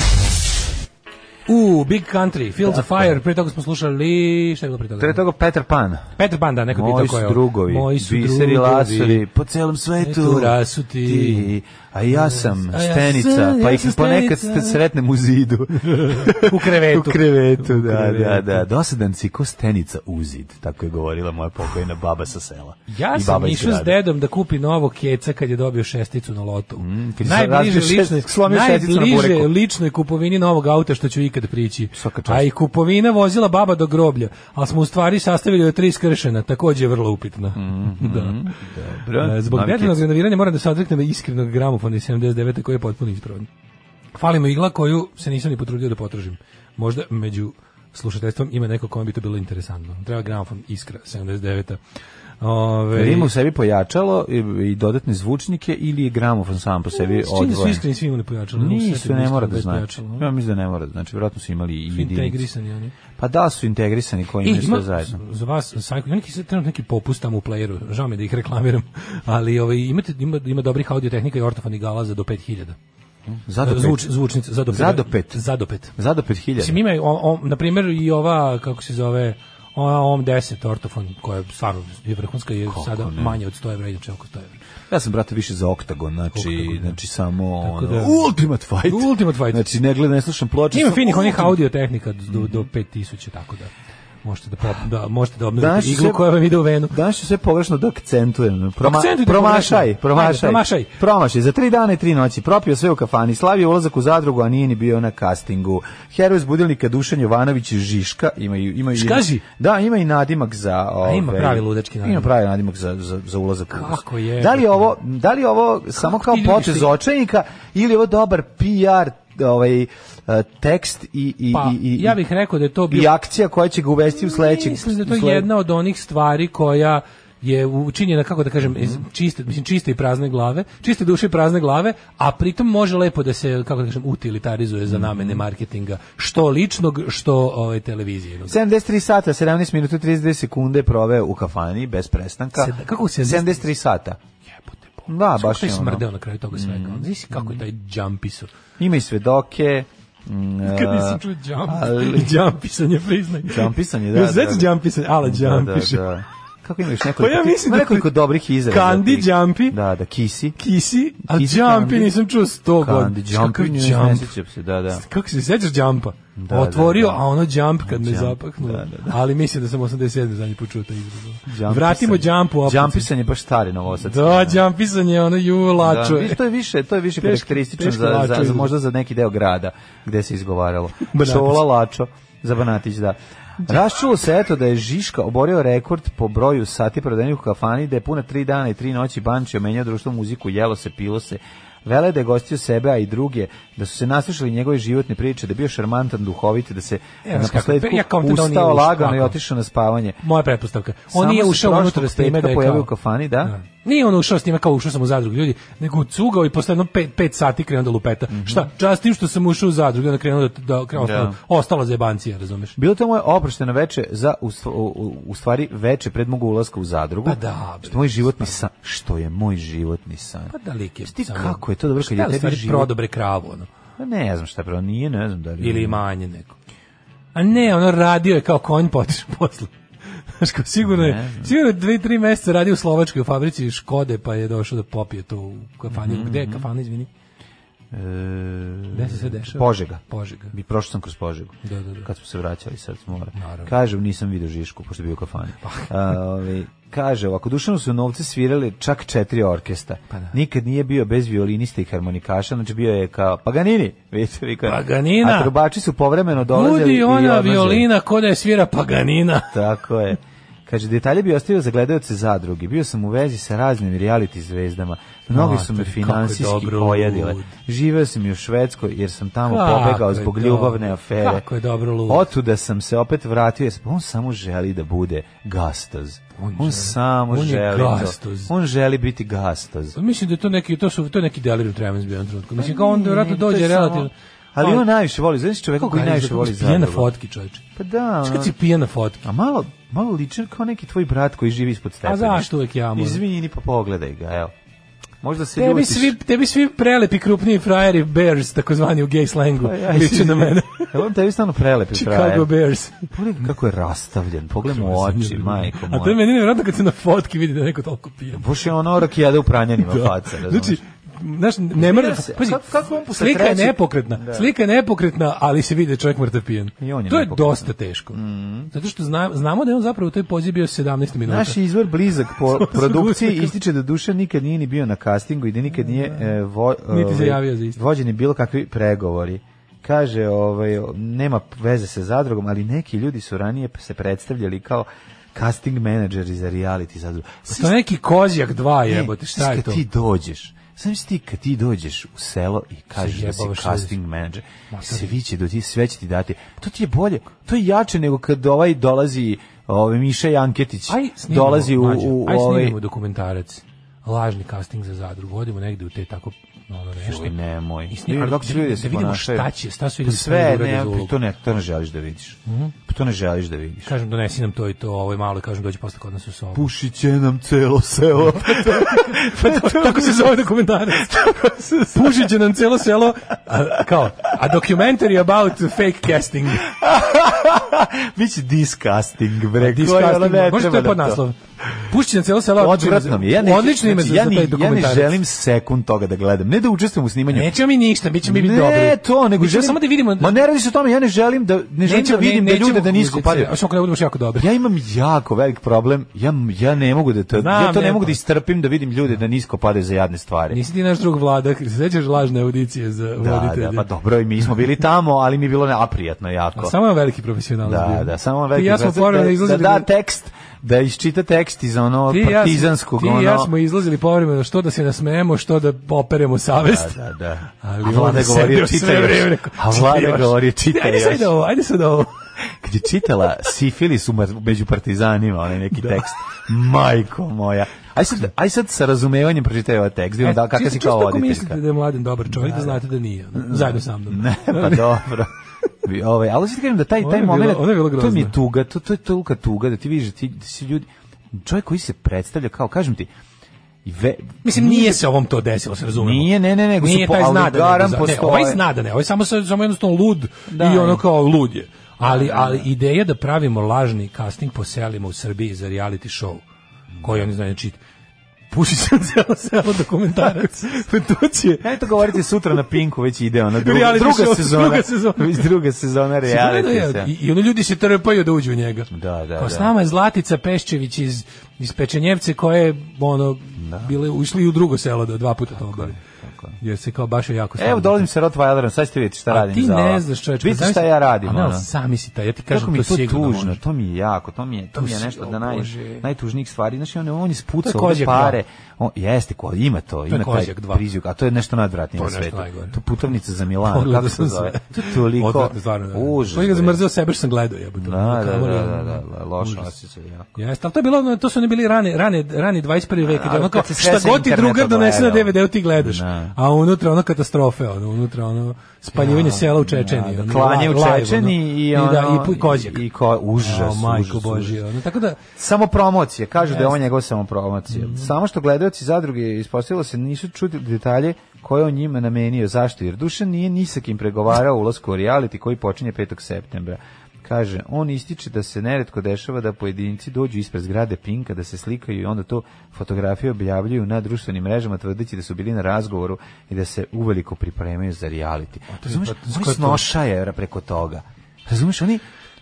[SPEAKER 7] U, Big Country, Fields of Fire, prije toga smo slušali, šta je bilo prije toga?
[SPEAKER 6] Pre toga Peter Pan.
[SPEAKER 7] Peter Pan, da, neko
[SPEAKER 6] Moji
[SPEAKER 7] pitao ko E, je
[SPEAKER 6] su
[SPEAKER 7] ovo.
[SPEAKER 6] drugovi,
[SPEAKER 7] Moji su
[SPEAKER 6] biseri
[SPEAKER 7] drugovi.
[SPEAKER 6] lasovi, po celom svetu,
[SPEAKER 7] Etura su ti.
[SPEAKER 6] a ja sam
[SPEAKER 7] A ja
[SPEAKER 6] stenica,
[SPEAKER 7] sam-
[SPEAKER 6] pa
[SPEAKER 7] ja
[SPEAKER 6] ih
[SPEAKER 7] sam
[SPEAKER 6] ponekad
[SPEAKER 7] stenica.
[SPEAKER 6] ste sretnem u zidu.
[SPEAKER 7] U krevetu.
[SPEAKER 6] u krevetu, da,
[SPEAKER 7] krevetu.
[SPEAKER 6] da, da. Dosadan si ko stenica u zid, tako je govorila moja pokojna baba sa sela.
[SPEAKER 7] Ja
[SPEAKER 6] I
[SPEAKER 7] sam
[SPEAKER 6] baba iz
[SPEAKER 7] išao s
[SPEAKER 6] grada.
[SPEAKER 7] dedom da kupi novo keca kad je dobio šesticu na lotu.
[SPEAKER 6] Mm, kad je
[SPEAKER 7] najbliže
[SPEAKER 6] razbio šest-
[SPEAKER 7] ličnoj,
[SPEAKER 6] slomio šesticu na
[SPEAKER 7] najbliže
[SPEAKER 6] bureku.
[SPEAKER 7] ličnoj kupovini novog auta što ću ikad prići.
[SPEAKER 6] Svaka čast.
[SPEAKER 7] A i kupovina vozila baba do groblja, ali smo u stvari sastavili od tri skršena, takođe je vrlo upitna. da.
[SPEAKER 6] Mhm, Dobro,
[SPEAKER 7] E, Zbog
[SPEAKER 6] novi
[SPEAKER 7] detaljnog
[SPEAKER 6] kids.
[SPEAKER 7] renoviranja moram da se odreknem iskrenog gramofona iz 79. koji je potpuno ispravan. Fali mu igla koju se nisam ni potrudio da potražim. Možda među slušateljstvom ima neko kome bi to bilo interesantno. Treba gramofon Iskra 79. Ove,
[SPEAKER 6] Jel Ima u sebi pojačalo i, i dodatne zvučnike ili je gramofon sam po sebi
[SPEAKER 7] S čim da su
[SPEAKER 6] odvojen?
[SPEAKER 7] iskreni svi imali pojačalo?
[SPEAKER 6] Nisu, ne mora da
[SPEAKER 7] znači.
[SPEAKER 6] znači. Ja mislim da ne mora da znači. Vjerojatno su imali i jedinice.
[SPEAKER 7] Integrisani oni.
[SPEAKER 6] Pa da su integrisani koji
[SPEAKER 7] E,
[SPEAKER 6] imaju sve
[SPEAKER 7] ima
[SPEAKER 6] zajedno.
[SPEAKER 7] za vas Sajko, ima neki sad trenutno neki popust tamo u playeru. Žao mi je da ih reklamiram, ali ovaj imate ima ima dobrih audio tehnika i ortofoni gala za do 5000.
[SPEAKER 6] Za do pet.
[SPEAKER 7] Zvuč, zvučnica za do
[SPEAKER 6] Za do pet.
[SPEAKER 7] Za do pet.
[SPEAKER 6] Za do 5000.
[SPEAKER 7] Mislim ima o, o, na primjer i ova kako se zove ona OM 10 ortofon koja je stvarno je vrhunska je sada manje od 100 evra inače oko 100 evra.
[SPEAKER 6] Ja sam brate više za oktagon, znači
[SPEAKER 7] Oktagon, da.
[SPEAKER 6] znači samo ono,
[SPEAKER 7] da-
[SPEAKER 6] Ultimate Fight.
[SPEAKER 7] Ultimate Fight.
[SPEAKER 6] Znači ne gledam, ne slušam ploče.
[SPEAKER 7] Ima
[SPEAKER 6] samo
[SPEAKER 7] finih onih
[SPEAKER 6] Ultimate- Mhm.
[SPEAKER 7] audio tehnika do, do 5000 tako da možete da pop, da možete da obnovite
[SPEAKER 6] Danas ću
[SPEAKER 7] iglu
[SPEAKER 6] sve-
[SPEAKER 7] koja vam ide u venu.
[SPEAKER 6] Danas ću sve pogrešno da akcentujem. Proma,
[SPEAKER 7] Akcentujte
[SPEAKER 6] promašaj,
[SPEAKER 7] pogrešno.
[SPEAKER 6] promašaj,
[SPEAKER 7] Ajde, promašaj.
[SPEAKER 6] Promašaj. Za tri dana i tri noći propio sve u kafani, slavio ulazak u zadrugu, a nije ni bio na kastingu. Heroj iz budilnika Dušan Jovanović i Žiška imaju imaju
[SPEAKER 7] Škaži?
[SPEAKER 6] Da, ima i nadimak za ovaj.
[SPEAKER 7] ima pravi ludački nadimak.
[SPEAKER 6] Ima pravi nadimak za za, za ulazak. u ulicu.
[SPEAKER 7] Kako je?
[SPEAKER 6] Da li je ovo da li je ovo samo kao
[SPEAKER 7] ti ljudi
[SPEAKER 6] potez
[SPEAKER 7] si-
[SPEAKER 6] očajnika ili je ovo dobar PR ovaj eh, tekst i i
[SPEAKER 7] Pa,
[SPEAKER 6] i, i
[SPEAKER 7] ja bih rekao da je to bio
[SPEAKER 6] i akcija koja će ga uvesti u sledećeg
[SPEAKER 7] Mislim da je to
[SPEAKER 6] u slede-
[SPEAKER 7] jedna od onih stvari koja je učinjena, kako da kažem, iz čiste, mislim, čiste i prazne glave, čiste duše i prazne glave, a pritom može lepo da se, kako da kažem, utilitarizuje za namene marketinga, što ličnog, što ovaj, televizijenog.
[SPEAKER 6] 73 sata, 17 minuta i 32 sekunde je proveo u kafani bez prestanka.
[SPEAKER 7] Sed- kako 73?
[SPEAKER 6] 73 sata?
[SPEAKER 7] Jebote, bo-
[SPEAKER 6] Da,
[SPEAKER 7] Kako
[SPEAKER 6] baš
[SPEAKER 7] taj
[SPEAKER 6] je ono.
[SPEAKER 7] smrdeo na kraju toga svega. Mm. Znaš kako je taj džampiso.
[SPEAKER 6] Ima i svedoke. mm,
[SPEAKER 7] Kad nisam čuo
[SPEAKER 6] ali-
[SPEAKER 7] džampis. Džampisanje, priznaj.
[SPEAKER 6] Džampisanje, da,
[SPEAKER 7] Još zecu
[SPEAKER 6] da, da.
[SPEAKER 7] džampisanje, ala džampiše.
[SPEAKER 6] Da, da, da. Kako ima još nekoliko,
[SPEAKER 7] Pa ja
[SPEAKER 6] ti-
[SPEAKER 7] mislim
[SPEAKER 6] ima
[SPEAKER 7] da-
[SPEAKER 6] nekoliko dobrih izraza.
[SPEAKER 7] Kandi,
[SPEAKER 6] tih.
[SPEAKER 7] džampi.
[SPEAKER 6] Da, da, kisi.
[SPEAKER 7] Kisi, a
[SPEAKER 6] Kisi,
[SPEAKER 7] džampi
[SPEAKER 6] kandi.
[SPEAKER 7] nisam čuo sto godina.
[SPEAKER 6] Kandi, džampi,
[SPEAKER 7] Kakav
[SPEAKER 6] ne
[SPEAKER 7] džamp?
[SPEAKER 6] sjećam se, da, da.
[SPEAKER 7] Kako se sećaš džampa?
[SPEAKER 6] Da,
[SPEAKER 7] Otvorio,
[SPEAKER 6] da, da.
[SPEAKER 7] a ono džamp kad me
[SPEAKER 6] Jump,
[SPEAKER 7] zapaknuo.
[SPEAKER 6] da, da, da.
[SPEAKER 7] Ali mislim da sam 87. zadnji put čuo taj izraz.
[SPEAKER 6] Džampisanje.
[SPEAKER 7] Vratimo džampu. opet.
[SPEAKER 6] Džampisanje je baš stari novosadski.
[SPEAKER 7] Da, džampisanje, ono ju lačo.
[SPEAKER 6] Da, viš, to je više, to je više
[SPEAKER 7] Teško-
[SPEAKER 6] karakteristično
[SPEAKER 7] teško
[SPEAKER 6] za,
[SPEAKER 7] lačo
[SPEAKER 6] za, za
[SPEAKER 7] izgleda.
[SPEAKER 6] možda za neki deo grada gde se izgovaralo.
[SPEAKER 7] Banatić.
[SPEAKER 6] Šola Lačo za Banatić, da. Raščulo se eto da je Žiška oborio rekord po broju sati prodanih u kafani, da je puna tri dana i tri noći bančio, menjao društvo muziku, jelo se, pilo se, Vele da je gostio sebe, a i druge, da su se naslušali njegove životne priče, da je bio šarmantan, duhovit, da se
[SPEAKER 7] Evo
[SPEAKER 6] na
[SPEAKER 7] kako, ja
[SPEAKER 6] posledku
[SPEAKER 7] kontam da on nije
[SPEAKER 6] ustao
[SPEAKER 7] ušao,
[SPEAKER 6] lagano i
[SPEAKER 7] ovako.
[SPEAKER 6] otišao na spavanje.
[SPEAKER 7] Moja pretpostavka. On
[SPEAKER 6] Samo
[SPEAKER 7] nije
[SPEAKER 6] se
[SPEAKER 7] ušao
[SPEAKER 6] prošlog
[SPEAKER 7] unutra s time
[SPEAKER 6] petka
[SPEAKER 7] da je
[SPEAKER 6] pojavio
[SPEAKER 7] kao...
[SPEAKER 6] u kafani, da?
[SPEAKER 7] Nije on ušao s time kao ušao sam u zadrugu ljudi, nego cugao i posle jedno 5 5 sati krenuo da lupeta. Šta? Čas tim što sam ušao u zadrugu, onda krenuo da da krenuo
[SPEAKER 6] Mhm. Da.
[SPEAKER 7] da. ostala zebancija, razumeš?
[SPEAKER 6] Bilo to moje oprošteno veče za u, st- u- u- u stvari veče pred mog ulaska u zadrugu.
[SPEAKER 7] Pa da,
[SPEAKER 6] što je moj životni san, što je moj životni san.
[SPEAKER 7] Pa da lik je.
[SPEAKER 6] Ti
[SPEAKER 7] samo-
[SPEAKER 6] kako je to dobro kad
[SPEAKER 7] Šta
[SPEAKER 6] je
[SPEAKER 7] li
[SPEAKER 6] tebi
[SPEAKER 7] stvari
[SPEAKER 6] život.
[SPEAKER 7] prodobre kravu, ono?
[SPEAKER 6] Pa Ne znam šta je pravo, nije, ne znam da li.
[SPEAKER 7] ili imanje neko. A ne, ono radio je kao konj potiš posle. Znaš, kao sigurno je, sigurno je dve, tri meseca radio
[SPEAKER 6] Mhm.
[SPEAKER 7] u Slovačkoj u fabrici Škode, pa je došao da popije to u kafani. Gde je kafana, izvini?
[SPEAKER 6] E,
[SPEAKER 7] Gde se sve dešava?
[SPEAKER 6] Požega.
[SPEAKER 7] Požega.
[SPEAKER 6] Mi prošao sam kroz Požegu.
[SPEAKER 7] Da, da, da.
[SPEAKER 6] Kad smo se vraćali sad s mora.
[SPEAKER 7] Naravno. Pa.
[SPEAKER 6] Kažem, nisam video Žišku, pošto je bio u kafani. A, ovaj, kaže, ovako, Dušanu su novce svirali čak četiri orkesta.
[SPEAKER 7] Pa
[SPEAKER 6] Nikad nije bio bez violinista i harmonikaša, znači bio je kao Paganini. Vidite, vi kao,
[SPEAKER 7] Paganina!
[SPEAKER 6] A trubači su povremeno dolazili.
[SPEAKER 7] Budi
[SPEAKER 6] i
[SPEAKER 7] ona
[SPEAKER 6] odlazili.
[SPEAKER 7] violina ko da je svira Paganina.
[SPEAKER 6] Tako je. Kaže, detalje bi ostavio za gledaoce zadruge. Bio sam u vezi sa raznim reality zvezdama. Mnogi su me
[SPEAKER 7] Mater, kako je
[SPEAKER 6] finansijski
[SPEAKER 7] dobro,
[SPEAKER 6] pojadile.
[SPEAKER 7] lud.
[SPEAKER 6] Živeo sam i u Švedskoj jer sam tamo
[SPEAKER 7] Kako
[SPEAKER 6] pobegao
[SPEAKER 7] je
[SPEAKER 6] zbog
[SPEAKER 7] dobro,
[SPEAKER 6] ljubavne afere.
[SPEAKER 7] kako je dobro, lud.
[SPEAKER 6] Otuda sam se opet vratio jer sam- on samo želi da bude gastaz. On, samo
[SPEAKER 7] on je
[SPEAKER 6] želi to.
[SPEAKER 7] gastaz.
[SPEAKER 6] On želi biti gastaz.
[SPEAKER 7] Pa Mislim da je to neki, to su, to je neki delirium tremens bio u jednom trenutku. Mislim Znači, kao on
[SPEAKER 6] Pa
[SPEAKER 7] vjerojatno
[SPEAKER 6] Ne, to je
[SPEAKER 7] dođe
[SPEAKER 6] samo-
[SPEAKER 7] relativno. Pa,
[SPEAKER 6] Ali on najviše voli, znaš čoveka koji
[SPEAKER 7] Kako
[SPEAKER 6] najviše
[SPEAKER 7] kako
[SPEAKER 6] voli
[SPEAKER 7] si pijen na
[SPEAKER 6] zadrugu.
[SPEAKER 7] fotki, čovječe.
[SPEAKER 6] Pa da.
[SPEAKER 7] Znaš
[SPEAKER 6] ono-
[SPEAKER 7] Znači, kad si pijen na fotki?
[SPEAKER 6] A malo, malo liči kao neki tvoj brat koji živi ispod stepeništa.
[SPEAKER 7] zašto uvek ja moram?
[SPEAKER 6] Izvini, pa pogledaj ga, evo. Možda se
[SPEAKER 7] Tebi
[SPEAKER 6] ljutiš.
[SPEAKER 7] svi, tebi svi prelepi krupniji frajeri Bears, takozvani u gay slangu,
[SPEAKER 6] Pa ja
[SPEAKER 7] liče na mene.
[SPEAKER 6] Evo on tebi stano prelepi
[SPEAKER 7] Chicago
[SPEAKER 6] frajer.
[SPEAKER 7] Bears.
[SPEAKER 6] Pogledaj kako je rastavljen, pogledaj mu oči, majko moja.
[SPEAKER 7] A to je meni nevjerojatno kad se na fotki vidi da je neko toliko pijen.
[SPEAKER 6] Boš je ono orak jede u pranjanima faca, razumiješ?
[SPEAKER 7] Znači, znaš, ne mrda,
[SPEAKER 6] Nervira se.
[SPEAKER 7] pazi,
[SPEAKER 6] Kako- kako on posle
[SPEAKER 7] slika
[SPEAKER 6] trećeg-
[SPEAKER 7] je nepokretna,
[SPEAKER 6] Da.
[SPEAKER 7] slika je nepokretna, ali se vidi da je čovjek mrtav pijen.
[SPEAKER 6] I on je
[SPEAKER 7] to je
[SPEAKER 6] nepokretan. Mhm.
[SPEAKER 7] dosta teško. Zato što zna- znamo da je on zapravo u toj poziji bio 17 minuta.
[SPEAKER 6] Naš je izvor blizak po
[SPEAKER 7] Samo sam
[SPEAKER 6] produkciji
[SPEAKER 7] uzeo.
[SPEAKER 6] ističe da Duša nikad nije ni bio na kastingu i da nikad nije e, vo,
[SPEAKER 7] Niti se
[SPEAKER 6] ovaj,
[SPEAKER 7] javio za isto.
[SPEAKER 6] vođeni bilo kakvi pregovori. Kaže, ovaj, nema veze sa zadrugom, ali neki ljudi su ranije se predstavljali kao casting menadžeri za reality zadrugu.
[SPEAKER 7] To je neki kozjak 2
[SPEAKER 6] Ne,
[SPEAKER 7] jebote, šta je
[SPEAKER 6] kad
[SPEAKER 7] to?
[SPEAKER 6] ti dođeš, sam si ti kad ti dođeš u selo i kažeš da si
[SPEAKER 7] jebavaš
[SPEAKER 6] casting menadžer,
[SPEAKER 7] Matori.
[SPEAKER 6] svi će do ti, sve će ti dati. To ti je bolje, to je jače nego kad ovaj dolazi ovaj Miša Janketić
[SPEAKER 7] Aj, snimimo,
[SPEAKER 6] dolazi u,
[SPEAKER 7] mlađe,
[SPEAKER 6] u
[SPEAKER 7] aj
[SPEAKER 6] ovaj
[SPEAKER 7] snimimo dokumentarac. Lažni casting za zadrugu. Odimo negde u te tako ono nešto.
[SPEAKER 6] Joj, nemoj.
[SPEAKER 7] I snim-
[SPEAKER 6] Vidim kako
[SPEAKER 7] da-
[SPEAKER 6] su ljudi
[SPEAKER 7] da
[SPEAKER 6] se
[SPEAKER 7] vidimo
[SPEAKER 6] ponašaju.
[SPEAKER 7] šta će, šta su
[SPEAKER 6] Pa
[SPEAKER 7] ljudi
[SPEAKER 6] sve,
[SPEAKER 7] spremni da urade
[SPEAKER 6] ne,
[SPEAKER 7] za Mhm. ulogu.
[SPEAKER 6] to ne, to ne želiš da vidiš. Pa To ne želiš da vidiš.
[SPEAKER 7] Kažem, donesi nam to i to, ovo je malo, i kažem, dođi posle kod nas u sobu.
[SPEAKER 6] Pušit će nam celo selo. pa
[SPEAKER 7] tako se zove dokumentarac. Pušit će nam celo selo, a, kao, a documentary about fake casting.
[SPEAKER 6] Biće disgusting, bre. koje ono
[SPEAKER 7] Disgusting.
[SPEAKER 6] ne
[SPEAKER 7] Pa Može to
[SPEAKER 6] treba
[SPEAKER 7] je
[SPEAKER 6] da
[SPEAKER 7] pod naslov. Pušit će nam celo selo.
[SPEAKER 6] Odvratno mi je. Ja neću-
[SPEAKER 7] Pa, Odlično ime za,
[SPEAKER 6] znači, ja
[SPEAKER 7] za
[SPEAKER 6] ni-
[SPEAKER 7] taj
[SPEAKER 6] Ja
[SPEAKER 7] dokumentarac.
[SPEAKER 6] ne želim sekund toga da gledam. Ne da učestvujem u snimanju.
[SPEAKER 7] Nećemo mi ništa, bit ćemo mi biti
[SPEAKER 6] ne,
[SPEAKER 7] dobri.
[SPEAKER 6] to, nego
[SPEAKER 7] Mi ćemo
[SPEAKER 6] želim...
[SPEAKER 7] samo da vidimo...
[SPEAKER 6] Ma ne radi se o tome, ja ne želim da, ne želim da vidim da ljude da nisko padaju.
[SPEAKER 7] Samo kada budemo jako dobri.
[SPEAKER 6] Ja imam jako velik problem, ja, ja ne mogu da to,
[SPEAKER 7] Znam,
[SPEAKER 6] ja to ne
[SPEAKER 7] ne,
[SPEAKER 6] mogu
[SPEAKER 7] pa.
[SPEAKER 6] da istrpim da vidim ljude da nisko padaju za jadne stvari.
[SPEAKER 7] Nisi ti naš drug vlada, se sećaš lažne audicije za
[SPEAKER 6] Da,
[SPEAKER 7] voditelja?
[SPEAKER 6] da, pa dobro, i mi smo bili tamo, ali mi je bilo neprijatno jako.
[SPEAKER 7] A Samo je on veliki profesionalac
[SPEAKER 6] Da,
[SPEAKER 7] bio.
[SPEAKER 6] da, samo on
[SPEAKER 7] Ti
[SPEAKER 6] veliki
[SPEAKER 7] i ja smo
[SPEAKER 6] glas-
[SPEAKER 7] povremeno
[SPEAKER 6] da, da,
[SPEAKER 7] izlazili...
[SPEAKER 6] da tekst, da isčita tekst iz ono
[SPEAKER 7] Ti i ja smo-
[SPEAKER 6] partizanskog,
[SPEAKER 7] Ti
[SPEAKER 6] ono...
[SPEAKER 7] i ja smo izlazili povremeno što da se nasmejemo, što da operemo savest.
[SPEAKER 6] Da, da, da.
[SPEAKER 7] Ali
[SPEAKER 6] A
[SPEAKER 7] on
[SPEAKER 6] vlada
[SPEAKER 7] je
[SPEAKER 6] govorio
[SPEAKER 7] sedeo
[SPEAKER 6] čita
[SPEAKER 7] sve vreme,
[SPEAKER 6] još.
[SPEAKER 7] rekao,
[SPEAKER 6] A
[SPEAKER 7] "Čita
[SPEAKER 6] vlada
[SPEAKER 7] još."
[SPEAKER 6] govorio čita
[SPEAKER 7] Ajde sad
[SPEAKER 6] još.
[SPEAKER 7] da ovo, ajde sad ovo.
[SPEAKER 6] Kad je čitala sifilis u mar- među partizanima, onaj neki tekst. Majko moja. Aj sad, aj sad sa razumevanjem pročitaj ovaj tekst. Vidimo da
[SPEAKER 7] E, Čisto-
[SPEAKER 6] kakva si
[SPEAKER 7] čisto
[SPEAKER 6] kao
[SPEAKER 7] ako mislite
[SPEAKER 6] voditeljka.
[SPEAKER 7] da je mladen dobar čovjek, da, znate da nije. ono, Zajedno sa mnom.
[SPEAKER 6] Ne, pa dobro. Bi- Ovaj, ali sad kažem da taj,
[SPEAKER 7] Ono
[SPEAKER 6] taj
[SPEAKER 7] je bilo-
[SPEAKER 6] moment,
[SPEAKER 7] ono je bilo
[SPEAKER 6] to mi je
[SPEAKER 7] grozno.
[SPEAKER 6] tuga, to, to je tolika tuga da ti vidiš da ti da si ljudi, čovjek koji se predstavlja kao, kažem ti, i ve,
[SPEAKER 7] Mislim, nije se ovom to desilo, se razumemo.
[SPEAKER 6] Nije, ne, ne, nego su
[SPEAKER 7] Nije
[SPEAKER 6] po-
[SPEAKER 7] taj
[SPEAKER 6] ali
[SPEAKER 7] zna da ne,
[SPEAKER 6] garam
[SPEAKER 7] ne,
[SPEAKER 6] postoje.
[SPEAKER 7] ovaj zna da ne, ovaj samo, se- samo jednostavno lud
[SPEAKER 6] Da,
[SPEAKER 7] i ono
[SPEAKER 6] i-
[SPEAKER 7] kao lud je. Ali, ali ideja da pravimo lažni casting po selima u Srbiji za reality show, koji oni znaju čit, puši se celo selo dokumentarac. Pa to će...
[SPEAKER 6] Eto govorite sutra na Pinku već ide ona druga,
[SPEAKER 7] Reality
[SPEAKER 6] druga
[SPEAKER 7] show,
[SPEAKER 6] sezona.
[SPEAKER 7] druga sezona.
[SPEAKER 6] Već druga sezona reality.
[SPEAKER 7] Da,
[SPEAKER 6] se.
[SPEAKER 7] I, I oni ljudi se trpaju da uđu u njega.
[SPEAKER 6] Da, da,
[SPEAKER 7] Kao
[SPEAKER 6] da.
[SPEAKER 7] s nama je Zlatica Peščević iz, iz Pečenjevce koja je ono, bile, ušli u drugo selo da dva puta to obave. Jer se kao baš je jako
[SPEAKER 6] Evo
[SPEAKER 7] slavno.
[SPEAKER 6] dolazim sa Rottweilerom, sad ćete vidjeti šta
[SPEAKER 7] A
[SPEAKER 6] radim
[SPEAKER 7] ti
[SPEAKER 6] za.
[SPEAKER 7] ne znaš čoveče.
[SPEAKER 6] Vidite
[SPEAKER 7] pa
[SPEAKER 6] šta
[SPEAKER 7] zamisli-
[SPEAKER 6] ja radim.
[SPEAKER 7] A ne,
[SPEAKER 6] ono.
[SPEAKER 7] ali sami si taj, ja ti
[SPEAKER 6] Kako
[SPEAKER 7] kažem,
[SPEAKER 6] mi
[SPEAKER 7] to
[SPEAKER 6] je to
[SPEAKER 7] sigurno
[SPEAKER 6] tužno,
[SPEAKER 7] može.
[SPEAKER 6] to mi je jako, to mi je, to
[SPEAKER 7] To
[SPEAKER 6] mi je
[SPEAKER 7] si-
[SPEAKER 6] nešto
[SPEAKER 7] o
[SPEAKER 6] da naj,
[SPEAKER 7] Bože.
[SPEAKER 6] najtužnijih stvari. Znači on, je- on je
[SPEAKER 7] To
[SPEAKER 6] spucao
[SPEAKER 7] je
[SPEAKER 6] ovde
[SPEAKER 7] Kozjak
[SPEAKER 6] pare. On, jeste, ko, ima to, ima taj
[SPEAKER 7] Kozjak dva.
[SPEAKER 6] prizjuk, a to je nešto nadvratnije
[SPEAKER 7] To
[SPEAKER 6] na
[SPEAKER 7] je
[SPEAKER 6] svetu.
[SPEAKER 7] nešto najgore.
[SPEAKER 6] To putovnica za Milano,
[SPEAKER 7] Pogledao
[SPEAKER 6] kako se
[SPEAKER 7] sam
[SPEAKER 6] zove.
[SPEAKER 7] sve.
[SPEAKER 6] To je toliko,
[SPEAKER 7] Odvratno, stvarno. da.
[SPEAKER 6] užas.
[SPEAKER 7] To je ga
[SPEAKER 6] bre.
[SPEAKER 7] zamrzeo sebe što sam gledao, jebote.
[SPEAKER 6] Da, da,
[SPEAKER 7] Kamoli,
[SPEAKER 6] da,
[SPEAKER 7] ono,
[SPEAKER 6] da, da, da, loše
[SPEAKER 7] užas.
[SPEAKER 6] osjećaj, jako.
[SPEAKER 7] Jeste, ali to je bilo, ono, to su oni bili rane, rane, rani 21. vek,
[SPEAKER 6] ali
[SPEAKER 7] ono kao,
[SPEAKER 6] kad se sve
[SPEAKER 7] šta
[SPEAKER 6] sa
[SPEAKER 7] god ti
[SPEAKER 6] interneta
[SPEAKER 7] drugar donese na
[SPEAKER 6] gledalo.
[SPEAKER 7] DVD-u ti gledaš,
[SPEAKER 6] Da.
[SPEAKER 7] a unutra ono katastrofe, ono, unutra ono spaljivanje sela u Čečeni.
[SPEAKER 6] Da,
[SPEAKER 7] ono,
[SPEAKER 6] klanje u
[SPEAKER 7] live, ono.
[SPEAKER 6] Čečeni i
[SPEAKER 7] da,
[SPEAKER 6] ono...
[SPEAKER 7] I, pu- kozjak.
[SPEAKER 6] I ko, užas,
[SPEAKER 7] Jao,
[SPEAKER 6] užas,
[SPEAKER 7] majko
[SPEAKER 6] užas.
[SPEAKER 7] Božje, ono, tako da,
[SPEAKER 6] Samo promocije, kažu da je on
[SPEAKER 7] Jeste. Mhm.
[SPEAKER 6] njegov samo promocija. Samo što gledaoci zadruge ispostavilo se nisu čuti detalje koje on njima namenio. Zašto? Jer Dušan nije ni sa kim pregovarao o ulasku u reality koji počinje 5. septembra. Kaže, on ističe da se neretko dešava da pojedinci dođu ispred zgrade Pinka, da se slikaju i onda to fotografije objavljuju na društvenim mrežama, tvrdeći da su bili na razgovoru i da se uveliko pripremaju za reality. Razumeš,
[SPEAKER 7] pa,
[SPEAKER 6] oni
[SPEAKER 7] ko je to?
[SPEAKER 6] snoša je preko toga. Razumeš, oni...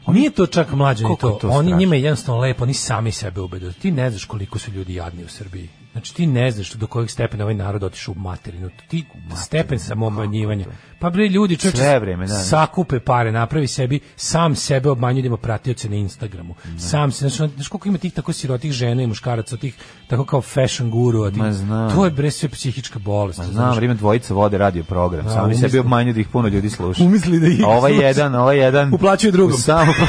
[SPEAKER 7] Oni Nije to čak mlađe ni
[SPEAKER 6] Koliko
[SPEAKER 7] to.
[SPEAKER 6] je to
[SPEAKER 7] Oni
[SPEAKER 6] strašno?
[SPEAKER 7] njima je jednostavno lepo, oni sami sebe ubeduju. Ti ne znaš koliko su ljudi jadni u Srbiji. Znači ti ne znaš do kojeg stepena ovaj narod otišao u materinu. Ti stepen samoobmanjivanja. Pa bre ljudi čovječe,
[SPEAKER 6] Sve vreme, da, da.
[SPEAKER 7] sakupe pare, napravi sebi sam sebe obmanjuje da ima pratioce na Instagramu. Sam se znači znači koliko ima tih tako sirotih žena i muškaraca, tih tako kao fashion guru, tih,
[SPEAKER 6] Ma znam.
[SPEAKER 7] to je bre sve psihička bolest.
[SPEAKER 6] Znam, vrijeme dvojica vode radio program.
[SPEAKER 7] Da,
[SPEAKER 6] Samo bi
[SPEAKER 7] umisli-
[SPEAKER 6] sebi obmanju da ih puno ljudi sluša.
[SPEAKER 7] Umisli da ih Znači,
[SPEAKER 6] A ovaj
[SPEAKER 7] sluša.
[SPEAKER 6] jedan, ovaj jedan...
[SPEAKER 7] Uplaćuje drugom.
[SPEAKER 6] Samo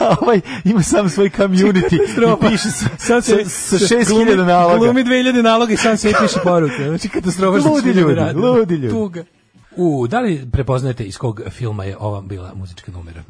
[SPEAKER 6] A ovaj ima sam svoj community
[SPEAKER 7] Katastrofa.
[SPEAKER 6] i piše sa,
[SPEAKER 7] Sad se-
[SPEAKER 6] sa, sa
[SPEAKER 7] se
[SPEAKER 6] 6000 naloga.
[SPEAKER 7] Glumi 2000 naloga i sam se piše poruke. Znači katastrofa što
[SPEAKER 6] Ludi
[SPEAKER 7] svi
[SPEAKER 6] ljudi,
[SPEAKER 7] rade.
[SPEAKER 6] ludi ljudi.
[SPEAKER 7] Tuga. U, da li prepoznajete iz kog filma je ova bila muzička numera?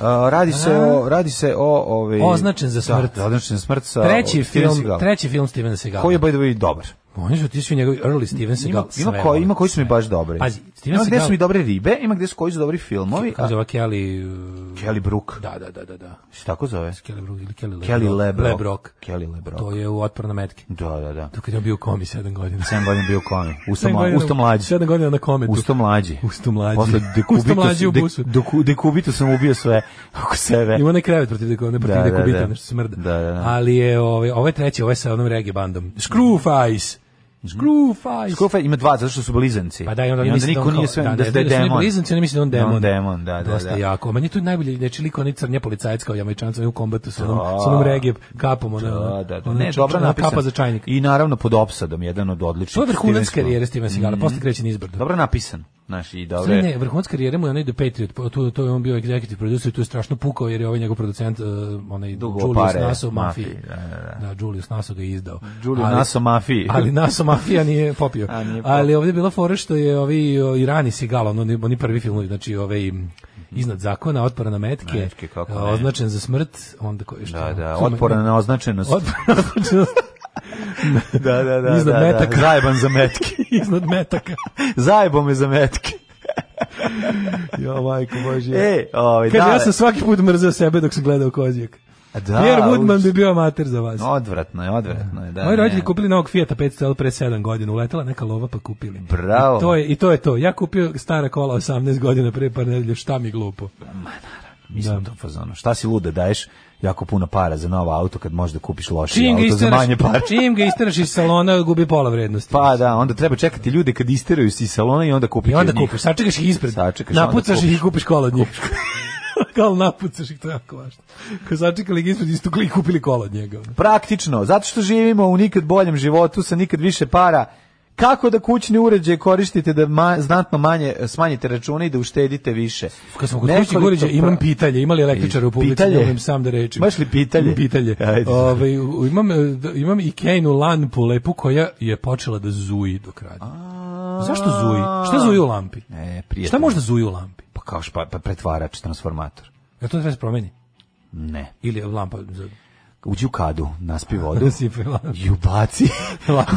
[SPEAKER 6] A, radi se o radi se o ovaj
[SPEAKER 7] Označen za smrt.
[SPEAKER 6] Da, označen za smrt sa
[SPEAKER 7] treći
[SPEAKER 6] o, Steven
[SPEAKER 7] film,
[SPEAKER 6] Seagalom.
[SPEAKER 7] treći film Stevena Segala.
[SPEAKER 6] koji je by the way dobar.
[SPEAKER 7] Oni su ti su njegovi early Steven ono.
[SPEAKER 6] Ima,
[SPEAKER 7] Segal.
[SPEAKER 6] ima, koji, ima koji su mi baš dobri.
[SPEAKER 7] Pazi, Steven
[SPEAKER 6] ima gde
[SPEAKER 7] Seagal-
[SPEAKER 6] su mi dobre ribe, ima gde su koji su dobri filmovi.
[SPEAKER 7] Kaže
[SPEAKER 6] a-
[SPEAKER 7] ova Kelly... uh,
[SPEAKER 6] Kelly Brook.
[SPEAKER 7] Da, da, da, da. da.
[SPEAKER 6] Se tako zove?
[SPEAKER 7] Kelly Brook ili Kelly Lebrock.
[SPEAKER 6] Kelly Lebrock.
[SPEAKER 7] Lebrock.
[SPEAKER 6] Kelly Lebrock.
[SPEAKER 7] To je u otpor na metke.
[SPEAKER 6] Da, da, da.
[SPEAKER 7] To kad je on bio u komi 7 godina.
[SPEAKER 6] 7 godina bio komi. Usto,
[SPEAKER 7] Sedam
[SPEAKER 6] mla,
[SPEAKER 7] godina-
[SPEAKER 6] usto mlađi.
[SPEAKER 7] sedam godina na kometu.
[SPEAKER 6] Usto mlađi.
[SPEAKER 7] Usto mlađi.
[SPEAKER 6] Posle
[SPEAKER 7] Usto mlađi u
[SPEAKER 6] dekubitus,
[SPEAKER 7] busu.
[SPEAKER 6] de, doku, dekubitu sam ubio sve oko sebe.
[SPEAKER 7] Ima onaj krevet protiv deko, ne protiv
[SPEAKER 6] Da, da,
[SPEAKER 7] dekobita,
[SPEAKER 6] da.
[SPEAKER 7] nešto smrda.
[SPEAKER 6] Da, da, da.
[SPEAKER 7] Ali je ovaj, ovaj treći, ovaj sa onom reggae bandom. Screwface! Screwface!
[SPEAKER 6] Skofa ima dva, zato što su blizanci.
[SPEAKER 7] Pa da, i onda,
[SPEAKER 6] Mhm. I onda
[SPEAKER 7] misli da on
[SPEAKER 6] niko
[SPEAKER 7] kao-
[SPEAKER 6] nije sve, da, da,
[SPEAKER 7] da,
[SPEAKER 6] je
[SPEAKER 7] da su oni
[SPEAKER 6] demon.
[SPEAKER 7] blizanci, oni misle da je on demon.
[SPEAKER 6] demon, da, da,
[SPEAKER 7] Dosta
[SPEAKER 6] da.
[SPEAKER 7] jako. Meni je tu najbolje, znači liko oni crnje policajac kao jamajčanca u kombatu sa onom, sa onom reggae kapom. ono- Ona,
[SPEAKER 6] Da, da, da.
[SPEAKER 7] ona
[SPEAKER 6] Ne,
[SPEAKER 7] ča-
[SPEAKER 6] dobro
[SPEAKER 7] ona
[SPEAKER 6] napisan.
[SPEAKER 7] ono Kapa za čajnik.
[SPEAKER 6] I naravno pod opsadom, jedan od odličnih.
[SPEAKER 7] To je vrhunac
[SPEAKER 6] Steven
[SPEAKER 7] karijere
[SPEAKER 6] Spielberg.
[SPEAKER 7] Steven Segala, posle kreće nizbrdo.
[SPEAKER 6] Dobro napisan. Znaš, i dobro
[SPEAKER 7] Sve
[SPEAKER 6] je.
[SPEAKER 7] ne, vrhunac karijere mu je onaj The Patriot, po- tu, to je on bio executive producer i tu je strašno pukao jer je ovaj njegov producent, uh, onaj
[SPEAKER 6] Dugo
[SPEAKER 7] Julius
[SPEAKER 6] pare,
[SPEAKER 7] Naso Mafiji.
[SPEAKER 6] Mafiji, da, da,
[SPEAKER 7] da. Julius Naso ga je izdao.
[SPEAKER 6] Julio
[SPEAKER 7] Ali-
[SPEAKER 6] Naso Mafiji.
[SPEAKER 7] ali Naso Mafija nije popio.
[SPEAKER 6] A, nije popio.
[SPEAKER 7] ali ovdje je bila fora što je ovi o, Irani Sigala, ono, oni- oni prvi filmovi, znači ove iznad zakona, otpora na metke,
[SPEAKER 6] Metke, kako ne.
[SPEAKER 7] a, označen za smrt, onda koji što...
[SPEAKER 6] Da, da,
[SPEAKER 7] e,
[SPEAKER 6] otporan na označenost. da, da, da.
[SPEAKER 7] Iznad
[SPEAKER 6] da,
[SPEAKER 7] metaka.
[SPEAKER 6] Da. Zajeban za metke.
[SPEAKER 7] iznad metaka.
[SPEAKER 6] Zajebo me za metke.
[SPEAKER 7] jo, majko Božje.
[SPEAKER 6] E, ovaj,
[SPEAKER 7] Kaže,
[SPEAKER 6] da,
[SPEAKER 7] ja sam svaki put mrzeo sebe dok sam gledao Kozijak.
[SPEAKER 6] da,
[SPEAKER 7] Jer Woodman
[SPEAKER 6] uč-
[SPEAKER 7] bi bio amater za vas.
[SPEAKER 6] Odvratno je, odvratno je, da.
[SPEAKER 7] Moji roditelji
[SPEAKER 6] ne.
[SPEAKER 7] kupili novog Fiat 500 L pre 7 godina, uletela neka lova pa kupili.
[SPEAKER 6] Bravo.
[SPEAKER 7] I to je, i to je to. Ja kupio stara kola 18 godina pre par nedelje, šta mi glupo.
[SPEAKER 6] Mislim to fazonu. Šta si luda daješ jako puno para za novo auto kad možeš da kupiš loši
[SPEAKER 7] Čim
[SPEAKER 6] auto
[SPEAKER 7] ga
[SPEAKER 6] za
[SPEAKER 7] isteraš,
[SPEAKER 6] manje para.
[SPEAKER 7] čim ga isteraš iz salona, gubi pola vrednosti.
[SPEAKER 6] Pa da, onda treba čekati ljude kad isteraju iz salona i onda kupiš
[SPEAKER 7] I onda
[SPEAKER 6] od njih.
[SPEAKER 7] kupiš, sačekaš ih ispred.
[SPEAKER 6] Sačekaš,
[SPEAKER 7] napucaš
[SPEAKER 6] onda
[SPEAKER 7] ih i kupiš kola od njih. Kao napucaš ih, to je jako važno. Kad sačekali ih ispred, istukli i kupili kola od njega. ono.
[SPEAKER 6] Praktično, zato što živimo u nikad boljem životu sa nikad više para, kako da kućni uređaj koristite da ma, znatno manje smanjite račune i da uštedite više.
[SPEAKER 7] Kad smo kod
[SPEAKER 6] Nekoliko
[SPEAKER 7] kućnih uređaja, imam
[SPEAKER 6] pra-
[SPEAKER 7] pitanje, ima li električara u publici,
[SPEAKER 6] Pitanje?
[SPEAKER 7] ne umem sam da rečem.
[SPEAKER 6] Imaš li pitanje?
[SPEAKER 7] Imam Pitanje.
[SPEAKER 6] Ajde.
[SPEAKER 7] Ovaj, u- imam, e, d- imam i Kejnu lampu lepu koja je počela da zuji dok radi. Zašto zuji? Šta zuji u lampi?
[SPEAKER 6] E, prijatelj.
[SPEAKER 7] Šta možda zuji u lampi?
[SPEAKER 6] Pa kao špa, pa pretvarač, transformator.
[SPEAKER 7] Jel to treba se promeni?
[SPEAKER 6] Ne.
[SPEAKER 7] Ili je lampa za...
[SPEAKER 6] Uđi u kadu, naspi vodu.
[SPEAKER 7] Sipaj lampu.
[SPEAKER 6] I ubaci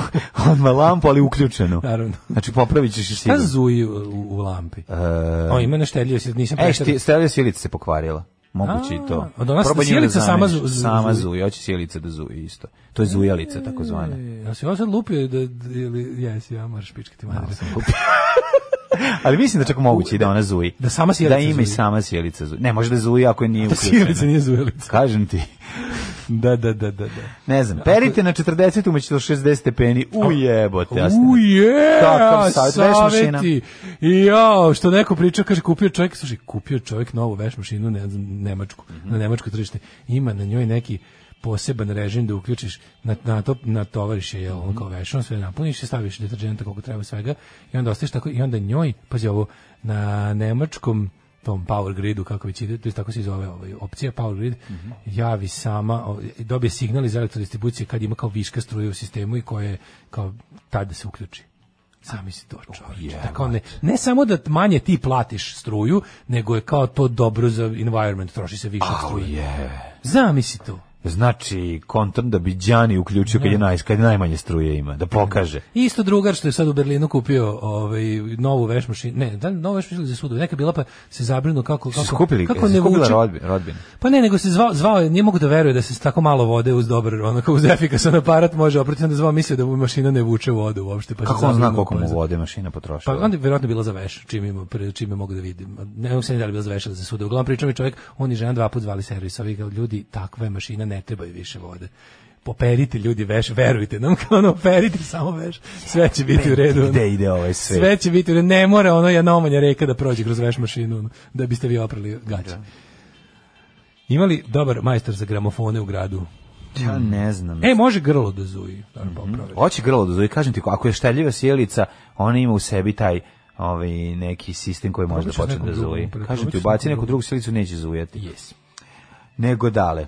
[SPEAKER 6] odmah lampu, ali uključenu.
[SPEAKER 7] Naravno.
[SPEAKER 6] Znači, popravit ćeš i
[SPEAKER 7] Šta
[SPEAKER 6] sigurno.
[SPEAKER 7] zuji u, u- u lampi? O, ima nešteljivo, sad nisam
[SPEAKER 6] E,
[SPEAKER 7] preterao.
[SPEAKER 6] šti, stavlja sjelica se pokvarila. Moguće i to.
[SPEAKER 7] A, od ona
[SPEAKER 6] Probaj nju
[SPEAKER 7] sjelica sama
[SPEAKER 6] zameniš.
[SPEAKER 7] zu- zu-
[SPEAKER 6] sama
[SPEAKER 7] zuji.
[SPEAKER 6] zuje, hoće sjelica da zuje isto. To je zujalica, tako zvana.
[SPEAKER 7] E, Jel si ovo sad lupio da, da- ili, jesi, ja moraš pičkati materinu.
[SPEAKER 6] Ali mislim da čak moguće i da ona zuji.
[SPEAKER 7] Da sama sjelica
[SPEAKER 6] Da ima
[SPEAKER 7] zuji.
[SPEAKER 6] i sama sjelica zuji. Ne, može da zuji ako je nije
[SPEAKER 7] Da
[SPEAKER 6] uključena.
[SPEAKER 7] silica nije zujelica.
[SPEAKER 6] Kažem ti.
[SPEAKER 7] Da, da, da, da, da.
[SPEAKER 6] Ne znam, perite na 40 umeći do 60 stepeni. Ujebote, jasno.
[SPEAKER 7] Uje,
[SPEAKER 6] Kakav savjet, veš mašina.
[SPEAKER 7] savjeti. I ja, što neko priča, kaže, kupio čovjek, slušaj, kupio čovjek novu veš mašinu ne, znam, nemačku, na nemačko tržište. Ima na njoj neki poseban režim da uključiš na, na to na tovariš je jel, ono
[SPEAKER 6] Mhm.
[SPEAKER 7] kao vešom sve napuniš i staviš deterdženta koliko treba svega i onda ostaviš tako i onda njoj pazi ovo na nemačkom tom power gridu kako već ide, to je tako se i zove ovaj opcija power grid,
[SPEAKER 6] Mhm.
[SPEAKER 7] javi sama, o, i dobije signal iz elektrodistribucije kad ima kao viška struje u sistemu i koje kao tad da se uključi. Sami si to
[SPEAKER 6] Oh,
[SPEAKER 7] čovječe. Tako ne, ne samo da manje ti platiš struju, nego je kao to dobro za environment, troši se više struje. Zamisli to.
[SPEAKER 6] Znači, kontran da bi Đani uključio kad je, naj, kad je najmanje struje ima, da pokaže.
[SPEAKER 7] Isto drugar što je sad u Berlinu kupio ovaj novu veš mašinu. Ne, da li novu veš mašinu za sudove. Neka je bila pa se zabrinuo kako kako
[SPEAKER 6] Su skupili,
[SPEAKER 7] kako
[SPEAKER 6] ne
[SPEAKER 7] ne
[SPEAKER 6] skupila
[SPEAKER 7] vuče.
[SPEAKER 6] rodbina. rodbina.
[SPEAKER 7] Pa ne, nego se zvao, zvao je, nije mogu da veruje da se s tako malo vode uz dobar, onako uz efikasan aparat može oprati, onda je zvao mislio da mu mašina ne vuče vodu uopšte. Pa se
[SPEAKER 6] Kako on zna
[SPEAKER 7] zabrinuo
[SPEAKER 6] koliko mu
[SPEAKER 7] ko je za-
[SPEAKER 6] vode mašina potrošila?
[SPEAKER 7] Pa onda je vjerojatno bila za veš, čime, ima, pre- čime mogu da vidim. Ne mogu se ni da li je bila za veš ili za sude. Uglavnom pričao mi čovjek, on i žena dva put zvali servis, ovi kao, ljudi, takva je mašina, ne trebaju više vode. Poperite ljudi veš, verujte nam, kao ono, operite samo veš, sve će biti u redu. ono.
[SPEAKER 6] Gde ide ovaj svet?
[SPEAKER 7] Sve će biti, u redu. ne mora ono jedna omanja reka da prođe kroz veš mašinu, ono, da biste vi oprali gaće. Imali dobar majstor za gramofone u gradu?
[SPEAKER 6] Ja ne znam.
[SPEAKER 7] E, može grlo da zuji. da
[SPEAKER 6] Mhm.
[SPEAKER 7] popravi.
[SPEAKER 6] Hoće grlo da zove, kažem ti, ako je šteljiva sjelica, ona ima u sebi taj ovaj neki sistem koji može da
[SPEAKER 7] Probat
[SPEAKER 6] počne
[SPEAKER 7] ću neku
[SPEAKER 6] da
[SPEAKER 7] drugu,
[SPEAKER 6] zuji.
[SPEAKER 7] probat
[SPEAKER 6] Kažem ti,
[SPEAKER 7] ću
[SPEAKER 6] ubaci
[SPEAKER 7] neku
[SPEAKER 6] neku
[SPEAKER 7] drugu.
[SPEAKER 6] drugu sjelicu, neće zujati.
[SPEAKER 7] Yes.
[SPEAKER 6] Nego dale.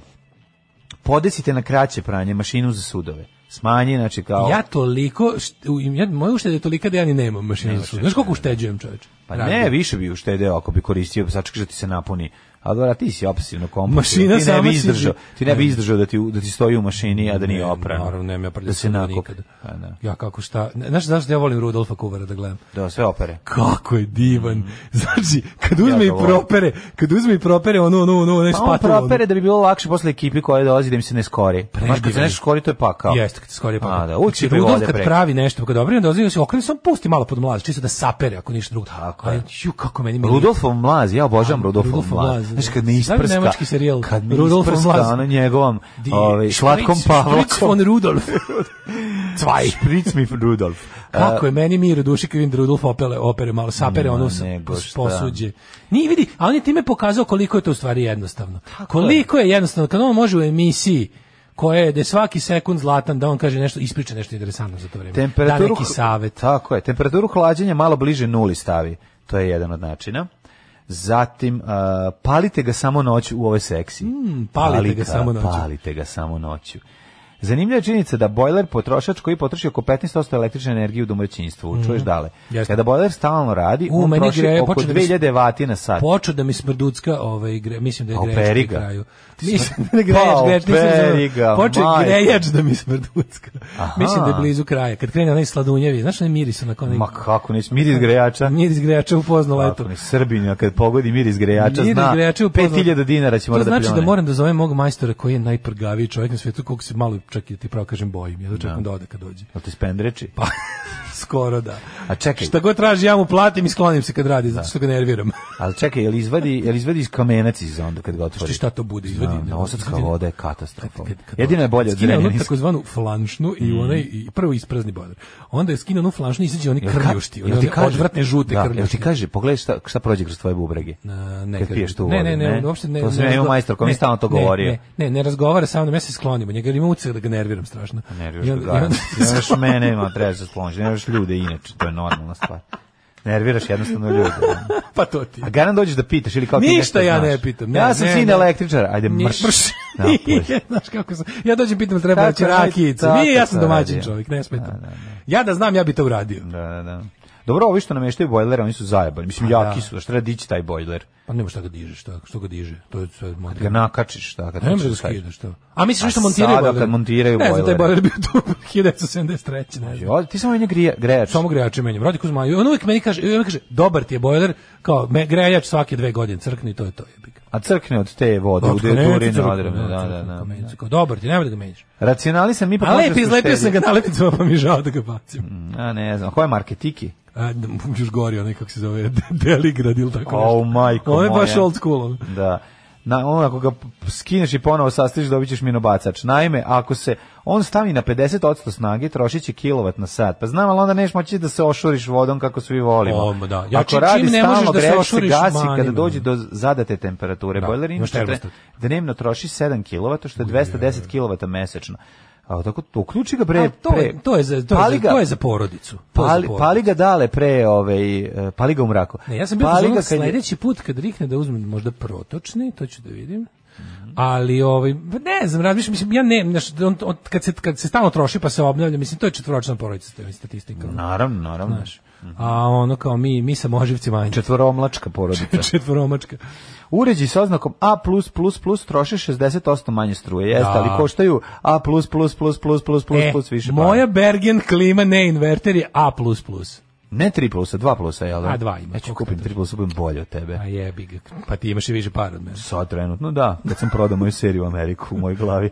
[SPEAKER 6] Podesite na kraće pranje mašinu za sudove. Smanji, znači kao...
[SPEAKER 7] Ja toliko, št- u- ja, moja ušteda je tolika da ja ni nemam mašinu za sudu. Znaš koliko ušteđujem čoveče?
[SPEAKER 6] Pa
[SPEAKER 7] Radi.
[SPEAKER 6] ne, više bi uštedeo ako bi koristio sačekaj da ti se napuni. A dobra, ti si opasivno kompulsivno.
[SPEAKER 7] Mašina
[SPEAKER 6] ti ne
[SPEAKER 7] sama
[SPEAKER 6] bi
[SPEAKER 7] si-
[SPEAKER 6] izdržao, ti ne bi izdržao da ti, da ti stoji u mašini, a da nije
[SPEAKER 7] Ne,
[SPEAKER 6] opran.
[SPEAKER 7] Naravno, nemam ja prljavog
[SPEAKER 6] Da se
[SPEAKER 7] suda
[SPEAKER 6] nakop-
[SPEAKER 7] nikada.
[SPEAKER 6] Pa da.
[SPEAKER 7] Ja kako šta, ne- znaš zašto ja volim Rudolfa Kuvara da gledam?
[SPEAKER 6] Da, sve opere.
[SPEAKER 7] Kako je divan. Znači, kad uzme
[SPEAKER 6] Mm. Ja
[SPEAKER 7] i
[SPEAKER 6] ga volim.
[SPEAKER 7] propere, kad uzme i propere ono, ono, ono, ono,
[SPEAKER 6] Pa on
[SPEAKER 7] špatulo, ono.
[SPEAKER 6] propere da bi bilo lakše posle ekipi koja dolazi da im se ne skori. Znaš, kad se
[SPEAKER 7] Predivan je.
[SPEAKER 6] nešto skori, to je pakao.
[SPEAKER 7] Jeste, kad se skorije pa.
[SPEAKER 6] A, da, uči
[SPEAKER 7] Znači, Rudolf
[SPEAKER 6] vode
[SPEAKER 7] kad
[SPEAKER 6] preko.
[SPEAKER 7] pravi nešto, kad dobro, onda ozbiljno se okrene, samo pusti malo pod mlaz, čisto da sapere, ako ništa drugo. Tako je. Ju, kako meni...
[SPEAKER 6] Rudolfov mlaz, ja obožavam
[SPEAKER 7] A,
[SPEAKER 6] Rudolfov
[SPEAKER 7] Rudolfov
[SPEAKER 6] mlaz.
[SPEAKER 7] mlaz,
[SPEAKER 6] Znaš,
[SPEAKER 7] da.
[SPEAKER 6] kad mi
[SPEAKER 7] Znaš
[SPEAKER 6] isprska,
[SPEAKER 7] nemački serijal?
[SPEAKER 6] kad mi
[SPEAKER 7] Rudolfov
[SPEAKER 6] isprska
[SPEAKER 7] mlaz.
[SPEAKER 6] na njegovom ovaj, šlatkom
[SPEAKER 7] Špric von
[SPEAKER 6] pavlakom.
[SPEAKER 7] Rudolf. Cvaj.
[SPEAKER 6] Špric mi Rudolf.
[SPEAKER 7] Kako je meni mir u duši kad vidim da Rudolf opere, opere malo sapere
[SPEAKER 6] Ma,
[SPEAKER 7] ono sa
[SPEAKER 6] nego
[SPEAKER 7] pos-
[SPEAKER 6] šta.
[SPEAKER 7] posuđe. Nije vidi, a on je time pokazao koliko je to u stvari jednostavno. koliko je jednostavno kad on može u emisiji koje je da je svaki sekund zlatan da on kaže nešto ispriča nešto interesantno za to vreme. da
[SPEAKER 6] temperaturu
[SPEAKER 7] neki savet.
[SPEAKER 6] Tako je, temperaturu hlađenja malo bliže nuli stavi. To je jedan od načina. Zatim uh, palite ga samo noću u ovoj seksi.
[SPEAKER 7] Mm, palite ga samo noću.
[SPEAKER 6] Palite ga samo noću. Zanimljiva je činjenica da bojler potrošač koji potroši oko 15% električne energije u domaćinstvu, čuješ dale.
[SPEAKER 7] Mhm, Jeste.
[SPEAKER 6] Kada bojler stalno radi,
[SPEAKER 7] U,
[SPEAKER 6] on
[SPEAKER 7] meni
[SPEAKER 6] troši
[SPEAKER 7] greje,
[SPEAKER 6] oko
[SPEAKER 7] počne da mi se-
[SPEAKER 6] 2000 vati na sat.
[SPEAKER 7] Počeo da mi smrducka, ovaj, gre, mislim da je
[SPEAKER 6] A,
[SPEAKER 7] grejač
[SPEAKER 6] operi
[SPEAKER 7] pri
[SPEAKER 6] ga.
[SPEAKER 7] kraju.
[SPEAKER 6] Ti
[SPEAKER 7] Mislim
[SPEAKER 6] smr-
[SPEAKER 7] da je grejač,
[SPEAKER 6] Pa,
[SPEAKER 7] grejač, nisam
[SPEAKER 6] operi ga,
[SPEAKER 7] znao. Počeo je
[SPEAKER 6] majko.
[SPEAKER 7] grejač da mi smrducka.
[SPEAKER 6] Aha.
[SPEAKER 7] Mislim da je blizu kraja. Kad krene onaj sladunjevi, znaš onaj miris onako onaj
[SPEAKER 6] Ma kako neć, miris grejača.
[SPEAKER 7] miris grejača upoznao leto.
[SPEAKER 6] Kako neć, Srbinja, kad pogodi miris grejača,
[SPEAKER 7] Miris
[SPEAKER 6] zna
[SPEAKER 7] grejača upoznao.
[SPEAKER 6] 5000 dinara će
[SPEAKER 7] To
[SPEAKER 6] morati da
[SPEAKER 7] znači da
[SPEAKER 6] pljone.
[SPEAKER 7] moram da zovem mog majstora koji je najprgaviji čovjek na svijetu, koliko se malo čak i ti pravo kažem bojim. Ja dočekam da ode kad dođe.
[SPEAKER 6] Jel ti spendreči?
[SPEAKER 7] Pa, skoro da.
[SPEAKER 6] A čekaj.
[SPEAKER 7] Šta god traži, ja mu platim i sklonim se kad radi, zato što ga nerviram.
[SPEAKER 6] Ali čekaj, jel izvadi, jel izvadi iz kamenac iz onda kad ga otvori?
[SPEAKER 7] Šta- šta to bude, izvadi,
[SPEAKER 6] Znam,
[SPEAKER 7] ne,
[SPEAKER 6] da, osadska
[SPEAKER 7] izvadi.
[SPEAKER 6] voda je katastrofa.
[SPEAKER 7] Kad- kad
[SPEAKER 6] Jedino je bolje od Mm.
[SPEAKER 7] skine ono onu
[SPEAKER 6] zrenjaninska.
[SPEAKER 7] takozvanu flanšnu i onaj i prvo isprazni boder. Onda je skine onu flanšnu i izađe oni
[SPEAKER 6] Jel ka-
[SPEAKER 7] krljušti, oni
[SPEAKER 6] jel ti
[SPEAKER 7] one
[SPEAKER 6] kaže-
[SPEAKER 7] odvratne žute
[SPEAKER 6] da,
[SPEAKER 7] krljušti.
[SPEAKER 6] Jel ti kaže, pogledaj šta, šta prođe kroz tvoje bubrege.
[SPEAKER 7] Na, ne,
[SPEAKER 6] kad
[SPEAKER 7] kad-
[SPEAKER 6] piješ tu
[SPEAKER 7] E, ne,
[SPEAKER 6] vodu,
[SPEAKER 7] ne, ne, uopšte ne.
[SPEAKER 6] To sam
[SPEAKER 7] ne
[SPEAKER 6] ja imao
[SPEAKER 7] razgo-
[SPEAKER 6] majstor koji mi
[SPEAKER 7] ne,
[SPEAKER 6] stalno to
[SPEAKER 7] ne,
[SPEAKER 6] govorio.
[SPEAKER 7] Ne, ne, ne razgovara sa mnom, ja se sklonim od njega, jer ima ucaj da ga nerviram strašno.
[SPEAKER 6] Pa Nerviraš
[SPEAKER 7] I
[SPEAKER 6] da
[SPEAKER 7] onda-
[SPEAKER 6] ga.
[SPEAKER 7] i onda-
[SPEAKER 6] Nerviraš mene, ima, trebaš se skloniš. Nerviraš ljude inače, to je normalna stvar. Nerviraš jednostavno ljude.
[SPEAKER 7] pa to ti. je.
[SPEAKER 6] A garan dođeš da pitaš ili kao ti
[SPEAKER 7] Ništa
[SPEAKER 6] nešto
[SPEAKER 7] ja
[SPEAKER 6] znaš.
[SPEAKER 7] ne pitam, ne,
[SPEAKER 6] ja sam
[SPEAKER 7] ne,
[SPEAKER 6] sin
[SPEAKER 7] ne.
[SPEAKER 6] električar. Ajde,
[SPEAKER 7] Nije-
[SPEAKER 6] mrš.
[SPEAKER 7] mrš.
[SPEAKER 6] Napolje.
[SPEAKER 7] Nije, znaš kako sam. Ja dođem pitam treba
[SPEAKER 6] Tako
[SPEAKER 7] reći
[SPEAKER 6] je,
[SPEAKER 7] rakijicu.
[SPEAKER 6] tako
[SPEAKER 7] Nije, ja sam
[SPEAKER 6] sam
[SPEAKER 7] domaćin
[SPEAKER 6] radio.
[SPEAKER 7] čovjek, ne smetam. Ja da znam, ja bi to uradio.
[SPEAKER 6] Da, da, da. Dobro, ovi što nameštaju bojlere, oni su zajebani. Mislim,
[SPEAKER 7] Pa
[SPEAKER 6] jaki
[SPEAKER 7] da.
[SPEAKER 6] su, šta treba dići taj bojler?
[SPEAKER 7] Pa nema šta ga dižeš, šta, što ga diže. To je sve montirano.
[SPEAKER 6] Kad ga nakačiš, tako
[SPEAKER 7] Ne može da skidaš to. A misliš što montiraju
[SPEAKER 6] sada
[SPEAKER 7] bojler?
[SPEAKER 6] kad montiraju
[SPEAKER 7] Ne znam, taj
[SPEAKER 6] bojlere.
[SPEAKER 7] bojler je bio tu 1973. Ne znam.
[SPEAKER 6] Ti samo meni grije, grejač.
[SPEAKER 7] Samo grejače menjam. Radi Kuzmaju. On uvijek meni kaže, on uvijek kaže, dobar ti je bojler, kao me, grejač svake dve godine crkni i to je to. jebi ga.
[SPEAKER 6] A crkne od te vode,
[SPEAKER 7] Od
[SPEAKER 6] ude u
[SPEAKER 7] kamenca
[SPEAKER 6] durinu
[SPEAKER 7] crkne,
[SPEAKER 6] odrevno. Da,
[SPEAKER 7] crkne
[SPEAKER 6] da, pa da.
[SPEAKER 7] kamenca. Kao, dobar ti, nemoj da ga menjaš.
[SPEAKER 6] Racionali sam ipak...
[SPEAKER 7] A lepi,
[SPEAKER 6] potrestno
[SPEAKER 7] izlepio sam
[SPEAKER 6] štedljiv.
[SPEAKER 7] ga nalepicama pa mi je žao da ga bacim.
[SPEAKER 6] A ne znam, ko je marketiki?
[SPEAKER 7] A, d- još gori onaj, kako se zove, De- Deligrad ili tako nešto.
[SPEAKER 6] O, majko
[SPEAKER 7] Ovo
[SPEAKER 6] moja.
[SPEAKER 7] je baš old school. ono.
[SPEAKER 6] Da. Na, on, ako ga p- skineš i ponovo sastaviš, dobit ćeš minobacač. Naime, ako se on stavi na 50% snage, trošit će kilovat na sat. Pa znam, ali onda neš moći da se ošuriš vodom kako svi volimo.
[SPEAKER 7] O, da. Ja,
[SPEAKER 6] ako
[SPEAKER 7] čim-
[SPEAKER 6] radi
[SPEAKER 7] čim ne
[SPEAKER 6] stalno
[SPEAKER 7] možeš da se
[SPEAKER 6] grejač
[SPEAKER 7] ošuriš,
[SPEAKER 6] gasi
[SPEAKER 7] mani
[SPEAKER 6] kada
[SPEAKER 7] me.
[SPEAKER 6] dođe do zadate temperature.
[SPEAKER 7] Da,
[SPEAKER 6] Bojler ima
[SPEAKER 7] imaš termostat.
[SPEAKER 6] dnevno troši 7 kW, što je 210 kW mesečno. A tako uključi ga
[SPEAKER 7] A,
[SPEAKER 6] pre,
[SPEAKER 7] to,
[SPEAKER 6] pre
[SPEAKER 7] je, to, je za, to, je
[SPEAKER 6] pali
[SPEAKER 7] za,
[SPEAKER 6] ga-
[SPEAKER 7] to je za porodicu. To je
[SPEAKER 6] Pali,
[SPEAKER 7] za porodicu.
[SPEAKER 6] pali ga dale pre, ovaj, eh, pali Pa ga u mraku.
[SPEAKER 7] Ne, ja sam bio
[SPEAKER 6] Pali
[SPEAKER 7] pali
[SPEAKER 6] ga kad je-
[SPEAKER 7] sledeći put kad rikne da uzmem možda protočni, to ću da vidim. Ali ovaj pa ne znam, razmišljam, mislim ja ne, znaš, on, on, kad se kad se stalno troši pa se obnavlja, mislim to je četvoročna porodica, to je statistika.
[SPEAKER 6] Naravno, naravno.
[SPEAKER 7] Znaš. A ono kao mi, mi sa moživci manje.
[SPEAKER 6] Četvoromlačka porodica.
[SPEAKER 7] Četvoromačka.
[SPEAKER 6] Uređi s oznakom A+++ troše 60% manje struje, jeste,
[SPEAKER 7] Da.
[SPEAKER 6] ali koštaju A+++++++ plus više. para.
[SPEAKER 7] E, moja Bergen klima ne inverter je A++.
[SPEAKER 6] Ne 3 plusa, 2 plusa, jel da?
[SPEAKER 7] A, dva ima,
[SPEAKER 6] Ja ću
[SPEAKER 7] koliko
[SPEAKER 6] kupim
[SPEAKER 7] to
[SPEAKER 6] 3 plusa, budem bolje od tebe.
[SPEAKER 7] A jebi ga, pa ti imaš i više para od mene.
[SPEAKER 6] Sad trenutno, da, kad sam prodao moju seriju u Ameriku u mojoj glavi.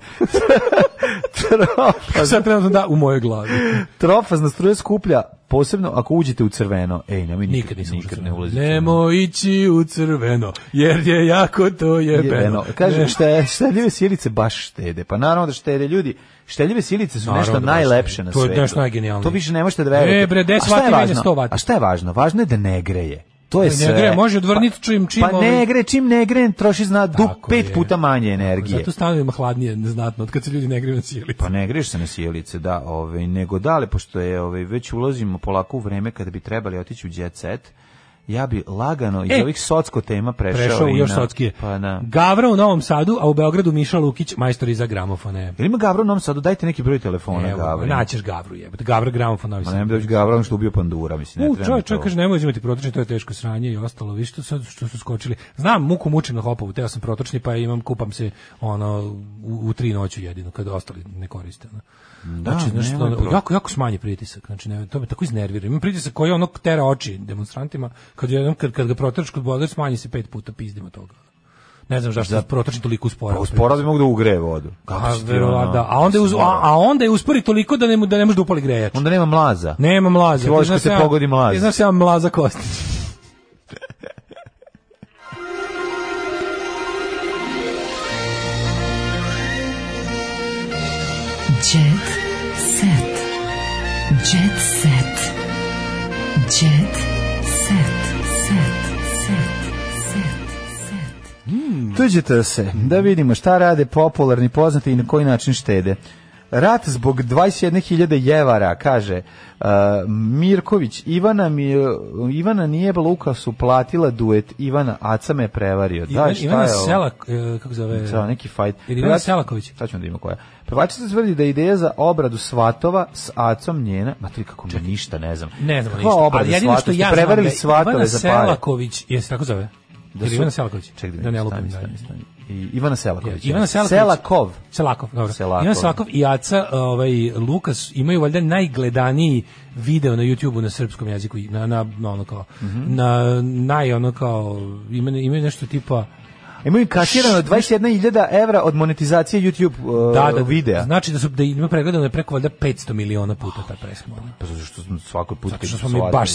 [SPEAKER 6] Trofa-
[SPEAKER 7] Sad trenutno da, u mojoj glavi.
[SPEAKER 6] Trofazna struja skuplja, posebno ako uđete u crveno. Ej, nemoj nikad,
[SPEAKER 7] Nikad nisam
[SPEAKER 6] nikad
[SPEAKER 7] ušao
[SPEAKER 6] ne
[SPEAKER 7] crveno.
[SPEAKER 6] ulazi.
[SPEAKER 7] Nemo ići u crveno, jer je jako to jebeno.
[SPEAKER 6] Kažem
[SPEAKER 7] Ne.
[SPEAKER 6] šta je, šteljive silice baš štede. Pa naravno da štede ljudi. Šteljive silice su
[SPEAKER 7] Naravno
[SPEAKER 6] nešto
[SPEAKER 7] da baš
[SPEAKER 6] najlepše
[SPEAKER 7] štede.
[SPEAKER 6] na
[SPEAKER 7] To je
[SPEAKER 6] svetu.
[SPEAKER 7] nešto najgenijalnije.
[SPEAKER 6] To više ne možete da verujete.
[SPEAKER 7] E, bre, 10
[SPEAKER 6] A šta je
[SPEAKER 7] vati menja
[SPEAKER 6] važno?
[SPEAKER 7] 100 vati.
[SPEAKER 6] A šta je važno? Važno je da ne greje. To je
[SPEAKER 7] Ne
[SPEAKER 6] sve.
[SPEAKER 7] greje, može odvrniti čim- čim
[SPEAKER 6] Pa
[SPEAKER 7] ovaj-
[SPEAKER 6] ne greje, čim ne greje, troši zna du
[SPEAKER 7] Tako
[SPEAKER 6] pet
[SPEAKER 7] je.
[SPEAKER 6] puta manje energije.
[SPEAKER 7] Zato stanovima hladnije znatno, od kad se ljudi ne griju na cijeli.
[SPEAKER 6] Pa ne greš se na sjelice, da, ovaj, nego dale, pošto je, ovaj, već ulazimo polako u vreme kada bi trebali otići u jet set, ja bi lagano iz
[SPEAKER 7] E,
[SPEAKER 6] ovih socko tema prešao,
[SPEAKER 7] Prešao u
[SPEAKER 6] i
[SPEAKER 7] još
[SPEAKER 6] na-
[SPEAKER 7] sockije.
[SPEAKER 6] Pa da.
[SPEAKER 7] Gavra u Novom Sadu, a u Beogradu Miša Lukić, majstor iza gramofone.
[SPEAKER 6] Jel ima Gavro u Novom Sadu? Dajte neki broj telefona
[SPEAKER 7] Evo,
[SPEAKER 6] Gavri.
[SPEAKER 7] naćeš Gavru jebote. Gavra gramofon Novi
[SPEAKER 6] Ma
[SPEAKER 7] Sad.
[SPEAKER 6] nemoj da dođe Gavro, on što ubio pandura, mislim, ne
[SPEAKER 7] U,
[SPEAKER 6] treba mi
[SPEAKER 7] čovjek,
[SPEAKER 6] to.
[SPEAKER 7] čovjek kaže, nemoj uzimati protočni, to je teško sranje i ostalo, vi što, sad, što su skočili. Znam, muku mučim na hopovu, teo sam protočni, pa imam, kupam se ono, u, u tri noću jedino, kada ostali ne koriste. Ono. znači, znaš,
[SPEAKER 6] nemoj
[SPEAKER 7] ono,
[SPEAKER 6] protočni.
[SPEAKER 7] jako, jako smanji pritisak, znači, ne, to me tako iznervira. Imam pritisak koji ono tera oči demonstrantima, kad, jednom, kad, kad ga protočaš kod bodar, smanji se pet puta, pizdimo toga. Ne znam zašto protočni toliko uspora.
[SPEAKER 6] Pa uspora bi mogu da ugreje vodu. Kako
[SPEAKER 7] A,
[SPEAKER 6] si ti,
[SPEAKER 7] verovatno,
[SPEAKER 6] ono,
[SPEAKER 7] da. a onda je uz, a,
[SPEAKER 6] mora.
[SPEAKER 7] a onda je uspori toliko da ne, mu- da ne može da upali grejač.
[SPEAKER 6] Onda nema mlaza.
[SPEAKER 7] Nema mlaza.
[SPEAKER 6] Ti voliš
[SPEAKER 7] Ti znaš
[SPEAKER 6] kad te
[SPEAKER 7] ja-
[SPEAKER 6] pogodi mlaza.
[SPEAKER 7] Ti znaš ja mlaza Kostić.
[SPEAKER 5] Jet set. Jet set. Jet set. Set. Set. Set. Set.
[SPEAKER 6] Tuđite se, da vidimo šta rade popularni, poznati i na koji način štede. Rat zbog 21.000 jevara, kaže uh, Mirković, Ivana, mi, Ivana nije luka su platila duet, Ivana Aca me je prevario. Da,
[SPEAKER 7] Ivan,
[SPEAKER 6] šta
[SPEAKER 7] Ivana
[SPEAKER 6] je ovo?
[SPEAKER 7] Selak, e, kako zove?
[SPEAKER 6] Sa, neki fight.
[SPEAKER 7] Ili Ivana Selaković.
[SPEAKER 6] Sad ćemo da ima koja. Pevačica tvrdi da je ideja za obradu svatova s acom njena, ma ti kako mi ništa ne znam.
[SPEAKER 7] Ne znam
[SPEAKER 6] Kakva
[SPEAKER 7] ništa.
[SPEAKER 6] obrada
[SPEAKER 7] Ali jedino što
[SPEAKER 6] svatova? Ste
[SPEAKER 7] ja znam da
[SPEAKER 6] prevarili
[SPEAKER 7] je
[SPEAKER 6] svatove
[SPEAKER 7] Ivana
[SPEAKER 6] za pare.
[SPEAKER 7] Selaković, jesi tako zove? Da
[SPEAKER 6] su-
[SPEAKER 7] Ivana Selaković.
[SPEAKER 6] Čekaj
[SPEAKER 7] da ne
[SPEAKER 6] vidim,
[SPEAKER 7] lupim.
[SPEAKER 6] stani,
[SPEAKER 7] dalje.
[SPEAKER 6] stani, stani. I Ivana Selaković.
[SPEAKER 7] Je, Ivana Selaković.
[SPEAKER 6] Selakov.
[SPEAKER 7] Selakov, dobro.
[SPEAKER 6] Selakov.
[SPEAKER 7] Ivan Selakov i Aca ovaj, Lukas imaju valjda najgledaniji video na YouTubeu na srpskom jeziku i na, na, na ono kao
[SPEAKER 6] Mhm.
[SPEAKER 7] na naj ono kao imaju, imaju nešto tipa
[SPEAKER 6] Imaju kasirano 21.000 evra od monetizacije YouTube uh,
[SPEAKER 7] da, da,
[SPEAKER 6] videa.
[SPEAKER 7] Znači da su da ima pregledano je preko valjda 500 miliona puta ta pesma. ono.
[SPEAKER 6] Pa zato Dakle, što smo svaki put
[SPEAKER 7] Zato što smo mi baš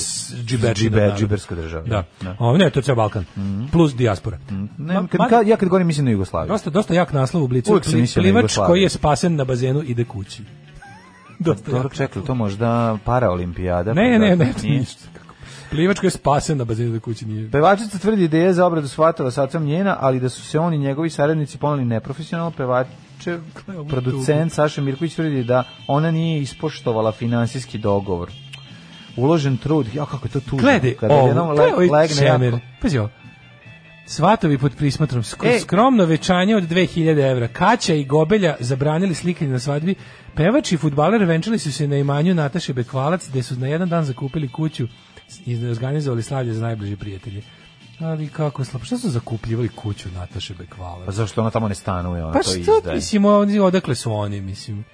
[SPEAKER 7] džiberđi
[SPEAKER 6] džiber,
[SPEAKER 7] narod.
[SPEAKER 6] džiberska država. Mhm.
[SPEAKER 7] Da. O, ne, to je ceo Balkan. Plus dijaspora.
[SPEAKER 6] Ne, kad, kad, ja kad govorim mislim na Jugoslaviju.
[SPEAKER 7] Dosta, dosta jak naslov u blicu.
[SPEAKER 6] Uvijek sam
[SPEAKER 7] Pli-
[SPEAKER 6] mislio na
[SPEAKER 7] Plivač
[SPEAKER 6] Jugoslaviju.
[SPEAKER 7] koji je spasen na bazenu ide kući. Dosta
[SPEAKER 6] Dobro,
[SPEAKER 7] jak.
[SPEAKER 6] čekaj, to možda paraolimpijada?
[SPEAKER 7] Ne,
[SPEAKER 6] pa
[SPEAKER 7] ne,
[SPEAKER 6] zato
[SPEAKER 7] ne,
[SPEAKER 6] nije.
[SPEAKER 7] ništa. Plivač koji je spasen na bazenu ide kući nije.
[SPEAKER 6] Pevačica tvrdi da je za obradu svatova sa acom njena, ali da su se on i njegovi saradnici poneli neprofesionalno pevače. Producent Saša Mirković tvrdi da ona nije ispoštovala finansijski dogovor. Uložen trud, ja kako je to tužno.
[SPEAKER 7] Gledi,
[SPEAKER 6] kada jednom
[SPEAKER 7] ovo, to
[SPEAKER 6] leg-
[SPEAKER 7] je ovaj
[SPEAKER 6] legne jako-
[SPEAKER 7] čemer. Pazi ovo. Svatovi pod prismotrom, sk-
[SPEAKER 6] E.
[SPEAKER 7] skromno većanje od 2000 evra. Kaća i Gobelja zabranili slikanje na svadbi. Pevač i futbaler venčali su se na imanju Nataše Bekvalac, gde su na jedan dan zakupili kuću s- i organizovali slavlje za najbliže prijatelje. Ali kako slabo, šta su zakupljivali kuću Nataše Bekvalac?
[SPEAKER 6] Pa zašto ona tamo ne stanuje? Ona
[SPEAKER 7] Pa
[SPEAKER 6] to
[SPEAKER 7] što,
[SPEAKER 6] izdaje.
[SPEAKER 7] mislim, ovdje- odakle su oni, mislim.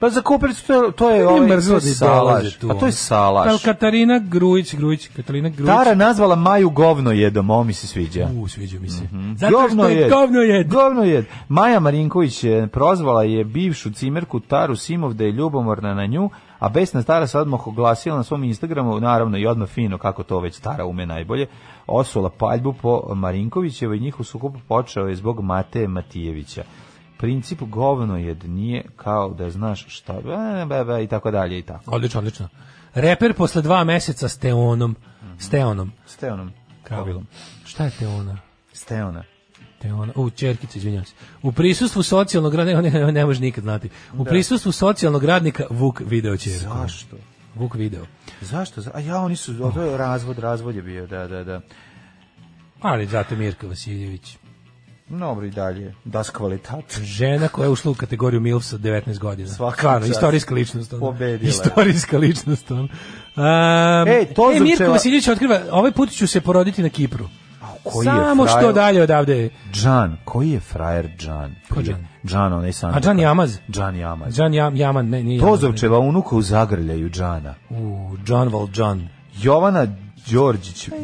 [SPEAKER 6] Pa zakupili su to, to je
[SPEAKER 7] Meni je
[SPEAKER 6] ovaj, to
[SPEAKER 7] mrzelo
[SPEAKER 6] je
[SPEAKER 7] da i
[SPEAKER 6] salaš.
[SPEAKER 7] dolaze
[SPEAKER 6] Pa
[SPEAKER 7] tu,
[SPEAKER 6] to je
[SPEAKER 7] ono. Pa jel
[SPEAKER 6] salaš.
[SPEAKER 7] Katarina Grujić, Grujić, Katarina Grujić.
[SPEAKER 6] Tara nazvala Maju govno jedom, ovo mi se sviđa.
[SPEAKER 7] U, sviđa mi se. Zato što je
[SPEAKER 6] jed.
[SPEAKER 7] Mhm. govno jed.
[SPEAKER 6] Govno jed. Maja Marinković je prozvala je bivšu cimerku Taru Simov da je ljubomorna na nju, a besna Tara se odmah oglasila na svom Instagramu, naravno i odmah fino kako to već Tara ume najbolje, osula paljbu po Marinkovićevoj i njih u sukobu počeo je zbog Mateje Matijevića. Princip govno jed nije kao da znaš šta, e, be, be, i tako dalje i tako.
[SPEAKER 7] Odlično, odlično. Reper posle dva meseca s Teonom. S Teonom.
[SPEAKER 6] Steonom.
[SPEAKER 7] Kao-
[SPEAKER 6] Kobilom.
[SPEAKER 7] Šta je Teona?
[SPEAKER 6] Steona.
[SPEAKER 7] Teona. U, čerkice, izvinjam se. U prisustvu socijalnog radnika, ne, ne, ne može nikad znati. U prisustvu socijalnog radnika Vuk video čerku.
[SPEAKER 6] Zašto?
[SPEAKER 7] Vuk video.
[SPEAKER 6] Zašto? A ja, oni su, to je razvod, razvod je bio, da, da, da.
[SPEAKER 7] Ali zato Mirka Vasiljević.
[SPEAKER 13] Dobro i dalje. Das kvalitat.
[SPEAKER 7] Žena koja je ušla u kategoriju MILF sa 19 godina.
[SPEAKER 13] Svaka
[SPEAKER 7] Stvarno,
[SPEAKER 13] čast.
[SPEAKER 7] istorijska ličnost. Ona.
[SPEAKER 13] Pobedila je.
[SPEAKER 7] Istorijska ličnost. Ona. Um,
[SPEAKER 13] Ej, Tozovčeva-
[SPEAKER 7] e, Mirko Vasiljević otkriva, ovaj put ću se poroditi na Kipru.
[SPEAKER 6] koji je
[SPEAKER 7] Samo
[SPEAKER 6] frajer?
[SPEAKER 7] što dalje odavde.
[SPEAKER 6] Džan, koji je frajer Džan?
[SPEAKER 7] Ko Džan?
[SPEAKER 6] Džan, onaj sam.
[SPEAKER 7] A Džan Jamaz?
[SPEAKER 6] Džan Jamaz.
[SPEAKER 7] Džan Jam, Jaman, ne, nije Jamaz.
[SPEAKER 6] Tozovčeva unuka u zagrljaju Džana.
[SPEAKER 7] U, Džan Val Džan.
[SPEAKER 6] Jovana Đorđić uh,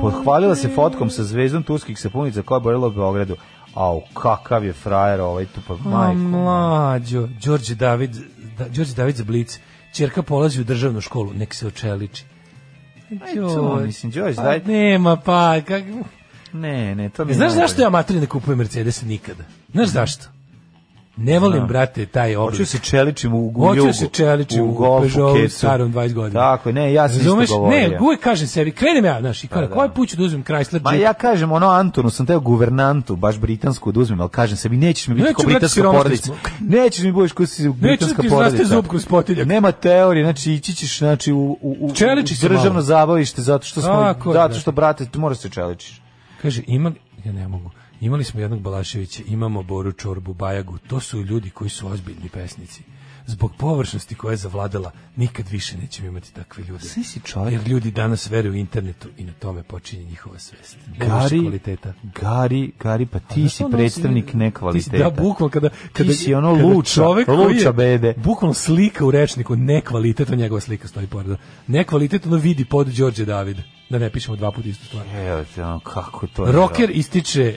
[SPEAKER 6] pohvalila se fotkom sa zvezdom turskih sapunica koja je borila u Beogradu. Au, kakav je frajer ovaj tu pa
[SPEAKER 7] A,
[SPEAKER 6] majko.
[SPEAKER 7] mlađo, Đorđe David, da, Đorđe David za Blic. Čerka polazi u državnu školu, nek se očeliči.
[SPEAKER 6] to, mislim, Đorđe,
[SPEAKER 7] pa
[SPEAKER 6] daj-
[SPEAKER 7] Nema, pa, kak...
[SPEAKER 6] Ne, ne, to mi ovaj. je
[SPEAKER 7] Znaš
[SPEAKER 6] najbolje.
[SPEAKER 7] zašto ja materi ne kupujem Mercedes nikada? Znaš zašto? Ne volim,
[SPEAKER 6] Znam.
[SPEAKER 7] brate, taj oblik.
[SPEAKER 6] Hoću se čeličim u, u
[SPEAKER 7] Hoću
[SPEAKER 6] jugu.
[SPEAKER 7] se čeličim u
[SPEAKER 6] golfu,
[SPEAKER 7] Peugeotu
[SPEAKER 6] kecu.
[SPEAKER 7] starom 20 godina.
[SPEAKER 6] Tako, je, ne, ja sam
[SPEAKER 7] Razumeš?
[SPEAKER 6] isto govorio. Pa
[SPEAKER 7] Ne, uvek kažem sebi, krenem ja, znaš, i kada,
[SPEAKER 6] da.
[SPEAKER 7] koji put ću da uzmem Chrysler
[SPEAKER 6] Ma
[SPEAKER 7] Jeep?
[SPEAKER 6] ja kažem ono Antonu, sam teo guvernantu, baš britansku da uzmem, ali kažem sebi, nećeš mi biti
[SPEAKER 7] Neću,
[SPEAKER 6] kao
[SPEAKER 7] brate,
[SPEAKER 6] britanska
[SPEAKER 7] siromašni
[SPEAKER 6] porodica.
[SPEAKER 7] smo.
[SPEAKER 6] Nećeš mi budeš kao si britanska
[SPEAKER 7] ti izraste
[SPEAKER 6] porodica.
[SPEAKER 7] zub kroz potiljak.
[SPEAKER 6] Nema teorije, znači ići ćeš znači, u, u, u,
[SPEAKER 7] Čeliči
[SPEAKER 6] u
[SPEAKER 7] se
[SPEAKER 6] državno
[SPEAKER 7] malo.
[SPEAKER 6] zabavište zato što, smo,
[SPEAKER 7] Tako
[SPEAKER 6] zato
[SPEAKER 7] je, brate.
[SPEAKER 6] što brate, tu moraš se čeličiš.
[SPEAKER 7] Kaže, imali, ja ne mogu, imali smo jednog Balaševića, imamo Boru Čorbu, Bajagu, to su ljudi koji su ozbiljni pesnici. Zbog površnosti koja je zavladala, nikad više nećemo imati takve ljude.
[SPEAKER 6] Sve si čovjek.
[SPEAKER 7] Jer ljudi danas veruju internetu i na tome počinje njihova svest. Nema više
[SPEAKER 6] Gari,
[SPEAKER 7] kvaliteta.
[SPEAKER 6] Gari, Gari, pa ti si
[SPEAKER 7] ono,
[SPEAKER 6] predstavnik
[SPEAKER 7] ti si-
[SPEAKER 6] nekvaliteta.
[SPEAKER 7] Da, bukvalno kada, kada,
[SPEAKER 6] si ono
[SPEAKER 7] kada
[SPEAKER 6] luča,
[SPEAKER 7] čovek koji
[SPEAKER 6] luča
[SPEAKER 7] je
[SPEAKER 6] bede.
[SPEAKER 7] Bukvalno slika u rečniku, nekvalitetno njegova slika stoji pored. Nekvalitetno vidi pod Đorđe Davida. Da ne pišemo dva puta istu stvar.
[SPEAKER 6] Evo, te, ono, kako to je.
[SPEAKER 7] Rocker ističe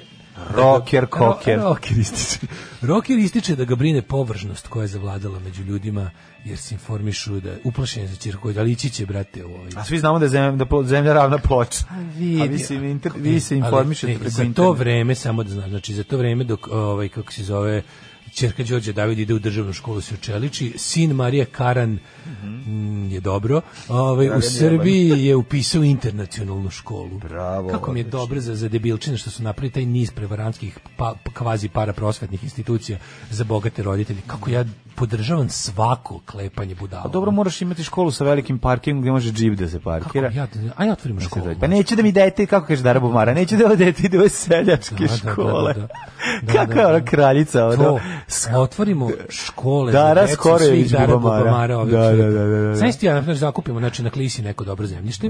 [SPEAKER 6] Rocker, koker.
[SPEAKER 7] Ro- Rocker ističe. Rocker ističe da ga brine površnost koja je zavladala među ljudima jer se informišu da uplašeni za ćirku, ali ići će brate u ovaj.
[SPEAKER 6] A svi znamo da je zemlja, da plo- zemlja ravna ploča.
[SPEAKER 7] vidi,
[SPEAKER 6] A vi se, inter,
[SPEAKER 7] Ne,
[SPEAKER 6] vi se
[SPEAKER 7] e, ali,
[SPEAKER 6] informišete
[SPEAKER 7] ne,
[SPEAKER 6] preko
[SPEAKER 7] za to
[SPEAKER 6] interneta.
[SPEAKER 7] vreme samo da znaš, znači za to vreme dok ovaj kako se zove Čerka Đorđe David ide u državnu školu se očeliči, sin Marije Karan mm, je dobro. Ovaj, u
[SPEAKER 6] Dragan
[SPEAKER 7] Srbiji je upisao internacionalnu školu.
[SPEAKER 6] Bravo,
[SPEAKER 7] Kako mi je
[SPEAKER 6] odlično.
[SPEAKER 7] dobro za, za debilčine što su napravili taj niz prevarantskih pa, kvazi paraprosvetnih institucija za bogate roditelje. Kako ja podržavam svako klepanje budala.
[SPEAKER 6] A Pa dobro moraš imati školu sa velikim parkingom gdje može džip da se
[SPEAKER 7] Kako
[SPEAKER 6] parkira.
[SPEAKER 7] bi ja, a ja otvorim školu.
[SPEAKER 6] Pa neću da mi dete, kako kaže Dara Bumara, neću da ovo dete ide u seljačke
[SPEAKER 7] Da, da, da,
[SPEAKER 6] škole.
[SPEAKER 7] da, da.
[SPEAKER 6] Kakva
[SPEAKER 7] Da,
[SPEAKER 6] je
[SPEAKER 7] da,
[SPEAKER 6] ona
[SPEAKER 7] da.
[SPEAKER 6] kraljica, ono,
[SPEAKER 7] to, otvorimo škole
[SPEAKER 6] Dara
[SPEAKER 7] za decu
[SPEAKER 6] Skorojević
[SPEAKER 7] svih Dara
[SPEAKER 6] Bubamara.
[SPEAKER 7] Bubamara ovih
[SPEAKER 6] Da,
[SPEAKER 7] svih.
[SPEAKER 6] da, da, da, Mhm. da.
[SPEAKER 7] Znaš ti ja, na primjer, zakupimo znači, na klisi neko dobro zemljište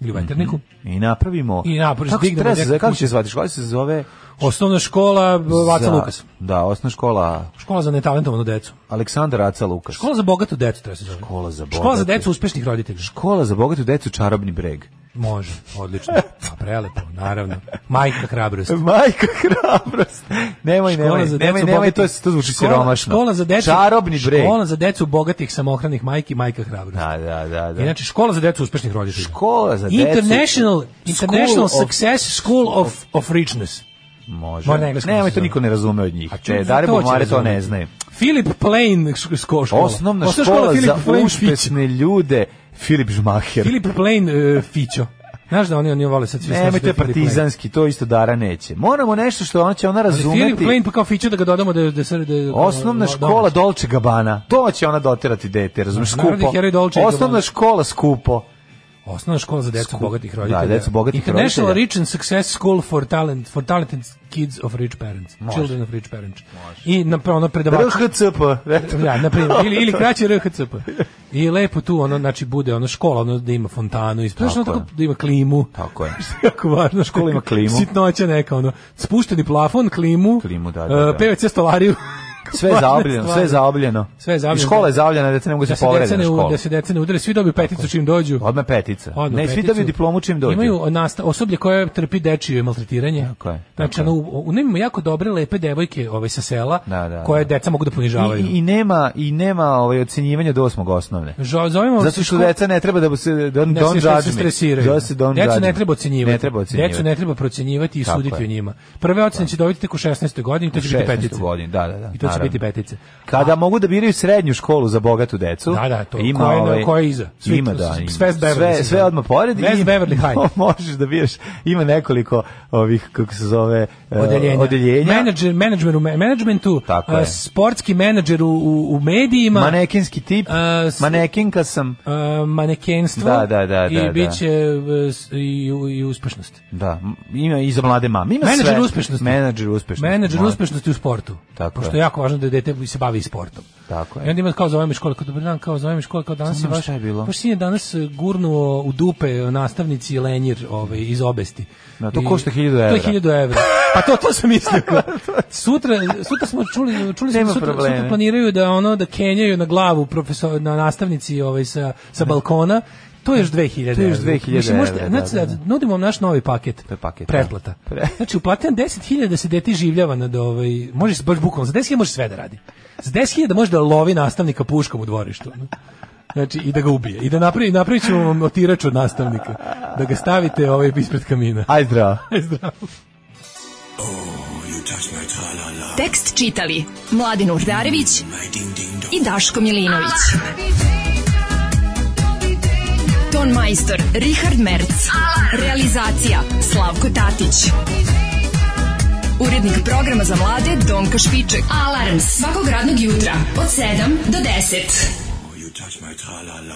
[SPEAKER 7] ili u veterniku
[SPEAKER 6] I napravimo.
[SPEAKER 7] I napraviš,
[SPEAKER 6] Kako, se
[SPEAKER 7] dignemo
[SPEAKER 6] treba se-
[SPEAKER 7] neku
[SPEAKER 6] kako
[SPEAKER 7] kuću.
[SPEAKER 6] će se zvati? Škola se zove...
[SPEAKER 7] osnovna škola b- Vaca
[SPEAKER 6] za-
[SPEAKER 7] Lukas
[SPEAKER 6] Da, osna škola
[SPEAKER 7] škola za netalentovanu decu
[SPEAKER 6] Aleksandar Aca Lukas.
[SPEAKER 7] škola za bogatu decu treba se zove
[SPEAKER 6] Škola za bogatu.
[SPEAKER 7] škola za decu uspešnih roditelja
[SPEAKER 6] Škola za bogatu decu Čarobni breg.
[SPEAKER 7] može odlično pa prelepo naravno majka hrabrosti
[SPEAKER 6] Majka hrabrost. Nemoj,
[SPEAKER 7] Škola
[SPEAKER 6] nemoj,
[SPEAKER 7] za decu
[SPEAKER 6] nemoj, nemoj, to,
[SPEAKER 7] bogatih-
[SPEAKER 6] to zvuči
[SPEAKER 7] škola-
[SPEAKER 6] siromašno.
[SPEAKER 7] Škola za decu,
[SPEAKER 6] Čarobni breg.
[SPEAKER 7] Škola za decu bogatih samohranih majki, majka hrabrosti.
[SPEAKER 6] Da, da, da. da.
[SPEAKER 7] Inače, škola za decu uspešnih roditelja.
[SPEAKER 6] škola za decu.
[SPEAKER 7] International, International
[SPEAKER 6] School of-
[SPEAKER 7] Success School of, of Richness.
[SPEAKER 6] Može.
[SPEAKER 7] Mora na engleskom
[SPEAKER 6] Nemoj,
[SPEAKER 7] se
[SPEAKER 6] to
[SPEAKER 7] zove.
[SPEAKER 6] niko ne razume od njih.
[SPEAKER 7] ču-
[SPEAKER 6] Te, Dare
[SPEAKER 7] to će
[SPEAKER 6] Bumare to ne
[SPEAKER 7] razumeti.
[SPEAKER 6] znaju.
[SPEAKER 7] Filip Plain ško- ško- škola.
[SPEAKER 6] Osnovna škola
[SPEAKER 7] Filip
[SPEAKER 6] za
[SPEAKER 7] Plain Fić.
[SPEAKER 6] uspešne ljude. Filip Žmaher.
[SPEAKER 7] Filip Plain e, Fićo. Znaš da oni oni vole sad svi
[SPEAKER 6] Nemoj,
[SPEAKER 7] slušati
[SPEAKER 6] to je
[SPEAKER 7] Filip Plain.
[SPEAKER 6] partizanski, to isto Dara neće. Moramo nešto što ona će ona
[SPEAKER 7] Ali Filip
[SPEAKER 6] razumeti.
[SPEAKER 7] Plain pa kao Fićo da ga dodamo da je- da je sad- da je-
[SPEAKER 6] Osnovna
[SPEAKER 7] da-
[SPEAKER 6] škola Dolce Gabbana. To će ona doterati dete, razumiješ,
[SPEAKER 7] Narodni
[SPEAKER 6] skupo.
[SPEAKER 7] heroj Dolce i
[SPEAKER 6] Osnovna
[SPEAKER 7] Gabbana.
[SPEAKER 6] škola skupo.
[SPEAKER 7] Osnovna škola za decu
[SPEAKER 6] Skup-
[SPEAKER 7] bogatih roditelja.
[SPEAKER 6] Da, decu bogatih
[SPEAKER 7] International
[SPEAKER 6] roditelja.
[SPEAKER 7] Rich and Success School for Talent for Talented Kids of Rich Parents. Children of Rich Parents. I na ono predavač
[SPEAKER 6] RHCP. eto.
[SPEAKER 7] Ja, na primjer, ili, ili kraće RHCP. I lepo tu ono, znači, bude ono škola, ono da ima fontanu, ispred, znaš, ono
[SPEAKER 6] Tako
[SPEAKER 7] tako da ima klimu.
[SPEAKER 6] Tako je.
[SPEAKER 7] Što je jako važno.
[SPEAKER 6] Škola ima klimu.
[SPEAKER 7] Sitnoća neka, ono, spušteni plafon, klimu,
[SPEAKER 6] Klimu, da, da, da.
[SPEAKER 7] eh, PVC stolariju.
[SPEAKER 6] Sve je
[SPEAKER 7] Važne
[SPEAKER 6] zaobljeno, sve je
[SPEAKER 7] stvari.
[SPEAKER 6] zaobljeno.
[SPEAKER 7] Sve je zaobljeno.
[SPEAKER 6] I škola je zaobljena, deca ne mogu
[SPEAKER 7] Da
[SPEAKER 6] se
[SPEAKER 7] se,
[SPEAKER 6] povrede
[SPEAKER 7] deca
[SPEAKER 6] na
[SPEAKER 7] ne, u-
[SPEAKER 6] školu.
[SPEAKER 7] da se deca ne udare, svi dobiju peticu čim dođu.
[SPEAKER 6] Odmah petica.
[SPEAKER 7] Odmah
[SPEAKER 6] ne, svi
[SPEAKER 7] peticu.
[SPEAKER 6] dobiju diplomu čim dođu.
[SPEAKER 7] Imaju nasta, osoblje koje trpi dečije maltretiranje.
[SPEAKER 6] Tako je,
[SPEAKER 7] Znači,
[SPEAKER 6] tako
[SPEAKER 7] ono, u, u- imamo jako dobre, lepe devojke ovaj, sa sela,
[SPEAKER 6] Da, da,
[SPEAKER 7] koje
[SPEAKER 6] da.
[SPEAKER 7] deca mogu da ponižavaju.
[SPEAKER 6] I, i, i nema i nema ovaj ocenjivanja do osmog osnovne.
[SPEAKER 7] Žo- zovemo
[SPEAKER 6] Zato što
[SPEAKER 7] ško-
[SPEAKER 6] deca ne treba da se don't,
[SPEAKER 7] Znači, Ne
[SPEAKER 6] don't
[SPEAKER 7] smije da
[SPEAKER 6] judge
[SPEAKER 7] se
[SPEAKER 6] me.
[SPEAKER 7] stresiraju.
[SPEAKER 6] Da se don't
[SPEAKER 7] Decu
[SPEAKER 6] judge me.
[SPEAKER 7] ne treba ocenjivati.
[SPEAKER 6] Ne treba ocenjivati.
[SPEAKER 7] Decu ne treba procenjivati i
[SPEAKER 6] Tako
[SPEAKER 7] suditi
[SPEAKER 6] je.
[SPEAKER 7] o njima. Prve ocene će dobiti tek u 16. godini, to će biti petice.
[SPEAKER 6] godin, da, da, da.
[SPEAKER 7] I to će biti petice.
[SPEAKER 6] Kada mogu da biraju srednju školu za bogatu decu. ovaj-
[SPEAKER 7] Da, da, to. Ko je na- ko je iza? Svi-
[SPEAKER 6] ima, da. ima.
[SPEAKER 7] sve s Beverly
[SPEAKER 6] sve,
[SPEAKER 7] se
[SPEAKER 6] sve
[SPEAKER 7] zove.
[SPEAKER 6] odmah pored. i-
[SPEAKER 7] West Beverly High.
[SPEAKER 6] možeš da biraš. Ima nekoliko ovih, kako se zove, e,
[SPEAKER 7] Odeljenja.
[SPEAKER 6] odeljenja.
[SPEAKER 7] Menadžer, menadžer u me- menadžmentu,
[SPEAKER 6] Tako
[SPEAKER 7] a,
[SPEAKER 6] je.
[SPEAKER 7] sportski menadžer u, u, u medijima.
[SPEAKER 6] Manekinski tip.
[SPEAKER 7] s-
[SPEAKER 6] Manekinka sam.
[SPEAKER 7] a, manekenstvo
[SPEAKER 6] Da, da, da,
[SPEAKER 7] i
[SPEAKER 6] da, da.
[SPEAKER 7] bit će e, s- i, i uspešnost.
[SPEAKER 6] Da, m- ima i za mlade mame. Ima
[SPEAKER 7] Menadžer
[SPEAKER 6] sve.
[SPEAKER 7] uspešnosti.
[SPEAKER 6] Menadžer uspešnosti.
[SPEAKER 7] Menadžer
[SPEAKER 6] Mlad-
[SPEAKER 7] uspešnosti u sportu.
[SPEAKER 6] Tako
[SPEAKER 7] pošto
[SPEAKER 6] je.
[SPEAKER 7] je jako važno da dete se bavi i sportom.
[SPEAKER 6] Tako
[SPEAKER 7] I
[SPEAKER 6] je.
[SPEAKER 7] onda ima kao zove me škola, kao dobar dan, kao zove me škola, kao danas je
[SPEAKER 6] Znam
[SPEAKER 7] baš...
[SPEAKER 6] šta je bilo.
[SPEAKER 7] Baš sin je danas e, gurnuo u dupe e, nastavnici Lenjir ovaj, iz obesti.
[SPEAKER 6] Da, to
[SPEAKER 7] I-
[SPEAKER 6] košta 1000
[SPEAKER 7] To je
[SPEAKER 6] evra.
[SPEAKER 7] 1000 evra. Pa to, to sam mislio. sutra, sutra smo čuli, čuli smo,
[SPEAKER 6] Nema
[SPEAKER 7] da sutra,
[SPEAKER 6] problema.
[SPEAKER 7] sutra planiraju da ono da kenjaju na glavu profesor, na nastavnici ovaj, sa, sa balkona. To je još 2000
[SPEAKER 6] To je još
[SPEAKER 7] evra.
[SPEAKER 6] 2000
[SPEAKER 7] Mislim, možete,
[SPEAKER 6] evra,
[SPEAKER 7] znači,
[SPEAKER 6] da, da.
[SPEAKER 7] nudimo vam naš novi paket.
[SPEAKER 6] To je paket. da.
[SPEAKER 7] Pretplata. Znači, uplatim 10.000 da se deti življava nad ovaj... Možeš baš bukvalno, za 10.000 možeš sve da radi. Za 10.000 da može da lovi nastavnika puškom u dvorištu. ono. Znači, i da ga ubije. I da napravi, napravit ćemo vam otirač od nastavnika. Da ga stavite ovaj ispred kamina.
[SPEAKER 6] Aj zdravo.
[SPEAKER 7] Aj zdravo.
[SPEAKER 11] Tekst čitali Mladin Urdarević i Daško Milinović. Ton majstor Richard Merc. Realizacija Slavko Tatić. Urednik programa za mlade Donka Špiček. Alarms svakog radnog jutra od 7 do 10.
[SPEAKER 8] You touch my tra-la-la.